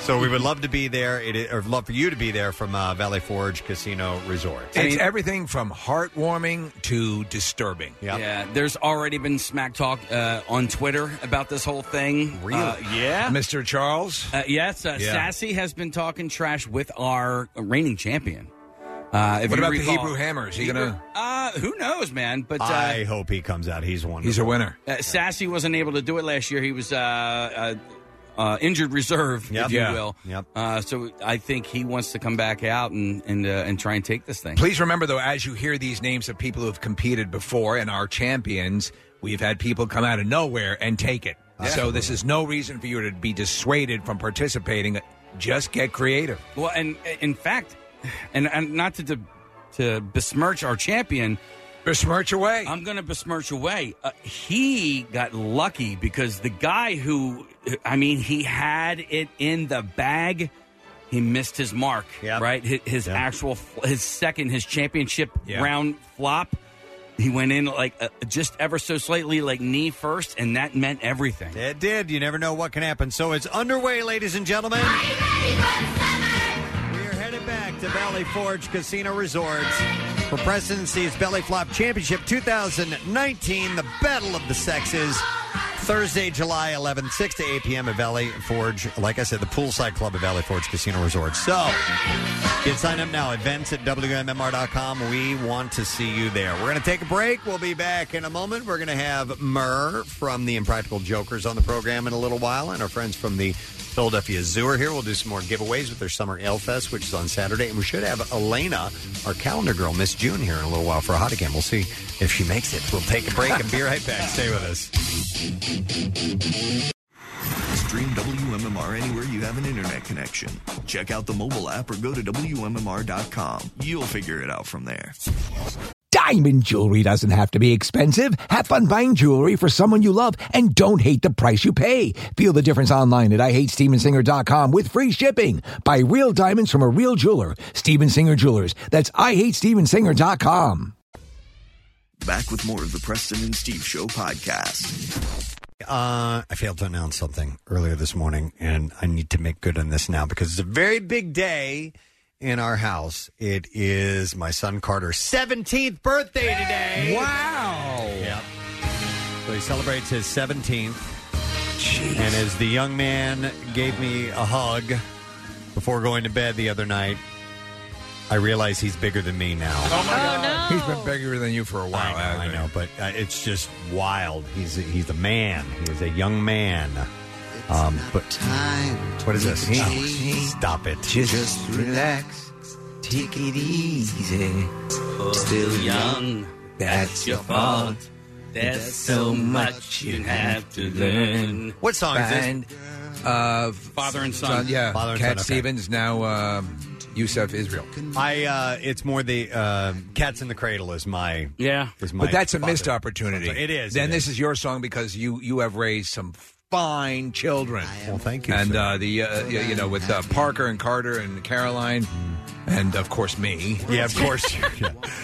[SPEAKER 3] So we would love to be there, it is, or love for you to be there from uh, Valley Forge Casino Resort.
[SPEAKER 5] It's everything from heartwarming to disturbing.
[SPEAKER 6] Yeah, there's already been smack talk uh, on Twitter about this whole thing.
[SPEAKER 5] Really?
[SPEAKER 6] Uh, yeah.
[SPEAKER 5] Mr. Charles?
[SPEAKER 6] Uh, yes, uh,
[SPEAKER 5] Yeah.
[SPEAKER 6] Sassy has been talking trash with our reigning champion. Uh, if
[SPEAKER 5] What
[SPEAKER 6] you
[SPEAKER 5] about the
[SPEAKER 6] recall-
[SPEAKER 5] Hebrew Hammer? Is he gonna-
[SPEAKER 6] Uh, who knows, man? But uh,
[SPEAKER 3] I hope he comes out. He's one.
[SPEAKER 5] He's a winner.
[SPEAKER 6] Uh, Sassy wasn't able to do it last year. He was uh, uh, uh, injured reserve,
[SPEAKER 5] Yep.
[SPEAKER 6] if you
[SPEAKER 5] Yeah.
[SPEAKER 6] will.
[SPEAKER 3] Yep.
[SPEAKER 6] Uh, so I think he wants to come back out and and uh, and try and take this thing.
[SPEAKER 5] Please remember, though, as you hear these names of people who have competed before and are champions, we've had people come out of nowhere and take it. So this is no reason for you to be dissuaded from participating. Just get creative.
[SPEAKER 6] Well, and in fact, and, and not to, to to besmirch our champion,
[SPEAKER 5] besmirch away.
[SPEAKER 6] I'm going to besmirch away. Uh, he got lucky because the guy who, I mean, he had it in the bag. He missed his mark, right? His, his actual, his second, his championship
[SPEAKER 5] Yeah.
[SPEAKER 6] round flop. He went in like uh, just ever so slightly, like knee first, and that meant everything.
[SPEAKER 3] It did. You never know what can happen. So it's underway, ladies and gentlemen. We are headed back to Valley Forge Casino Resort for Presidency's Belly Flop Championship 2019, the Battle of the Sexes. Thursday, July 11th, 6 to 8 p.m. at Valley Forge. Like I said, the Poolside Club at Valley Forge Casino Resort. So get signed up now. Events at WMMR.com. We want to see you there. We're going to take a break. We'll be back in a moment. We're going to have Murr from the Impractical Jokers on the program in a little while, and our friends from the Philadelphia Zoo are here. We'll do some more giveaways with their Summer Ale Fest, which is on Saturday. And we should have Elena, our calendar girl, Miss June, here in a little while for a hot again. We'll see if she makes it. We'll take a break and be right back. Stay with us.
[SPEAKER 9] Stream WMMR anywhere you have an internet connection. Check out the mobile app or go to WMMR.com. You'll figure it out from there.
[SPEAKER 12] Diamond jewelry doesn't have to be expensive. Have fun buying jewelry for someone you love and don't hate the price you pay. Feel the difference online at IHateStevensinger.com with free shipping. Buy real diamonds from a real jeweler. Steven Singer Jewelers. That's IHateStevensinger.com.
[SPEAKER 9] Back with more of the Preston and Steve Show podcast.
[SPEAKER 3] Uh, I failed to announce something earlier this morning, and I need to make good on this now because it's a very big day in our house. It is my son Carter's 17th birthday today. Wow. Yep. Oh. So he celebrates his 17th. And as the young man gave me a hug before going to bed the other night, I realize he's bigger than me now.
[SPEAKER 5] Oh, my God. He's been bigger than you for a while.
[SPEAKER 3] I know, I know but uh, it's just wild. He's a, he's a man. He's a young man. Um, but what is this? Stop it!
[SPEAKER 13] Just relax, take it easy. Still young, that's your fault. There's so much you have to learn.
[SPEAKER 3] What song is this?
[SPEAKER 5] Find, Uh,
[SPEAKER 6] Father and son.
[SPEAKER 5] yeah.
[SPEAKER 3] Father and
[SPEAKER 5] Cat
[SPEAKER 3] son, okay.
[SPEAKER 5] Stevens, now um, Yusef Israel.
[SPEAKER 3] I uh, it's more the uh, cats in the cradle is my
[SPEAKER 6] yeah
[SPEAKER 3] is my
[SPEAKER 5] but that's a
[SPEAKER 3] father.
[SPEAKER 5] missed opportunity.
[SPEAKER 3] It is.
[SPEAKER 5] Then
[SPEAKER 3] it
[SPEAKER 5] this
[SPEAKER 3] is.
[SPEAKER 5] is. your song because you you have raised some fine children.
[SPEAKER 3] Well, thank you.
[SPEAKER 5] And
[SPEAKER 3] sir.
[SPEAKER 5] uh, the uh, y- you know with uh, Parker and Carter and Caroline, and of course me.
[SPEAKER 3] Yeah, of course.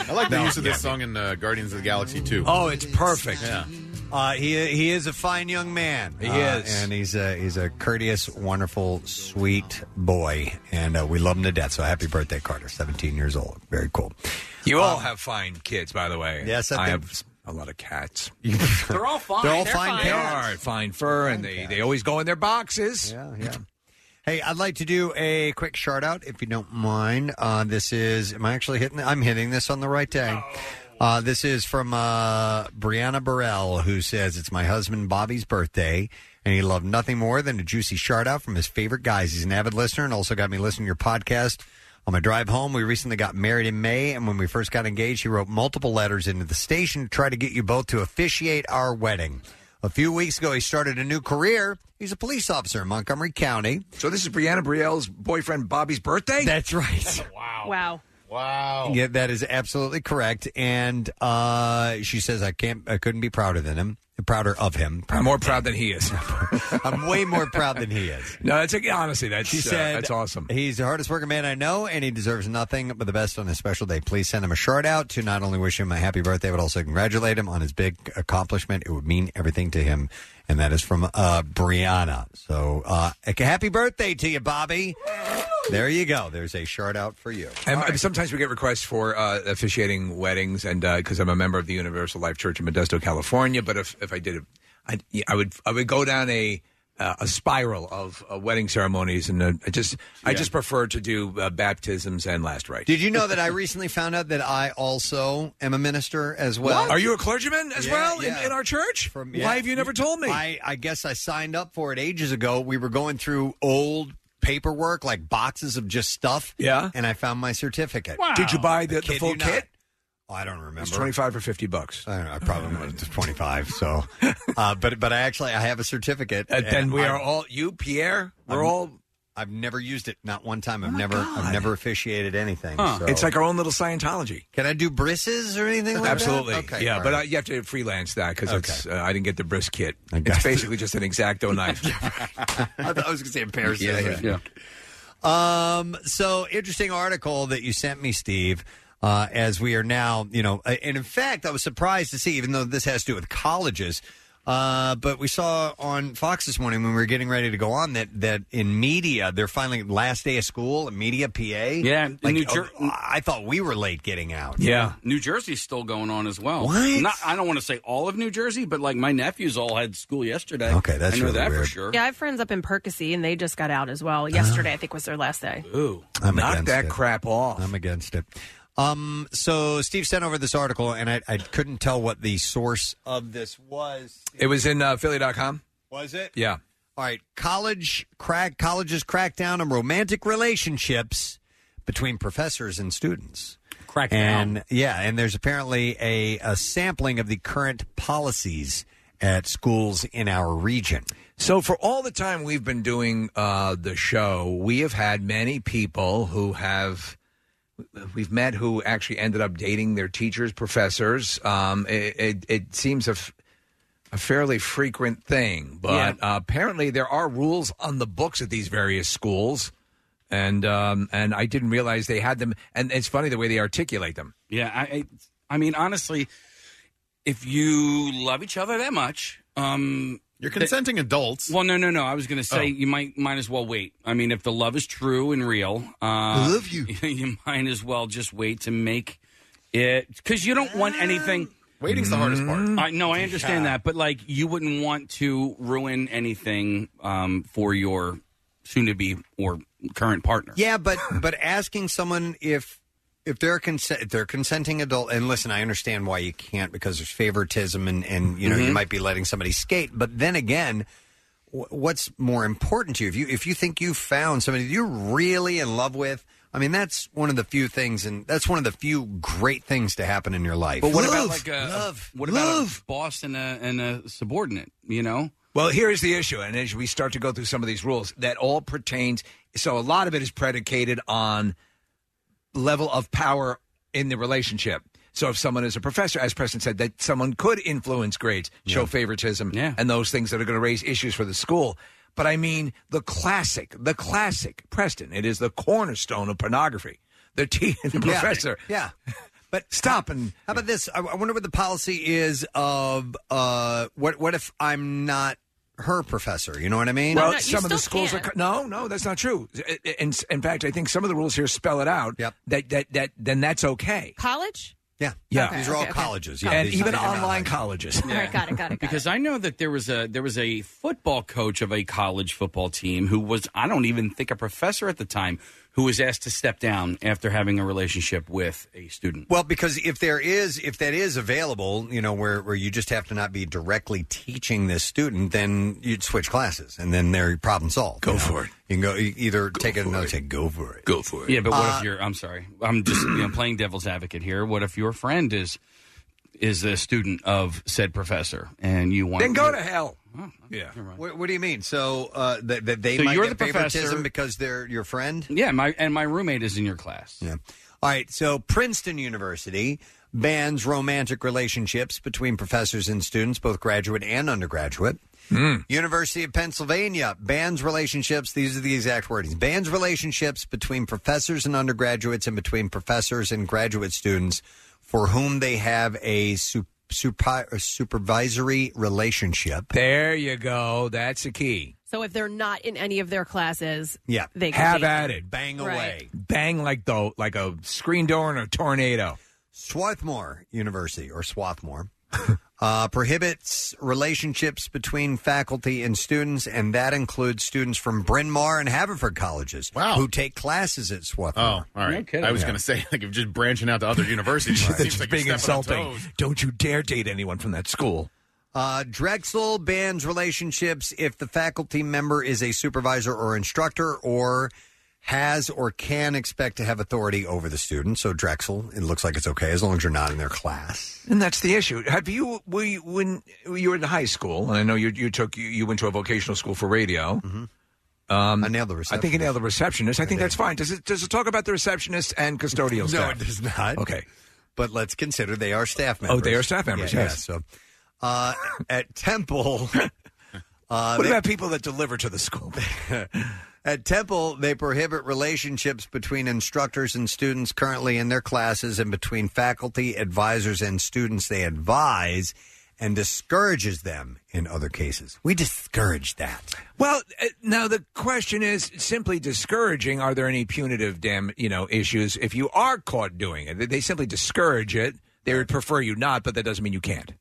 [SPEAKER 7] I like the
[SPEAKER 5] No,
[SPEAKER 7] use of
[SPEAKER 5] yeah.
[SPEAKER 7] this song in uh, Guardians of the Galaxy too.
[SPEAKER 5] Oh, it's perfect.
[SPEAKER 7] Yeah.
[SPEAKER 3] Uh, he he is a fine young man.
[SPEAKER 7] He
[SPEAKER 3] Uh,
[SPEAKER 7] is.
[SPEAKER 3] and he's a he's a courteous, wonderful, sweet boy, and uh, we love him to death. So happy birthday, Carter! Seventeen years old, very cool.
[SPEAKER 5] You all have fine kids, by the way.
[SPEAKER 3] uh, Yes, I
[SPEAKER 5] I,
[SPEAKER 3] think-
[SPEAKER 5] have a lot of cats.
[SPEAKER 6] They're all fine.
[SPEAKER 5] They're all
[SPEAKER 6] They're
[SPEAKER 5] fine.
[SPEAKER 6] fine.
[SPEAKER 5] They are fine fur, and they, they always go in their boxes.
[SPEAKER 3] Yeah, yeah. Hey, I'd like to do a quick shout out if you don't mind. Uh, this is am I actually hitting? I'm hitting this on the right day. Uh, this is from uh, Brianna Burrell, who says it's my husband Bobby's birthday, and he loved nothing more than a juicy shout out from his favorite guys. He's an avid listener and also got me listening to your podcast on my drive home. We recently got married in May, and when we first got engaged, he wrote multiple letters into the station to try to get you both to officiate our wedding. A few weeks ago, he started a new career. He's a police officer in Montgomery County.
[SPEAKER 5] So this is Brianna Brielle's boyfriend Bobby's birthday.
[SPEAKER 3] That's right.
[SPEAKER 4] Oh, Wow.
[SPEAKER 7] Wow.
[SPEAKER 3] Yeah, that is absolutely correct. And uh, she says, "I can't, I couldn't be prouder than him, prouder of him.
[SPEAKER 5] I'm more proud than he is.
[SPEAKER 3] I'm way more proud than he is."
[SPEAKER 5] No, that's a, honestly that's
[SPEAKER 3] She
[SPEAKER 5] uh,
[SPEAKER 3] said,
[SPEAKER 5] that's awesome.
[SPEAKER 3] He's the hardest working man I know, and he deserves nothing but the best on his special day. Please send him a shout out to not only wish him a happy birthday, but also congratulate him on his big accomplishment. It would mean everything to him. And that is from uh, Brianna. So, uh, a happy birthday to you, Bobby. There you go. There's a shout out for you.
[SPEAKER 5] And sometimes we get requests for uh, officiating weddings, and because I'm a member of the Universal Life Church in Modesto, California, but if, if I did it, I'd- yeah, I would I would go down a uh, a spiral of uh, wedding ceremonies, and uh, I just I just prefer to do uh, baptisms and last rites.
[SPEAKER 3] Did you know that I recently found out that I also am a minister as well?
[SPEAKER 5] What? Are you a clergyman as
[SPEAKER 3] Yeah,
[SPEAKER 5] well in-
[SPEAKER 3] yeah.
[SPEAKER 5] In, our church?
[SPEAKER 3] yeah.
[SPEAKER 5] Why have you never told me?
[SPEAKER 3] I, I guess I signed up for it ages ago. We were going through old paperwork, like boxes of just stuff.
[SPEAKER 5] Yeah.
[SPEAKER 3] And I found my certificate.
[SPEAKER 5] Did you buy
[SPEAKER 3] I
[SPEAKER 5] the, the
[SPEAKER 3] kid
[SPEAKER 5] full
[SPEAKER 3] you not. Oh,
[SPEAKER 5] kit?
[SPEAKER 3] I don't remember.
[SPEAKER 5] It's twenty five or fifty bucks.
[SPEAKER 3] I, don't know, I probably was twenty five. So, uh, but but I actually I have a certificate.
[SPEAKER 5] Uh, then
[SPEAKER 3] and
[SPEAKER 5] we
[SPEAKER 3] I-
[SPEAKER 5] are all you, Pierre. We're
[SPEAKER 3] I'm-
[SPEAKER 5] all. Oh
[SPEAKER 3] I've never used it. Not one time. I've never. I've never officiated anything. so-
[SPEAKER 5] It's like our own little Scientology.
[SPEAKER 3] Can I do brisses or anything? like that?
[SPEAKER 5] Absolutely.
[SPEAKER 3] Okay,
[SPEAKER 5] yeah,
[SPEAKER 3] all
[SPEAKER 5] but
[SPEAKER 3] right.
[SPEAKER 5] uh, you have to freelance that because
[SPEAKER 3] Okay.
[SPEAKER 5] it's uh, I didn't get the brisk kit.
[SPEAKER 3] got
[SPEAKER 5] It's basically just an exacto knife.
[SPEAKER 3] I thought I was going to say a pair of
[SPEAKER 5] Yeah,
[SPEAKER 3] scissors.
[SPEAKER 5] yeah.
[SPEAKER 3] Um, so interesting article that you sent me, Steve. uh, as we are now, you know. uh, And in fact, I was surprised to see, even though this has to do with colleges, uh, but we saw on Fox this morning when we were getting ready to go on that that in media they're finally last day of school media PA.
[SPEAKER 6] Yeah, in
[SPEAKER 3] like,
[SPEAKER 6] New Jer-
[SPEAKER 3] oh, I thought we were late getting out.
[SPEAKER 6] New Jersey's still going on as well.
[SPEAKER 3] What?
[SPEAKER 6] Not, I don't want to say all of New Jersey, but like my nephews all had school yesterday.
[SPEAKER 3] Okay, that's
[SPEAKER 6] I know
[SPEAKER 3] really
[SPEAKER 6] that for
[SPEAKER 3] weird.
[SPEAKER 6] sure.
[SPEAKER 4] Yeah, I have friends up in Percy, and they just got out as well. Yesterday, I think, was their last day.
[SPEAKER 6] Ooh,
[SPEAKER 3] I'm
[SPEAKER 5] knock
[SPEAKER 3] against
[SPEAKER 5] that
[SPEAKER 3] it.
[SPEAKER 5] crap off.
[SPEAKER 3] I'm against it. Um, so Steve sent over this article, and I, I couldn't tell what the source of this was.
[SPEAKER 5] It was in uh, Philly.com.
[SPEAKER 3] Was it?
[SPEAKER 5] Yeah.
[SPEAKER 3] All right. College crack colleges crack down on romantic relationships between professors and students.
[SPEAKER 6] Crack
[SPEAKER 3] And yeah, and there's apparently a, a sampling of the current policies at schools in our region.
[SPEAKER 5] So for all the time we've been doing uh, the show, we have had many people who have we've met who actually ended up dating their teachers, professors. Um, it, it, it seems a, f- a fairly frequent thing, but uh, apparently there are rules on the books at these various schools, and um, and I didn't realize they had them. And it's funny the way they articulate them.
[SPEAKER 6] Yeah, I, I, I mean, honestly, if you love each other that much, um,
[SPEAKER 7] you're consenting adults. Oh.
[SPEAKER 6] Well, no, no, no. I was going to say you might might as well wait. I mean, if the love is true and real, uh, I
[SPEAKER 7] love you.
[SPEAKER 6] You might as well just wait to make it because you don't want anything.
[SPEAKER 7] Waiting's the hardest part.
[SPEAKER 6] I no, I understand
[SPEAKER 7] Um, Yeah.
[SPEAKER 6] that, but like you wouldn't want to ruin anything um, for your soon-to-be or current partner.
[SPEAKER 3] Yeah, but but asking someone if if they're consent if they're consenting adult and listen, I understand why you can't because there's favoritism and and you know you
[SPEAKER 6] Mhm.
[SPEAKER 3] might be letting somebody skate, but then again, wh- what's more important to you if you if you think you found somebody you're really in love with? I mean, that's one of the few things, and that's one of the few great things to happen in your life.
[SPEAKER 6] But what about like a, a what about a boss and a and a subordinate? You know,
[SPEAKER 5] Well, here is the issue, and as we start to go through some of these rules, that all pertains. So a lot of it is predicated on level of power in the relationship. So if someone is a professor, as Preston said, that someone could influence grades, show favoritism, and those things that are going to raise issues for the school. But I mean, the classic, the classic, Preston. It is the cornerstone of pornography. The, t- the
[SPEAKER 3] Yeah.
[SPEAKER 5] professor.
[SPEAKER 3] Yeah.
[SPEAKER 5] But stop and
[SPEAKER 3] How about this? I, I wonder what the policy is of uh, what what if I'm not her professor? You know what I mean?
[SPEAKER 5] Well, some of the schools are no, no, that's not true. In, in fact, I think some of the rules here spell it out. Yep. That that that then that's okay.
[SPEAKER 4] College?
[SPEAKER 3] Yeah,
[SPEAKER 5] yeah.
[SPEAKER 4] Okay, These are all okay, okay. colleges, yeah,
[SPEAKER 5] and
[SPEAKER 4] these-
[SPEAKER 5] even
[SPEAKER 4] these are not
[SPEAKER 5] online colleges.
[SPEAKER 4] All right, got it, got it, got
[SPEAKER 6] because I know that there was a there was a football coach of a college football team who was I don't even think a professor at the time who was asked to step down after having a relationship with a student.
[SPEAKER 3] Well, because if there is, if that is available, you know, where, where you just have to not be directly teaching this student, then you'd switch classes, and then they're problem solved. Go for it. You can go you either take it another take. Go for it.
[SPEAKER 5] Go for
[SPEAKER 6] Yeah, but what
[SPEAKER 3] Uh,
[SPEAKER 6] if you're? I'm sorry, I'm just you know, playing devil's advocate here. What if your friend is is a student of said professor and you Oh, want
[SPEAKER 5] Then go to hell. yeah.
[SPEAKER 3] What, what do you mean? So uh, that, that they
[SPEAKER 6] So
[SPEAKER 3] might
[SPEAKER 6] you're
[SPEAKER 3] get
[SPEAKER 6] the professor-
[SPEAKER 3] favoritism because they're your friend.
[SPEAKER 6] Yeah, my and my roommate is in your class.
[SPEAKER 3] Yeah. All right. So Princeton University bans romantic relationships between professors and students, both graduate and undergraduate. Mm, University of Pennsylvania bans relationships. These are the exact wordings. Bans relationships between professors and undergraduates and between professors and graduate students for whom they have a su- supi- or supervisory relationship.
[SPEAKER 5] There you go. That's the key.
[SPEAKER 4] So if they're not in any of their classes,
[SPEAKER 3] Yeah.
[SPEAKER 4] they can
[SPEAKER 5] Have
[SPEAKER 4] date
[SPEAKER 5] at
[SPEAKER 4] them.
[SPEAKER 5] it. Bang
[SPEAKER 4] Right.
[SPEAKER 5] away. Bang like the like a screen door and a tornado.
[SPEAKER 3] Swarthmore University or Swarthmore uh, prohibits relationships between faculty and students, and that includes students from Bryn Mawr and Haverford colleges wow. who take classes at Swarthmore.
[SPEAKER 7] Oh, all right. I was going to say, like, if just branching out to other universities, it seems like
[SPEAKER 5] Being
[SPEAKER 7] you're stepping on
[SPEAKER 5] insulting.
[SPEAKER 7] toes.
[SPEAKER 5] Don't you dare date anyone from that school.
[SPEAKER 3] Uh, Drexel bans relationships if the faculty member is a supervisor or instructor or has or can expect to have authority over the student. So Drexel, it looks like it's okay as long as you're not in their class.
[SPEAKER 5] And that's the issue. Have you, were you when you were in high school? And I know you you took you, you went to a vocational school for radio. Um,
[SPEAKER 3] I nailed the
[SPEAKER 5] I think you nailed the receptionist. I think that's fine. Does it does it talk about the receptionist and custodial
[SPEAKER 3] no,
[SPEAKER 5] staff?
[SPEAKER 3] it does not.
[SPEAKER 5] Okay.
[SPEAKER 3] But let's consider they are staff
[SPEAKER 5] Oh,
[SPEAKER 3] members.
[SPEAKER 5] they are staff members,
[SPEAKER 3] Yeah,
[SPEAKER 5] yes.
[SPEAKER 3] yeah, so uh, at Temple. Uh,
[SPEAKER 5] What about people that deliver to the school?
[SPEAKER 3] At Temple, they prohibit relationships between instructors and students currently in their classes and between faculty, advisors, and students they advise and discourages them in other cases. We discourage that.
[SPEAKER 5] Well, uh, now the question is simply discouraging. Are there any punitive damn you know issues if you are caught doing it? They- They simply discourage it. They would prefer you not, but that doesn't mean you can't.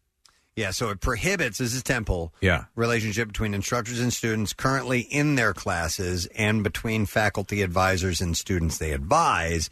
[SPEAKER 3] Yeah, so it prohibits, this is Temple,
[SPEAKER 5] Yeah.
[SPEAKER 3] relationship between instructors and students currently in their classes and between faculty advisors and students they advise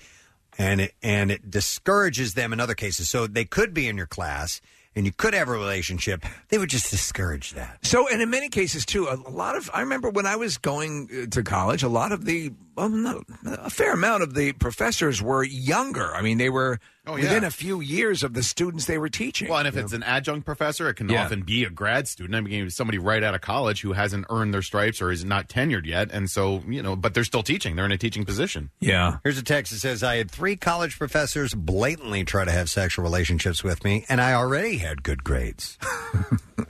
[SPEAKER 3] and it, and it discourages them in other cases so they could be in your class and you could have a relationship they would just discourage that
[SPEAKER 5] So, and in many cases too, a lot of I remember when I was going uh, to college, a lot of the well, no, a fair amount of the professors were younger. I mean, they were
[SPEAKER 7] Oh, yeah.
[SPEAKER 5] within a few years of the students they were teaching.
[SPEAKER 7] Well, and if it's an adjunct professor, it can
[SPEAKER 5] Yeah.
[SPEAKER 7] often be a grad student. I mean, somebody right out of college who hasn't earned their stripes or is not tenured yet, and so you know, but they're still teaching. They're in a teaching position.
[SPEAKER 5] Yeah.
[SPEAKER 3] Here's a text that says I had three college professors blatantly try to have sexual relationships with me, and I already had good grades.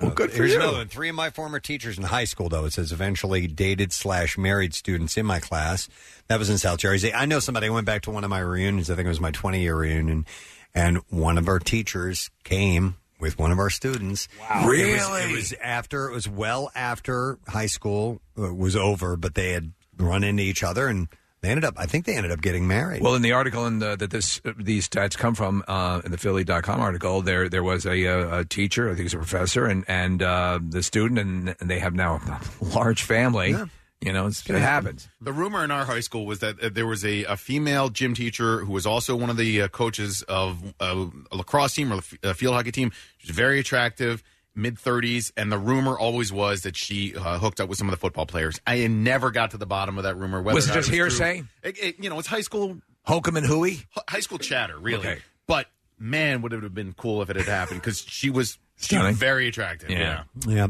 [SPEAKER 3] well, good
[SPEAKER 2] for
[SPEAKER 3] Here's
[SPEAKER 2] you.
[SPEAKER 3] another one. Three of my former teachers in high school, though, it says eventually dated slash married students in my class. That was in South Jersey. I know somebody I went back to one of my reunions. I think it was my 20 year reunion, and one of our teachers came with one of our students. Wow. It was, it
[SPEAKER 2] Really?
[SPEAKER 3] was after, it was well after high school uh, was over, but they had run into each other and they ended up, I think they ended up getting married.
[SPEAKER 5] Well, in the article in the, that this these stats come from, uh, in the Philly.com article, there there was a, uh a teacher, I think it's a professor, and and uh, the student, and, and they have now a large family. You know, it's, it happens.
[SPEAKER 7] The rumor in our high school was that uh, there was a, a female gym teacher who was also one of the uh, coaches of uh, a lacrosse team or f- a field hockey team. She was very attractive, mid 30s, and the rumor always was that she uh, hooked up with some of the football players. I never got to the bottom of that rumor. whether
[SPEAKER 5] Was
[SPEAKER 7] or
[SPEAKER 5] it
[SPEAKER 7] not
[SPEAKER 5] just
[SPEAKER 7] was
[SPEAKER 5] hearsay?
[SPEAKER 7] true. It- it- you know, it's high school
[SPEAKER 5] hokum and hooey,
[SPEAKER 7] high school chatter, really.
[SPEAKER 5] Okay.
[SPEAKER 7] But man, would it have been cool if it had happened because she was she was
[SPEAKER 3] Stunning.
[SPEAKER 7] very attractive.
[SPEAKER 3] Yeah.
[SPEAKER 7] yeah.
[SPEAKER 3] Yeah.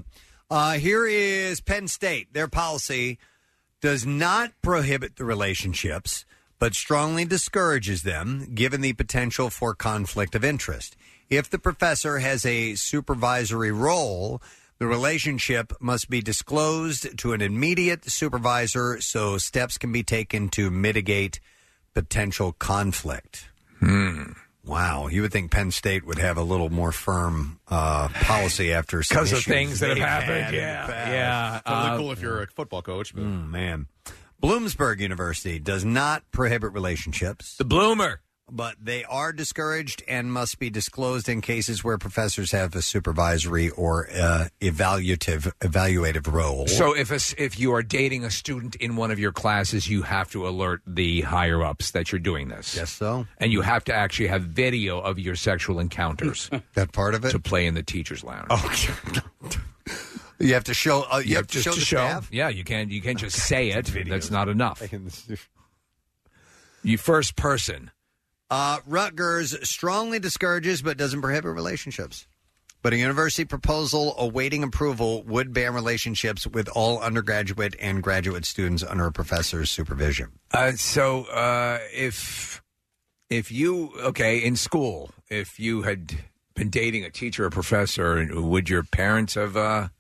[SPEAKER 3] Uh, here is Penn State. Their policy does not prohibit the relationships, but strongly discourages them given the potential for conflict of interest. If the professor has a supervisory role, the relationship must be disclosed to an immediate supervisor so steps can be taken to mitigate potential conflict. mm.
[SPEAKER 5] Hmm.
[SPEAKER 3] Wow, you would think Penn State would have a little more firm uh, policy after some
[SPEAKER 5] Because of
[SPEAKER 3] issues
[SPEAKER 5] things that have
[SPEAKER 3] they've
[SPEAKER 5] happened,
[SPEAKER 3] had in the
[SPEAKER 5] yeah,
[SPEAKER 3] past.
[SPEAKER 5] yeah, It's totally uh, cool
[SPEAKER 7] if you're a football coach.
[SPEAKER 3] Mm, man, Bloomsburg University does not prohibit relationships. The
[SPEAKER 5] bloomer.
[SPEAKER 3] But they are discouraged and must be disclosed in cases where professors have a supervisory or uh, evaluative evaluative role.
[SPEAKER 5] So if a s if you are dating a student in one of your classes, you have to alert the higher ups that you're doing this. Yes,
[SPEAKER 3] so.
[SPEAKER 5] And you have to actually have video of your sexual encounters.
[SPEAKER 3] that part of it Oh,
[SPEAKER 5] to play in the teachers' lounge.
[SPEAKER 3] Okay. you have to show. Uh, you,
[SPEAKER 5] Yeah,
[SPEAKER 3] have to
[SPEAKER 5] just
[SPEAKER 3] show the staff.
[SPEAKER 5] Yeah, you can't. You can't just say it. That's not enough. you first person.
[SPEAKER 3] Uh, Rutgers strongly discourages but doesn't prohibit relationships. But a university proposal awaiting approval would ban relationships with all undergraduate and graduate students under a professor's supervision.
[SPEAKER 5] Uh, so uh, if if you okay in school, if you had been dating a teacher or professor, would your parents have? Uh,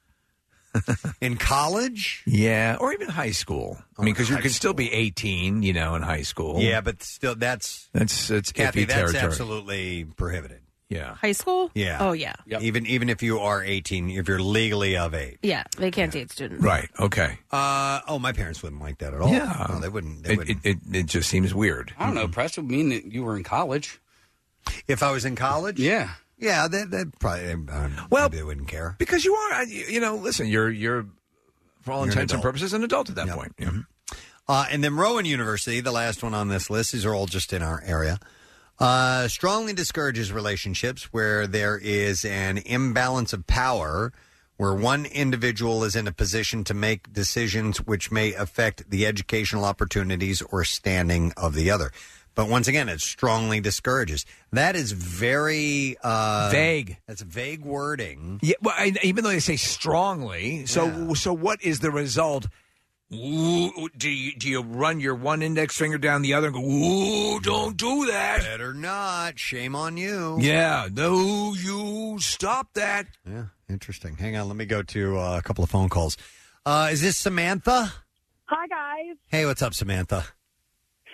[SPEAKER 3] in college? Oh,
[SPEAKER 5] Yeah, or even high school. I mean, because you
[SPEAKER 3] high
[SPEAKER 5] can still be 18, you know, in high school.
[SPEAKER 3] Yeah, but still, that's
[SPEAKER 5] That's that's
[SPEAKER 3] Kathy,
[SPEAKER 5] iffy
[SPEAKER 3] that's
[SPEAKER 5] territory.
[SPEAKER 3] absolutely prohibited.
[SPEAKER 5] Yeah.
[SPEAKER 4] High school?
[SPEAKER 3] Yeah.
[SPEAKER 4] Oh, yeah.
[SPEAKER 3] Even even if you are 18, if you're legally of age.
[SPEAKER 4] Yeah, they can't date students.
[SPEAKER 5] Right. Okay.
[SPEAKER 3] Uh, oh, my parents wouldn't like that at all.
[SPEAKER 5] Yeah.
[SPEAKER 3] No, they wouldn't. They
[SPEAKER 5] It, it,
[SPEAKER 3] wouldn't.
[SPEAKER 5] it, it just seems weird.
[SPEAKER 6] I don't know. Press would mean that you were in college.
[SPEAKER 3] If I was in college?
[SPEAKER 6] Yeah.
[SPEAKER 3] Yeah, that that probably um,
[SPEAKER 5] well,
[SPEAKER 3] they wouldn't care.
[SPEAKER 5] Because you are, uh, you you know, listen, you're you're for all
[SPEAKER 3] You're an
[SPEAKER 5] intents and
[SPEAKER 3] adult.
[SPEAKER 5] purposes an adult at that point. Yeah.
[SPEAKER 3] Uh, and then Rowan University, the last one on this list. These are all just in our area. Uh, strongly discourages relationships where there is an imbalance of power, where one individual is in a position to make decisions which may affect the educational opportunities or standing of the other. But once again, it strongly discourages. That is very uh,
[SPEAKER 5] Vague.
[SPEAKER 3] That's vague wording.
[SPEAKER 5] Yeah, well, I, even though they say strongly, so so what is the result? Ooh, do you do you run your one index finger down the other and go? Ooh, don't do that.
[SPEAKER 3] Better not. Shame on you.
[SPEAKER 5] Yeah, no, you stop that.
[SPEAKER 3] Yeah, interesting. Hang on, let me go to uh, a couple of phone calls. Uh, is this Samantha?
[SPEAKER 20] Hi, guys.
[SPEAKER 3] Hey, what's up, Samantha?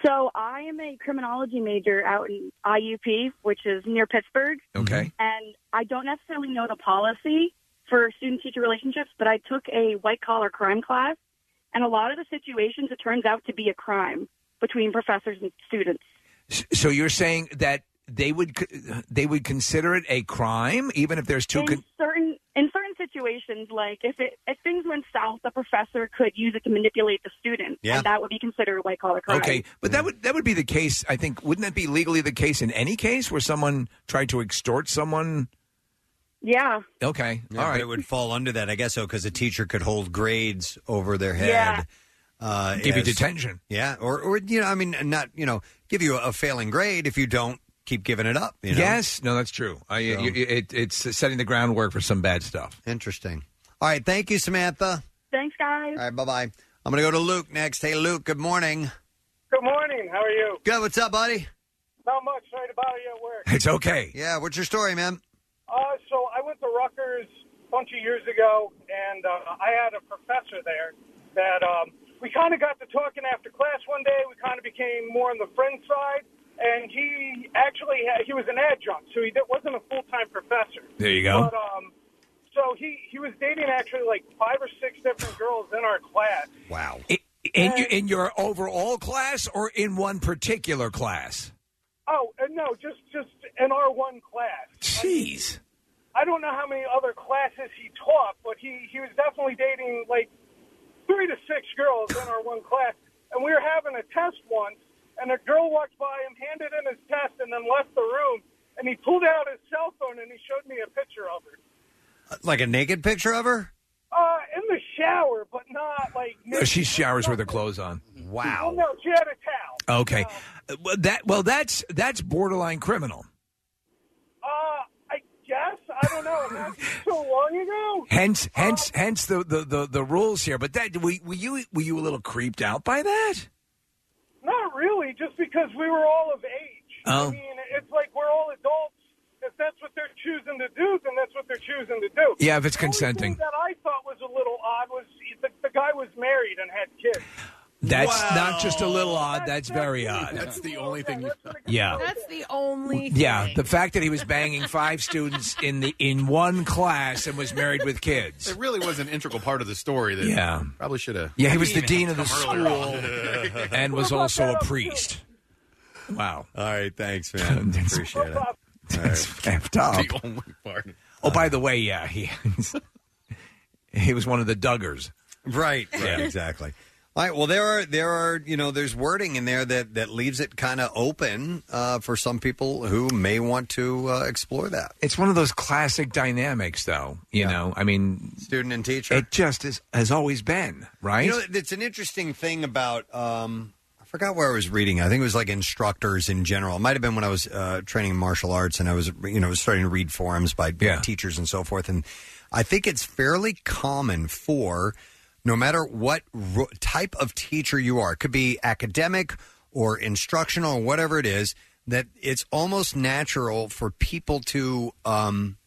[SPEAKER 20] So I am a criminology major out in IUP, which is near Pittsburgh.
[SPEAKER 5] Okay.
[SPEAKER 20] And I don't necessarily know the policy for student teacher relationships, but I took a white collar crime class. And a lot of the situations, it turns out to be a crime between professors and students.
[SPEAKER 5] So you're saying that they would c- they would consider it a crime even if there's two. Con-
[SPEAKER 20] Certain in certain situations, like if it if things went south, the professor could use it to manipulate the student,
[SPEAKER 5] Yeah.
[SPEAKER 20] and that would be considered a white collar crime.
[SPEAKER 5] okay, but that would that would be the case. I think wouldn't that be legally the case in any case where someone tried to extort someone?
[SPEAKER 20] Yeah.
[SPEAKER 5] Okay,
[SPEAKER 3] Yeah,
[SPEAKER 5] all
[SPEAKER 3] but
[SPEAKER 5] right.
[SPEAKER 3] It would fall under that, I guess, so because a teacher could hold grades over their head.
[SPEAKER 5] Yeah.
[SPEAKER 3] Uh,
[SPEAKER 5] Give you detention.
[SPEAKER 3] Yeah, or, or you know, I mean, not you know, give you a failing grade if you don't keep giving it up. You know?
[SPEAKER 5] Yes, no, that's true. I,
[SPEAKER 3] So-
[SPEAKER 5] you- it, it's setting the groundwork for some bad stuff.
[SPEAKER 3] Interesting. All right, thank you, Samantha.
[SPEAKER 20] Thanks, guys.
[SPEAKER 3] All right, bye bye. I'm gonna go to Luke next. Hey, Luke. Good morning.
[SPEAKER 14] Good morning. How are you?
[SPEAKER 3] Good. What's up, buddy?
[SPEAKER 14] Not much. Sorry to bother you at work.
[SPEAKER 5] It's okay.
[SPEAKER 3] Yeah. What's your story, man?
[SPEAKER 14] Uh, so I went to Rutgers a bunch of years ago, and uh, I had a professor there that um, we kind of got to talking after class one day. We kind of became more on the friend side, and he actually had, he was an adjunct, so he di- wasn't a full time professor.
[SPEAKER 5] There you go.
[SPEAKER 14] But um, so he he was dating actually like five or six different girls in our class.
[SPEAKER 3] Wow.
[SPEAKER 5] in, your- in your overall class or in one particular class?
[SPEAKER 14] Oh uh, no, just just in our one class.
[SPEAKER 5] Jeez.
[SPEAKER 14] I don't know how many other classes he taught, but he, he was definitely dating like three to six girls in our one class. And we were having a test once, and a girl walked by him, handed in his test, and then left the room. And he pulled out his cell phone and he showed me a picture of her.
[SPEAKER 3] Like a naked picture of her?
[SPEAKER 14] Uh, in the shower, but not like.
[SPEAKER 5] No, she showers with her clothes on.
[SPEAKER 3] Wow.
[SPEAKER 14] Well, no, she had a towel.
[SPEAKER 5] Okay. Uh, Well, that well that's that's borderline criminal.
[SPEAKER 14] Uh, I guess I don't know. That was so long ago.
[SPEAKER 5] Hence hence hence the the, the, the rules here. But that were, were you were you a little creeped out by that?
[SPEAKER 14] Not really, just because we were all of age.
[SPEAKER 5] Oh.
[SPEAKER 14] I mean, it's like we're all adults. If that's what they're choosing to do, then that's what they're choosing to do.
[SPEAKER 5] Yeah, if it's
[SPEAKER 14] The only thing
[SPEAKER 5] consenting.
[SPEAKER 14] that I thought was a little odd was the, the guy was married and had kids.
[SPEAKER 5] That's not just a little odd, that's, very odd.
[SPEAKER 7] Ah, That's the only thing. You,
[SPEAKER 5] yeah.
[SPEAKER 4] That's the only.
[SPEAKER 5] Yeah, the fact that he was banging five students in the in one class and was married with kids.
[SPEAKER 7] it really was an integral part of the story. That
[SPEAKER 5] Yeah.
[SPEAKER 7] probably should have.
[SPEAKER 5] Yeah, he was the dean of the
[SPEAKER 7] Come
[SPEAKER 5] school
[SPEAKER 7] earlier.
[SPEAKER 5] and was also a priest. Wow.
[SPEAKER 3] All right. Thanks, man. Appreciate it.
[SPEAKER 5] That's effed up.
[SPEAKER 7] The only part.
[SPEAKER 5] Oh, by the way, yeah, he he was one of the Duggars.
[SPEAKER 3] Right. Right.
[SPEAKER 5] Yeah.
[SPEAKER 3] Exactly. All right. Well, there are there are you know there's wording in there that that leaves it kind of open uh, for some people who may want to uh, explore that.
[SPEAKER 5] It's one of those classic dynamics, though. You know, I mean,
[SPEAKER 3] student and teacher.
[SPEAKER 5] It just is, has always been right.
[SPEAKER 3] You know, it's an interesting thing about. Um, I forgot where I was reading. I think it was like instructors in general. It might have been when I was uh, training in martial arts and I was, you know, starting to read forums by teachers and so forth. And I think it's fairly common for no matter what ro- type of teacher you are, it could be academic or instructional or whatever it is, that it's almost natural for people to. Um,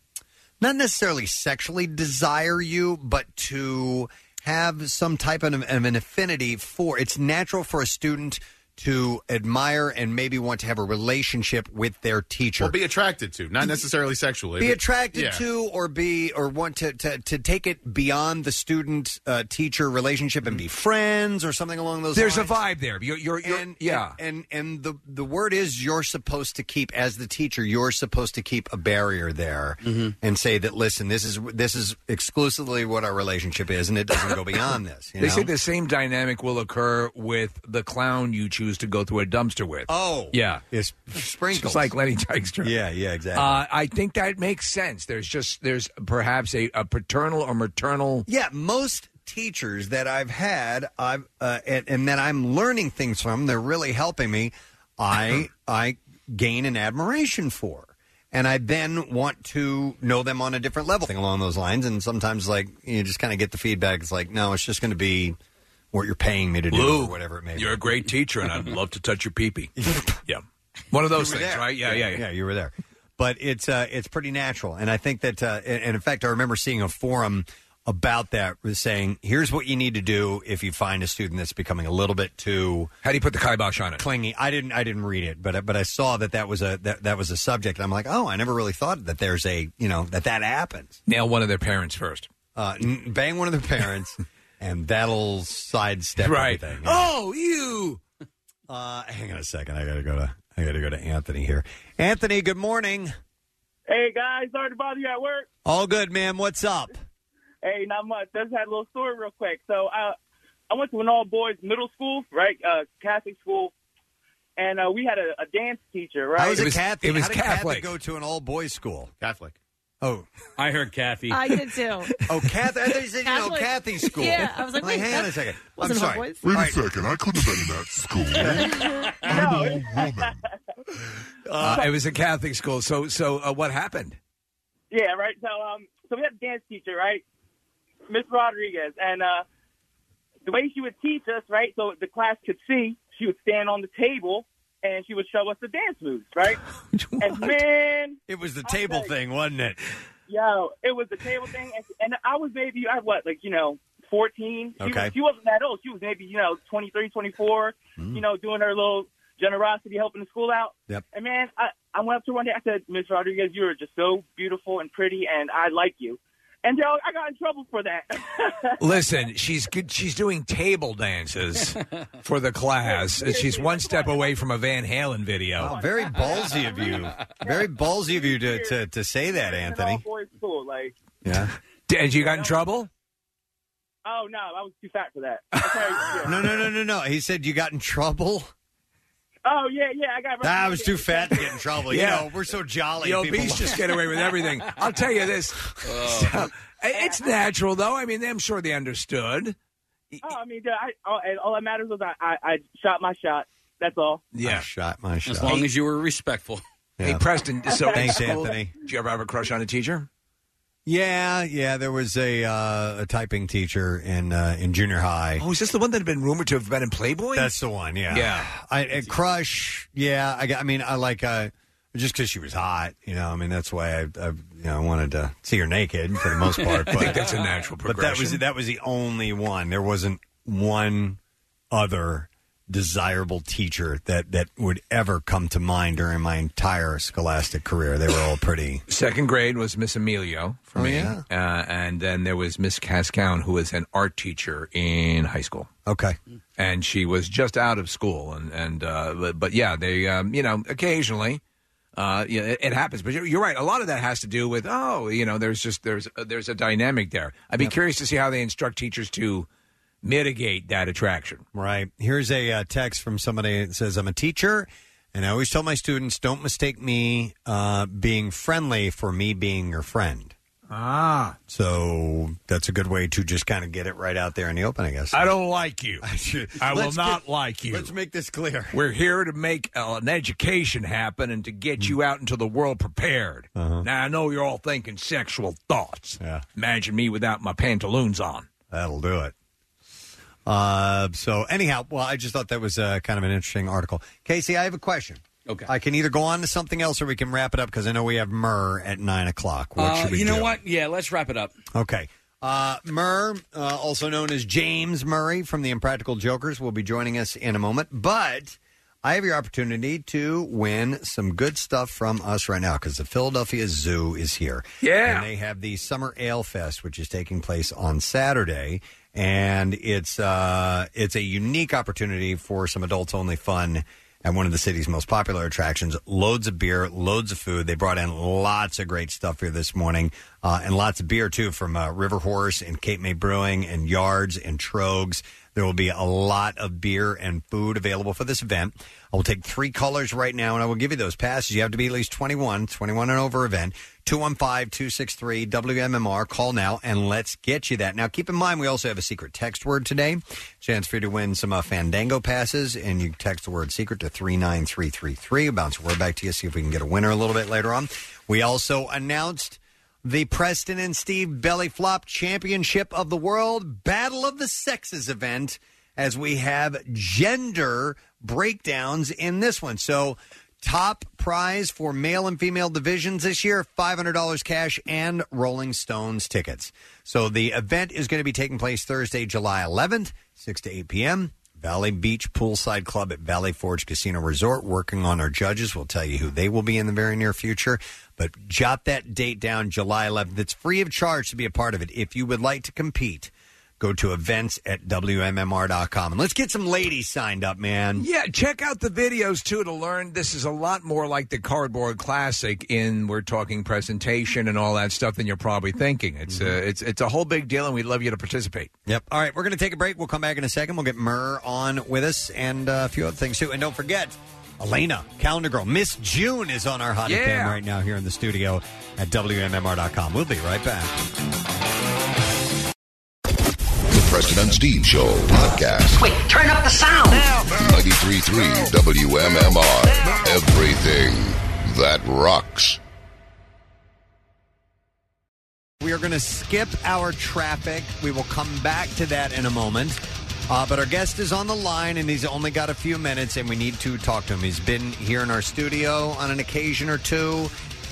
[SPEAKER 3] not necessarily sexually desire you, but to have some type of, of an affinity for. It's natural for a student to admire and maybe want to have a relationship with their teacher.
[SPEAKER 7] Or be attracted to, not necessarily sexually.
[SPEAKER 3] be
[SPEAKER 7] but-
[SPEAKER 3] attracted
[SPEAKER 7] Yeah.
[SPEAKER 3] to or be or want to to, to take it beyond the student uh, teacher relationship and be friends or something along those
[SPEAKER 5] There's a
[SPEAKER 3] lines
[SPEAKER 5] vibe there. You're, you're, you're
[SPEAKER 3] and,
[SPEAKER 5] yeah.
[SPEAKER 3] and and the the word is you're supposed to keep as the teacher you're supposed to keep a barrier there and say that listen this is this is exclusively what our relationship is and it doesn't go beyond this you
[SPEAKER 5] they
[SPEAKER 3] know?
[SPEAKER 5] say the same dynamic will occur with the clown you choose to go through a dumpster with.
[SPEAKER 3] Oh.
[SPEAKER 5] yeah,
[SPEAKER 3] it's sprinkles,
[SPEAKER 5] just like Lenny Dykstra.
[SPEAKER 3] Yeah, yeah, exactly.
[SPEAKER 5] Uh, I think that makes sense. There's just there's perhaps a, a paternal or maternal.
[SPEAKER 3] Yeah, most teachers that I've had, I've uh, and, and that I'm learning things from, they're really helping me. I I gain an admiration for, and I then want to know them on a different level, thing along those lines. And sometimes, like you just kind of get the feedback, it's like, no, it's just going to be what you're paying me to do, or whatever it may be.
[SPEAKER 5] You're a great teacher, and I'd love to touch your peepee. yeah, one of those
[SPEAKER 3] You were
[SPEAKER 5] things,
[SPEAKER 3] there.
[SPEAKER 5] right? Yeah, yeah, yeah.
[SPEAKER 3] you were there. But it's uh, it's pretty natural, and I think that, uh, and and in fact, I remember seeing a forum about that was saying, here's what you need to do if you find a student that's becoming a little bit too.
[SPEAKER 5] How do you put the kibosh on it?
[SPEAKER 3] Clingy. I didn't. I didn't read it, but I- but I saw that that was a that, that was a subject. And I'm like, oh, I never really thought that there's a you know that that happens.
[SPEAKER 5] Nail one of their parents first.
[SPEAKER 3] Uh, n- bang one of their parents, and that'll sidestep
[SPEAKER 5] Right.
[SPEAKER 3] everything.
[SPEAKER 5] Oh, you.
[SPEAKER 3] Uh, hang on a second. I gotta go to I gotta go to Anthony here. Anthony, good morning.
[SPEAKER 15] Hey guys, sorry to bother you at work.
[SPEAKER 3] All good, ma'am. What's up?
[SPEAKER 15] Hey, not much. Just had a little story real quick. So I, I went to an all boys middle school, right? Uh, Catholic school, and uh, we had a, a dance teacher, right?
[SPEAKER 3] How is Kathy? How did Kathy go to an all boys school.
[SPEAKER 7] Catholic.
[SPEAKER 3] Oh,
[SPEAKER 6] I heard Kathy.
[SPEAKER 4] I did too.
[SPEAKER 3] Oh, Kathy. I thought you said, you know,
[SPEAKER 4] Catholic-
[SPEAKER 3] Kathy school.
[SPEAKER 4] Yeah, I was like, wait,
[SPEAKER 3] hang on a
[SPEAKER 4] that's-
[SPEAKER 3] second. I'm
[SPEAKER 4] wasn't all
[SPEAKER 3] sorry.
[SPEAKER 4] boys?
[SPEAKER 11] Wait
[SPEAKER 3] All
[SPEAKER 11] a
[SPEAKER 3] right.
[SPEAKER 11] second, I couldn't have been in that school.
[SPEAKER 5] Uh, it was a Catholic school. So, so uh, what happened?
[SPEAKER 15] Yeah, right. So, um, so we had a dance teacher, right? Miss Rodriguez, and uh, the way she would teach us, right? So the class could see. She would stand on the table and she would show us the dance moves, right? and man,
[SPEAKER 3] It was the table thing, wasn't it?
[SPEAKER 15] Yo, it was the table thing, and, and I was maybe I what like you know fourteen. She,
[SPEAKER 3] Okay.
[SPEAKER 15] was, she wasn't that old. She was maybe you know 23, 24, You know, doing her little generosity, helping the school out.
[SPEAKER 3] Mm. Yep.
[SPEAKER 15] And man, I I went up to her one day. I said, Miss Rodriguez, you are just so beautiful and pretty, and I like you. And yo, I got in trouble for that.
[SPEAKER 5] Listen, she's good. she's doing table dances for the class. She's one step away from a Van Halen video.
[SPEAKER 3] Oh, very ballsy of you. Very ballsy of you to, to, to say that, Anthony.
[SPEAKER 15] Boys school, like
[SPEAKER 3] Yeah.
[SPEAKER 5] Did you got in trouble?
[SPEAKER 15] oh no, I was too fat for that. Okay, yeah.
[SPEAKER 3] No, no, no, no, no. He said you got in trouble.
[SPEAKER 15] Oh yeah, yeah, I got.
[SPEAKER 3] Nah, I was too fat to get in trouble. You
[SPEAKER 5] Yeah.
[SPEAKER 3] know, we're so jolly.
[SPEAKER 5] The
[SPEAKER 3] people- Oh.
[SPEAKER 5] obese just get away with everything. I'll tell you this. So, it's natural, though. I mean, I'm sure they understood.
[SPEAKER 15] Oh, I mean, dude, I, all, and all that matters was I, I, I shot my shot. That's all.
[SPEAKER 5] Yeah.
[SPEAKER 3] shot my
[SPEAKER 6] As long as you were respectful.
[SPEAKER 5] Hey, Preston. So
[SPEAKER 3] Thanks,
[SPEAKER 5] in school,
[SPEAKER 3] Anthony.
[SPEAKER 5] Did you ever have a crush on a teacher?
[SPEAKER 3] Yeah, yeah. There was a uh, a typing teacher in uh, in junior high.
[SPEAKER 5] Oh, is this the one that had been rumored to have been in Playboy?
[SPEAKER 3] That's the one. Yeah,
[SPEAKER 5] Yeah.
[SPEAKER 3] I, I crush. Yeah, I, got- I mean, I like uh, just because she was hot. You know, I mean, that's why I, I you know I wanted to see her naked for the most part.
[SPEAKER 5] I
[SPEAKER 3] But
[SPEAKER 5] think that's a natural
[SPEAKER 3] But that was
[SPEAKER 5] progression.
[SPEAKER 3] that was the only one. There wasn't one other desirable teacher that that would ever come to mind during my entire scholastic career. They were all pretty.
[SPEAKER 5] Second grade was Miss Emilio for
[SPEAKER 3] Oh,
[SPEAKER 5] me.
[SPEAKER 3] yeah.
[SPEAKER 5] Uh, and then there was Miss Cascown, who was an art teacher in high school.
[SPEAKER 3] Okay.
[SPEAKER 5] And she was just out of school. And, and uh, but, but yeah, they, um, you know, occasionally. Uh, yeah, it, it happens, but you're, you're right. A lot of that has to do with oh, you know, there's just there's uh, there's a dynamic there. I'd be curious to see how they instruct teachers to mitigate that attraction.
[SPEAKER 3] Right. Here's a uh, text from somebody that says, I'm a teacher, and I always tell my students, don't mistake me uh, being friendly for me being your friend.
[SPEAKER 5] Ah,
[SPEAKER 3] So that's a good way to just kind of get it right out there in the open, I guess.
[SPEAKER 5] I don't like you. I will
[SPEAKER 3] Let's
[SPEAKER 5] not
[SPEAKER 3] get-
[SPEAKER 5] like you.
[SPEAKER 3] let's make this clear.
[SPEAKER 5] We're here to make uh, an education happen and to get
[SPEAKER 3] Mm.
[SPEAKER 5] you out into the world prepared. Now I know you're all thinking sexual thoughts.
[SPEAKER 3] Yeah.
[SPEAKER 5] Imagine me without my pantaloons on.
[SPEAKER 3] That'll do it. Uh, so, anyhow, well, I just thought that was uh, kind of an interesting article. Casey, I have a question.
[SPEAKER 6] Okay.
[SPEAKER 3] I can either go on to something else or we can wrap it up because I know we have Murr at 9 o'clock. What
[SPEAKER 6] Uh,
[SPEAKER 3] should we
[SPEAKER 6] you know
[SPEAKER 3] do?
[SPEAKER 6] what? Yeah, let's wrap it up.
[SPEAKER 3] Okay. Uh, Murr, uh, also known as James Murray from the Impractical Jokers, will be joining us in a moment. But I have your opportunity to win some good stuff from us right now because the Philadelphia Zoo is here.
[SPEAKER 5] Yeah.
[SPEAKER 3] And they have the Summer Ale Fest, which is taking place on Saturday. And it's uh, it's a unique opportunity for some adults only fun at one of the city's most popular attractions. Loads of beer, loads of food. They brought in lots of great stuff here this morning, uh, and lots of beer too from uh, River Horse and Cape May Brewing and Yards and Trogs. There will be a lot of beer and food available for this event. I will take three colors right now, and I will give you those passes. You have to be at least 21, 21 and over event. 215-263-WMMR. Call now, and let's get you that. Now, keep in mind, we also have a secret text word today. Chance for you to win some uh, Fandango passes, and you text the word secret to 39333. We'll bounce a word back to you, see if we can get a winner a little bit later on. We also announced the Preston and Steve Belly Flop Championship of the World Battle of the Sexes event as we have gender breakdowns in this one. So Top prize for male and female divisions this year $500 cash and Rolling Stones tickets. So the event is going to be taking place Thursday, July 11th, 6 to 8 p.m. Valley Beach Poolside Club at Valley Forge Casino Resort. Working on our judges. We'll tell you who they will be in the very near future. But jot that date down, July 11th. It's free of charge to be a part of it. If you would like to compete, go to events at WMMR.com. And let's get some ladies signed up, man.
[SPEAKER 5] Yeah, check out the videos too to learn. This is a lot more like the cardboard classic in we're talking presentation and all that stuff than you're probably thinking. It's a it's it's a whole big deal, and we'd love you to participate.
[SPEAKER 3] Yep. All right, we're going to take a break. We'll come back in a second. We'll get Murr on with us and uh, a few other things too. And don't forget, Elena, calendar girl, Miss June is on our hot
[SPEAKER 13] Yeah.
[SPEAKER 3] cam right now here in the studio at WMMR.com. We'll be right back.
[SPEAKER 11] The Preston and Steve Show podcast.
[SPEAKER 13] Wait, turn up the sound. Now.
[SPEAKER 11] 933 WMMR. Everything that rocks.
[SPEAKER 3] We are going to skip our traffic. We will come back to that in a moment. Uh, but our guest is on the line, and he's only got a few minutes, and we need to talk to him. He's been here in our studio on an occasion or two.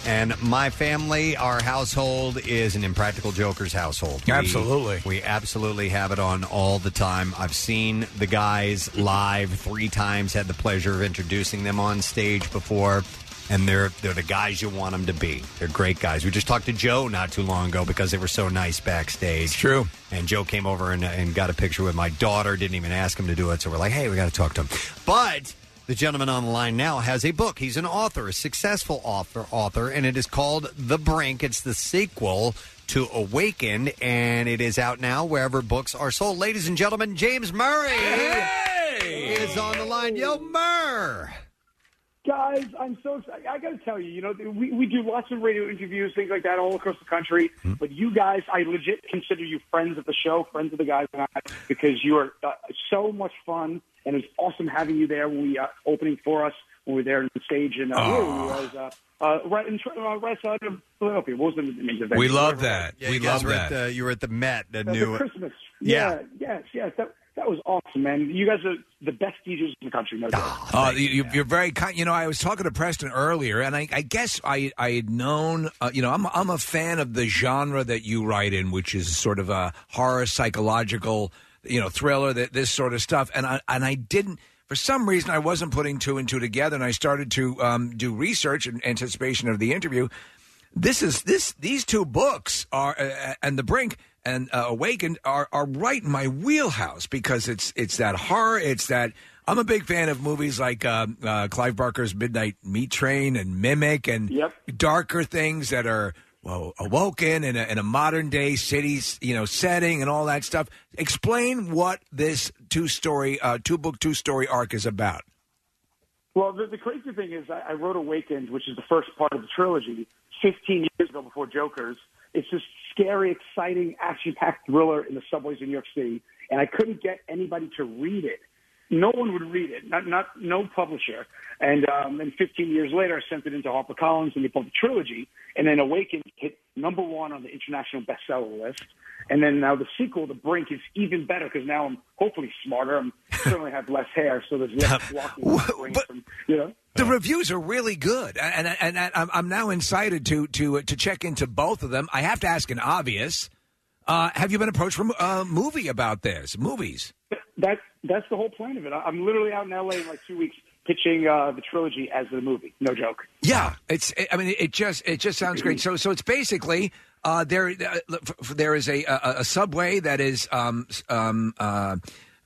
[SPEAKER 3] And my family, our household, is an Impractical Jokers household. We-
[SPEAKER 5] Absolutely.
[SPEAKER 3] We absolutely have it on all the time. I've seen the guys live three times, had the pleasure of introducing them on stage before, and they're they're the guys you want them to be. They're great guys. We just talked to Joe not too long ago because they were so nice backstage. true. And Joe came over and, and got a picture with my daughter, didn't even ask him to do it. So we're like, hey, we got to talk to him. But the gentleman on the line now has a book. He's an author, a successful author, author, and it is called The Brink. It's the sequel to Awakened, and it is out now wherever books are sold. Ladies and gentlemen, James Murray is on the line. Yo, Murr!
[SPEAKER 16] Guys, I'm so excited. I got to tell you, you know, we, we do lots of radio interviews, things like that, all across the country.
[SPEAKER 5] Hmm.
[SPEAKER 16] But you guys, I legit consider you friends of the show, friends of the guys, and I, because you are uh, so much fun, and it was awesome having you there when we uh, opening for us when we were there on stage in uh, where were we? I was, uh, uh, right in uh, right side of Philadelphia. What was the name of the venue?
[SPEAKER 5] We love that.
[SPEAKER 3] Yeah,
[SPEAKER 5] we
[SPEAKER 3] you guys
[SPEAKER 5] love
[SPEAKER 3] were at
[SPEAKER 5] that.
[SPEAKER 3] the- you were at the Met, the
[SPEAKER 16] That's
[SPEAKER 3] new
[SPEAKER 16] a Christmas.
[SPEAKER 3] Yeah.
[SPEAKER 16] yes, yes. That that was awesome, man. You guys are the best DJs in the country, no
[SPEAKER 3] Ah.
[SPEAKER 16] doubt.
[SPEAKER 5] Uh, you, you're very kind. You know, I was talking to Preston earlier, and I, I guess I I had known. Uh, you know, I'm I'm a fan of the genre that you write in, which is sort of a horror psychological, you know, thriller that this sort of stuff. And I and I didn't for some reason I wasn't putting two and two together, and I started to um, do research in anticipation of the interview. This is this these two books are uh, and the brink and uh, awakened are are right in my wheelhouse because it's it's that horror it's that I'm a big fan of movies like uh, uh, Clive Barker's Midnight Meat Train and Mimic and darker things that are well, awoken in a, in a modern day city you know setting and all that stuff. Explain what this two story uh, two book two story arc is about.
[SPEAKER 16] Well, the, the crazy thing is, I, I wrote Awakened, which is the first part of the trilogy, 15 years ago before Joker's. It's this scary, exciting, action packed thriller in the subways in New York City, and I couldn't get anybody to read it. No one would read it, not, not no publisher. And um, then 15 years later, I sent it into HarperCollins, and they put the trilogy, and then Awakened hit number one on the international bestseller list. And then now the sequel, The Brink, is even better because now I'm hopefully smarter. I'm certainly have less hair, so there's less walking. but, from, you know?
[SPEAKER 5] The reviews are really good, and and, and and I'm- I'm now incited to to to check into both of them. I have to ask an obvious: uh, Have you been approached from a movie about this? Movies?
[SPEAKER 16] That that's the whole point of it. I- I'm literally out in LA in like two weeks pitching uh, the trilogy as the movie. No joke.
[SPEAKER 5] Yeah, it's. I mean, it just it just sounds great. So so it's basically uh, there uh, f- f- there is a, a a subway that is um s- um uh,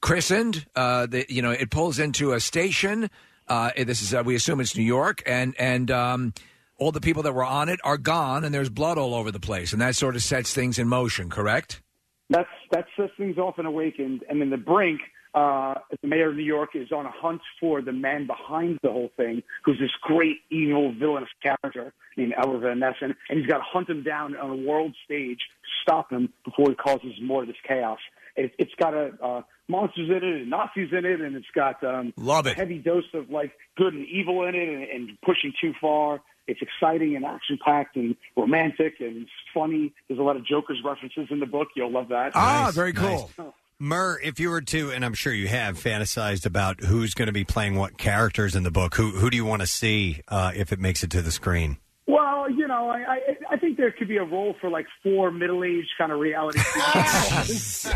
[SPEAKER 5] christened. Uh, the, you know, it pulls into a station. Uh, this is uh, we assume it's New York, and and um, all the people that were on it are gone, and there's blood all over the place, and that sort of sets things in motion. Correct.
[SPEAKER 16] That's that sets things off and awakened, and then the brink. Uh, the mayor of New York is on a hunt for the man behind the whole thing, who's this great evil villainous character named Elmer Van Nessen, and he's got to hunt him down on a world stage, stop him before he causes more of this chaos. It, it's got a, uh, monsters in it and Nazis in it, and it's got um,
[SPEAKER 5] Love it.
[SPEAKER 16] a heavy dose of like good and evil in it, and, and pushing too far. It's exciting and action packed and romantic and funny. There's a lot of Joker's references in the book. You'll love that.
[SPEAKER 5] Ah, very cool.
[SPEAKER 3] Murr, if you were to, and I'm sure you have fantasized about who's going to be playing what characters in the book, who who do you want to see uh, if it makes it to the screen?
[SPEAKER 16] Well, you know, I, I I think there could be a role for like four middle-aged kind of reality.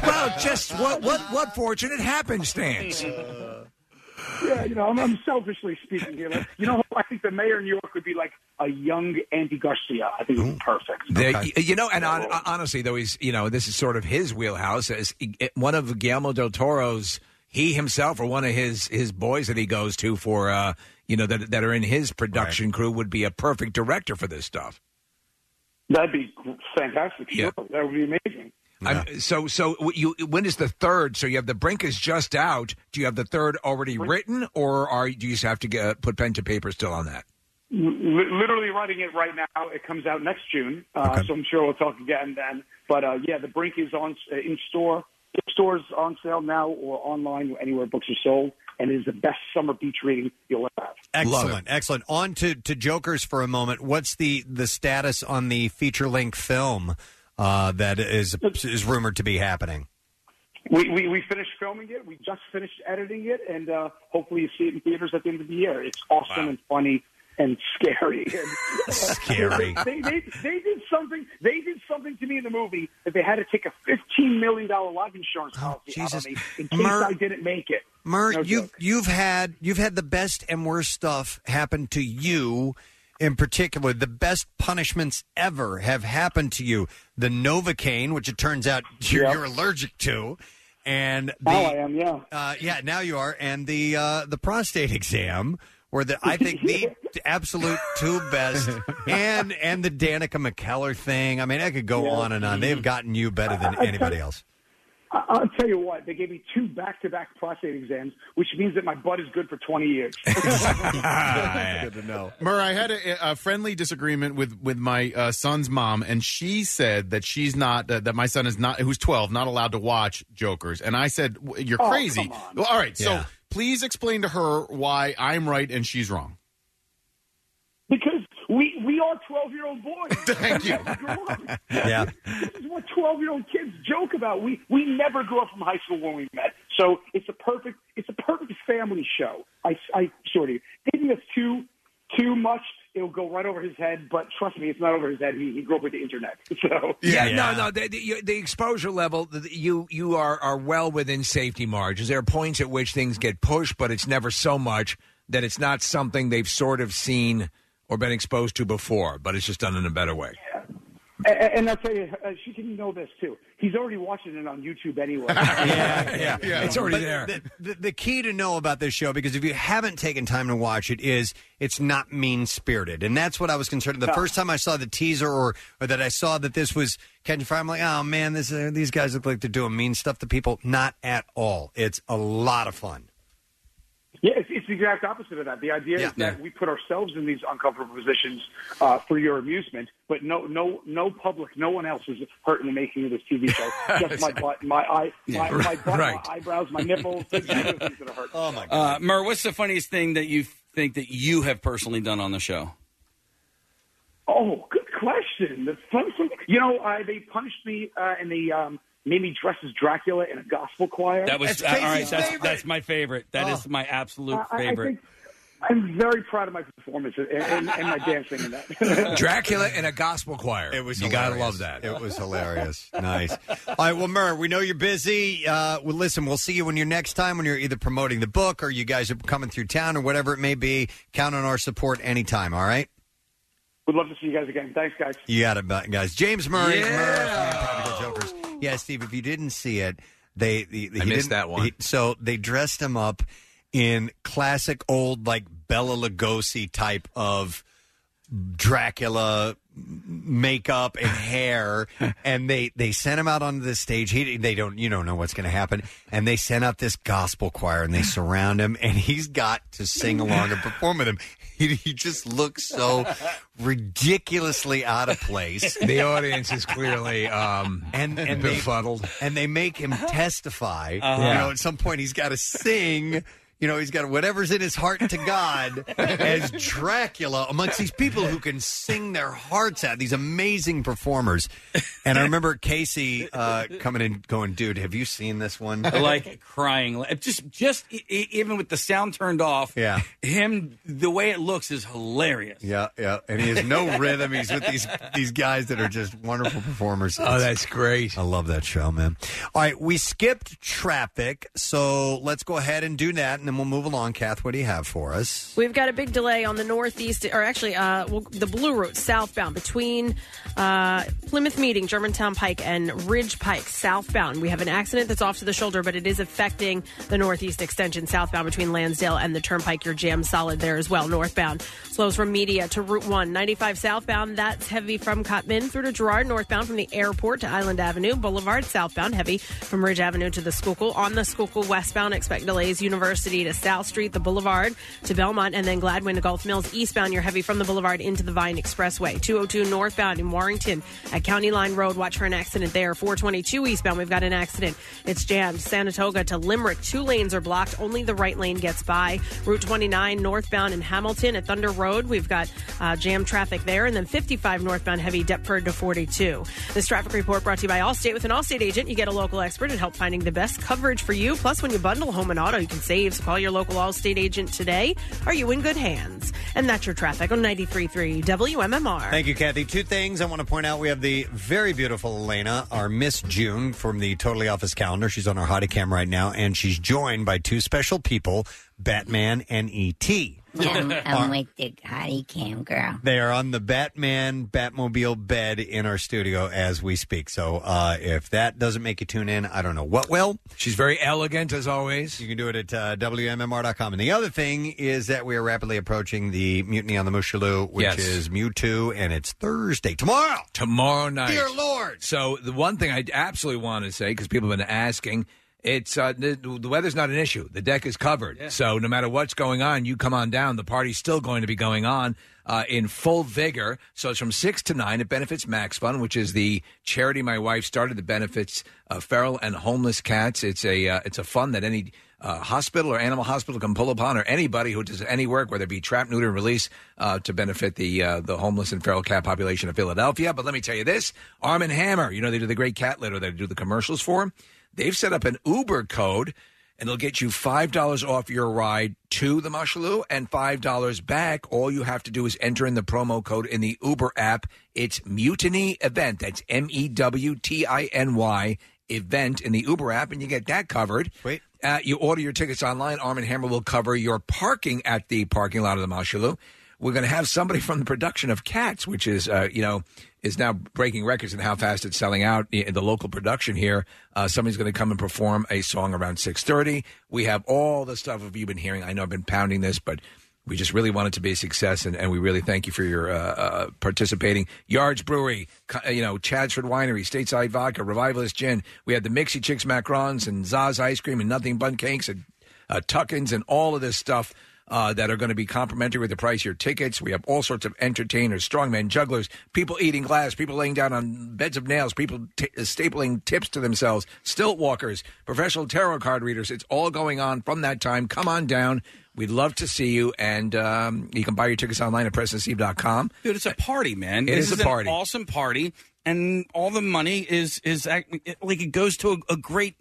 [SPEAKER 5] well, just what what what fortunate happenstance.
[SPEAKER 16] yeah, you know, I'm, I'm selfishly speaking here. Like, you know, I think the mayor of New York would be like a young Andy Garcia. I think would be perfect.
[SPEAKER 5] There- y- You know, and on, honestly, though he's you know this is sort of his wheelhouse as it- one of Guillermo del Toro's. He himself, or one of his his boys that he goes to for uh, you know that that are in his production crew, would be a perfect director for this stuff.
[SPEAKER 16] That'd be fantastic. Sure, that would be amazing.
[SPEAKER 5] I'm, so so w- you when is the third? So you have the brink is just out. Do you have the third already written, or are do you just have to get, uh, put pen to paper still on that?
[SPEAKER 16] Li- literally writing it right now. It comes out next June, uh, so I'm sure we'll talk again then. But uh, yeah, the Brink is on uh, in store, stores on sale now or online anywhere books are sold, and it is the best summer beach reading you'll ever have.
[SPEAKER 3] Excellent, excellent. On to, to Jokers for a moment. What's the the status on the feature length film uh, that is is rumored to be happening?
[SPEAKER 16] We, we we finished filming it. We just finished editing it, and uh, hopefully you see it in theaters at the end of the year. It's awesome and funny and scary. And,
[SPEAKER 3] Scary.
[SPEAKER 16] they, they they did something. They did something to me in the movie that they had to take a fifteen million dollar life insurance policy out of me in case
[SPEAKER 3] Mer-
[SPEAKER 16] I didn't make it.
[SPEAKER 3] Mert,
[SPEAKER 16] No
[SPEAKER 3] you've
[SPEAKER 16] joke.
[SPEAKER 3] you've had you've had the best and worst stuff happen to you. In particular, the best punishments ever have happened to you. The Novocaine, which it turns out you're, you're allergic to, and the,
[SPEAKER 16] Now I am, yeah.
[SPEAKER 3] uh, yeah, now you are, and the uh, the prostate exam were the I think the absolute two best, and and the Danica McKellar thing. I mean, I could go
[SPEAKER 16] Yeah.
[SPEAKER 3] on and on. They've gotten you better than
[SPEAKER 16] I- I-
[SPEAKER 3] anybody else.
[SPEAKER 16] I- I'll tell you what, they gave me two back to back prostate exams, which means that my butt is good for 20 years.
[SPEAKER 7] Good
[SPEAKER 3] to know.
[SPEAKER 7] Murr, I had a, a friendly disagreement with with my uh, son's mom, and she said that she's not uh, that, that my son is not who's twelve not allowed to watch Joker's, and I said "W- you're
[SPEAKER 16] Oh,
[SPEAKER 7] crazy.
[SPEAKER 16] come on.
[SPEAKER 7] Well, all right,
[SPEAKER 16] Yeah.
[SPEAKER 7] so please explain to her why I'm right and she's wrong.
[SPEAKER 16] because we, we are 12 year old boys. Thank you.
[SPEAKER 3] Yeah.
[SPEAKER 16] This is what 12 year old kids joke about. We, we never grew up from high school when we met. So it's a perfect, it's a perfect family show. I, I sure do. Thinking it's too, too much, it'll go right over his head. But trust me, it's not over his head. He, he grew up with the internet. So
[SPEAKER 5] Yeah, no, no. The, the, you- the exposure level, the, the- you you are are well within safety margins. There are points at which things get pushed, but it's never so much that it's not something they've sort of seen or been exposed to before, but it's just done in a better way.
[SPEAKER 16] And, and I'll tell you, uh, she can know this too. He's already watching it on YouTube anyway.
[SPEAKER 3] yeah, But The, the, the key to know about this show, because if you haven't taken time to watch it, is it's not mean spirited, and that's what I was concerned. The
[SPEAKER 17] No.
[SPEAKER 3] first time I saw the teaser, or, or that I saw that this was catching fire, I'm like, oh man, this uh, these guys look like they're doing mean stuff to people. Not at all. It's a lot of fun.
[SPEAKER 16] Yeah, it's, it's the exact opposite of that. The idea is that we put ourselves in these uncomfortable positions uh, for your amusement, but no, no, no public, no one else is hurt in the making of this TV show. Just my butt, my eye,
[SPEAKER 6] Yeah,
[SPEAKER 16] my, my butt,
[SPEAKER 6] right.
[SPEAKER 16] my eyebrows, my nipples, these are the things that are hurt.
[SPEAKER 3] Oh my
[SPEAKER 6] Uh, Murr, what's the funniest thing that you think that you have personally done on the show?
[SPEAKER 16] Oh, good question. The fun, fun- you know, I, they punished me uh, and they um, made me dress as Dracula in a gospel choir.
[SPEAKER 6] That was uh, all right. That's, that's my favorite. That is
[SPEAKER 16] Oh.
[SPEAKER 6] my absolute
[SPEAKER 16] I- I
[SPEAKER 6] favorite.
[SPEAKER 16] think I'm very proud of my performance and, and, and my dancing in that.
[SPEAKER 5] Dracula in a gospel choir. It
[SPEAKER 3] was
[SPEAKER 5] you gotta
[SPEAKER 3] hilarious.
[SPEAKER 5] love that.
[SPEAKER 3] It was hilarious. nice. All right, well, Murr, we know you're busy. Uh, well, listen, we'll see you when you're next time when you're either promoting the book or you guys are coming through town or whatever it may be. Count on our support anytime. All right.
[SPEAKER 16] Would love to see you guys again. Thanks, guys.
[SPEAKER 3] You got it, bu- guys. James Murray. Yeah. Jokers. Yeah, Steve. If you didn't see it, they the,
[SPEAKER 5] I missed that one.
[SPEAKER 3] so they dressed him up in classic old like Bella Lugosi type of Dracula makeup and hair, and they they sent him out onto the stage. He they don't you don't know what's going to happen, and they sent out this gospel choir and they surround him, and he's got to sing along and perform with him. He, he just looks so ridiculously out of place.
[SPEAKER 5] The audience is clearly um
[SPEAKER 3] and and
[SPEAKER 5] befuddled.
[SPEAKER 3] They, and they make him testify.
[SPEAKER 5] Uh-huh.
[SPEAKER 3] You know, at some point he's got to sing. you know, he's got whatever's in his heart to God as Dracula amongst these people who can sing their hearts out, these amazing performers. And I remember Casey uh, coming in going, dude, have you seen this one?
[SPEAKER 6] like crying, Like, just just e- e- even with the sound turned off.
[SPEAKER 3] Yeah.
[SPEAKER 6] him the way it looks is hilarious.
[SPEAKER 3] Yeah, yeah, and he has no rhythm. He's with these these guys that are just wonderful performers.
[SPEAKER 6] Oh, that's
[SPEAKER 3] great! I love that show, man. All right, we skipped traffic, so let's go ahead and do that, and then we'll move along. Kath, what do you have for us?
[SPEAKER 4] We've got a big delay on the northeast, or actually, uh, well, the Blue Route southbound between uh, Plymouth Meeting, Germantown Pike, and Ridge Pike southbound. We have an accident that's off to the shoulder, but it is affecting the northeast extension southbound between Lansdale and the Turnpike. You're jammed solid there as well northbound. Slows from Media to Route 1, 95 southbound. That's heavy from Cotman through to Girard northbound from the airport to Island Avenue Boulevard southbound. Heavy from Ridge Avenue to the Schuylkill. On the Schuylkill westbound, expect delays University to South Street, the Boulevard to Belmont, and then Gladwin to Gulf Mills. Eastbound, you're heavy from the Boulevard into the Vine Expressway. 202 northbound in Warrington at County Line Road. Watch for an accident there. 422 eastbound, we've got an accident. It's jammed. Sanatoga to Limerick. Two lanes are blocked. Only the right lane gets by. Route 29 northbound in Hamilton at Thunder Road. We've got uh, jam traffic there. And then 55 northbound heavy Deptford to 42. This traffic report brought to you by Allstate. With an Allstate agent, you get a local expert at help finding the best coverage for you. Plus, when you bundle home and auto, you can save. So call your local Allstate agent today. Are you in good hands? And that's your traffic on 93.3 WMMR.
[SPEAKER 3] Thank you, Kathy. Two things I want to point out. We have the very beautiful Elena, our Miss June from the Totally Office calendar. She's on our hottie cam right now, and she's joined by two special people, Batman and E E.T.
[SPEAKER 17] I'm with the hottie cam girl.
[SPEAKER 3] They are on the Batman Batmobile bed in our studio as we speak. So uh, if that doesn't make you tune in, I don't know what will.
[SPEAKER 5] She's very elegant as always. You
[SPEAKER 3] can do it at uh, WMMR.com. And the other thing is that we are rapidly approaching the Mutiny on the Mushaloo, which
[SPEAKER 5] Yes.
[SPEAKER 3] is Mewtwo, and it's Thursday. Tomorrow!
[SPEAKER 5] Tomorrow night.
[SPEAKER 3] Dear Lord.
[SPEAKER 5] So the one thing I absolutely want to say, because people have been asking, it's uh, the, the weather's not an issue. The deck is covered. So no matter what's going on, you come on down. The party's still going to be going on uh, in full vigor. So it's from 6 to 9. It benefits Max Fund, which is the charity my wife started that benefits uh, feral and homeless cats. It's a, uh, it's a fund that any uh, hospital or animal hospital can pull upon, or anybody who does any work, whether it be trap, neuter, and release, uh, to benefit the uh, the homeless and feral cat population of Philadelphia. But let me tell you this: Arm and Hammer, you know they do the great cat litter that I do the commercials for. They've set up an Uber code, and they'll get you five dollars off your ride to the Mushaloo and five dollars back. All you have to do is enter in the promo code in the Uber app. It's Mutiny Event. That's M E W T I N Y event in the Uber app, and you get that covered.
[SPEAKER 3] Wait.
[SPEAKER 5] Uh, you order your tickets online. Arm and Hammer will cover your parking at the parking lot of the Mashaloo. We're going to have somebody from the production of Cats, which is, uh, you know, is now breaking records in how fast it's selling out in the local production here. Uh, somebody's going to come and perform a song around six thirty. We have all the stuff of you've been hearing. I know I've been pounding this, but we just really want it to be a success, and, and we really thank you for your uh, uh, participating. Yards Brewery, co- uh, you know, Chadsford Winery, Stateside Vodka, Revivalist Gin. We had the Mixie Chicks Macarons and Zaz Ice Cream and Nothing Bun Cakes and uh, Tuckins and all of this stuff uh, that are going to be complimentary with the price of your tickets. We have all sorts of entertainers, strongmen, jugglers, people eating glass, people laying down on beds of nails, people t- uh, stapling tips to themselves, stilt walkers, professional tarot card readers. It's all going on from that time. Come on down. We'd love to see you, and um, you can buy your tickets online at PresidentSteve.com.
[SPEAKER 6] Dude, it's a party, man.
[SPEAKER 5] It
[SPEAKER 6] This
[SPEAKER 5] is a party.
[SPEAKER 6] An awesome party, and all the money is is act- it- like it goes to a, a great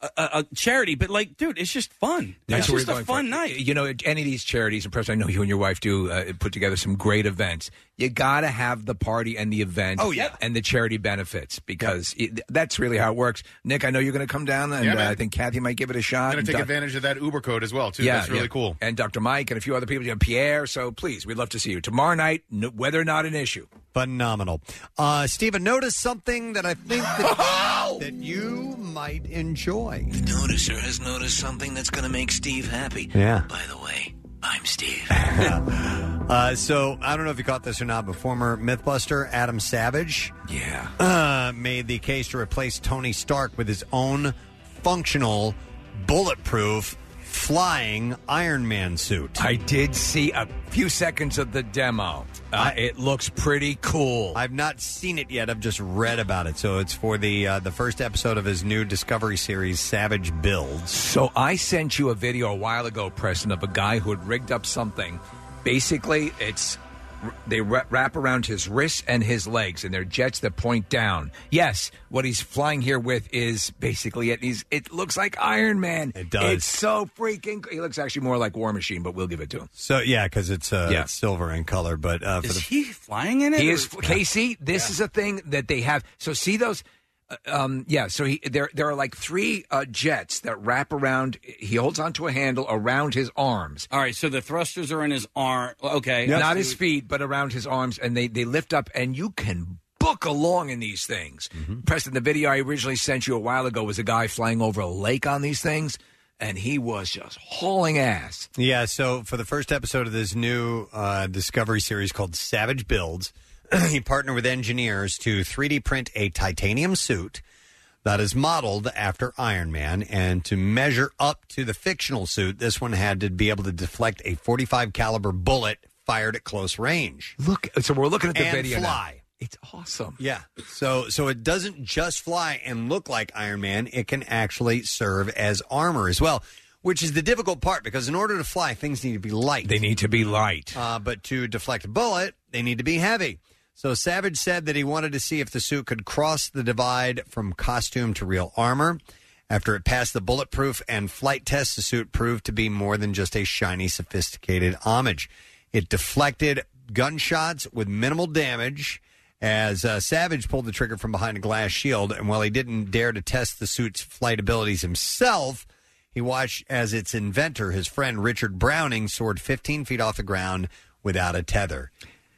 [SPEAKER 6] uh, uh, charity. But like, dude, it's just fun. it's
[SPEAKER 5] where
[SPEAKER 6] just
[SPEAKER 5] we're
[SPEAKER 6] a
[SPEAKER 5] going for
[SPEAKER 6] fun
[SPEAKER 5] it.
[SPEAKER 6] night.
[SPEAKER 5] You know, any of these charities, and Preston, I know you and your wife do uh, put together some great events. You got to have the party and the event.
[SPEAKER 6] Oh, yeah.
[SPEAKER 5] And the charity benefits because it, that's really how it works. Nick, I know you're going to come down, and
[SPEAKER 7] Yeah,
[SPEAKER 5] uh,
[SPEAKER 7] man.
[SPEAKER 5] I think Kathy might give it a shot.
[SPEAKER 7] I'm going
[SPEAKER 5] and
[SPEAKER 7] to take
[SPEAKER 5] Doc-
[SPEAKER 7] advantage of that Uber code as well, too. That's really cool.
[SPEAKER 5] And Dr. Mike and a few other people, you know, Pierre. So please, we'd love to see you tomorrow night, no, whether or not an issue.
[SPEAKER 3] Phenomenal. Uh, Stephen, notice something that I think that, that you might enjoy.
[SPEAKER 8] Noticer has noticed something that's going to make Steve happy.
[SPEAKER 3] Yeah.
[SPEAKER 8] By the way, I'm Steve.
[SPEAKER 3] Uh, so I don't know if you caught this or not, but former MythBuster Adam Savage,
[SPEAKER 5] yeah,
[SPEAKER 3] uh, made the case to replace Tony Stark with his own functional, bulletproof flying Iron Man suit.
[SPEAKER 5] I did see a few seconds of the demo. Uh, it looks pretty cool.
[SPEAKER 3] I've not seen it yet. I've just read about it. So it's for the uh, the first episode of his new Discovery series, Savage Builds.
[SPEAKER 5] So I sent you a video a while ago, Preston, of a guy who had rigged up something. Basically, it's they wra- wrap around his wrists and his legs, and they're jets that point down. Yes, what he's flying here with is basically it. He's it looks like Iron Man. It
[SPEAKER 3] does.
[SPEAKER 5] It's so freaking. He looks actually more like War Machine, but we'll give it to him.
[SPEAKER 3] So yeah, because it's, uh,
[SPEAKER 5] Yeah.
[SPEAKER 3] it's silver in color. But uh, for
[SPEAKER 5] Is
[SPEAKER 3] the,
[SPEAKER 6] he flying in it?
[SPEAKER 5] He
[SPEAKER 6] or-
[SPEAKER 5] is Casey. This is a thing that they have. So see those. uh, Um, yeah, so he, there there are like three uh, jets that wrap around. He holds onto a handle around his arms.
[SPEAKER 6] All right, so the thrusters are in his arm. Okay, I
[SPEAKER 5] not
[SPEAKER 6] see
[SPEAKER 5] his
[SPEAKER 6] what-
[SPEAKER 5] feet, but around his arms, and they they lift up, and you can book along in these things.
[SPEAKER 3] Mm-hmm.
[SPEAKER 5] Preston, the video I originally sent you a while ago was a guy flying over a lake on these things, and he was just hauling ass.
[SPEAKER 3] Yeah, so for the first episode of this new uh, Discovery series called Savage Builds, he partnered with engineers to 3D print a titanium suit that is modeled after Iron Man. And to measure up to the fictional suit, this one had to be able to deflect a 45 caliber bullet fired at close range.
[SPEAKER 5] Look, so we're looking at the
[SPEAKER 3] and
[SPEAKER 5] video now.
[SPEAKER 3] fly.
[SPEAKER 5] It's awesome.
[SPEAKER 3] Yeah. So so it doesn't just fly and look like Iron Man, it can actually serve as armor as well, which is the difficult part because in order to fly, things need to be light. They
[SPEAKER 5] need to be light.
[SPEAKER 3] Uh, but to deflect a bullet, they need to be heavy. So Savage said that he wanted to see if the suit could cross the divide from costume to real armor. After it passed the bulletproof and flight test, the suit proved to be more than just a shiny, sophisticated homage. It deflected gunshots with minimal damage as uh, Savage pulled the trigger from behind a glass shield. And while he didn't dare to test the suit's flight abilities himself, he watched as its inventor, his friend Richard Browning, soared 15 feet off the ground without a tether.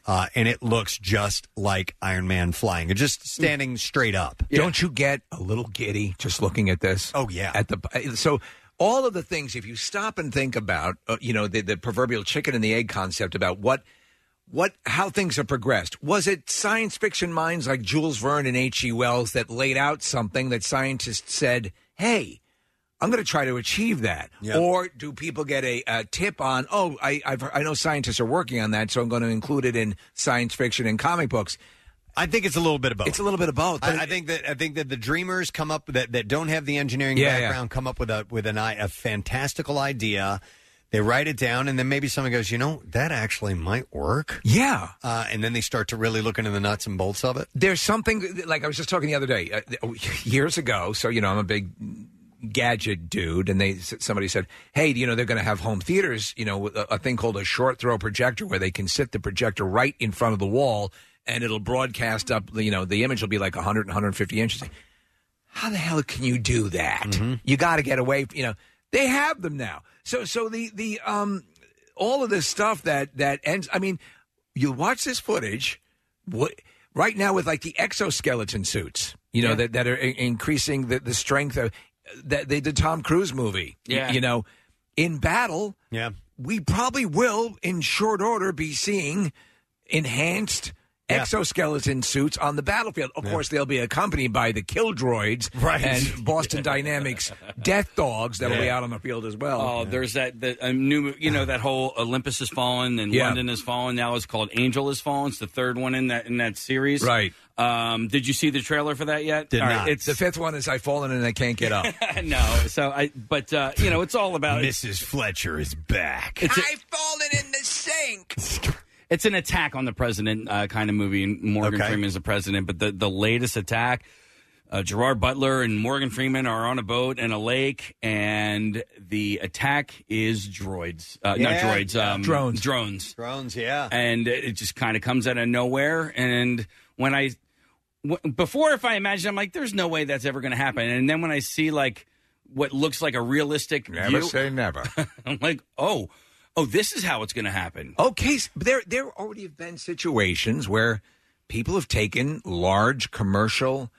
[SPEAKER 3] Uh, and it looks just like Iron Man flying, just standing straight up.
[SPEAKER 5] Don't you get a little giddy just looking at this?
[SPEAKER 3] Oh yeah.
[SPEAKER 5] At the uh, so all of the things if you stop and think about, uh, you know, the, the proverbial chicken and the egg concept about what what how things have progressed. Was it science fiction minds like Jules Verne and H.G. Wells that laid out something that scientists said, "Hey, I'm going to try to achieve that. Or do people get a, a tip on, oh, I, I've, I know scientists are working on that, so I'm going to include it in science fiction and comic books?
[SPEAKER 3] I think it's a little bit of both.
[SPEAKER 5] It's a little bit of both.
[SPEAKER 3] I, I think that I think that the dreamers come up that that don't have the engineering
[SPEAKER 5] Yeah, yeah.
[SPEAKER 3] background come up with a with an i- a fantastical idea. They write it down, and then maybe someone goes, "You know, that actually might work."
[SPEAKER 5] Yeah,
[SPEAKER 3] uh, and then they start to really look into the nuts and bolts of it.
[SPEAKER 5] There's something like I was just talking the other day, uh, th- oh, years ago. So you know, I'm a big gadget dude, and they s- somebody said, "Hey, you know, they're going to have home theaters. You know, with a, a thing called a short throw projector, where they can sit the projector right in front of the wall, and it'll broadcast up. You know, the image will be like 100 and 150 inches." How the hell can you do that? You got to get away. You know, they have them now. So, so the the um, all of this stuff that that ends. I mean, you watch this footage. What right now with like the exoskeleton suits, you know,
[SPEAKER 6] Yeah.
[SPEAKER 5] that that are in- increasing the, the strength of that they did Tom Cruise movie. y-
[SPEAKER 6] Yeah.
[SPEAKER 5] you know, in battle.
[SPEAKER 3] Yeah,
[SPEAKER 5] we probably will in short order be seeing enhanced. Exoskeleton suits on the battlefield. Of course, they'll be accompanied by the kill droids
[SPEAKER 6] Right.
[SPEAKER 5] and Boston Dynamics death dogs that'll be
[SPEAKER 6] Yeah.
[SPEAKER 5] out on the field as well.
[SPEAKER 6] Oh, there's that the a new you know that whole Olympus has fallen and
[SPEAKER 5] Yeah.
[SPEAKER 6] London has fallen. Now it's called Angel has fallen. It's the third one in that in that series.
[SPEAKER 5] Right.
[SPEAKER 6] Um, did you see the trailer for that yet? All right,
[SPEAKER 5] It's the fifth one is I've fallen and I can't get up.
[SPEAKER 6] no. So I, but uh, you know, it's all about
[SPEAKER 3] Mrs. Fletcher is back.
[SPEAKER 6] It's, a-
[SPEAKER 5] fallen in the sink.
[SPEAKER 6] it's an attack on the president uh, kind of movie. And Morgan
[SPEAKER 5] Okay.
[SPEAKER 6] Freeman is the president, but the the latest attack. Uh, Gerard Butler and Morgan Freeman are on a boat in a lake, and the attack is droids. Uh,
[SPEAKER 3] Yeah.
[SPEAKER 6] Not droids. Um,
[SPEAKER 3] Drones.
[SPEAKER 6] Drones.
[SPEAKER 3] Drones, yeah.
[SPEAKER 6] and it just kind of comes out of nowhere. And when I w- before, if I imagine, I'm like, there's no way that's ever going to happen. And then when I see like what looks like a realistic,
[SPEAKER 5] Never
[SPEAKER 6] view,
[SPEAKER 5] say never.
[SPEAKER 6] I'm like, oh, oh, this is how it's going to happen.
[SPEAKER 5] Okay, s- there there already have been situations where people have taken large commercial,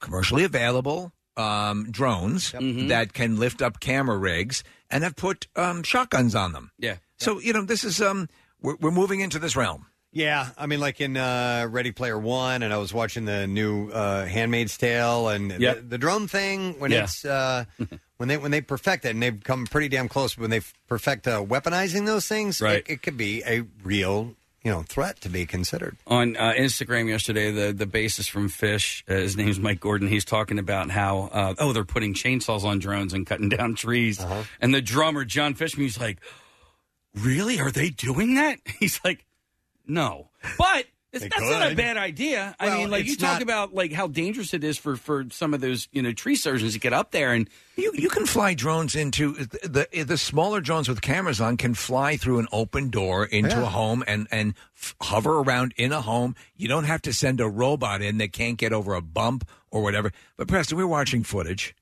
[SPEAKER 5] commercially available um, drones
[SPEAKER 6] Mm-hmm.
[SPEAKER 5] that can lift up camera rigs and have put um, shotguns on them.
[SPEAKER 6] Yeah.
[SPEAKER 5] So you know this is um we're, we're moving into this realm.
[SPEAKER 3] Yeah, I mean, like in uh, Ready Player One, and I was watching the new uh, Handmaid's Tale, and
[SPEAKER 6] Yep.
[SPEAKER 3] the, the drum thing when
[SPEAKER 6] Yeah.
[SPEAKER 3] it's uh, when they when they perfect it, and they've come pretty damn close. But when they f- perfect uh, weaponizing those things,
[SPEAKER 6] Right.
[SPEAKER 3] it, it could be a real you know threat to be considered.
[SPEAKER 6] on uh, Instagram yesterday, the the bassist from Fish, uh, his name's Mike Gordon. He's talking about how uh, oh they're putting chainsaws on drones and cutting down trees,
[SPEAKER 13] Uh-huh.
[SPEAKER 6] and the drummer John Fishman's like, really? Are they doing that? He's like, no, but. It's,
[SPEAKER 13] They
[SPEAKER 6] that's not a
[SPEAKER 13] could.
[SPEAKER 6] bad idea. I
[SPEAKER 13] Well,
[SPEAKER 6] mean, like
[SPEAKER 13] it's
[SPEAKER 6] you talk
[SPEAKER 13] not-
[SPEAKER 6] about like how dangerous it is for for some of those you know tree surgeons to get up there and
[SPEAKER 5] You you can fly drones into the the smaller drones with cameras on can fly through an open door into
[SPEAKER 6] Yeah.
[SPEAKER 5] a home and and f- hover around in a home. You don't have to send a robot in that can't get over a bump or whatever. But Preston, we we're watching footage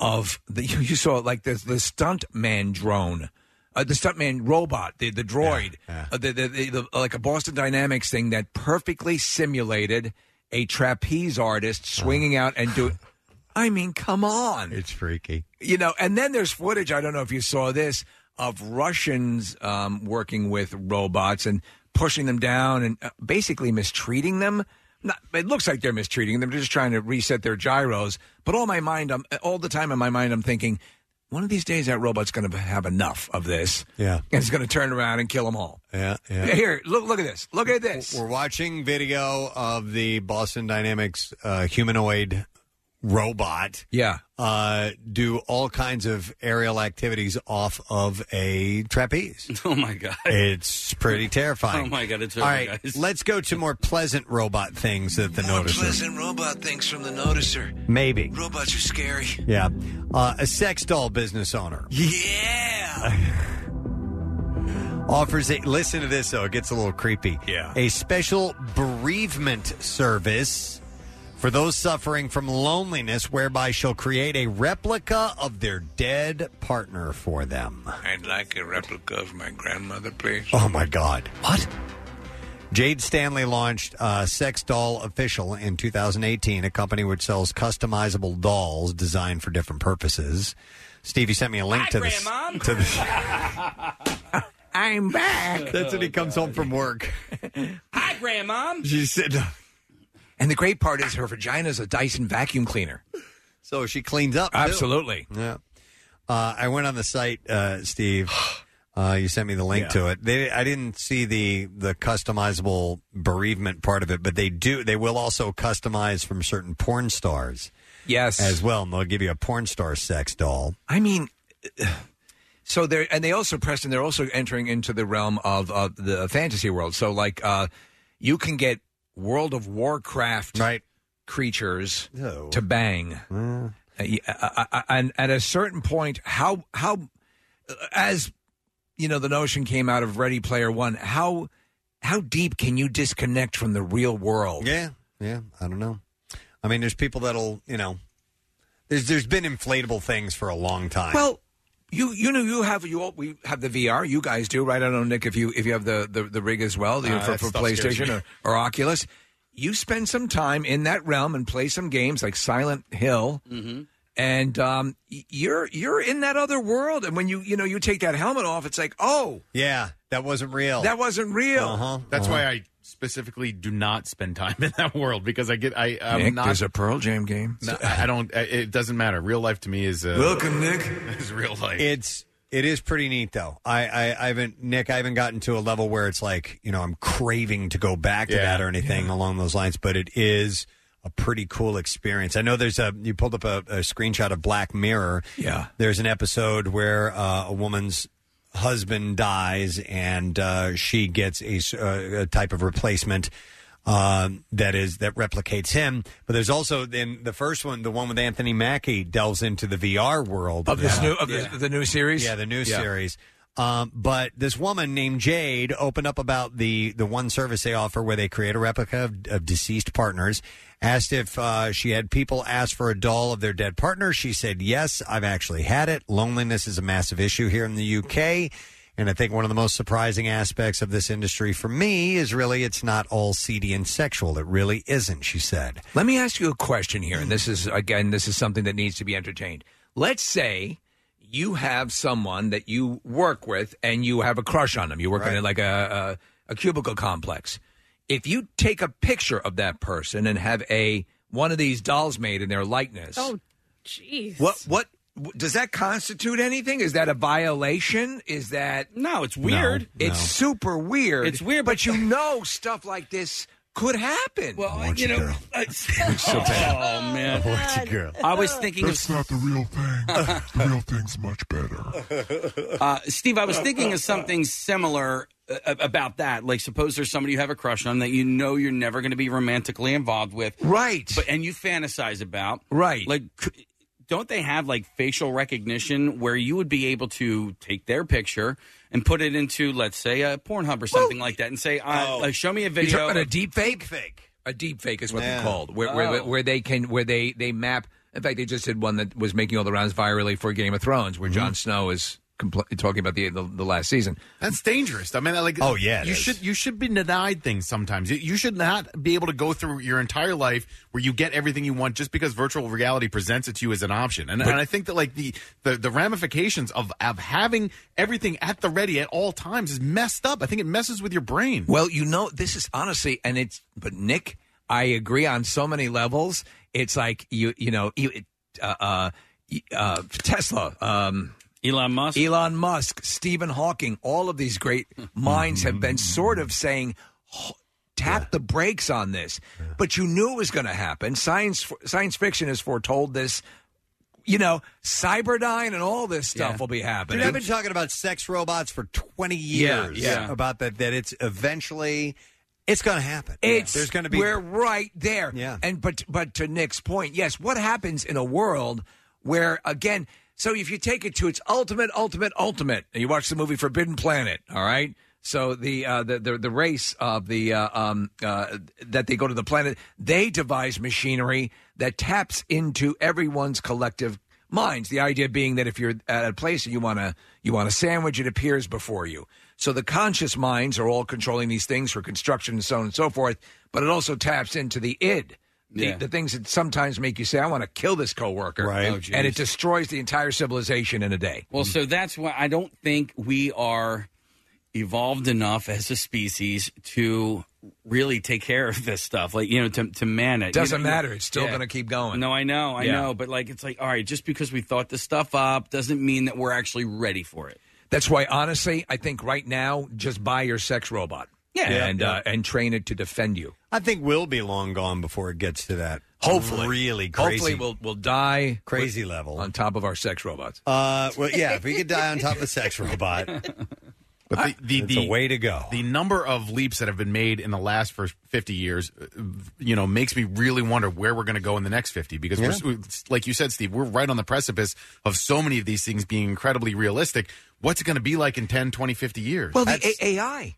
[SPEAKER 5] of the you, you saw like the the stunt man drone. Uh, the stuntman robot, the the droid, Uh, the, the, the, the like a Boston Dynamics thing that perfectly simulated a trapeze artist swinging out and doing. I mean, come on!
[SPEAKER 3] It's freaky.
[SPEAKER 5] You know, and then there's footage. I don't know if you saw this of Russians um, working with robots and pushing them down and uh, basically mistreating them. Not, it looks like they're mistreating them. They're just trying to reset their gyros. But all my mind, I'm all the time in my mind, I'm thinking, one of these days that robot's going to have enough of this.
[SPEAKER 3] Yeah.
[SPEAKER 5] and it's going to turn around and kill them all.
[SPEAKER 3] Yeah,
[SPEAKER 5] Here, look, look at this. Look at this.
[SPEAKER 3] We're watching video of the Boston Dynamics uh, humanoid robot.
[SPEAKER 5] Yeah.
[SPEAKER 3] Uh, do all kinds of aerial activities off of a trapeze.
[SPEAKER 6] Oh my god,
[SPEAKER 3] it's pretty terrifying.
[SPEAKER 6] Oh my God, it's
[SPEAKER 3] all
[SPEAKER 6] over,
[SPEAKER 3] right.
[SPEAKER 6] guys.
[SPEAKER 3] Let's go to more pleasant robot things that the noticer.
[SPEAKER 5] Pleasant robot things from the noticer.
[SPEAKER 3] Maybe.
[SPEAKER 5] Robots are scary.
[SPEAKER 3] Yeah. Uh, a sex doll business owner.
[SPEAKER 5] Yeah.
[SPEAKER 3] Offers a listen to this though, it gets a little creepy.
[SPEAKER 5] Yeah.
[SPEAKER 3] A special bereavement service for those suffering from loneliness whereby she'll create a replica of their dead partner for them.
[SPEAKER 5] I'd like a replica of my grandmother, please.
[SPEAKER 3] Oh my god. What? Jade Stanley launched uh, Sex Doll Official in 2018, a company which sells customizable dolls designed for different purposes. Stevie sent me a link to this. To this.
[SPEAKER 5] I'm back.
[SPEAKER 3] That's when he comes home from work.
[SPEAKER 6] Hi, Grandmom.
[SPEAKER 3] She's sitting.
[SPEAKER 5] And the great part is her vagina's a Dyson vacuum cleaner.
[SPEAKER 3] So she cleans up. too.
[SPEAKER 5] Absolutely.
[SPEAKER 3] Yeah. Uh, I went on the site, uh, Steve. Uh, you sent me the link
[SPEAKER 5] Yeah.
[SPEAKER 3] to it. They, I didn't see the the customizable bereavement part of it, but they do. They will also customize from certain porn stars.
[SPEAKER 5] Yes.
[SPEAKER 3] as well, and they'll give you a porn star sex doll.
[SPEAKER 5] I mean, so they're and they also Preston. They're also entering into the realm of uh, the fantasy world. So like, uh, you can get World of Warcraft
[SPEAKER 3] right.
[SPEAKER 5] creatures to bang. Uh, yeah, I- I- I- and at a certain point, how how uh, as you know, the notion came out of Ready Player One. How how deep can you disconnect from the real world?
[SPEAKER 3] Yeah, yeah. I don't know. I mean, there's people that'll you know. There's there's been inflatable things for a long time.
[SPEAKER 5] Well, you you know you have you all, we have the VR. You guys do, right? I don't know, Nick, if you if you have the the, the rig as well, you know,
[SPEAKER 7] Uh,
[SPEAKER 5] for,
[SPEAKER 7] that
[SPEAKER 5] for
[SPEAKER 7] stuff scares
[SPEAKER 5] PlayStation
[SPEAKER 7] me.
[SPEAKER 5] or, or Oculus. You spend some time in that realm and play some games like Silent Hill,
[SPEAKER 13] Mm-hmm.
[SPEAKER 5] and um, y- you're you're in that other world. And when you you know you take that helmet off, it's like oh
[SPEAKER 3] yeah, that wasn't real.
[SPEAKER 5] That wasn't real.
[SPEAKER 7] Uh-huh. That's
[SPEAKER 5] Uh-huh.
[SPEAKER 7] why I specifically do not spend time in that world because I get I I'm
[SPEAKER 5] Nick,
[SPEAKER 7] not.
[SPEAKER 5] there's a Pearl Jam game.
[SPEAKER 7] No, I I don't. I- It doesn't matter. Real life to me is uh,
[SPEAKER 5] Welcome, Nick.
[SPEAKER 7] Is real life.
[SPEAKER 3] It's it is pretty neat though. I, I I haven't Nick. I haven't gotten to a level where it's like you know I'm craving to go back to
[SPEAKER 7] Yeah.
[SPEAKER 3] that or anything along those lines. But it is a pretty cool experience. I know there's a you pulled up a, a screenshot of Black Mirror.
[SPEAKER 5] Yeah.
[SPEAKER 3] there's an episode where uh, a woman's husband dies and uh, she gets a, s- uh, a type of replacement um, that is that replicates him. But there's also in the first one, the one with Anthony Mackie delves into the VR world
[SPEAKER 5] of this
[SPEAKER 3] Yeah.
[SPEAKER 5] new of the, the new series.
[SPEAKER 3] Yeah, the new series. Um, but this woman named Jade opened up about the the one service they offer where they create a replica of, of deceased partners. Asked if uh, she had people ask for a doll of their dead partner. She said, "Yes, I've actually had it. Loneliness is a massive issue here in the UK." And I think one of the most surprising aspects of this industry for me is really it's not all seedy and sexual. It really isn't, she said.
[SPEAKER 5] Let me ask you a question here, and this is again, this is something that needs to be entertained. Let's say you have someone that you work with, and you have a crush on them. You work in like a, a a cubicle complex. if you take a picture of that person and have a one of these dolls made in their likeness,
[SPEAKER 4] Oh, jeez.
[SPEAKER 5] what what does that constitute anything? Is that a violation? Is that
[SPEAKER 6] no? It's
[SPEAKER 13] weird.
[SPEAKER 5] It's
[SPEAKER 13] no.
[SPEAKER 5] super weird.
[SPEAKER 13] It's weird,
[SPEAKER 5] but you know stuff like this could happen. Well,
[SPEAKER 6] you know, uh, I-
[SPEAKER 5] so bad.
[SPEAKER 6] Oh man,
[SPEAKER 5] girl.
[SPEAKER 6] I was thinking of
[SPEAKER 11] That's not the real thing. the real thing's much better.
[SPEAKER 6] Uh, Steve, I
[SPEAKER 5] Oh,
[SPEAKER 6] was thinking of something similar uh, about that. Like, suppose there's somebody you have a crush on that you know you're never going to be romantically involved with,
[SPEAKER 5] right?
[SPEAKER 6] But and you fantasize about,
[SPEAKER 5] right?
[SPEAKER 6] Like, c- don't they have like facial recognition where you would be able to take their picture and put it into, let's say, a Pornhub or something like that, and say, uh, like, "Show me a
[SPEAKER 5] You
[SPEAKER 6] video."
[SPEAKER 5] oh. talking about
[SPEAKER 6] of-
[SPEAKER 5] a deep fake? Fake. A deep fake is what
[SPEAKER 6] Yeah.
[SPEAKER 5] they're called. Where, where,
[SPEAKER 6] Oh.
[SPEAKER 5] where they can where they they map. In fact, they just did one that was making all the rounds virally for Game of Thrones, where Jon Snow is compl- talking about the, the the last season.
[SPEAKER 7] That's dangerous. I mean, like,
[SPEAKER 5] Oh, yeah, it
[SPEAKER 7] you
[SPEAKER 5] is.
[SPEAKER 7] should you should be denied things sometimes. You- You should not be able to go through your entire life where you get everything you want just because virtual reality presents it to you as an option. And,
[SPEAKER 5] But-
[SPEAKER 7] and I think that like the the, the ramifications of, of having everything at the ready at all times is messed up. I think it messes with your brain.
[SPEAKER 5] Well, you know, this is honestly, and it's but Nick, I agree on so many levels. It's like you, you know, you, it, uh, uh, y- uh, Tesla, um,
[SPEAKER 6] Elon Musk,
[SPEAKER 5] Elon Musk, Stephen Hawking, all of these great minds have been sort of saying. "H- Tap the brakes on this, but you knew it was going to happen. Science, science fiction has foretold this. You know, Cyberdyne and all this stuff will be happening.
[SPEAKER 3] Dude, I've been talking about sex robots for 20 years.
[SPEAKER 5] Yeah, yeah.
[SPEAKER 3] About that, that it's eventually, it's going to happen.
[SPEAKER 5] It's
[SPEAKER 3] There's going to be.
[SPEAKER 5] we're right there. Yeah. And but but to Nick's point, yes, what happens in a world where again, so if you take it to its ultimate, ultimate, ultimate, and you watch the movie Forbidden Planet, all right. So the uh, the, the the race of the uh, um, uh, that they go to the planet, they devise machinery that taps into everyone's collective minds. The idea being that if you're at a place and you want to you want a sandwich, it appears before you. So the conscious minds are all controlling these things for construction and so on and so forth. But it also taps into the id, the,
[SPEAKER 6] Yeah.
[SPEAKER 5] the things that sometimes make you say, "I want to kill this coworker,"
[SPEAKER 6] Right. Oh, geez.
[SPEAKER 5] and it destroys the entire civilization in a day.
[SPEAKER 6] Well, so that's why I don't think we are evolved enough as a species to really take care of this stuff. Like, you know, to, to man it. You
[SPEAKER 5] Doesn't
[SPEAKER 6] know,
[SPEAKER 5] matter. It's still going to keep going.
[SPEAKER 6] No, I know. I
[SPEAKER 5] Yeah.
[SPEAKER 6] know. But, like, it's like, all right, just because we thought this stuff up doesn't mean that we're actually ready for it.
[SPEAKER 5] That's why, honestly, I think right now, just buy your sex robot.
[SPEAKER 6] Yeah. Yeah.
[SPEAKER 5] and Uh, and train it to defend you.
[SPEAKER 3] I think we'll be long gone before it gets to that.
[SPEAKER 5] Hopefully,
[SPEAKER 3] Really crazy.
[SPEAKER 5] Hopefully, we'll we'll die
[SPEAKER 3] crazy level
[SPEAKER 5] on top of our sex robots.
[SPEAKER 3] Uh, well, yeah, if we could die on top of a sex robot.
[SPEAKER 7] But the, the,
[SPEAKER 3] It's a way to go.
[SPEAKER 7] The number of leaps that have been made in the last first fifty years, uh, you know, makes me really wonder where we're going to go in the next fifty. Because,
[SPEAKER 3] Yeah.
[SPEAKER 7] we're, s- like you said, Steve, we're right on the precipice of so many of these things being incredibly realistic. What's it going to be like in 10, 20, 50 years?
[SPEAKER 5] Well, the A- AI,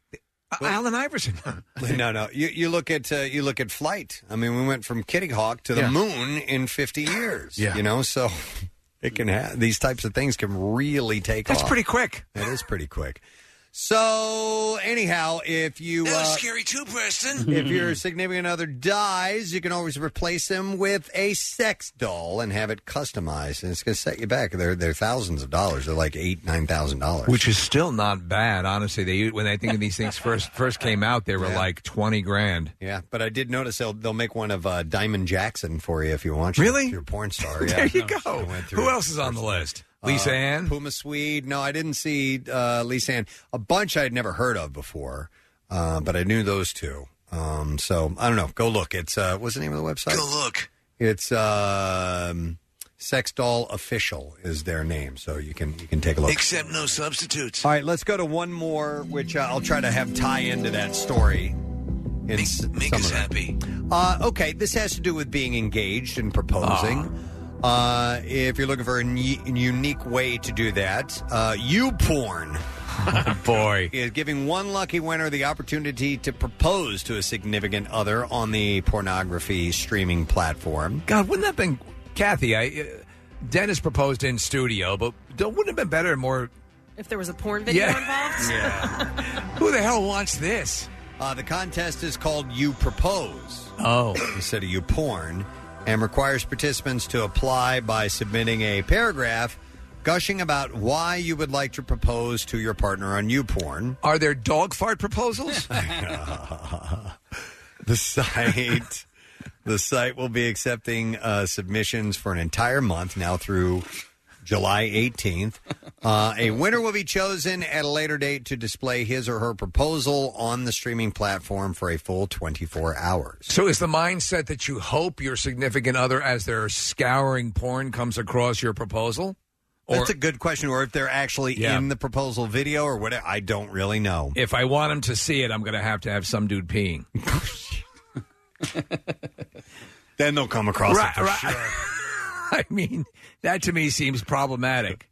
[SPEAKER 5] Alan Iverson.
[SPEAKER 3] no, no. You, you look at uh, you look at flight. I mean, we went from Kitty Hawk to the
[SPEAKER 7] Yeah.
[SPEAKER 3] moon in 50 years.
[SPEAKER 7] Yeah.
[SPEAKER 3] You know, so it can ha- these types of things can really take
[SPEAKER 13] That's
[SPEAKER 3] off.
[SPEAKER 13] pretty
[SPEAKER 5] quick.
[SPEAKER 3] That is pretty quick. So anyhow, if you
[SPEAKER 13] That was
[SPEAKER 3] uh,
[SPEAKER 13] scary too, Preston.
[SPEAKER 3] if your significant other dies, you can always replace him with a sex doll and have it customized, and it's going to set you back. They're they're thousands of dollars. They're like eight nine thousand dollars.
[SPEAKER 5] which is still not bad, honestly. They when I think of these things first first came out, they were like twenty grand.
[SPEAKER 3] Yeah, but I did notice they'll they'll make one of uh, Diamond Jackson for you if you want.
[SPEAKER 5] Really?
[SPEAKER 3] If you're a porn star. Yeah.
[SPEAKER 5] There you go.
[SPEAKER 3] went through
[SPEAKER 5] Who
[SPEAKER 3] it
[SPEAKER 5] else is on the list?
[SPEAKER 3] Uh,
[SPEAKER 5] Lisa Ann.
[SPEAKER 3] Puma Swede. No, I didn't see uh, Lisa Ann. A bunch I had never heard of before, uh, but I knew those two. Um, so I don't know. Go look. It's uh, what's the name of the website? Go
[SPEAKER 5] look.
[SPEAKER 3] It's um, Sex Doll Official is their name, so you can you can take a look.
[SPEAKER 5] Except no substitutes.
[SPEAKER 3] All right, let's go to one more, which uh, I'll try to have tie into that story. Make,
[SPEAKER 5] make us happy.
[SPEAKER 3] Uh, okay, this has to do with being engaged and proposing.
[SPEAKER 5] Ah.
[SPEAKER 3] Uh, if you're looking for a ne- unique way to do that, uh, you porn.
[SPEAKER 5] Boy.
[SPEAKER 3] Is giving one lucky winner the opportunity to propose to a significant other on the pornography streaming platform.
[SPEAKER 5] God, wouldn't that have been Kathy? I uh, Dennis proposed in studio, but don't, wouldn't it have been better and more?
[SPEAKER 4] If there was a porn video
[SPEAKER 5] Yeah.
[SPEAKER 4] involved?
[SPEAKER 5] Who the hell wants this?
[SPEAKER 3] Uh, the contest is called You Propose.
[SPEAKER 5] Oh.
[SPEAKER 3] Instead of You Porn, and requires participants to apply by submitting a paragraph gushing about why you would like to propose to your partner on YouPorn.
[SPEAKER 5] Are there dog fart proposals?
[SPEAKER 3] the site the site will be accepting uh, submissions for an entire month now through July 18th. Uh, a winner will be chosen at a later date to display his or her proposal on the streaming platform for a full 24 hours.
[SPEAKER 5] So is the mindset that you hope your significant other, as they're scouring porn, comes across your proposal?
[SPEAKER 3] That's a good question. Or if they're actually
[SPEAKER 5] Yeah.
[SPEAKER 3] in the proposal video or whatever, I don't really know.
[SPEAKER 5] If I want him to see it, I'm going to have to have some dude peeing.
[SPEAKER 3] then they'll come across it for
[SPEAKER 5] I mean, that to me seems problematic.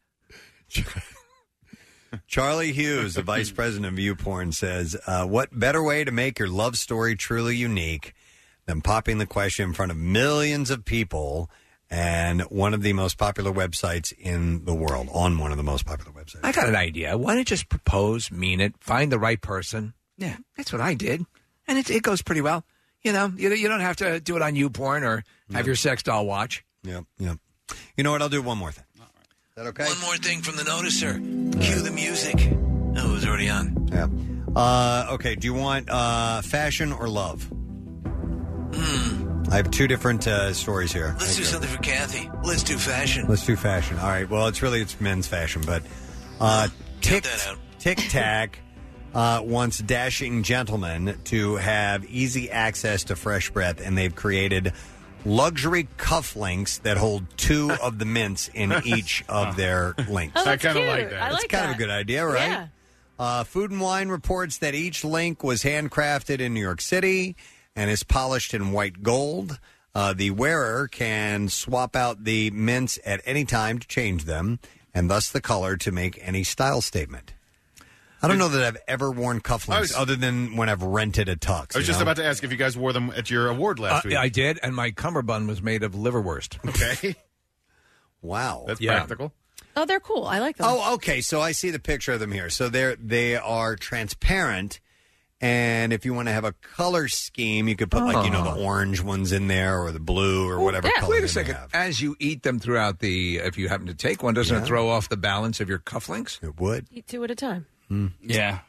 [SPEAKER 3] Charlie Hughes, the vice president of YouPorn, says, uh, "What better way to make your love story truly unique than popping the question in front of millions of people and one of the most popular websites in the world on one of the most popular websites?"
[SPEAKER 5] I got an idea. Why not just propose, mean it, find the right person? Yeah, that's what I did, and it, it goes pretty well. You know, you, you don't have to do it on YouPorn or have your sex doll watch.
[SPEAKER 3] Yep, yep. You know what? I'll do one more thing. that okay?
[SPEAKER 8] One more thing from the noticer. Cue the music. Oh, it was already on.
[SPEAKER 3] Yeah. Uh, okay. Do you want uh, fashion or love? I have two different uh, stories here.
[SPEAKER 8] Let's do something for Kathy. Let's do fashion.
[SPEAKER 3] Let's do fashion. All right. Well, it's really it's men's fashion, but uh, Tic Tic Tac uh, wants dashing gentlemen to have easy access to fresh breath, and they've created luxury cufflinks that hold two of the mints in each of their links.
[SPEAKER 2] Oh, that's I kinda like cute. that. I
[SPEAKER 3] That's
[SPEAKER 2] like
[SPEAKER 3] kind of
[SPEAKER 2] that.
[SPEAKER 3] a good idea, right?
[SPEAKER 2] Yeah.
[SPEAKER 3] Uh, Food and Wine reports that each link was handcrafted in New York City and is polished in white gold. Uh, the wearer can swap out the mints at any time to change them, and thus the color to make any style statement. I don't know that I've ever worn cufflinks
[SPEAKER 7] I was-
[SPEAKER 3] other than when I've rented a tux.
[SPEAKER 7] I was
[SPEAKER 3] you
[SPEAKER 7] just
[SPEAKER 3] know?
[SPEAKER 7] about to ask if you guys wore them at your award
[SPEAKER 5] Uh,
[SPEAKER 7] last week.
[SPEAKER 5] I did, and my cummerbund was made of liverwurst.
[SPEAKER 7] Okay.
[SPEAKER 3] Wow,
[SPEAKER 7] that's
[SPEAKER 5] Yeah.
[SPEAKER 7] practical.
[SPEAKER 4] Oh, they're cool. I like them.
[SPEAKER 3] Oh, okay. So I see the picture of them here. So they're they are transparent, and if you want to have a color scheme, you could put like you know the orange ones in there or the blue or whatever. color
[SPEAKER 5] Ah. Wait
[SPEAKER 3] they
[SPEAKER 5] a
[SPEAKER 3] may
[SPEAKER 5] second.
[SPEAKER 3] have.
[SPEAKER 5] As you eat them throughout the, if you happen to take one, doesn't
[SPEAKER 3] Yeah.
[SPEAKER 5] it throw off the balance of your cufflinks?
[SPEAKER 3] It would.
[SPEAKER 4] Eat two at a time.
[SPEAKER 5] Yeah.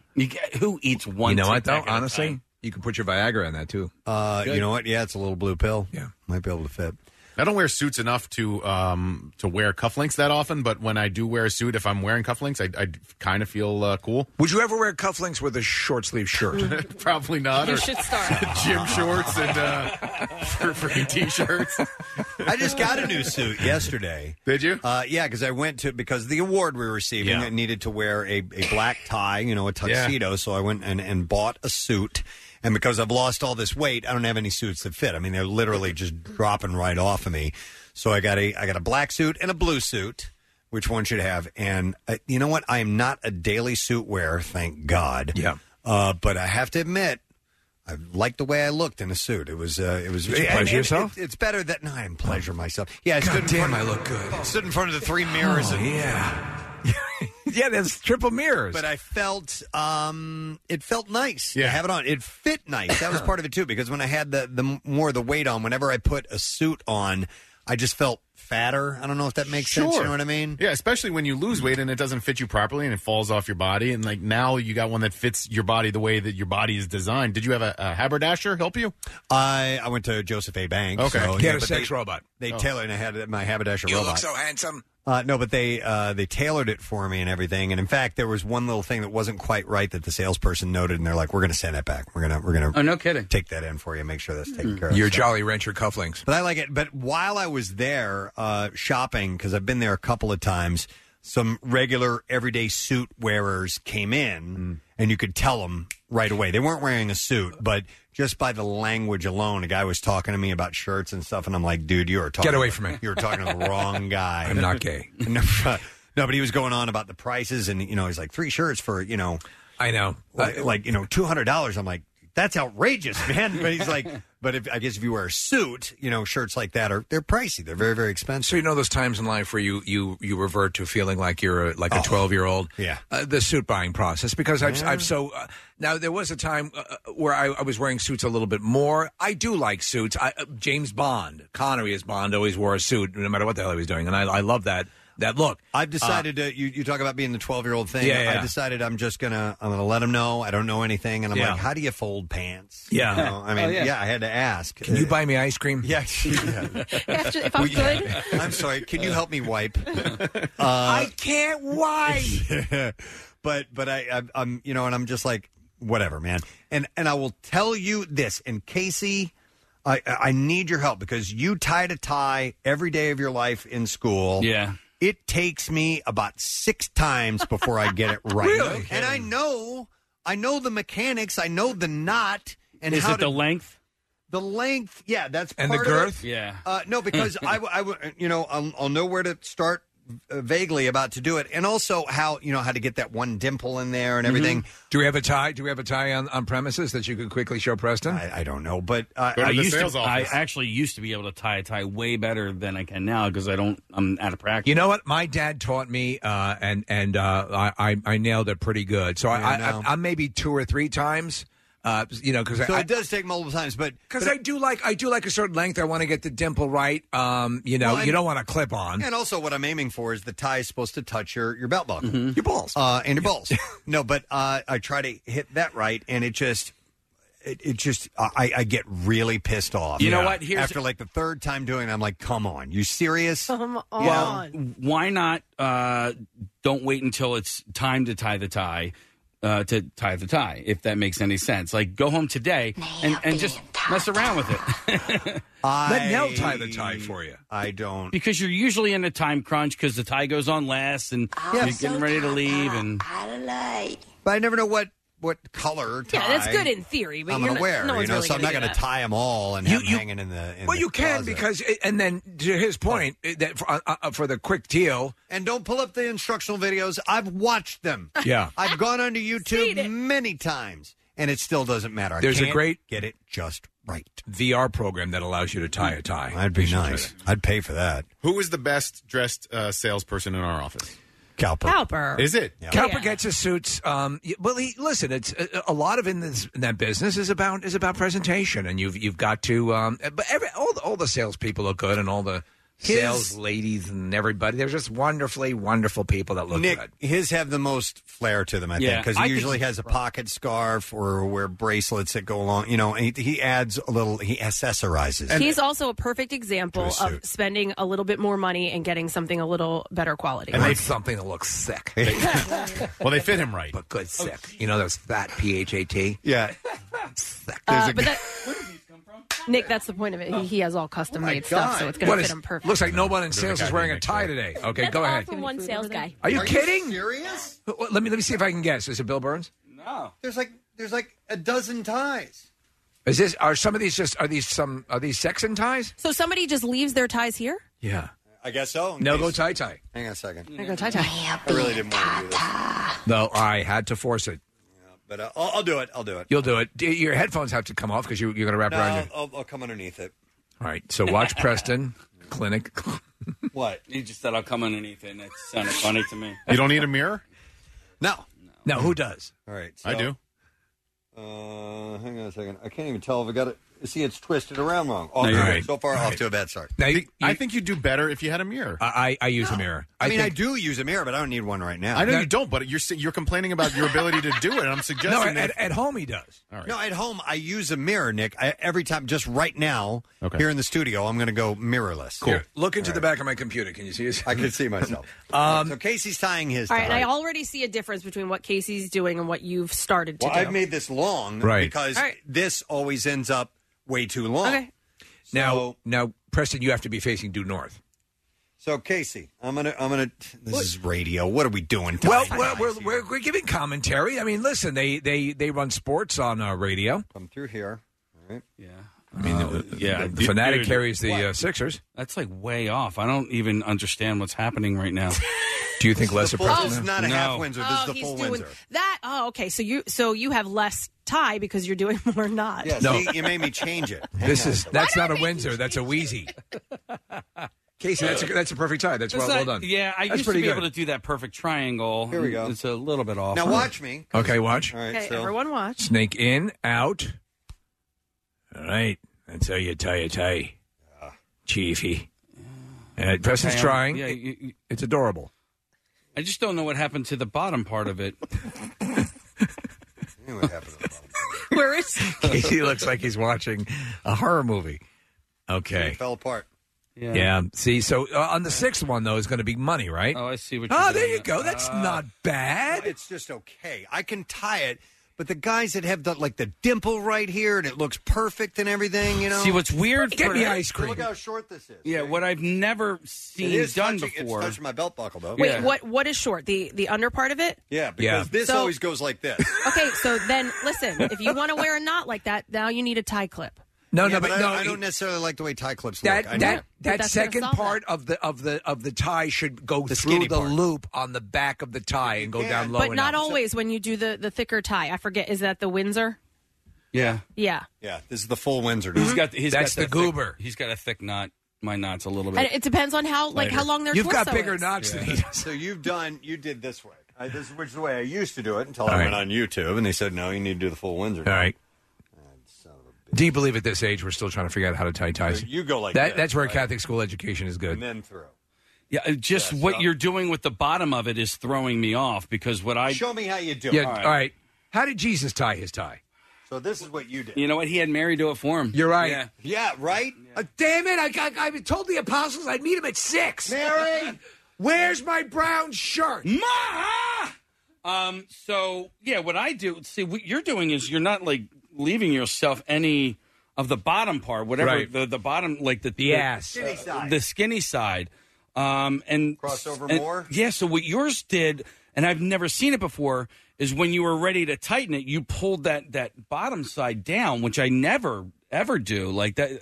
[SPEAKER 6] who eats one?
[SPEAKER 5] You know
[SPEAKER 6] Tic
[SPEAKER 5] what
[SPEAKER 6] Tac
[SPEAKER 5] though?
[SPEAKER 6] at a
[SPEAKER 5] Honestly,
[SPEAKER 6] time?
[SPEAKER 5] you can put your Viagra in that too.
[SPEAKER 3] Uh,
[SPEAKER 7] Good.
[SPEAKER 3] you know what? Yeah, it's a little blue pill.
[SPEAKER 5] Yeah,
[SPEAKER 3] might be able to fit.
[SPEAKER 7] I don't wear suits enough to um, to wear cufflinks that often, but when I do wear a suit, if I'm wearing cufflinks, I, I kind of feel uh, cool.
[SPEAKER 5] Would you ever wear cufflinks with a short sleeve shirt?
[SPEAKER 7] Probably not.
[SPEAKER 5] You
[SPEAKER 7] or
[SPEAKER 5] should start.
[SPEAKER 7] gym shorts and uh, fur- furry t-shirts.
[SPEAKER 3] I just got a new suit yesterday.
[SPEAKER 7] Did you?
[SPEAKER 3] Uh, yeah, because I went to because the award we were receiving, I needed to wear a, a black tie, you know, a tuxedo. So I went and, and bought a suit. And because I've lost all this weight, I don't have any suits that fit. I mean, they're literally just dropping right off of me. So I got a I got a black suit and a blue suit, which one should have. And uh, you know what? I am not a daily suit wearer, thank God. Yeah. Uh, but I have to admit, I liked the way I looked in a suit. It was uh, it was
[SPEAKER 5] Did you
[SPEAKER 3] and-
[SPEAKER 5] pleasure
[SPEAKER 3] and
[SPEAKER 5] yourself?
[SPEAKER 3] it- it's better that no, I didn't pleasure myself. Yeah, I stood in
[SPEAKER 5] damn,
[SPEAKER 3] front
[SPEAKER 5] I
[SPEAKER 3] of, Oh.
[SPEAKER 5] look good.
[SPEAKER 3] Stood in front of the three mirrors.
[SPEAKER 5] Oh,
[SPEAKER 3] and,
[SPEAKER 5] yeah. yeah, there's triple mirrors.
[SPEAKER 3] But I felt um, it felt nice
[SPEAKER 5] Yeah.
[SPEAKER 3] to have it on. It fit nice. That was part of it too, because when I had the the m- more of the weight on, whenever I put a suit on, I just felt fatter. I don't know if that makes sense. You know what I mean?
[SPEAKER 7] Yeah, especially when you lose weight and it doesn't fit you properly and it falls off your body. And like now you got one that fits your body the way that your body is designed. Did you have a, a haberdasher help you?
[SPEAKER 3] I I went to Joseph A. Banks.
[SPEAKER 7] Okay,
[SPEAKER 3] so, yeah, but they-
[SPEAKER 5] robot.
[SPEAKER 3] They tailored, and I had my haberdasher
[SPEAKER 5] Oh. You
[SPEAKER 3] robot.
[SPEAKER 5] look so handsome.
[SPEAKER 3] Uh, no, but they uh, they tailored it for me and everything. And in fact, there was one little thing that wasn't quite right that the salesperson noted, and they're like, "We're going to send that back. We're gonna we're gonna
[SPEAKER 5] Uh,
[SPEAKER 6] Oh, no kidding. Hmm.
[SPEAKER 3] take that in for you. and Make sure that's taken care of."
[SPEAKER 5] Your
[SPEAKER 3] So-
[SPEAKER 5] Jolly Rancher cufflinks.
[SPEAKER 3] But I like it. But while I was there uh, shopping, because I've been there a couple of times, some regular everyday suit wearers came
[SPEAKER 5] Mm.
[SPEAKER 3] in, and you could tell them right away. They weren't wearing a suit, but just by the language alone, a guy was talking to me about shirts and stuff, and I'm like, "Dude, you are talking
[SPEAKER 5] Get away from me.
[SPEAKER 3] You're talking to the wrong guy.
[SPEAKER 5] I'm not gay.
[SPEAKER 3] no, no, but he was going on about the prices, and you know, he's like three shirts for you know,
[SPEAKER 5] I know,
[SPEAKER 3] like, like, you know, two hundred dollars. I'm like, that's outrageous, man. But he's like, but if I guess if you wear a suit, you know, shirts like that are they're pricey. They're very very expensive.
[SPEAKER 5] So you know those times in life where you you you revert to feeling like you're a, like
[SPEAKER 3] Oh.
[SPEAKER 5] a twelve year old.
[SPEAKER 3] Yeah.
[SPEAKER 5] Uh, the suit buying process because I've
[SPEAKER 3] Yeah.
[SPEAKER 5] I've so uh, now there was a time uh, uh, where I, I was wearing suits a little bit more. I do like suits. I, uh, James Bond, Connery as Bond, always wore a suit no matter what the hell he was doing, and I I love that. that look.
[SPEAKER 3] I've decided to. You, you talk about being the twelve year old thing.
[SPEAKER 5] Yeah, yeah,
[SPEAKER 3] I
[SPEAKER 5] yeah.
[SPEAKER 3] decided I'm just gonna I'm gonna let them know I don't know anything, and I'm
[SPEAKER 5] Yeah.
[SPEAKER 3] like, how do you fold pants?
[SPEAKER 5] Yeah.
[SPEAKER 3] You know, I mean,
[SPEAKER 5] Oh,
[SPEAKER 3] yeah.
[SPEAKER 5] yeah.
[SPEAKER 3] I had to ask.
[SPEAKER 5] Can you buy me ice cream?
[SPEAKER 3] Yeah.
[SPEAKER 5] After- if
[SPEAKER 13] I'm
[SPEAKER 3] Well, yeah.
[SPEAKER 13] good.
[SPEAKER 3] I'm sorry. Can you help me wipe? Uh,
[SPEAKER 13] I can't why.
[SPEAKER 3] but but I, I I'm you know, and I'm just like whatever, man. And and I will tell you this, and Casey, I I I need your help because you tied a tie every day of your life in school.
[SPEAKER 6] Yeah.
[SPEAKER 3] It takes me about six times before I get it right.
[SPEAKER 13] Really?
[SPEAKER 3] And I know I know the mechanics, I know the knot and
[SPEAKER 6] Is
[SPEAKER 3] how
[SPEAKER 6] it
[SPEAKER 3] to-
[SPEAKER 6] the length?
[SPEAKER 3] The length, yeah, that's
[SPEAKER 6] And the
[SPEAKER 3] part of it.
[SPEAKER 6] girth? Yeah.
[SPEAKER 3] Uh, no, because I, w- I w- you know, I'll, I'll know where to start uh, vaguely about to do it, and also how you know how to get that one dimple in there and everything.
[SPEAKER 5] Mm-hmm. Do we have a tie? Do we have a tie on, on premises that you can quickly show Preston?
[SPEAKER 3] I, I don't know, but uh,
[SPEAKER 6] I used to, I actually used to be able to tie a tie way better than I can now because I don't. I'm out of practice.
[SPEAKER 5] You know what? My dad taught me, uh, and and uh, I I- I nailed it pretty good. So I,
[SPEAKER 3] Yeah,
[SPEAKER 5] I,
[SPEAKER 3] no.
[SPEAKER 5] I, am maybe two or three times. Uh, you know, because
[SPEAKER 3] So
[SPEAKER 5] I,
[SPEAKER 3] it does take multiple times, but
[SPEAKER 5] because I do like I do like a certain length. I want to get the dimple right. Um, you know,
[SPEAKER 3] Well, and-
[SPEAKER 5] you don't want to clip on.
[SPEAKER 3] And also, what I'm aiming for is the tie is supposed to touch your, your belt buckle, your balls, uh, and your balls. no, but uh, I try to hit that right, and it just. It, it just I, I get really pissed off.
[SPEAKER 6] You know what? Here's-
[SPEAKER 3] after like the third time doing, it, I'm like, "Come on, you serious?"
[SPEAKER 4] Come
[SPEAKER 6] Well, why not? Uh, don't wait until it's time to tie the tie. Uh, to tie the tie, if that makes any sense. Like, go home today and, and just mess around with it.
[SPEAKER 3] I-
[SPEAKER 5] Nell tie the tie for you.
[SPEAKER 3] I don't.
[SPEAKER 6] Because you're usually in a time crunch because the tie goes on last and you're getting ready to leave. And
[SPEAKER 3] But I never know what what color tie.
[SPEAKER 4] Yeah, that's good in theory, but
[SPEAKER 3] I'm
[SPEAKER 4] you're
[SPEAKER 3] gonna
[SPEAKER 4] not-
[SPEAKER 3] wear,
[SPEAKER 4] no
[SPEAKER 3] you
[SPEAKER 4] one's
[SPEAKER 3] know,
[SPEAKER 4] really
[SPEAKER 3] so I'm
[SPEAKER 4] gonna
[SPEAKER 3] not
[SPEAKER 4] do
[SPEAKER 3] gonna
[SPEAKER 4] that.
[SPEAKER 3] tie them all and have 'em hanging in the. uh, In
[SPEAKER 5] well,
[SPEAKER 3] the
[SPEAKER 5] you can
[SPEAKER 3] closet.
[SPEAKER 5] because eh, and then to his point eh, that for, uh, uh, for the quick deal.
[SPEAKER 3] And don't pull up the instructional videos. I've watched them.
[SPEAKER 5] Yeah.
[SPEAKER 3] I've gone onto YouTube many times, and it still doesn't matter. I
[SPEAKER 5] There's a
[SPEAKER 3] can't
[SPEAKER 5] great
[SPEAKER 3] get it just right
[SPEAKER 5] VR program that allows you to tie a tie.
[SPEAKER 3] That'd be nice. I'd pay for that.
[SPEAKER 7] Who is the best dressed uh, salesperson in our office?
[SPEAKER 3] Cowper.
[SPEAKER 4] Cowper.
[SPEAKER 7] Is it?
[SPEAKER 5] Cowper gets his suits. Um, y- well, he, listen, it's uh, a, a lot of in, this, in that business is about is about presentation, and you've you've got to. Um, but every, all the, all the salespeople look good, and all the
[SPEAKER 3] His-
[SPEAKER 5] sales ladies and everybody, they're just wonderfully wonderful people that look
[SPEAKER 3] Nick,
[SPEAKER 5] good.
[SPEAKER 3] his have the most flair to them, I
[SPEAKER 5] Yeah,
[SPEAKER 3] think, because
[SPEAKER 5] I
[SPEAKER 3] he
[SPEAKER 5] think
[SPEAKER 3] usually
[SPEAKER 5] he's
[SPEAKER 3] has a pocket scarf or wear bracelets that go along. You know, and he, he adds a little. He accessorizes.
[SPEAKER 4] He's also a perfect example
[SPEAKER 3] To a
[SPEAKER 4] of spending a little bit more money and getting something a little better quality.
[SPEAKER 5] And they something that looks sick.
[SPEAKER 7] well, they fit him right,
[SPEAKER 5] but good sick. You know, there's fat P H A T.
[SPEAKER 3] Yeah.
[SPEAKER 4] Uh, but that, Nick, that's the point of it. He, he has all custom made stuff, so it's going to
[SPEAKER 5] Oh What
[SPEAKER 4] fit
[SPEAKER 5] is-
[SPEAKER 4] him perfect.
[SPEAKER 5] Looks like no one in sales
[SPEAKER 7] guy
[SPEAKER 5] is wearing a tie today. Okay, go ahead.
[SPEAKER 4] one sales guy.
[SPEAKER 5] Are you kidding?
[SPEAKER 3] serious?
[SPEAKER 5] Well, Let me let me see if I can guess. Is it Bill Burns?
[SPEAKER 3] No. There's like there's like a dozen ties.
[SPEAKER 5] Is this are some of these just are these some are these sex and ties?
[SPEAKER 4] So somebody just leaves their ties here?
[SPEAKER 5] Yeah.
[SPEAKER 3] I guess so.
[SPEAKER 5] No go tie tie.
[SPEAKER 3] Hang on a second.
[SPEAKER 4] They're going to tie tie.
[SPEAKER 3] I really didn't want to do this,
[SPEAKER 5] No, I had to force it.
[SPEAKER 3] but uh, I'll, I'll do it. I'll do it.
[SPEAKER 5] You'll do it. D- Your headphones have to come off because you, you're going to wrap
[SPEAKER 3] No,
[SPEAKER 5] around
[SPEAKER 3] I'll,
[SPEAKER 5] your.
[SPEAKER 3] I'll, I'll come underneath it.
[SPEAKER 5] All right. So watch Preston Clinic.
[SPEAKER 6] what? He just said, I'll come underneath it. And it sounded funny to me.
[SPEAKER 7] You don't need a mirror?
[SPEAKER 3] No.
[SPEAKER 5] No, who does?
[SPEAKER 3] All right.
[SPEAKER 7] I do.
[SPEAKER 3] Uh, hang on a second. I can't even tell if I got it. See, it's twisted around wrong.
[SPEAKER 7] No,
[SPEAKER 3] Off,
[SPEAKER 7] you're right.
[SPEAKER 3] So far, off to a bad start.
[SPEAKER 5] Now, you,
[SPEAKER 7] I think you'd do better if you had a mirror.
[SPEAKER 5] I, I use a mirror.
[SPEAKER 3] I, mean, I do use a mirror, but I don't need one right now.
[SPEAKER 7] I know you don't, but you're you're complaining about your ability to do it. and I'm suggesting that-
[SPEAKER 5] home he does.
[SPEAKER 7] All right.
[SPEAKER 3] No, at home I use a mirror, Nick. I, every time, just right now,
[SPEAKER 5] Okay.
[SPEAKER 3] here in the studio, I'm going to go mirrorless.
[SPEAKER 5] Here, look into the back of my computer. Can you see us?
[SPEAKER 3] I can see myself.
[SPEAKER 5] um,
[SPEAKER 3] so Casey's tying his.
[SPEAKER 4] All right, and
[SPEAKER 3] tie.
[SPEAKER 4] I already see a difference between what Casey's doing and what you've started to
[SPEAKER 3] Well,
[SPEAKER 4] do.
[SPEAKER 3] I've made this long
[SPEAKER 5] Right.
[SPEAKER 3] because
[SPEAKER 4] All right.
[SPEAKER 3] this always ends up way too long.
[SPEAKER 4] Okay.
[SPEAKER 5] now, now, Preston, you have to be facing due north.
[SPEAKER 3] So Casey, I'm gonna, I'm gonna. This is radio. What are we doing?
[SPEAKER 5] Well, well we're, we're, we're giving commentary. I mean, listen, they they they run sports on uh, radio.
[SPEAKER 3] Come through here. All right.
[SPEAKER 6] Yeah.
[SPEAKER 5] I mean,
[SPEAKER 3] Uh,
[SPEAKER 6] yeah,
[SPEAKER 5] the, the
[SPEAKER 6] dude,
[SPEAKER 5] fanatic
[SPEAKER 6] dude,
[SPEAKER 5] carries the
[SPEAKER 6] what?
[SPEAKER 5] uh, Sixers.
[SPEAKER 6] That's like way off. I don't even understand what's happening right now.
[SPEAKER 5] Do you think Lesser
[SPEAKER 6] less
[SPEAKER 5] Preston?
[SPEAKER 6] no.
[SPEAKER 4] oh, he's doing that. Oh, okay. So you so you have less tie because you're doing more not.
[SPEAKER 5] No. see, you
[SPEAKER 3] made me change it.
[SPEAKER 5] This is that's not a Windsor. That's a Wheezy. Casey, that's a, that's a perfect tie. That's, well,
[SPEAKER 6] It's
[SPEAKER 5] well
[SPEAKER 6] not-
[SPEAKER 5] done.
[SPEAKER 6] Yeah, I
[SPEAKER 5] that's
[SPEAKER 6] used to
[SPEAKER 5] pretty
[SPEAKER 6] be
[SPEAKER 5] good.
[SPEAKER 6] able to do that perfect triangle.
[SPEAKER 5] Here we go.
[SPEAKER 6] It's a little bit off.
[SPEAKER 3] Now watch me.
[SPEAKER 5] Okay, watch.
[SPEAKER 4] okay, everyone watch.
[SPEAKER 5] Snake in, out. All right, that's how you tie a tie, Chiefy. Uh, Preston's
[SPEAKER 6] Okay, I'm-
[SPEAKER 5] trying.
[SPEAKER 6] yeah, you-
[SPEAKER 5] it's adorable.
[SPEAKER 6] I just don't know what happened to the bottom part of it.
[SPEAKER 4] Where is
[SPEAKER 5] he looks like he's watching a horror movie. Okay.
[SPEAKER 3] fell apart.
[SPEAKER 5] Yeah. See, so uh, on the sixth one though is going to be money, right?
[SPEAKER 6] Oh, I see what.
[SPEAKER 3] you're
[SPEAKER 5] Oh,
[SPEAKER 3] doing
[SPEAKER 5] there you
[SPEAKER 3] there.
[SPEAKER 5] go. That's
[SPEAKER 3] Uh,
[SPEAKER 5] not bad.
[SPEAKER 3] It's just okay. I can tie it, but the guys that have the like the dimple right here and it looks perfect and everything, you know.
[SPEAKER 6] See, what's weird for-
[SPEAKER 3] Look how short this is.
[SPEAKER 6] Yeah, what I've never seen
[SPEAKER 3] is
[SPEAKER 6] done
[SPEAKER 3] touching- it's
[SPEAKER 6] before.
[SPEAKER 3] touching my belt buckle though.
[SPEAKER 4] Wait,
[SPEAKER 6] Yeah.
[SPEAKER 4] what? What is short? The the under part of it?
[SPEAKER 3] Yeah, because
[SPEAKER 6] Yeah.
[SPEAKER 3] this
[SPEAKER 4] So-
[SPEAKER 3] always goes like this.
[SPEAKER 4] Okay, so then listen. If you want to wear a knot like that, now you need a tie clip.
[SPEAKER 5] No,
[SPEAKER 3] Yeah,
[SPEAKER 5] no, but,
[SPEAKER 3] I,
[SPEAKER 5] no.
[SPEAKER 3] I don't necessarily like the way tie clips
[SPEAKER 5] that
[SPEAKER 3] look. I know.
[SPEAKER 5] that that
[SPEAKER 3] that's gonna
[SPEAKER 5] second
[SPEAKER 3] solve that.
[SPEAKER 5] part of the of the of the tie should go through
[SPEAKER 3] skinny
[SPEAKER 5] the
[SPEAKER 3] part.
[SPEAKER 5] loop on the back of the tie and go down low.
[SPEAKER 4] But not
[SPEAKER 5] enough.
[SPEAKER 4] always when you do the the thicker tie. I forget. Is that the Windsor?
[SPEAKER 6] Yeah.
[SPEAKER 4] Yeah.
[SPEAKER 3] Yeah, this is the full Windsor.
[SPEAKER 6] He's got. He's
[SPEAKER 5] That's
[SPEAKER 6] got that
[SPEAKER 5] the
[SPEAKER 6] thick-
[SPEAKER 5] goober.
[SPEAKER 6] he's got a thick knot. My knot's a little bit.
[SPEAKER 4] And it depends on how like how
[SPEAKER 6] Oh, Later.
[SPEAKER 4] long their
[SPEAKER 6] You've got
[SPEAKER 4] torso
[SPEAKER 6] bigger
[SPEAKER 4] is.
[SPEAKER 6] knots
[SPEAKER 3] Yeah.
[SPEAKER 6] than he
[SPEAKER 3] so you've done. You did this way. I, this is which is the way I used to do it until
[SPEAKER 5] All
[SPEAKER 3] I
[SPEAKER 5] right.
[SPEAKER 3] went on YouTube and they said no, you need to do the full Windsor. Ah,
[SPEAKER 5] All right. Do you believe at this age we're still trying to figure out how to tie ties?
[SPEAKER 3] You go like
[SPEAKER 5] that.
[SPEAKER 6] this,
[SPEAKER 5] that's where
[SPEAKER 6] right?
[SPEAKER 5] Catholic school education is good.
[SPEAKER 3] And then throw.
[SPEAKER 6] Yeah, uh, just what you're doing with the bottom of it is throwing me off because what I
[SPEAKER 3] Show me how you do.
[SPEAKER 5] Yeah,
[SPEAKER 6] it.
[SPEAKER 5] all right. How did Jesus tie his tie?
[SPEAKER 3] So this is what you did.
[SPEAKER 6] You know what? He had Mary do it for him.
[SPEAKER 5] You're right.
[SPEAKER 6] Yeah.
[SPEAKER 3] Yeah, right.
[SPEAKER 5] Uh, damn it! I got, I told the apostles I'd meet him at six.
[SPEAKER 3] Mary,
[SPEAKER 5] where's my brown shirt?
[SPEAKER 6] Ma. Um. So yeah, what I do. See, what you're doing is you're not like leaving yourself any of the bottom part, whatever
[SPEAKER 5] Right.
[SPEAKER 6] the the bottom, like the
[SPEAKER 5] The ass. Skinny
[SPEAKER 3] side.
[SPEAKER 6] the skinny side. Um. And crossover
[SPEAKER 3] more?
[SPEAKER 6] Yeah. So what yours did, and I've never seen it before, is when you were ready to tighten it, you pulled that that bottom side down, which I never ever do. Like that.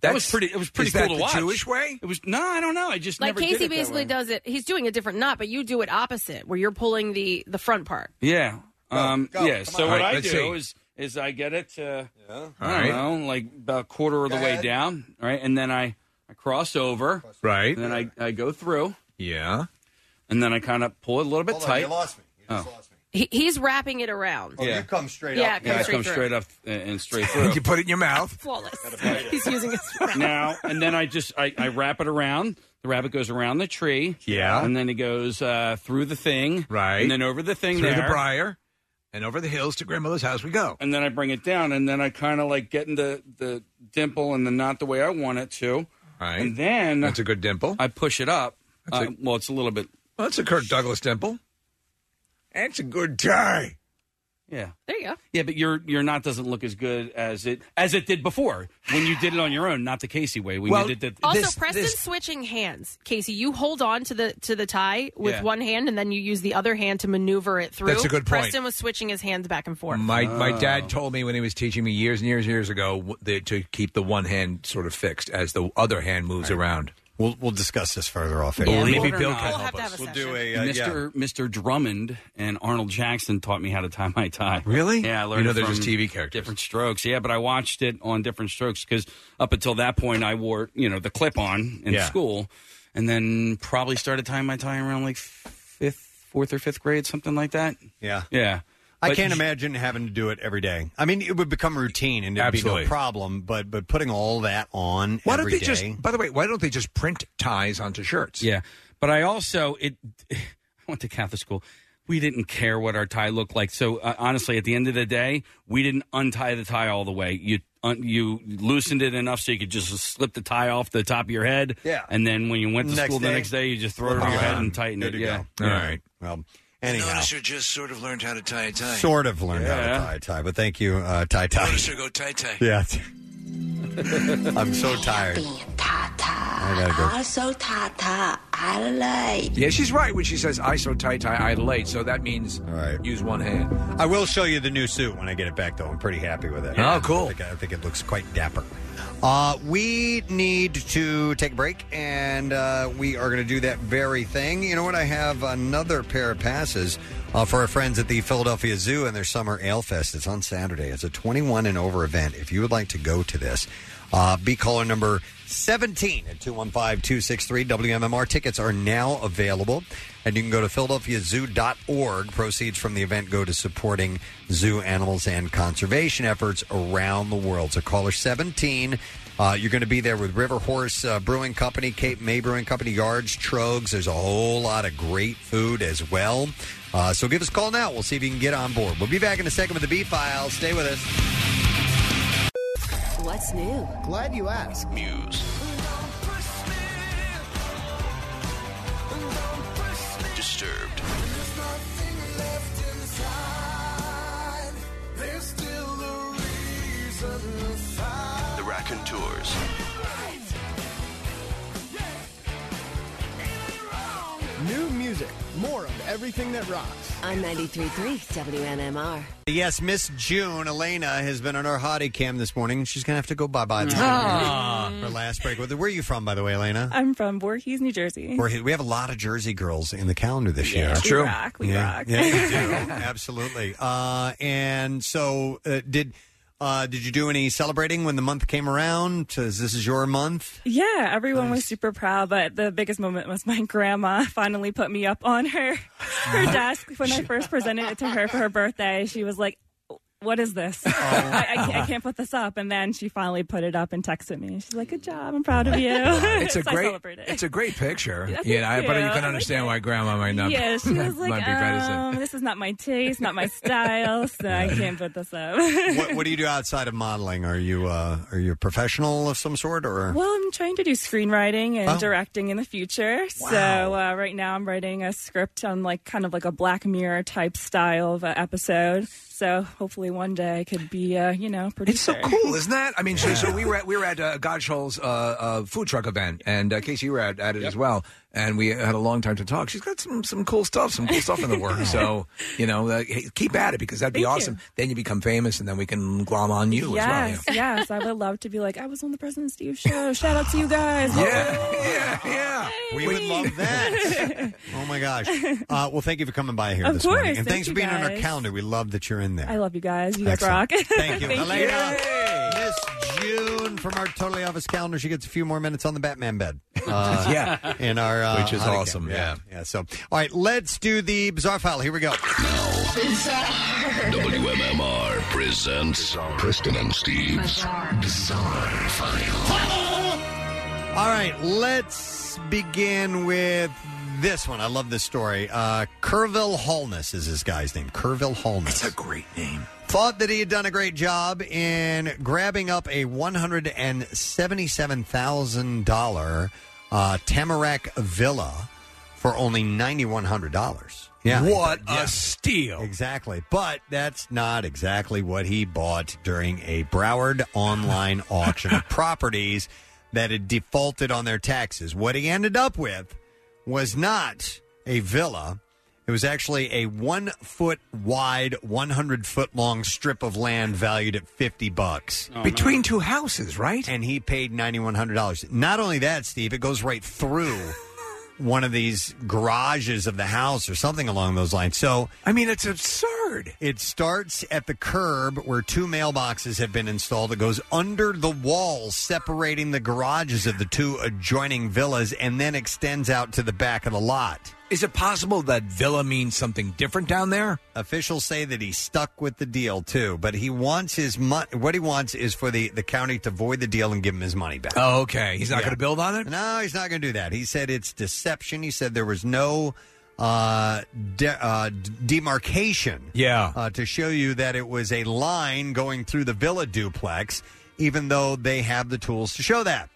[SPEAKER 6] That was
[SPEAKER 5] That's-
[SPEAKER 6] pretty. It was pretty
[SPEAKER 5] is
[SPEAKER 6] cool
[SPEAKER 5] that
[SPEAKER 6] to
[SPEAKER 5] the
[SPEAKER 6] watch.
[SPEAKER 5] Jewish way?
[SPEAKER 6] It was no, I don't know. I just
[SPEAKER 4] Like
[SPEAKER 6] never did
[SPEAKER 4] Casey
[SPEAKER 6] it that
[SPEAKER 4] basically
[SPEAKER 6] way.
[SPEAKER 4] does it. He's doing a different knot, but you do it opposite, where you're pulling the the front part.
[SPEAKER 6] Yeah. um,
[SPEAKER 4] go,
[SPEAKER 6] yeah.
[SPEAKER 4] come
[SPEAKER 6] So
[SPEAKER 4] on.
[SPEAKER 6] what
[SPEAKER 4] All right,
[SPEAKER 6] I do
[SPEAKER 4] let's see.
[SPEAKER 6] is is I get it. Uh, I
[SPEAKER 5] All
[SPEAKER 6] don't
[SPEAKER 5] right.
[SPEAKER 6] know, like about a quarter of the
[SPEAKER 5] Go
[SPEAKER 6] way
[SPEAKER 5] ahead.
[SPEAKER 6] down, right, and then I I cross over,
[SPEAKER 5] Right.
[SPEAKER 6] and then I I go through,
[SPEAKER 5] yeah,
[SPEAKER 6] and then I kind of pull it a little bit
[SPEAKER 3] Hold on,
[SPEAKER 6] tight.
[SPEAKER 3] you lost me.
[SPEAKER 6] oh.
[SPEAKER 4] He, he's wrapping it around.
[SPEAKER 6] Oh, Yeah. you
[SPEAKER 3] come straight
[SPEAKER 4] Yeah, it comes
[SPEAKER 6] yeah, I
[SPEAKER 4] straight
[SPEAKER 6] come
[SPEAKER 4] through.
[SPEAKER 6] straight up uh, and straight through.
[SPEAKER 5] you put it in your mouth.
[SPEAKER 4] Flawless. he's using his mouth.
[SPEAKER 6] now and then I just I, I wrap it around. The rabbit goes around the tree.
[SPEAKER 5] Yeah.
[SPEAKER 6] And then it goes uh, through the thing.
[SPEAKER 5] Right.
[SPEAKER 6] And then over the thing
[SPEAKER 5] Through the
[SPEAKER 6] there.
[SPEAKER 5] briar, and over the hills to grandmother's house we go.
[SPEAKER 6] And then I bring it down, and then I kind of like get in the, the dimple and then not the way I want it to.
[SPEAKER 5] Right.
[SPEAKER 6] And then
[SPEAKER 5] That's a good dimple.
[SPEAKER 6] I push it up.
[SPEAKER 5] That's a-
[SPEAKER 6] Uh, well, it's a little bit.
[SPEAKER 5] Well, that's a Kirk Douglas dimple. That's a good tie.
[SPEAKER 6] Yeah.
[SPEAKER 4] There you go.
[SPEAKER 6] Yeah, but your your knot doesn't look as good as it as it did before when you did it on your own, not the Casey way. When
[SPEAKER 5] Well,
[SPEAKER 6] you did the,
[SPEAKER 4] Also, Preston's switching hands. Casey, you hold on to the to the tie with
[SPEAKER 6] Yeah.
[SPEAKER 4] one hand, and then you use the other hand to maneuver it through.
[SPEAKER 5] That's a good point.
[SPEAKER 4] Preston was switching his hands back and forth.
[SPEAKER 5] My my
[SPEAKER 3] Ah.
[SPEAKER 5] dad told me when he was teaching me years and years and years ago w- the, to keep the one hand sort of fixed as the other hand moves around.
[SPEAKER 3] We'll we'll discuss this further off.
[SPEAKER 5] air. Maybe Bill can
[SPEAKER 6] We'll
[SPEAKER 5] help us.
[SPEAKER 6] We'll
[SPEAKER 3] do a, uh, yeah.
[SPEAKER 6] Mr. Mr. Drummond and Arnold Jackson taught me how to tie my tie.
[SPEAKER 5] Really?
[SPEAKER 6] Yeah, I
[SPEAKER 5] You
[SPEAKER 6] learned.
[SPEAKER 5] know
[SPEAKER 6] it
[SPEAKER 5] they're
[SPEAKER 6] from
[SPEAKER 5] just TV characters.
[SPEAKER 6] Different strokes. Yeah, but I watched it on different strokes because up until that point I wore you know the clip on in
[SPEAKER 5] Yeah.
[SPEAKER 6] school, and then probably started tying my tie around like fifth, fourth or fifth grade, something like that.
[SPEAKER 3] Yeah.
[SPEAKER 6] Yeah.
[SPEAKER 3] I
[SPEAKER 6] But-
[SPEAKER 3] can't imagine having to do it every day. I mean, it would become routine and it'd be
[SPEAKER 5] Absolutely.
[SPEAKER 3] no problem. But but putting all that on
[SPEAKER 5] Why don't
[SPEAKER 3] every
[SPEAKER 5] they
[SPEAKER 3] day-
[SPEAKER 5] just? By the way, why don't they just print ties onto shirts?
[SPEAKER 6] Yeah, but I also it. I went to Catholic school. We didn't care what our tie looked like. So uh, honestly, at the end of the day, we didn't untie the tie all the way. You un- you loosened it enough so you could just slip the tie off the top of your head.
[SPEAKER 3] Yeah.
[SPEAKER 6] and then when you went to
[SPEAKER 3] Next
[SPEAKER 6] school
[SPEAKER 3] day.
[SPEAKER 6] the next day, you just throw it over your head and tighten
[SPEAKER 3] Good
[SPEAKER 6] it.
[SPEAKER 3] to
[SPEAKER 6] Yeah.
[SPEAKER 3] go.
[SPEAKER 6] Yeah.
[SPEAKER 3] Well, anyhow,
[SPEAKER 8] Noticer just sort of learned how to tie a tie.
[SPEAKER 3] sort of learned
[SPEAKER 8] Yeah.
[SPEAKER 3] how to tie a tie. But thank you, uh, tie tie.
[SPEAKER 8] Noticer go tie tie.
[SPEAKER 3] Yeah. I'm so tired. I gotta go.
[SPEAKER 17] Also, Ah, Tata, I like.
[SPEAKER 5] Yeah, she's right when she says ISO tie tie I late. So that means use one hand.
[SPEAKER 3] I will show you the new suit when I get it back, though. I'm pretty happy with it.
[SPEAKER 5] Oh, cool.
[SPEAKER 3] I think, I think it looks quite dapper. Uh, we need to take a break, and uh, we are going to do that very thing. You know what? I have another pair of passes uh, for our friends at the Philadelphia Zoo and their Summer Ale Fest. It's on Saturday. It's a 21 and over event. If you would like to go to this, uh, be caller number 17 at 215 263 WMMR. Tickets are now available, and you can go to PhiladelphiaZoo.org. Proceeds from the event go to supporting zoo animals and conservation efforts around the world. So, caller 17 Uh, you're going to be there with River Horse uh, Brewing Company, Cape May Brewing Company, Yards, Trogs. There's a whole lot of great food as well. Uh, so give us a call now. We'll see if you can get on board. We'll be back in a second with the B File. Stay with us.
[SPEAKER 19] What's new? Glad you asked. News.
[SPEAKER 9] Disturbed. The Raconteurs.
[SPEAKER 21] New music, more of everything that rocks.
[SPEAKER 19] On 93.3 WNMR.
[SPEAKER 3] Yes, Miss June Elena has been on our hottie cam this morning. She's going to have to go bye bye.
[SPEAKER 22] Aw.
[SPEAKER 3] Her last break. Where are you from, by the way, Elena?
[SPEAKER 22] I'm from Voorhees, New Jersey.
[SPEAKER 3] We're- We have a lot of Jersey girls in the calendar this year.
[SPEAKER 22] It's We true. rock, we
[SPEAKER 3] yeah.
[SPEAKER 22] rock.
[SPEAKER 3] Yeah, we do. Absolutely. Uh, and so, uh, did uh, did you do any celebrating when the month came around? 'Cause This is your month.
[SPEAKER 22] Yeah, everyone was super proud, but the biggest moment was my grandma finally put me up on her her desk when I first presented it to her for her birthday. She was like, "What is this?
[SPEAKER 5] Oh,
[SPEAKER 22] I, I, can't, I can't put this up." And then she finally put it up and texted me. She's like, "Good job! I'm proud of you."
[SPEAKER 5] it's a
[SPEAKER 22] So I
[SPEAKER 5] great,
[SPEAKER 22] celebrated.
[SPEAKER 5] it's a great picture.
[SPEAKER 22] Yeah,
[SPEAKER 5] you know,
[SPEAKER 22] thank
[SPEAKER 5] but you
[SPEAKER 22] you.
[SPEAKER 5] can understand why Grandma might not.
[SPEAKER 22] Yeah, she was
[SPEAKER 5] might
[SPEAKER 22] like,
[SPEAKER 5] be reticent.
[SPEAKER 22] um, "This is not my taste, not my style, so I can't put this up."
[SPEAKER 3] what, what do you do outside of modeling? Are you uh, are you a professional of some sort, or
[SPEAKER 22] Well, I'm trying to do screenwriting and
[SPEAKER 3] Oh.
[SPEAKER 22] directing in the future. So uh, right now, I'm writing a script on like kind of like a Black Mirror type style of uh, episode. So hopefully, one day I could be, uh, you know, producer. It's so
[SPEAKER 5] cool, isn't that? I mean, so, so we were at, we were at uh, Godsholl's uh, uh, food truck event, and uh, Casey, you were at, at it as well, and we had a long time to talk. She's got some some cool stuff, some cool stuff in the works. So you know, uh, hey, keep at it because that'd be
[SPEAKER 22] Thank you.
[SPEAKER 5] awesome. Then you become famous, and then we can glom on you
[SPEAKER 22] yes,
[SPEAKER 5] as well.
[SPEAKER 22] yes, I would love to be like I was on the President Steve show. Shout out to you guys.
[SPEAKER 5] Yeah, yeah, yeah.
[SPEAKER 3] We would love that. oh my gosh! Uh, well, thank you for coming by here
[SPEAKER 22] Of
[SPEAKER 3] this
[SPEAKER 22] course,
[SPEAKER 3] morning, and
[SPEAKER 22] thank
[SPEAKER 3] thanks for
[SPEAKER 22] you
[SPEAKER 3] being on our
[SPEAKER 22] guys.
[SPEAKER 3] calendar. We love that you're in there.
[SPEAKER 22] I love you guys. You guys
[SPEAKER 3] Excellent.
[SPEAKER 22] rock.
[SPEAKER 3] Thank you, Elena.
[SPEAKER 22] you.
[SPEAKER 3] Miss June from our Totally Office calendar. She gets a few more minutes on the Batman bed.
[SPEAKER 5] Yeah.
[SPEAKER 3] in our uh,
[SPEAKER 5] Which is
[SPEAKER 3] hot
[SPEAKER 5] awesome,
[SPEAKER 3] account.
[SPEAKER 5] yeah.
[SPEAKER 3] yeah. So, all right, let's do the bizarre file. Here we go.
[SPEAKER 11] WMMR presents Preston and Steve's Bizarre, File.
[SPEAKER 3] All right, let's begin with this one. I love this story. Uh, Kerville Holness is this guy's name. Kerville Holness. It's a
[SPEAKER 5] great name.
[SPEAKER 3] Thought that he had done a great job in grabbing up a $177,000 uh, Tamarack villa for only $9,100.
[SPEAKER 5] What a steal!
[SPEAKER 3] Exactly. But that's not exactly what he bought during a Broward online auction of properties that had defaulted on their taxes. What he ended up with was not a villa. It was actually a one foot wide, 100 foot long strip of land valued at 50 bucks.
[SPEAKER 5] Oh, Between two houses, right?
[SPEAKER 3] And he paid $9,100. Not only that, Steve, it goes right through one of these garages of the house or something along those lines. So
[SPEAKER 5] I mean, it's absurd.
[SPEAKER 3] It starts at the curb where two mailboxes have been installed. It goes under the wall separating the garages of the two adjoining villas and then extends out to the back of the lot.
[SPEAKER 5] Is it possible that villa means something different down there?
[SPEAKER 3] Officials say that he stuck with the deal too, but he wants his money. What he wants is for the, the county to void the deal and give him his money back.
[SPEAKER 5] Oh, okay. He's not going to build on it.
[SPEAKER 3] No, he's not going to do that. He said it's deception. He said there was no uh, de- uh, d- demarcation.
[SPEAKER 5] Yeah.
[SPEAKER 3] Uh, to show you that it was a line going through the villa duplex, even though they have the tools to show that.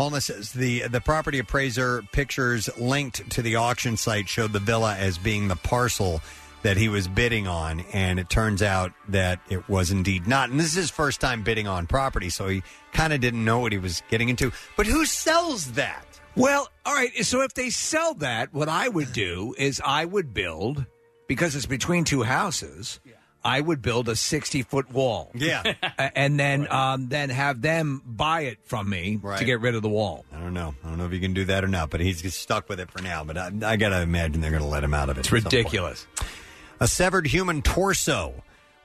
[SPEAKER 3] Holness says the the property appraiser pictures linked to the auction site showed the villa as being the parcel that he was bidding on, and it turns out that it was indeed not. And this is his first time bidding on property, so he kind of didn't know what he was getting into. But who sells that?
[SPEAKER 5] Well, all right. So if they sell that, what I would do is I would build because it's between two houses. I would build a sixty foot wall.
[SPEAKER 3] Yeah,
[SPEAKER 5] and then um, then have them buy it from me to get rid of the wall.
[SPEAKER 3] I don't know. I don't know if you can do that or not, but he's just stuck with it for now. But I, I got to imagine they're going to let him out of it.
[SPEAKER 5] It's
[SPEAKER 3] at some point.
[SPEAKER 5] ridiculous.
[SPEAKER 3] A severed human torso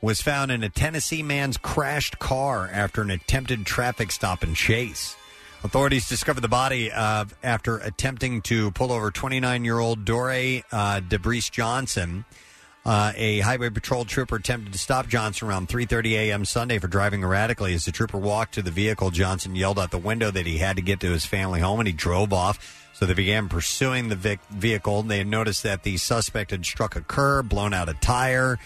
[SPEAKER 3] was found in a Tennessee man's crashed car after an attempted traffic stop and chase. Authorities discovered the body of after attempting to pull over 29 year old Dore uh, DeBrees uh, Johnson. Uh, a highway patrol trooper attempted to stop Johnson around 3:30 a.m. Sunday for driving erratically. As the trooper walked to the vehicle, Johnson yelled out the window that he had to get to his family home, and he drove off. So they began pursuing the vic- vehicle. They had noticed that the suspect had struck a curb, blown out a tire.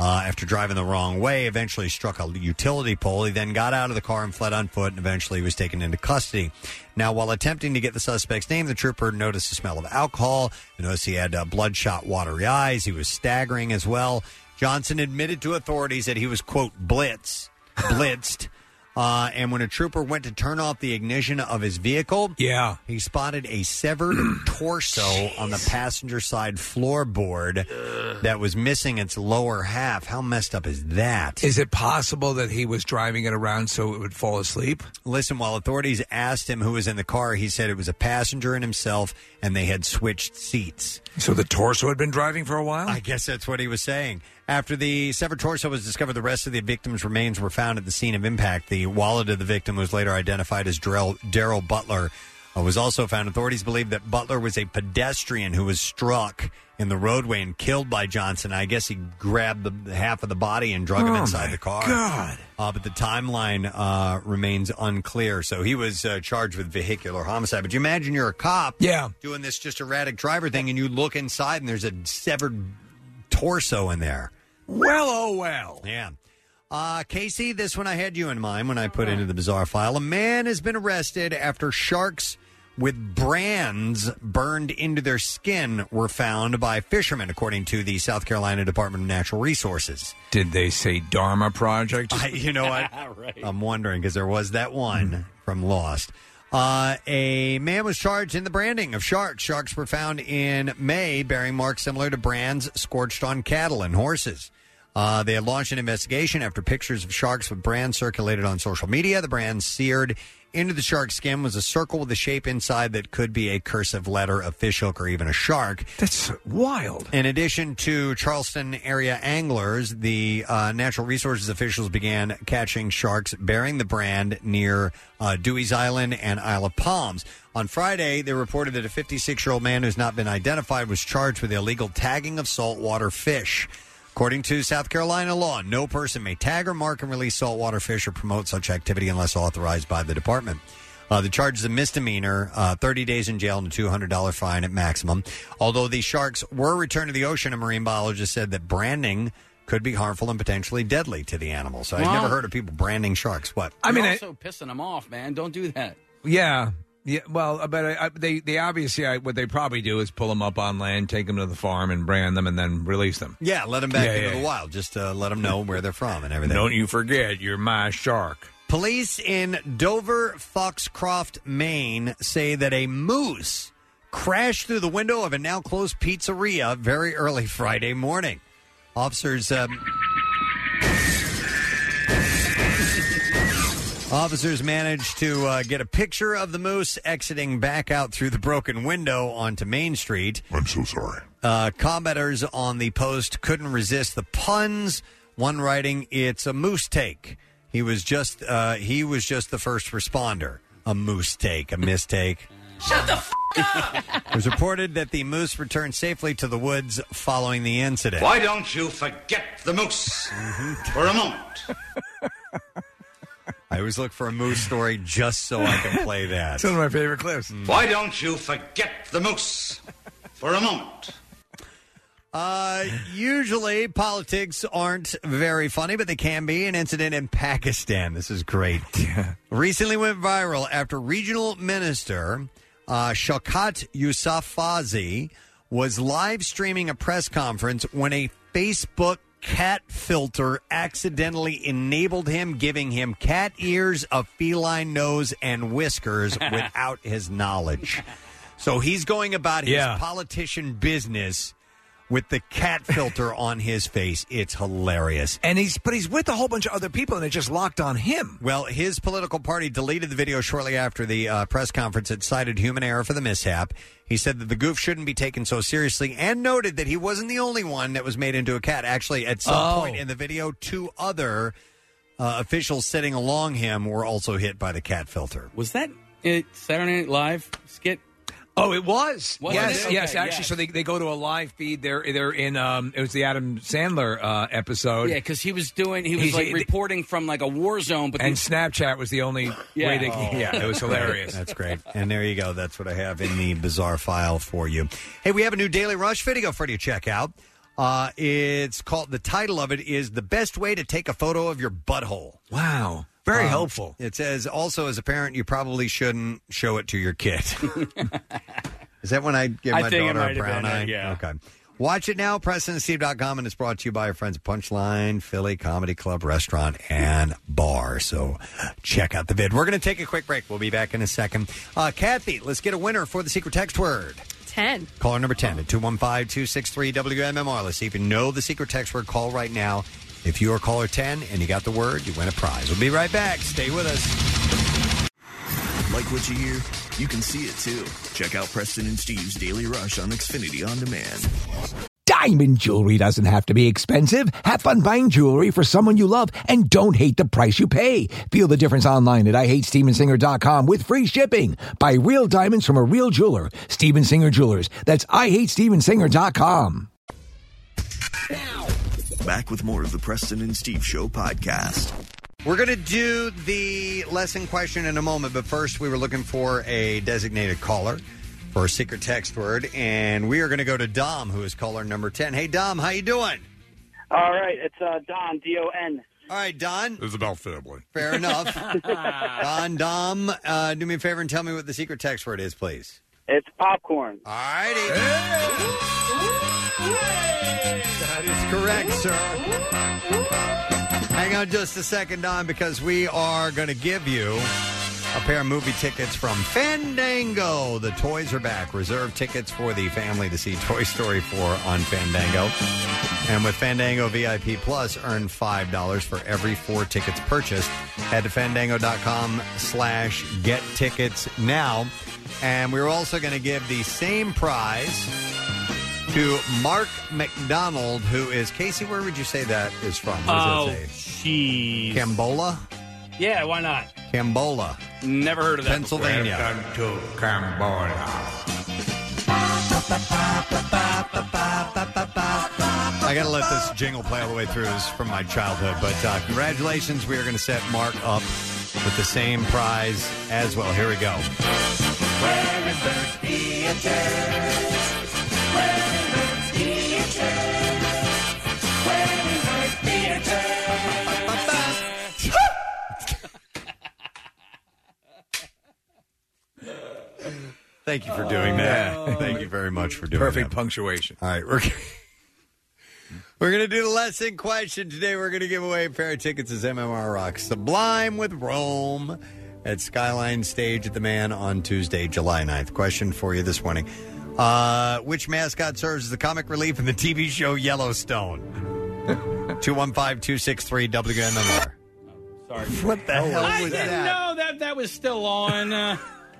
[SPEAKER 3] Uh, after driving the wrong way, eventually struck a utility pole. He then got out of the car and fled on foot, and eventually was taken into custody. Now, while attempting to get the suspect's name, the trooper noticed the smell of alcohol. They noticed he had uh, bloodshot, watery eyes. He was staggering as well. Johnson admitted to authorities that he was quote blitz, blitzed. Uh, and when a trooper went to turn off the ignition of his vehicle, yeah, he spotted a severed torso on the passenger side floorboard that was missing its lower half. How messed up is that?
[SPEAKER 5] Is it possible that he was driving it around so it would fall asleep?
[SPEAKER 3] Listen, while authorities asked him who was in the car, he said it was a passenger and himself, and they had switched seats.
[SPEAKER 5] So the torso had been driving for a while?
[SPEAKER 3] I guess that's what he was saying. After the severed torso was discovered, the rest of the victim's remains were found at the scene of impact. The wallet of the victim was later identified as Darrell Darrell Butler. Uh, was also found. Authorities believe that Butler was a pedestrian who was struck in the roadway and killed by Johnson. I guess he grabbed the- the half of the body and drug him
[SPEAKER 5] Oh,
[SPEAKER 3] inside
[SPEAKER 5] my
[SPEAKER 3] the car.
[SPEAKER 5] God.
[SPEAKER 3] Uh, but the timeline uh, remains unclear. So he was uh, charged with vehicular homicide. But you imagine you're a cop, yeah, doing this just erratic driver thing, and you look inside and there's a severed torso in there.
[SPEAKER 5] Well, oh well.
[SPEAKER 3] Yeah. Uh, Casey, this one I had you in mind when I put into the bizarre file. A man has been arrested after sharks with brands burned into their skin were found by fishermen, according to the South Carolina Department of Natural Resources.
[SPEAKER 5] Did they say Dharma Project?
[SPEAKER 3] I, you know what? I'm wondering because there was that one
[SPEAKER 5] Hmm.
[SPEAKER 3] from Lost. Uh, a man was charged in the branding of sharks. Sharks were found in May bearing marks similar to brands scorched on cattle and horses. Uh, they had launched an investigation after pictures of sharks with brands circulated on social media. The brand seared into the shark's skin was a circle with a shape inside that could be a cursive letter, a fishhook, or even a shark.
[SPEAKER 5] That's wild.
[SPEAKER 3] In addition to Charleston area anglers, the uh, natural resources officials began catching sharks bearing the brand near uh, Dewey's Island and Isle of Palms. On Friday, they reported that a 56 year old man who's not been identified was charged with illegal tagging of saltwater fish. According to South Carolina law, no person may tag or mark and release saltwater fish or promote such activity unless authorized by the department. Uh, the charge is a misdemeanor, uh, 30 days in jail and a $200 fine at maximum. Although the sharks were returned to the ocean, a marine biologist said that branding could be harmful and potentially deadly to the animal. So I've
[SPEAKER 6] Wow.
[SPEAKER 3] never heard of people branding sharks. What?
[SPEAKER 6] I mean, also pissing them off, man. Don't do that.
[SPEAKER 5] Yeah. Yeah, well, uh, but I, I, they they obviously I, what they probably do is pull them up on land, take them to the farm, and brand them, and then release them.
[SPEAKER 3] yeah, let them back
[SPEAKER 5] Yeah,
[SPEAKER 3] into
[SPEAKER 5] yeah,
[SPEAKER 3] the
[SPEAKER 5] yeah.
[SPEAKER 3] wild. Just uh, let them know where they're from and everything.
[SPEAKER 5] Don't you forget, you're my shark.
[SPEAKER 3] Police in Dover, Foxcroft, Maine say that a moose crashed through the window of a now closed pizzeria very early Friday morning. Officers. Um, Officers managed to uh, get a picture of the moose exiting back out through the broken window onto Main Street.
[SPEAKER 11] I'm so sorry.
[SPEAKER 3] Uh, commenters on the post couldn't resist the puns. One writing, "It's a moose take." He was just uh, he was just the first responder. A moose take, a mistake.
[SPEAKER 13] Shut the f
[SPEAKER 3] it was reported that the moose returned safely to the woods following the incident.
[SPEAKER 1] Why don't you forget the moose for a moment?
[SPEAKER 3] I always look for a moose story just so I can play that. Mm.
[SPEAKER 5] It's one of my favorite clips.
[SPEAKER 1] Why don't you forget the moose for a moment?
[SPEAKER 3] Uh, usually politics aren't very funny, but they can be. An incident in Pakistan. This is great. Recently went viral after regional minister uh, Shaukat Yousafzai was live streaming a press conference when a Facebook cat filter accidentally enabled him, giving him cat ears, a feline nose, and whiskers without his knowledge. So he's going about his
[SPEAKER 5] Yeah.
[SPEAKER 3] politician business with the cat filter on his face. It's hilarious.
[SPEAKER 5] And he's but he's with a whole bunch of other people, and it just locked on him.
[SPEAKER 3] Well, his political party deleted the video shortly after the uh, press conference. It cited human error for the mishap. He said that the goof shouldn't be taken so seriously and noted that he wasn't the only one that was made into a cat. Actually, at some
[SPEAKER 5] Oh.
[SPEAKER 3] point in the video, two other uh, officials sitting along him were also hit by the cat filter.
[SPEAKER 6] Was that it? Saturday Night Live skit?
[SPEAKER 5] Oh, it was.
[SPEAKER 6] Was
[SPEAKER 5] yes,
[SPEAKER 6] it?
[SPEAKER 5] yes,
[SPEAKER 6] Okay,
[SPEAKER 5] actually.
[SPEAKER 6] yes.
[SPEAKER 5] So they, they go to a live feed. They're they're in. Um, it was the Adam Sandler uh, episode.
[SPEAKER 6] Yeah, because he was doing, he was
[SPEAKER 5] He's-
[SPEAKER 6] like reporting from like a war zone, but
[SPEAKER 5] and Snapchat was the only
[SPEAKER 6] Yeah.
[SPEAKER 5] way they.
[SPEAKER 6] Oh.
[SPEAKER 5] Yeah, it was hilarious.
[SPEAKER 3] That's great. And there you go. That's what I have in the bizarre file for you. Hey, we have a new Daily Rush video for you to check out. Uh, it's called, the title of it is The Best Way to Take a Photo of Your Butthole.
[SPEAKER 5] Wow. Very
[SPEAKER 3] Um,
[SPEAKER 5] helpful.
[SPEAKER 3] It says also, as a parent, you probably shouldn't show it to your kid. Is that when I gave
[SPEAKER 13] I
[SPEAKER 3] my
[SPEAKER 13] think it
[SPEAKER 3] daughter
[SPEAKER 13] might
[SPEAKER 3] a
[SPEAKER 13] have
[SPEAKER 3] brown
[SPEAKER 13] been it,
[SPEAKER 3] eye?
[SPEAKER 13] yeah.
[SPEAKER 3] Okay. Watch it now, PrestonandSteve.com, and it's brought to you by our friends at Punchline, Philly Comedy Club, Restaurant, and Bar. So check out the vid. We're going to take a quick break. We'll be back in a second. Uh, Kathy, let's get a winner for the secret text word.
[SPEAKER 4] 10.
[SPEAKER 3] Caller number 10 at 215 263 WMMR. Let's see if you know the secret text word. Call right now. If you are caller 10 and you got the word, you win a prize. We'll be right back. Stay with us.
[SPEAKER 9] Like what you hear? You can see it too. Check out Preston and Steve's Daily Rush on Xfinity On Demand.
[SPEAKER 10] Diamond jewelry doesn't have to be expensive. Have fun buying jewelry for someone you love and don't hate the price you pay. Feel the difference online at IHateStevensinger.com with free shipping. Buy real diamonds from a real jeweler. Steven Singer Jewelers. That's IHateStevensinger.com.
[SPEAKER 9] Back with more of the Preston and Steve Show podcast.
[SPEAKER 3] We're going to do the lesson question in a moment, but first, we were looking for a designated caller for a secret text word, and we are going to go to Dom, who is caller number 10. Hey, Dom, how you doing?
[SPEAKER 12] All right, it's uh, Don D O N.
[SPEAKER 3] All right, Don.
[SPEAKER 12] It's about family.
[SPEAKER 3] Fair enough. Don, Dom, uh, do me a favor and tell me what the secret text word is, please.
[SPEAKER 12] It's popcorn.
[SPEAKER 3] All righty. That is correct, sir. Hang on just a second, Don, because we are going to give you a pair of movie tickets from Fandango. The toys are back. Reserve tickets for the family to see Toy Story 4 on Fandango. And with Fandango VIP Plus, earn $5 for every four tickets purchased. Head to fandango.com slash get tickets now. And we're also going to give the same prize to Mark McDonald, who is Casey. Where would you say that is from? What does
[SPEAKER 6] Oh,
[SPEAKER 3] that
[SPEAKER 6] say?
[SPEAKER 3] Cambola.
[SPEAKER 6] Yeah, why not?
[SPEAKER 3] Cambola.
[SPEAKER 6] Never heard of that. before.
[SPEAKER 3] Pennsylvania. I gotta let this jingle play all the way through. This is from my childhood, but uh, congratulations! We are going to set Mark up with the same prize as well. Here we go. Thank you for doing that. Thank you very much for doing that.
[SPEAKER 5] Perfect punctuation.
[SPEAKER 3] All right, we're we're gonna do the lesson question today. We're gonna give away a pair of tickets as MMR Rock Sublime with Rome at Skyline Stage at the Man on Tuesday, July 9th. Question for you this morning: uh, Which mascot serves as the comic relief in the TV show Yellowstone? Two one five two six three WMMR.
[SPEAKER 6] Sorry.
[SPEAKER 3] What the hell
[SPEAKER 6] Oh, I
[SPEAKER 3] was
[SPEAKER 6] didn't
[SPEAKER 3] that?
[SPEAKER 6] know that that was still on. Uh,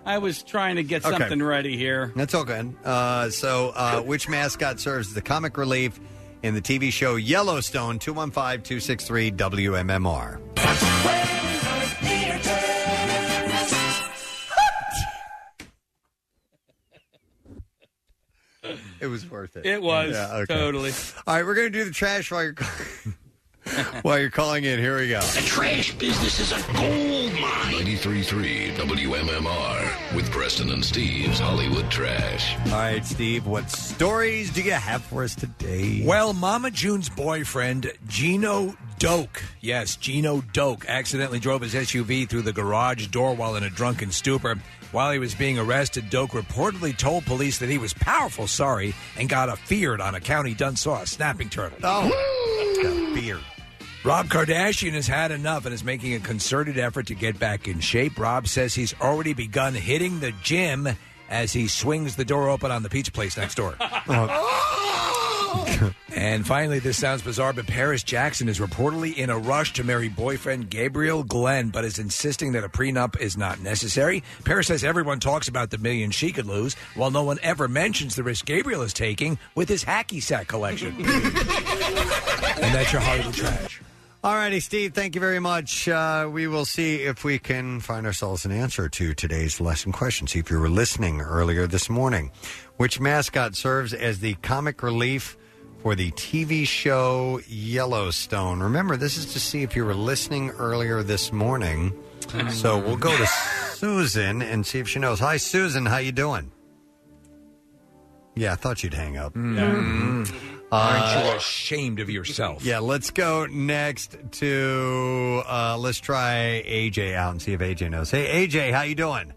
[SPEAKER 6] I was trying to get
[SPEAKER 3] Okay.
[SPEAKER 6] something ready here.
[SPEAKER 3] That's all good. Uh, so, uh, which mascot serves as the comic relief in the TV show Yellowstone? 215 263 WMMR. It was worth it.
[SPEAKER 6] It was
[SPEAKER 3] Yeah, okay.
[SPEAKER 6] totally.
[SPEAKER 3] All right, we're going to do the trash while you're, while you're calling in. Here we go.
[SPEAKER 11] The trash business is a gold mine. 93.3 WMMR with Preston and Steve's Hollywood Trash.
[SPEAKER 3] All right, Steve, what stories do you have for us today?
[SPEAKER 5] Well, Mama June's boyfriend, Gino Doak, yes, Gino Doak, accidentally drove his SUV through the garage door while in a drunken stupor. While he was being arrested, Doak reportedly told police that he was powerful sorry and got a feared on account he done saw a snapping turtle.
[SPEAKER 3] Oh, beer.
[SPEAKER 5] Rob Kardashian has had enough and is making a concerted effort to get back in shape. Rob says he's already begun hitting the gym as he swings the door open on the pizza place next door.
[SPEAKER 20] Oh,
[SPEAKER 5] and finally, this sounds bizarre, but Paris Jackson is reportedly in a rush to marry boyfriend Gabriel Glenn, but is insisting that a prenup is not necessary. Paris says everyone talks about the million she could lose, while no one ever mentions the risk Gabriel is taking with his hacky sack collection. and that's your Hollywood trash.
[SPEAKER 3] Uh, All righty, Steve, thank you very much. Uh, we will see if we can find ourselves an answer to today's lesson question. See if you were listening earlier this morning. Which mascot serves as the comic relief for the TV show Yellowstone? Remember, this is to see if you were listening earlier this morning. So we'll go to Susan and see if she knows. Hi, Susan. How you doing? Yeah, I thought you'd hang up.
[SPEAKER 5] Aren't you
[SPEAKER 3] Uh,
[SPEAKER 5] Mm. ashamed of yourself?
[SPEAKER 3] yeah, let's go next to uh, let's try AJ out and see if AJ knows. Hey, AJ, how you doing?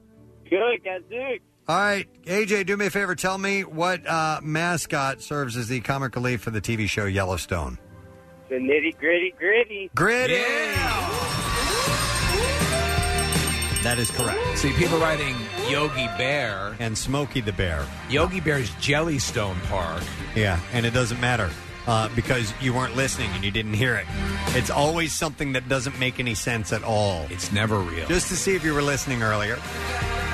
[SPEAKER 14] Good, Gazoo.
[SPEAKER 3] All right, AJ, do me a favor. Tell me what uh, mascot serves as the comic relief for the TV show Yellowstone.
[SPEAKER 14] The nitty gritty gritty.
[SPEAKER 3] Gritty.
[SPEAKER 5] That is correct. See, people writing Yogi Bear
[SPEAKER 3] and Smokey the Bear.
[SPEAKER 5] Yogi Bear's Jellystone Park.
[SPEAKER 3] Yeah, and it doesn't matter uh, because you weren't listening and you didn't hear it. It's always something that doesn't make any sense at all.
[SPEAKER 5] It's never real.
[SPEAKER 3] Just to see if you were listening earlier.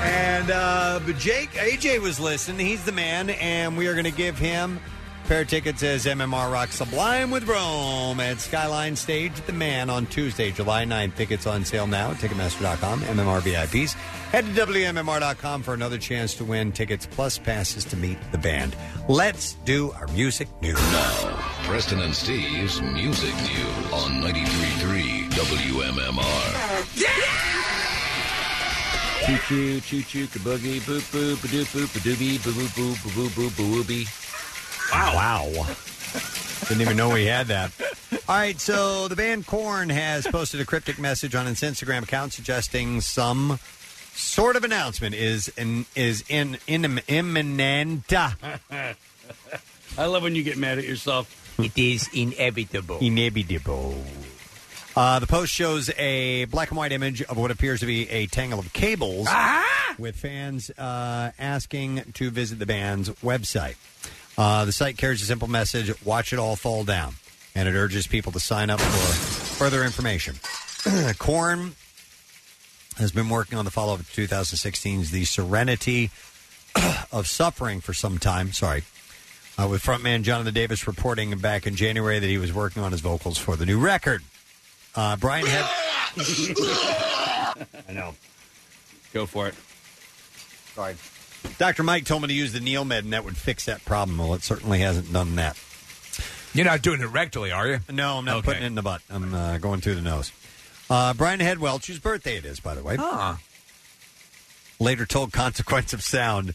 [SPEAKER 3] And uh, but Jake, AJ was listening. He's the man, and we are going to give him a pair of tickets as MMR Rock Sublime with Rome at Skyline Stage at the Man on Tuesday, July 9th. Tickets on sale now at Ticketmaster.com, MMR VIPs. Head to WMMR.com for another chance to win tickets plus passes to meet the band. Let's do our music news.
[SPEAKER 11] Preston and Steve's Music News on 93.3 WMMR.
[SPEAKER 20] Choo choo, choo choo, kaboogie, boop boop, badoo boop, badoobie, boo boo boo, boo boo boo boo
[SPEAKER 3] Wow. Wow. Didn't even know we had that. All right, so the band Korn has posted a cryptic message on its Instagram account suggesting some sort of announcement is in, is in, in imminent.
[SPEAKER 6] I love when you get mad at yourself.
[SPEAKER 3] It is inevitable. Inevitable. Uh, the post shows a black and white image of what appears to be a tangle of cables with fans uh, asking to visit the band's website. Uh, the site carries a simple message watch it all fall down, and it urges people to sign up for further information. Corn has been working on the follow up to 2016's The Serenity of Suffering for some time. Sorry. Uh, with frontman Jonathan Davis reporting back in January that he was working on his vocals for the new record. Uh, Brian Heb- I know.
[SPEAKER 6] Go for it.
[SPEAKER 3] Sorry. Dr. Mike told me to use the Neil Med, and that would fix that problem. Well, it certainly hasn't done that.
[SPEAKER 5] You're not doing it rectally, are you?
[SPEAKER 3] No, I'm not putting it in the butt. I'm uh, going through the nose. Uh, Brian Headwelch, whose birthday it is, by the way, later told Consequence of Sound.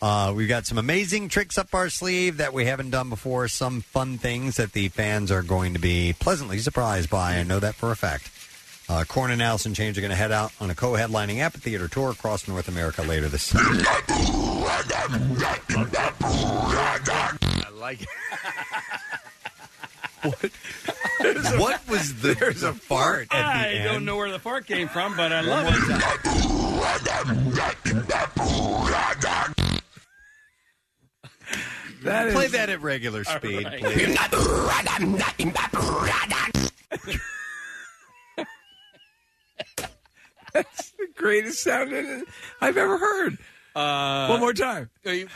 [SPEAKER 3] Uh, we've got some amazing tricks up our sleeve that we haven't done before, some fun things that the fans are going to be pleasantly surprised by. I know that for a fact. Uh, Korn and Allison Chains are going to head out on a co headlining amphitheater tour across North America later this season.
[SPEAKER 5] I like it.
[SPEAKER 6] There's a-
[SPEAKER 3] What was the,
[SPEAKER 6] there's
[SPEAKER 3] the fart at
[SPEAKER 6] I
[SPEAKER 3] the
[SPEAKER 6] don't
[SPEAKER 3] end?
[SPEAKER 6] know where the fart came from, but I love it.
[SPEAKER 3] That Play that at regular speed, please.
[SPEAKER 5] That's the greatest sound in- I've ever heard.
[SPEAKER 6] Uh,
[SPEAKER 5] One more time.
[SPEAKER 6] Uh, you-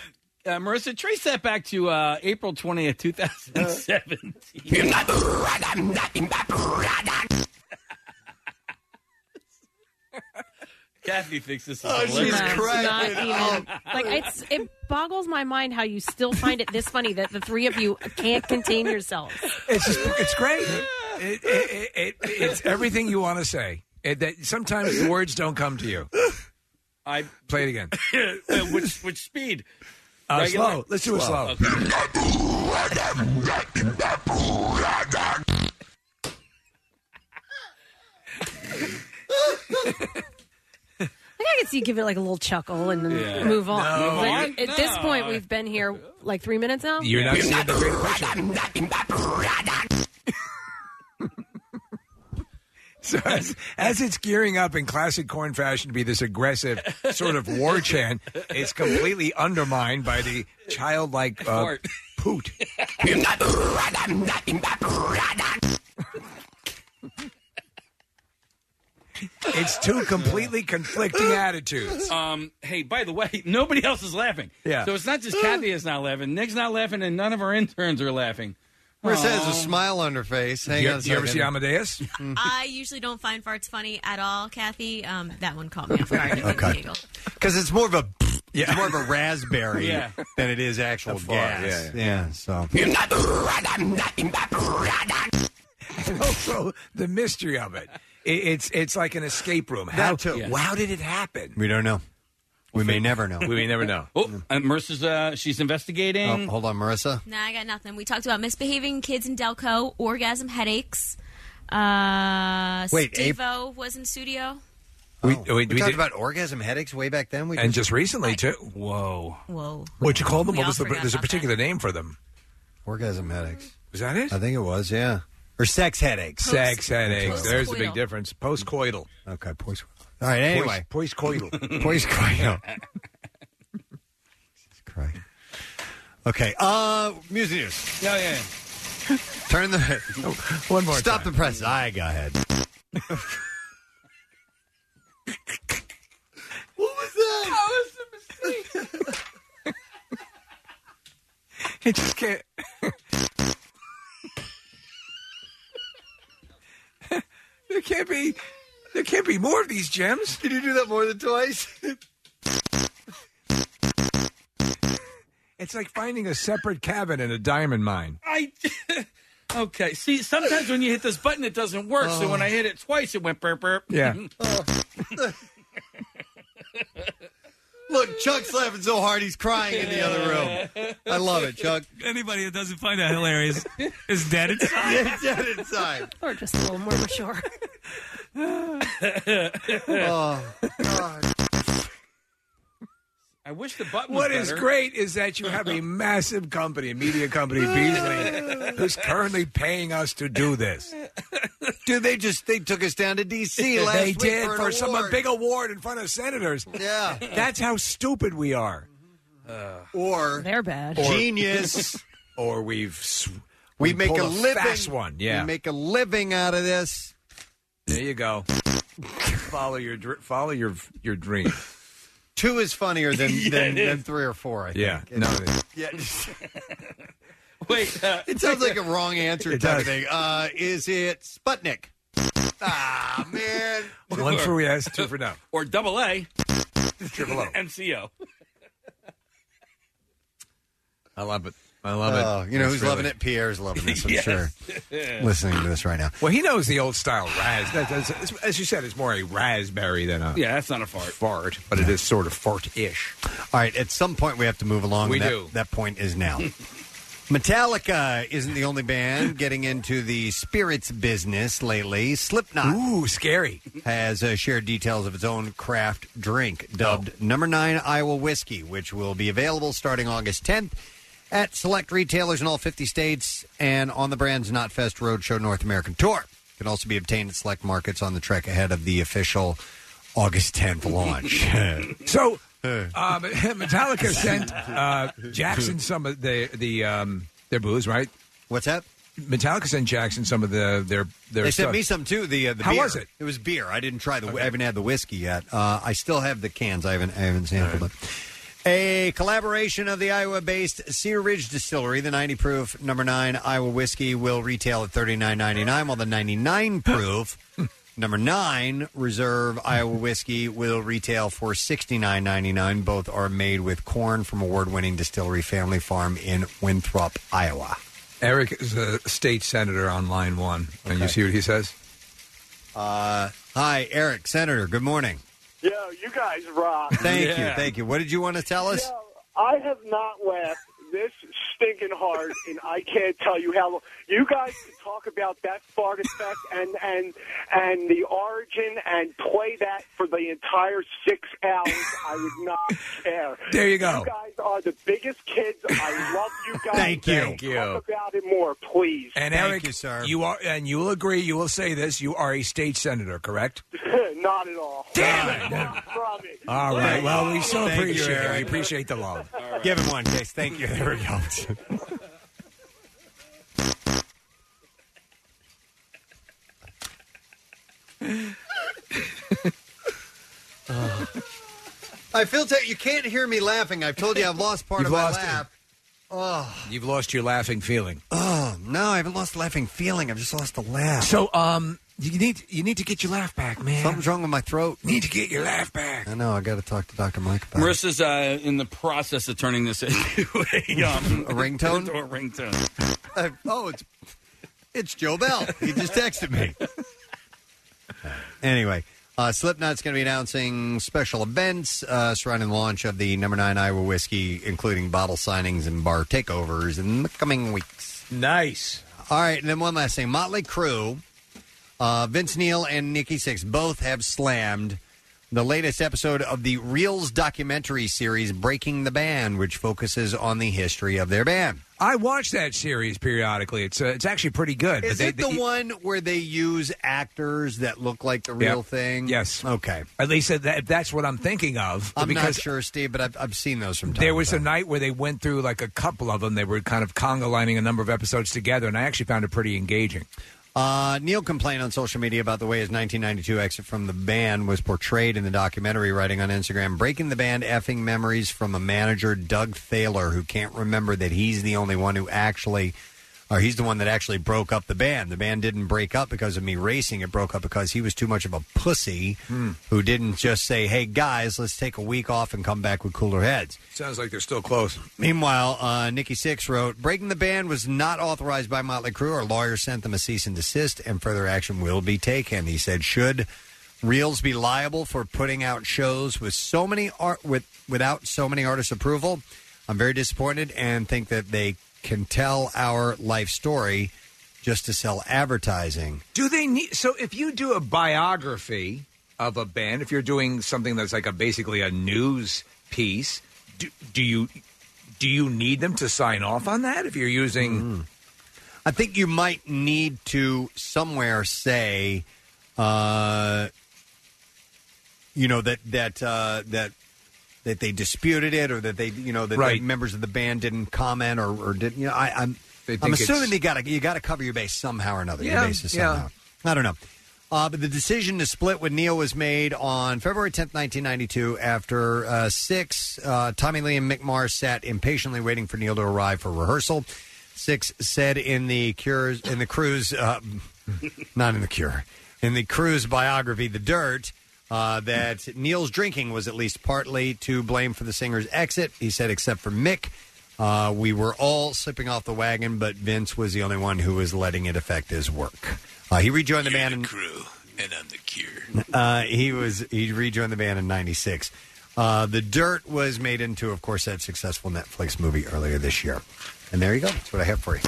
[SPEAKER 6] uh, Marissa, trace that back to uh, April 20th,
[SPEAKER 3] Uh,
[SPEAKER 6] 2017. Kathy thinks this is
[SPEAKER 3] Oh, she's Oh.
[SPEAKER 6] hilarious.
[SPEAKER 4] It's not
[SPEAKER 5] oh.
[SPEAKER 4] even- like it's it boggles my mind how you still find it this funny that the three of you can't contain yourselves.
[SPEAKER 5] It's just, it's great. It, it, it, it, it's everything you want to say. It, that sometimes the words don't come to you.
[SPEAKER 6] I
[SPEAKER 5] play it again.
[SPEAKER 6] Uh, which which speed?
[SPEAKER 5] Uh, slow. Let's do it slow.
[SPEAKER 4] I think I could see you give it like a little chuckle and then
[SPEAKER 5] Yeah.
[SPEAKER 4] move on.
[SPEAKER 5] No.
[SPEAKER 4] But
[SPEAKER 5] Move on?
[SPEAKER 4] At this
[SPEAKER 5] No.
[SPEAKER 4] point, we've been here like three minutes now.
[SPEAKER 5] You're not seeing the greater So as, as it's gearing up in classic corn fashion to be this aggressive sort of war chant, it's completely undermined by the childlike uh, poot. it's two completely conflicting attitudes.
[SPEAKER 6] Um, hey, by the way, nobody else is laughing.
[SPEAKER 5] Yeah.
[SPEAKER 6] So it's not just Kathy is not laughing. Nick's not laughing, and none of our interns are laughing.
[SPEAKER 3] Marissa has
[SPEAKER 5] Aw.
[SPEAKER 3] a smile on her face. Hang
[SPEAKER 5] you,
[SPEAKER 3] on a
[SPEAKER 5] you ever
[SPEAKER 3] second.
[SPEAKER 5] see Amadeus?
[SPEAKER 24] I usually don't find farts funny at all, Kathy. Um, that one caught me off guard. It made me
[SPEAKER 3] Okay.
[SPEAKER 24] giggle.
[SPEAKER 3] Because it's more of a it's more of a raspberry
[SPEAKER 24] Yeah.
[SPEAKER 3] than it is actual
[SPEAKER 25] A fart,
[SPEAKER 3] gas.
[SPEAKER 25] yeah,
[SPEAKER 3] yeah. so
[SPEAKER 5] and also Oh, the mystery of it. it it's it's like an escape room. How,
[SPEAKER 3] That too.
[SPEAKER 5] how did it happen?
[SPEAKER 3] we don't know. We may never know.
[SPEAKER 5] We may never know.
[SPEAKER 6] Oh, and Marissa's uh, she's investigating.
[SPEAKER 3] Oh, hold on, Marissa.
[SPEAKER 24] Nah, I got nothing. We talked about misbehaving kids in Delco, orgasm headaches. Uh,
[SPEAKER 3] Wait,
[SPEAKER 24] Steve-O was in studio.
[SPEAKER 5] We, uh,
[SPEAKER 3] Oh,
[SPEAKER 5] we,
[SPEAKER 3] we
[SPEAKER 5] did-
[SPEAKER 3] talked about orgasm headaches way back then. We
[SPEAKER 5] and just recently too. Whoa.
[SPEAKER 24] Whoa.
[SPEAKER 5] What'd you call them?
[SPEAKER 24] We
[SPEAKER 5] what
[SPEAKER 24] all
[SPEAKER 5] was the?
[SPEAKER 24] forgot
[SPEAKER 5] There's a
[SPEAKER 24] about that.
[SPEAKER 5] particular name for them.
[SPEAKER 3] orgasm headaches.
[SPEAKER 5] Was that it?
[SPEAKER 3] I think it was. Yeah, or sex headaches.
[SPEAKER 5] Sex headaches. There's a big difference. Postcoital.
[SPEAKER 3] Okay, postcoital. All right. Anyway,
[SPEAKER 5] Postcoital.
[SPEAKER 3] Postcoital. Okay. Uh, music news.
[SPEAKER 6] Yeah, yeah.
[SPEAKER 3] Turn the
[SPEAKER 5] one more.
[SPEAKER 3] Stop the press. I go ahead.
[SPEAKER 25] What was that? That was a mistake.
[SPEAKER 5] It just can't. there can't be. There can't be more of these gems. Did you do that more than twice? it's like finding a separate cabin in a diamond mine.
[SPEAKER 6] I okay. See, sometimes when you hit this button, it doesn't work.
[SPEAKER 3] Oh.
[SPEAKER 6] So when I hit it twice, it went burp burp.
[SPEAKER 5] Yeah.
[SPEAKER 3] Look, Chuck's laughing so hard he's crying in the other room. I love it, Chuck.
[SPEAKER 11] Anybody that doesn't find that hilarious is dead
[SPEAKER 3] Yeah,
[SPEAKER 11] inside.
[SPEAKER 3] dead inside.
[SPEAKER 20] Or just a little more mature.
[SPEAKER 3] oh, God.
[SPEAKER 6] I wish the button.
[SPEAKER 5] What
[SPEAKER 6] was
[SPEAKER 5] is
[SPEAKER 6] better.
[SPEAKER 5] great is that you have a massive company, media company, Beasley, who's currently paying us to do this.
[SPEAKER 3] Dude, they just they took us down to D.C. last
[SPEAKER 5] they
[SPEAKER 3] week
[SPEAKER 5] did
[SPEAKER 3] for an
[SPEAKER 5] for some
[SPEAKER 3] award.
[SPEAKER 5] big award in front of senators.
[SPEAKER 3] Yeah.
[SPEAKER 5] that's how stupid we are.
[SPEAKER 3] or
[SPEAKER 20] they're bad.
[SPEAKER 3] Genius.
[SPEAKER 5] or we've sw-
[SPEAKER 3] We make
[SPEAKER 5] pull
[SPEAKER 3] a living.
[SPEAKER 5] fast one. Yeah,
[SPEAKER 3] We make a living out of this.
[SPEAKER 5] there you go. follow your dr- follow your your dream.
[SPEAKER 3] Two is funnier than
[SPEAKER 5] Yeah,
[SPEAKER 3] than,
[SPEAKER 5] it is.
[SPEAKER 3] than three or four. I
[SPEAKER 5] Yeah,
[SPEAKER 3] think.
[SPEAKER 5] no,
[SPEAKER 3] Yeah.
[SPEAKER 6] Wait.
[SPEAKER 3] it sounds like a wrong answer
[SPEAKER 5] uh, It
[SPEAKER 3] type
[SPEAKER 5] does.
[SPEAKER 3] of thing. Uh, is it Sputnik? ah man,
[SPEAKER 5] one for yes, two for no.
[SPEAKER 6] Or double A.
[SPEAKER 5] Triple O.
[SPEAKER 6] MCO.
[SPEAKER 5] I love it. I love
[SPEAKER 3] Oh,
[SPEAKER 5] it.
[SPEAKER 3] you know
[SPEAKER 5] It's
[SPEAKER 3] who's
[SPEAKER 5] really-
[SPEAKER 3] loving it? Pierre's loving this. I'm
[SPEAKER 5] Yes.
[SPEAKER 3] sure. Listening to this right now.
[SPEAKER 5] Well, he knows the old style ras. That, that's, it's- as you said, it's more a raspberry than a
[SPEAKER 6] Yeah, that's not a fart.
[SPEAKER 5] fart, but it is sort of fart-ish.
[SPEAKER 3] All right, at some point we have to move along.
[SPEAKER 5] We
[SPEAKER 3] and that,
[SPEAKER 5] do.
[SPEAKER 3] That point is now. Metallica isn't the only band getting into the spirits business lately. Slipknot,
[SPEAKER 5] ooh, scary,
[SPEAKER 3] has uh, shared details of its own craft drink
[SPEAKER 5] Oh.
[SPEAKER 3] dubbed Number Nine Iowa Whiskey, which will be available starting August 10th at select retailers in all 50 states and on the brand's Knot Fest Roadshow North American tour. Can also be obtained at select markets on the trek ahead of the official August 10th launch.
[SPEAKER 5] So Um, Metallica sent uh, Jackson some of the the um, their booze, right?
[SPEAKER 3] What's that?
[SPEAKER 5] Metallica sent Jackson some of the their their.
[SPEAKER 3] they
[SPEAKER 5] stuff.
[SPEAKER 3] sent me some too. The, uh, the
[SPEAKER 5] How
[SPEAKER 3] beer.
[SPEAKER 5] was it?
[SPEAKER 3] It was beer. I didn't try the. I haven't had the whiskey yet. Uh, I still have the cans. I haven't. I haven't sampled it. A collaboration of the Iowa-based Cedar Ridge Distillery, the 90 proof number nine Iowa whiskey will retail at 39.99, while the 99 proof number nine Reserve Iowa whiskey will retail for 69.99. Both are made with corn from award-winning distillery Family Farm in Winthrop, Iowa.
[SPEAKER 5] Eric is a state senator on line one, and you see what he says.
[SPEAKER 3] Uh, hi, Eric, Senator. Good morning.
[SPEAKER 14] Yo, you guys rock.
[SPEAKER 3] Thank you, thank you. What did you want to tell us?
[SPEAKER 14] I have not laughed this stinking hard, and I can't tell you how long. You guys can talk about that fart effect and and and the origin and play that for the entire six hours. I would not care.
[SPEAKER 5] There you go.
[SPEAKER 14] You guys are the biggest kids. I love you guys.
[SPEAKER 5] Thank you.
[SPEAKER 14] Talk
[SPEAKER 5] Thank you.
[SPEAKER 14] about it more, please.
[SPEAKER 5] And Eric, you, are, and you will agree. You will say this. You are a state senator, correct?
[SPEAKER 14] not at all.
[SPEAKER 5] Damn it!
[SPEAKER 14] From it.
[SPEAKER 5] All right. Well, we so
[SPEAKER 3] Thank you,
[SPEAKER 5] appreciate it. We
[SPEAKER 3] Eric.
[SPEAKER 5] appreciate the love.
[SPEAKER 3] Give him one case. Thank you. There we go. I feel that you can't hear me laughing. I've told you I've lost part
[SPEAKER 5] You've
[SPEAKER 3] of my
[SPEAKER 5] lost it.
[SPEAKER 3] laugh. Oh,
[SPEAKER 5] You've lost your laughing feeling.
[SPEAKER 3] oh No, I haven't lost the laughing feeling. I've just lost the laugh.
[SPEAKER 5] So, um, you need you need to get your laugh back, man.
[SPEAKER 3] Something's wrong with my throat.
[SPEAKER 5] Need to get your laugh back.
[SPEAKER 3] I know. I got to talk to Doctor Mike about
[SPEAKER 6] Marissa's uh, in the process of turning this into a, um,
[SPEAKER 3] A ringtone?
[SPEAKER 6] into a ringtone.
[SPEAKER 3] it. oh, it's it's Joe Bell. He just texted me. Anyway, uh, Slipknot's going to be announcing special events uh, surrounding the launch of the Number Nine Iowa whiskey, including bottle signings and bar takeovers in the coming weeks.
[SPEAKER 5] Nice.
[SPEAKER 3] All right, and then one last thing: Motley Crue, uh, Vince Neil, and Nikki Six both have slammed the latest episode of the Reels documentary series "Breaking the Band," which focuses on the history of their band.
[SPEAKER 5] I watch that series periodically. It's uh, it's actually pretty good.
[SPEAKER 3] Is
[SPEAKER 5] they-
[SPEAKER 3] it the
[SPEAKER 5] they-
[SPEAKER 3] one where they use actors that look like the real
[SPEAKER 5] Yep.
[SPEAKER 3] thing?
[SPEAKER 5] Yes.
[SPEAKER 3] Okay.
[SPEAKER 5] At least that- that, that's what I'm thinking of.
[SPEAKER 3] I'm not
[SPEAKER 5] because
[SPEAKER 3] sure, Steve, but I've, I've seen those from time
[SPEAKER 5] There
[SPEAKER 3] to
[SPEAKER 5] was
[SPEAKER 3] time.
[SPEAKER 5] a night where they went through like a couple of them. They were kind of conga lining a number of episodes together, and I actually found it pretty engaging.
[SPEAKER 3] Uh, Neil complained on social media about the way his 1992 exit from the band was portrayed in the documentary, writing on Instagram, breaking the band effing memories from a manager, Doug Thaler, who can't remember that he's the only one who actually, or he's the one that actually broke up the band. The band didn't break up because of me racing. It broke up because he was too much of a pussy
[SPEAKER 5] Hmm.
[SPEAKER 3] who didn't just say, hey, guys, let's take a week off and come back with cooler heads.
[SPEAKER 5] Sounds like they're still close.
[SPEAKER 3] Meanwhile, uh, Nikki Six wrote, "Breaking the ban was not authorized by Motley Crue. Our lawyer sent them a cease and desist, and further action will be taken." He said, "Should Reels be liable for putting out shows with so many art with without so many artists' approval? I'm very disappointed and think that they can tell our life story just to sell advertising."
[SPEAKER 5] Do they need? So if you do a biography of a band, if you're doing something that's like a basically a news piece, do, do you do you need them to sign off on that? If you're using,
[SPEAKER 3] I think you might need to somewhere say, uh, you know that that uh, that that they disputed it, or that they you know that the
[SPEAKER 5] Right.
[SPEAKER 3] members of the band didn't comment, or, or didn't you know? I, I'm I'm
[SPEAKER 5] think
[SPEAKER 3] assuming
[SPEAKER 5] it's-
[SPEAKER 3] they got to you got to cover your base somehow or another.
[SPEAKER 5] Yeah,
[SPEAKER 3] your bases
[SPEAKER 5] yeah.
[SPEAKER 3] somehow. I don't know. Uh, but the decision to split with Neil was made on February 10th, 1992, after uh, six. Uh, Tommy Lee and Mick Mars sat impatiently waiting for Neil to arrive for rehearsal. Six said in the cures in the cruise, uh, not in the cure, in the cruise biography, The Dirt. Uh, that Neil's drinking was at least partly to blame for the singer's exit. He said, except for Mick, uh, we were all slipping off the wagon, but Vince was the only one who was letting it affect his work. Uh, he rejoined the band. in
[SPEAKER 2] crew, and I'm the cure.
[SPEAKER 3] uh, he was he rejoined the band in '96. Uh, the Dirt was made into, of course, that successful Netflix movie earlier this year. And there you go. That's what I have for you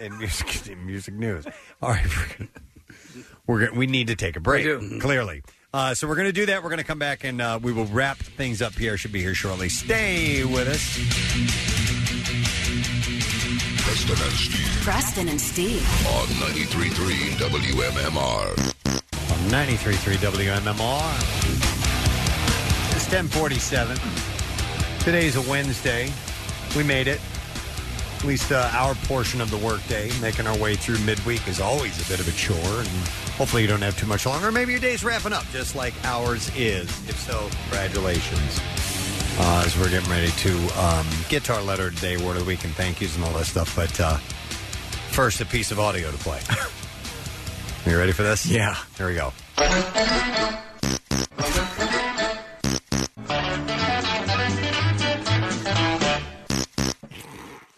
[SPEAKER 3] in music in music news. All right, we're gonna, we're gonna, we need to take a break. Clearly, uh, so we're going to do that. We're going to come back and uh, we will wrap things up here. Should be here shortly. Stay with us.
[SPEAKER 11] Preston and Steve
[SPEAKER 19] Preston and Steve.
[SPEAKER 11] on 93.3 WMMR.
[SPEAKER 3] 93.3 WMMR. It's 1047. Today's a Wednesday. We made it. At least uh, our portion of the workday, making our way through midweek is always a bit of a chore. And hopefully you don't have too much longer. Maybe your day's wrapping up just like ours is. If so, congratulations. Uh, as we're getting ready to um, get to our letter today, word of the week, and thank yous and all that stuff. But uh, first, a piece of audio to play. you ready for this? Yeah. Here we go.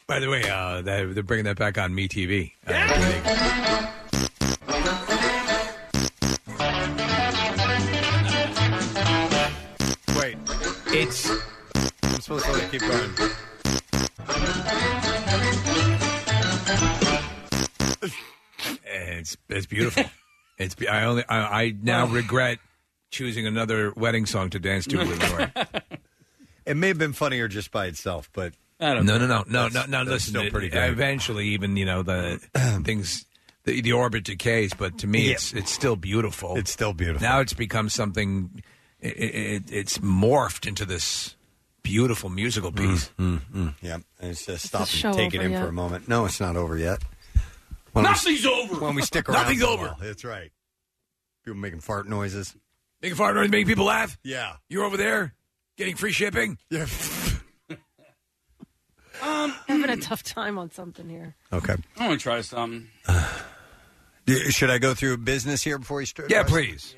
[SPEAKER 5] by the way, uh, they- they're bringing that back on MeTV. Uh,
[SPEAKER 3] Wait.
[SPEAKER 5] It's.
[SPEAKER 3] I'm supposed to let it keep going.
[SPEAKER 5] It's it's beautiful. it's be- I only I, I now regret choosing another wedding song to dance to. with Lori.
[SPEAKER 3] It may have been funnier just by itself, but
[SPEAKER 5] no, no, no, no, no, no,
[SPEAKER 3] That's
[SPEAKER 5] Listen,
[SPEAKER 3] still pretty
[SPEAKER 5] it-
[SPEAKER 3] good.
[SPEAKER 5] Eventually, even you know the things, the, the orbit decays, but to me,
[SPEAKER 3] Yeah.
[SPEAKER 5] it's it's still beautiful. It's
[SPEAKER 3] still beautiful.
[SPEAKER 5] Now it's become something. It, it, it's morphed into this beautiful musical piece.
[SPEAKER 3] Mm. Yeah, it's just stop
[SPEAKER 5] the
[SPEAKER 3] and
[SPEAKER 5] show
[SPEAKER 3] take it
[SPEAKER 5] over
[SPEAKER 3] in
[SPEAKER 5] yet?
[SPEAKER 3] for a moment. No, it's not over yet.
[SPEAKER 5] Nothing's
[SPEAKER 3] over when we stick around.
[SPEAKER 5] Nothing's
[SPEAKER 3] for a
[SPEAKER 5] over.
[SPEAKER 3] while. That's right. People making fart noises.
[SPEAKER 5] Making fart noise, making people laugh.
[SPEAKER 3] Yeah,
[SPEAKER 5] You're over there getting free shipping.
[SPEAKER 3] Yeah.
[SPEAKER 4] I'm
[SPEAKER 5] Um,
[SPEAKER 4] having a tough time on something here.
[SPEAKER 3] Okay.
[SPEAKER 6] I want to try something.
[SPEAKER 3] Y- Should I go through business here before you start?
[SPEAKER 5] Yeah, please.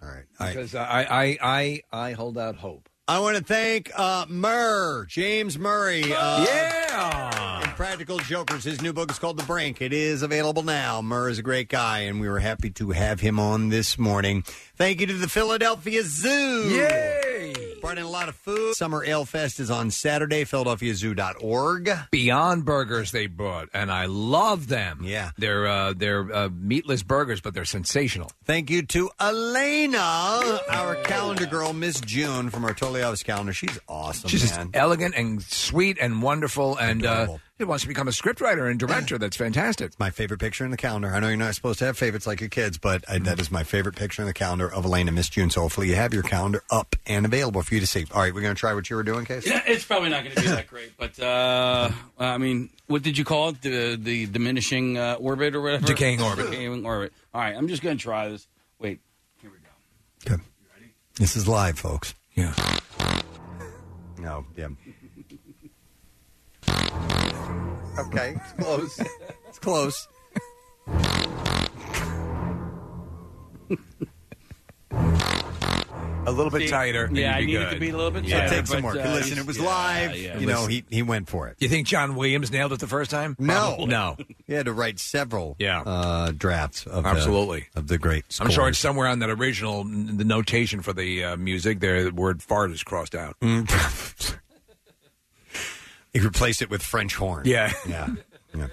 [SPEAKER 3] All right.
[SPEAKER 5] Because I, I, I, I hold out hope.
[SPEAKER 3] I want to thank uh, Murr, James Murray. Uh,
[SPEAKER 5] yeah.
[SPEAKER 3] Practical Jokers. His new book is called The Brink. It is available now. Murr is a great guy, and we were happy to have him on this morning. Thank you to the Philadelphia Zoo.
[SPEAKER 5] Yay!
[SPEAKER 3] Brought in a lot of food. Summer Ale Fest is on Saturday, PhiladelphiaZoo.org.
[SPEAKER 5] Beyond Burgers they brought, and I love them.
[SPEAKER 3] Yeah,
[SPEAKER 5] they're uh, they're uh, meatless burgers, but they're sensational.
[SPEAKER 3] Thank you to Elena, our calendar girl, Miss June from our Totally Office calendar. She's awesome,
[SPEAKER 5] She's just
[SPEAKER 3] man.
[SPEAKER 5] elegant and sweet and wonderful, and uh, it wants to become a scriptwriter and director. That's fantastic.
[SPEAKER 3] my favorite picture in the calendar. I know you're not supposed to have favorites like your kids, but I, that is my favorite picture in the calendar of Elena Miss June. So hopefully you have your calendar up and available for you to see. All right, we're going to try what you were doing, Case.
[SPEAKER 6] Yeah, it's probably not going to be that great, but uh, I mean, what did you call it? The the diminishing uh, orbit or whatever?
[SPEAKER 5] Decaying orbit.
[SPEAKER 6] Decaying orbit. All right, I'm just going to try this. Wait, here we go.
[SPEAKER 3] This is live, folks.
[SPEAKER 5] Yeah.
[SPEAKER 3] No, yeah. Okay, it's close. it's close.
[SPEAKER 5] A little bit
[SPEAKER 6] See,
[SPEAKER 5] tighter. and
[SPEAKER 6] yeah,
[SPEAKER 5] you'd
[SPEAKER 6] I need it to
[SPEAKER 5] good.
[SPEAKER 6] be a little bit
[SPEAKER 3] It tighter, takes some but, work. uh, Listen, it was yeah, live. yeah. You know, he- he went for it.
[SPEAKER 5] You think John Williams nailed it the first time?
[SPEAKER 3] No,
[SPEAKER 5] Probably. no.
[SPEAKER 3] He had to write several yeah. uh, drafts of the-
[SPEAKER 5] Absolutely.
[SPEAKER 3] of the great.
[SPEAKER 5] I'm sure
[SPEAKER 3] scores.
[SPEAKER 5] it's somewhere on that original n- the notation for the uh, music. There, the word "fart" is crossed out. Mm.
[SPEAKER 3] he replaced it with French horn.
[SPEAKER 5] Yeah.
[SPEAKER 3] Yeah. Yeah.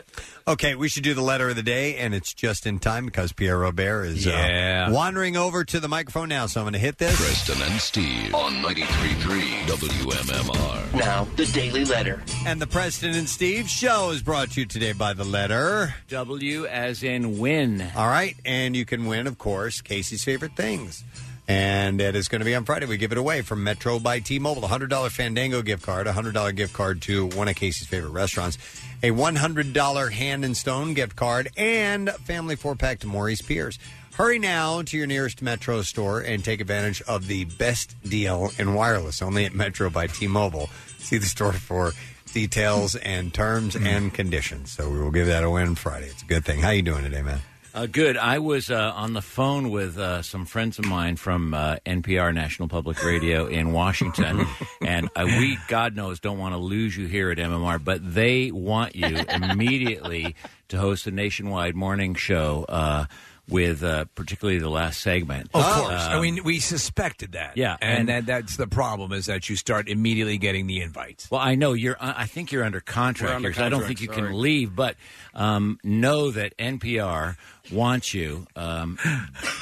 [SPEAKER 3] Okay, we should do the letter of the day, and it's just in time because Pierre Robert is
[SPEAKER 11] Yeah.
[SPEAKER 3] uh, wandering over to the microphone now. So I'm going to hit this.
[SPEAKER 11] Preston and Steve on 93.3 WMMR.
[SPEAKER 3] Now, the Daily Letter. And the Preston and Steve show is brought to you today by the letter
[SPEAKER 12] W as in win.
[SPEAKER 3] All right. And you can win, of course, Casey's favorite things. And that is going to be on Friday. We give it away from Metro by T Mobile. A $100 Fandango gift card, a $100 gift card to one of Casey's favorite restaurants, a $100 hand and stone gift card, and family four pack to Maurice Pierce. Hurry now to your nearest Metro store and take advantage of the best deal in wireless only at Metro by T Mobile. See the store for details and terms
[SPEAKER 12] Mm-hmm.
[SPEAKER 3] and conditions. So we will give that away on Friday. It's a good thing. How you doing today, man?
[SPEAKER 12] Uh, good. I was uh, on the phone with uh, some friends of mine from uh, NPR, National Public Radio in Washington, and uh, we, God knows, don't want to lose you here at MMR, but they want you immediately to host a nationwide morning show uh, with uh, particularly the last segment.
[SPEAKER 5] Of course.
[SPEAKER 12] Um,
[SPEAKER 5] I mean, we suspected that.
[SPEAKER 12] Yeah, and-
[SPEAKER 5] And, that, that's the problem is that you start immediately getting the invites.
[SPEAKER 12] Well, I know you're. I I think you're under contract,
[SPEAKER 5] We're under
[SPEAKER 12] here, so I don't
[SPEAKER 5] contract,
[SPEAKER 12] think you
[SPEAKER 5] sorry.
[SPEAKER 12] can leave. But um, know that NPR wants you um,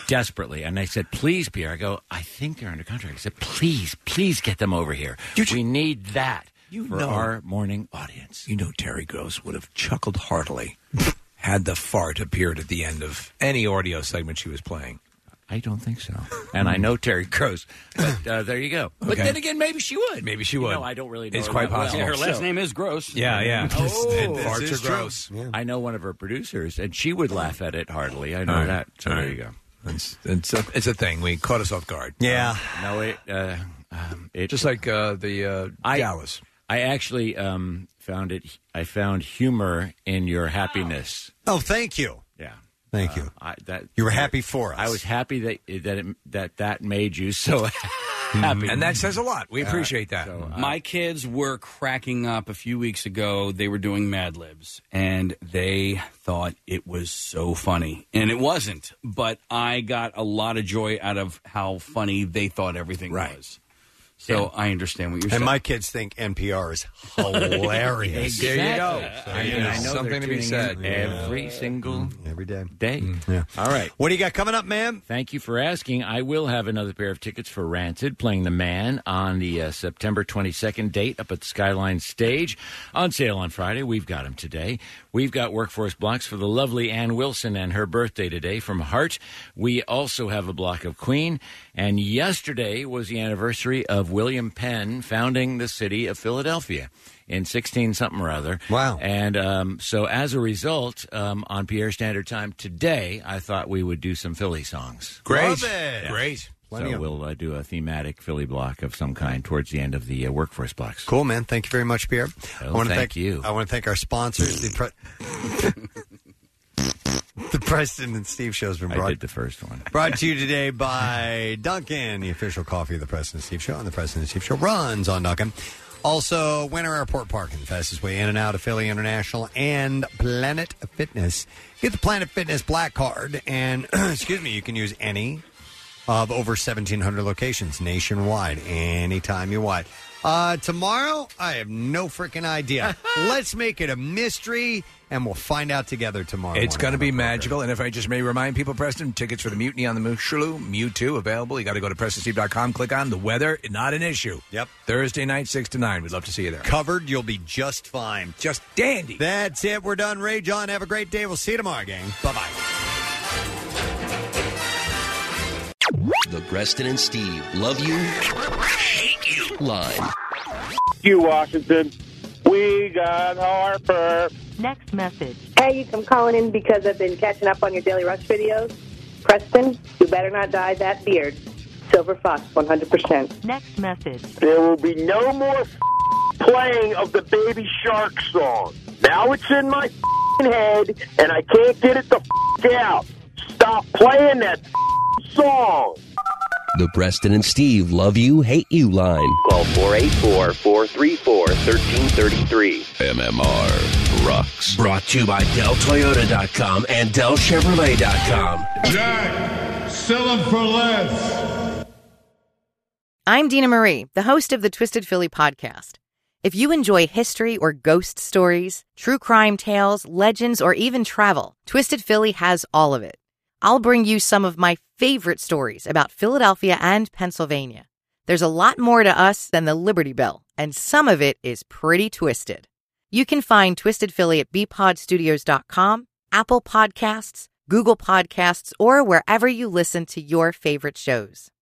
[SPEAKER 12] desperately, and I said, "Please, Pierre." I go, "I think they're under contract." I said, "Please, please get them over here. we need that
[SPEAKER 5] You
[SPEAKER 12] for
[SPEAKER 5] know-
[SPEAKER 12] our morning audience."
[SPEAKER 5] You know, Terry Gross would have chuckled heartily had the fart appeared at the end of any audio segment she was playing.
[SPEAKER 12] I don't think so. And I know Terry Gross, but uh, there you go. But
[SPEAKER 5] Okay.
[SPEAKER 12] then again, maybe she would.
[SPEAKER 5] Maybe she
[SPEAKER 12] You
[SPEAKER 5] would.
[SPEAKER 12] know, I don't really. Know
[SPEAKER 5] It's
[SPEAKER 12] her
[SPEAKER 5] quite
[SPEAKER 12] that well.
[SPEAKER 5] possible.
[SPEAKER 6] Her last name is Gross.
[SPEAKER 12] Yeah, yeah.
[SPEAKER 6] Oh,
[SPEAKER 12] And
[SPEAKER 6] this
[SPEAKER 12] farts
[SPEAKER 6] is
[SPEAKER 12] are
[SPEAKER 6] true.
[SPEAKER 12] gross. I know one of her producers, and she would laugh at it heartily. I know
[SPEAKER 5] All right.
[SPEAKER 12] that. So
[SPEAKER 5] All
[SPEAKER 12] there
[SPEAKER 5] right.
[SPEAKER 12] you go.
[SPEAKER 5] It's, it's, a, it's a thing. We caught us off guard.
[SPEAKER 3] Yeah.
[SPEAKER 12] No, it. Uh, um, it
[SPEAKER 5] Just like uh, the uh, Dallas.
[SPEAKER 12] I actually um, found it. I found humor in your happiness.
[SPEAKER 3] Oh, thank you.
[SPEAKER 12] Yeah. Uh,
[SPEAKER 3] Thank you.
[SPEAKER 12] I, that
[SPEAKER 3] You were happy for us.
[SPEAKER 12] I was happy that that it, that that made you so happy,
[SPEAKER 5] Mm-hmm. And that says a lot. We
[SPEAKER 12] Yeah.
[SPEAKER 5] appreciate that.
[SPEAKER 6] My kids were cracking up a few weeks ago. They were doing Mad Libs and they thought it was so funny. And it wasn't, but I got a lot of joy out of how funny they thought everything was. So I understand what you're saying.
[SPEAKER 3] And my kids think NPR is hilarious.
[SPEAKER 12] Exactly.
[SPEAKER 3] So,
[SPEAKER 12] I,
[SPEAKER 3] you
[SPEAKER 12] mean,
[SPEAKER 3] know.
[SPEAKER 12] I know they're tuning in Every single
[SPEAKER 3] every day.
[SPEAKER 12] Day.
[SPEAKER 3] Mm. Yeah.
[SPEAKER 12] All right.
[SPEAKER 3] What do you got coming up, ma'am?
[SPEAKER 12] Thank you for asking. I will have another pair of tickets for Ranted playing the Man on the uh, September 22nd date up at the Skyline Stage on sale on Friday. We've got them today. We've got workforce blocks for the lovely Ann Wilson and her birthday today from Heart. We also have a block of Queen. And yesterday was the anniversary of William Penn founding the city of Philadelphia in 16 something or other. Wow. And um, so as a result, um, on Pierre Standard Time today, I thought we would do some Philly songs.
[SPEAKER 5] Great. Great.
[SPEAKER 3] Plenty
[SPEAKER 12] so
[SPEAKER 3] of
[SPEAKER 12] we'll uh, do a thematic Philly block of some kind towards the end of the uh, workforce blocks.
[SPEAKER 3] Cool, man. Thank you very much, Pierre. I wanna
[SPEAKER 12] thank you.
[SPEAKER 3] I want to thank our sponsors. The, pre- the Preston and Steve show's been brought.
[SPEAKER 12] I did the first one.
[SPEAKER 3] Brought to you today by Duncan, the official coffee of the President Steve Show, and the President Steve Show runs on Duncan. Also, Winter Airport Parking, the fastest way in and out of Philly International, and Planet Fitness. Get the Planet Fitness Black Card, and excuse me, you can use any of over 1,700 locations nationwide, anytime you want. Uh, tomorrow, I have no freaking idea. Let's make it a mystery, and we'll find out together tomorrow.
[SPEAKER 5] It's
[SPEAKER 3] morning.
[SPEAKER 5] going to be magical. And if I just may remind people, Preston, tickets for the Mutiny on the Mooshulu, Mewtwo, available. You got to go to PrestonSteve.com, click on the weather, not an issue. Yep. Thursday night, 6 to 9. We'd love to see you there.
[SPEAKER 3] Covered, you'll be just fine.
[SPEAKER 5] Just dandy.
[SPEAKER 3] That's it. We're done. Ray John, have a great day. We'll see you tomorrow, gang. Bye bye.
[SPEAKER 6] The Preston and Steve love you, hate you line.
[SPEAKER 11] You, Washington. We got Harper.
[SPEAKER 20] Next message. Hey, you, I'm calling in because I've been catching up on your Daily Rush videos. Preston, you better not dye that beard. Silver Fox, 100%. Next message.
[SPEAKER 11] There will be no more playing of the Baby Shark song. Now it's in my head, and I can't get it the out. Stop playing that song.
[SPEAKER 6] The Preston and Steve love you, hate you line.
[SPEAKER 26] Call 484 434 1333.
[SPEAKER 27] MMR rocks.
[SPEAKER 6] Brought to you by DellToyota.com and DellChevrolet.com.
[SPEAKER 28] Jack, sell them for less.
[SPEAKER 29] I'm Dina Marie, the host of the Twisted Philly podcast. If you enjoy history or ghost stories, true crime tales, legends, or even travel, Twisted Philly has all of it. I'll bring you some of my favorite stories about Philadelphia and Pennsylvania. There's a lot more to us than the Liberty Bell, and some of it is pretty twisted. You can find Twisted Philly at bpodstudios.com, Apple Podcasts, Google Podcasts, or wherever you listen to your favorite shows.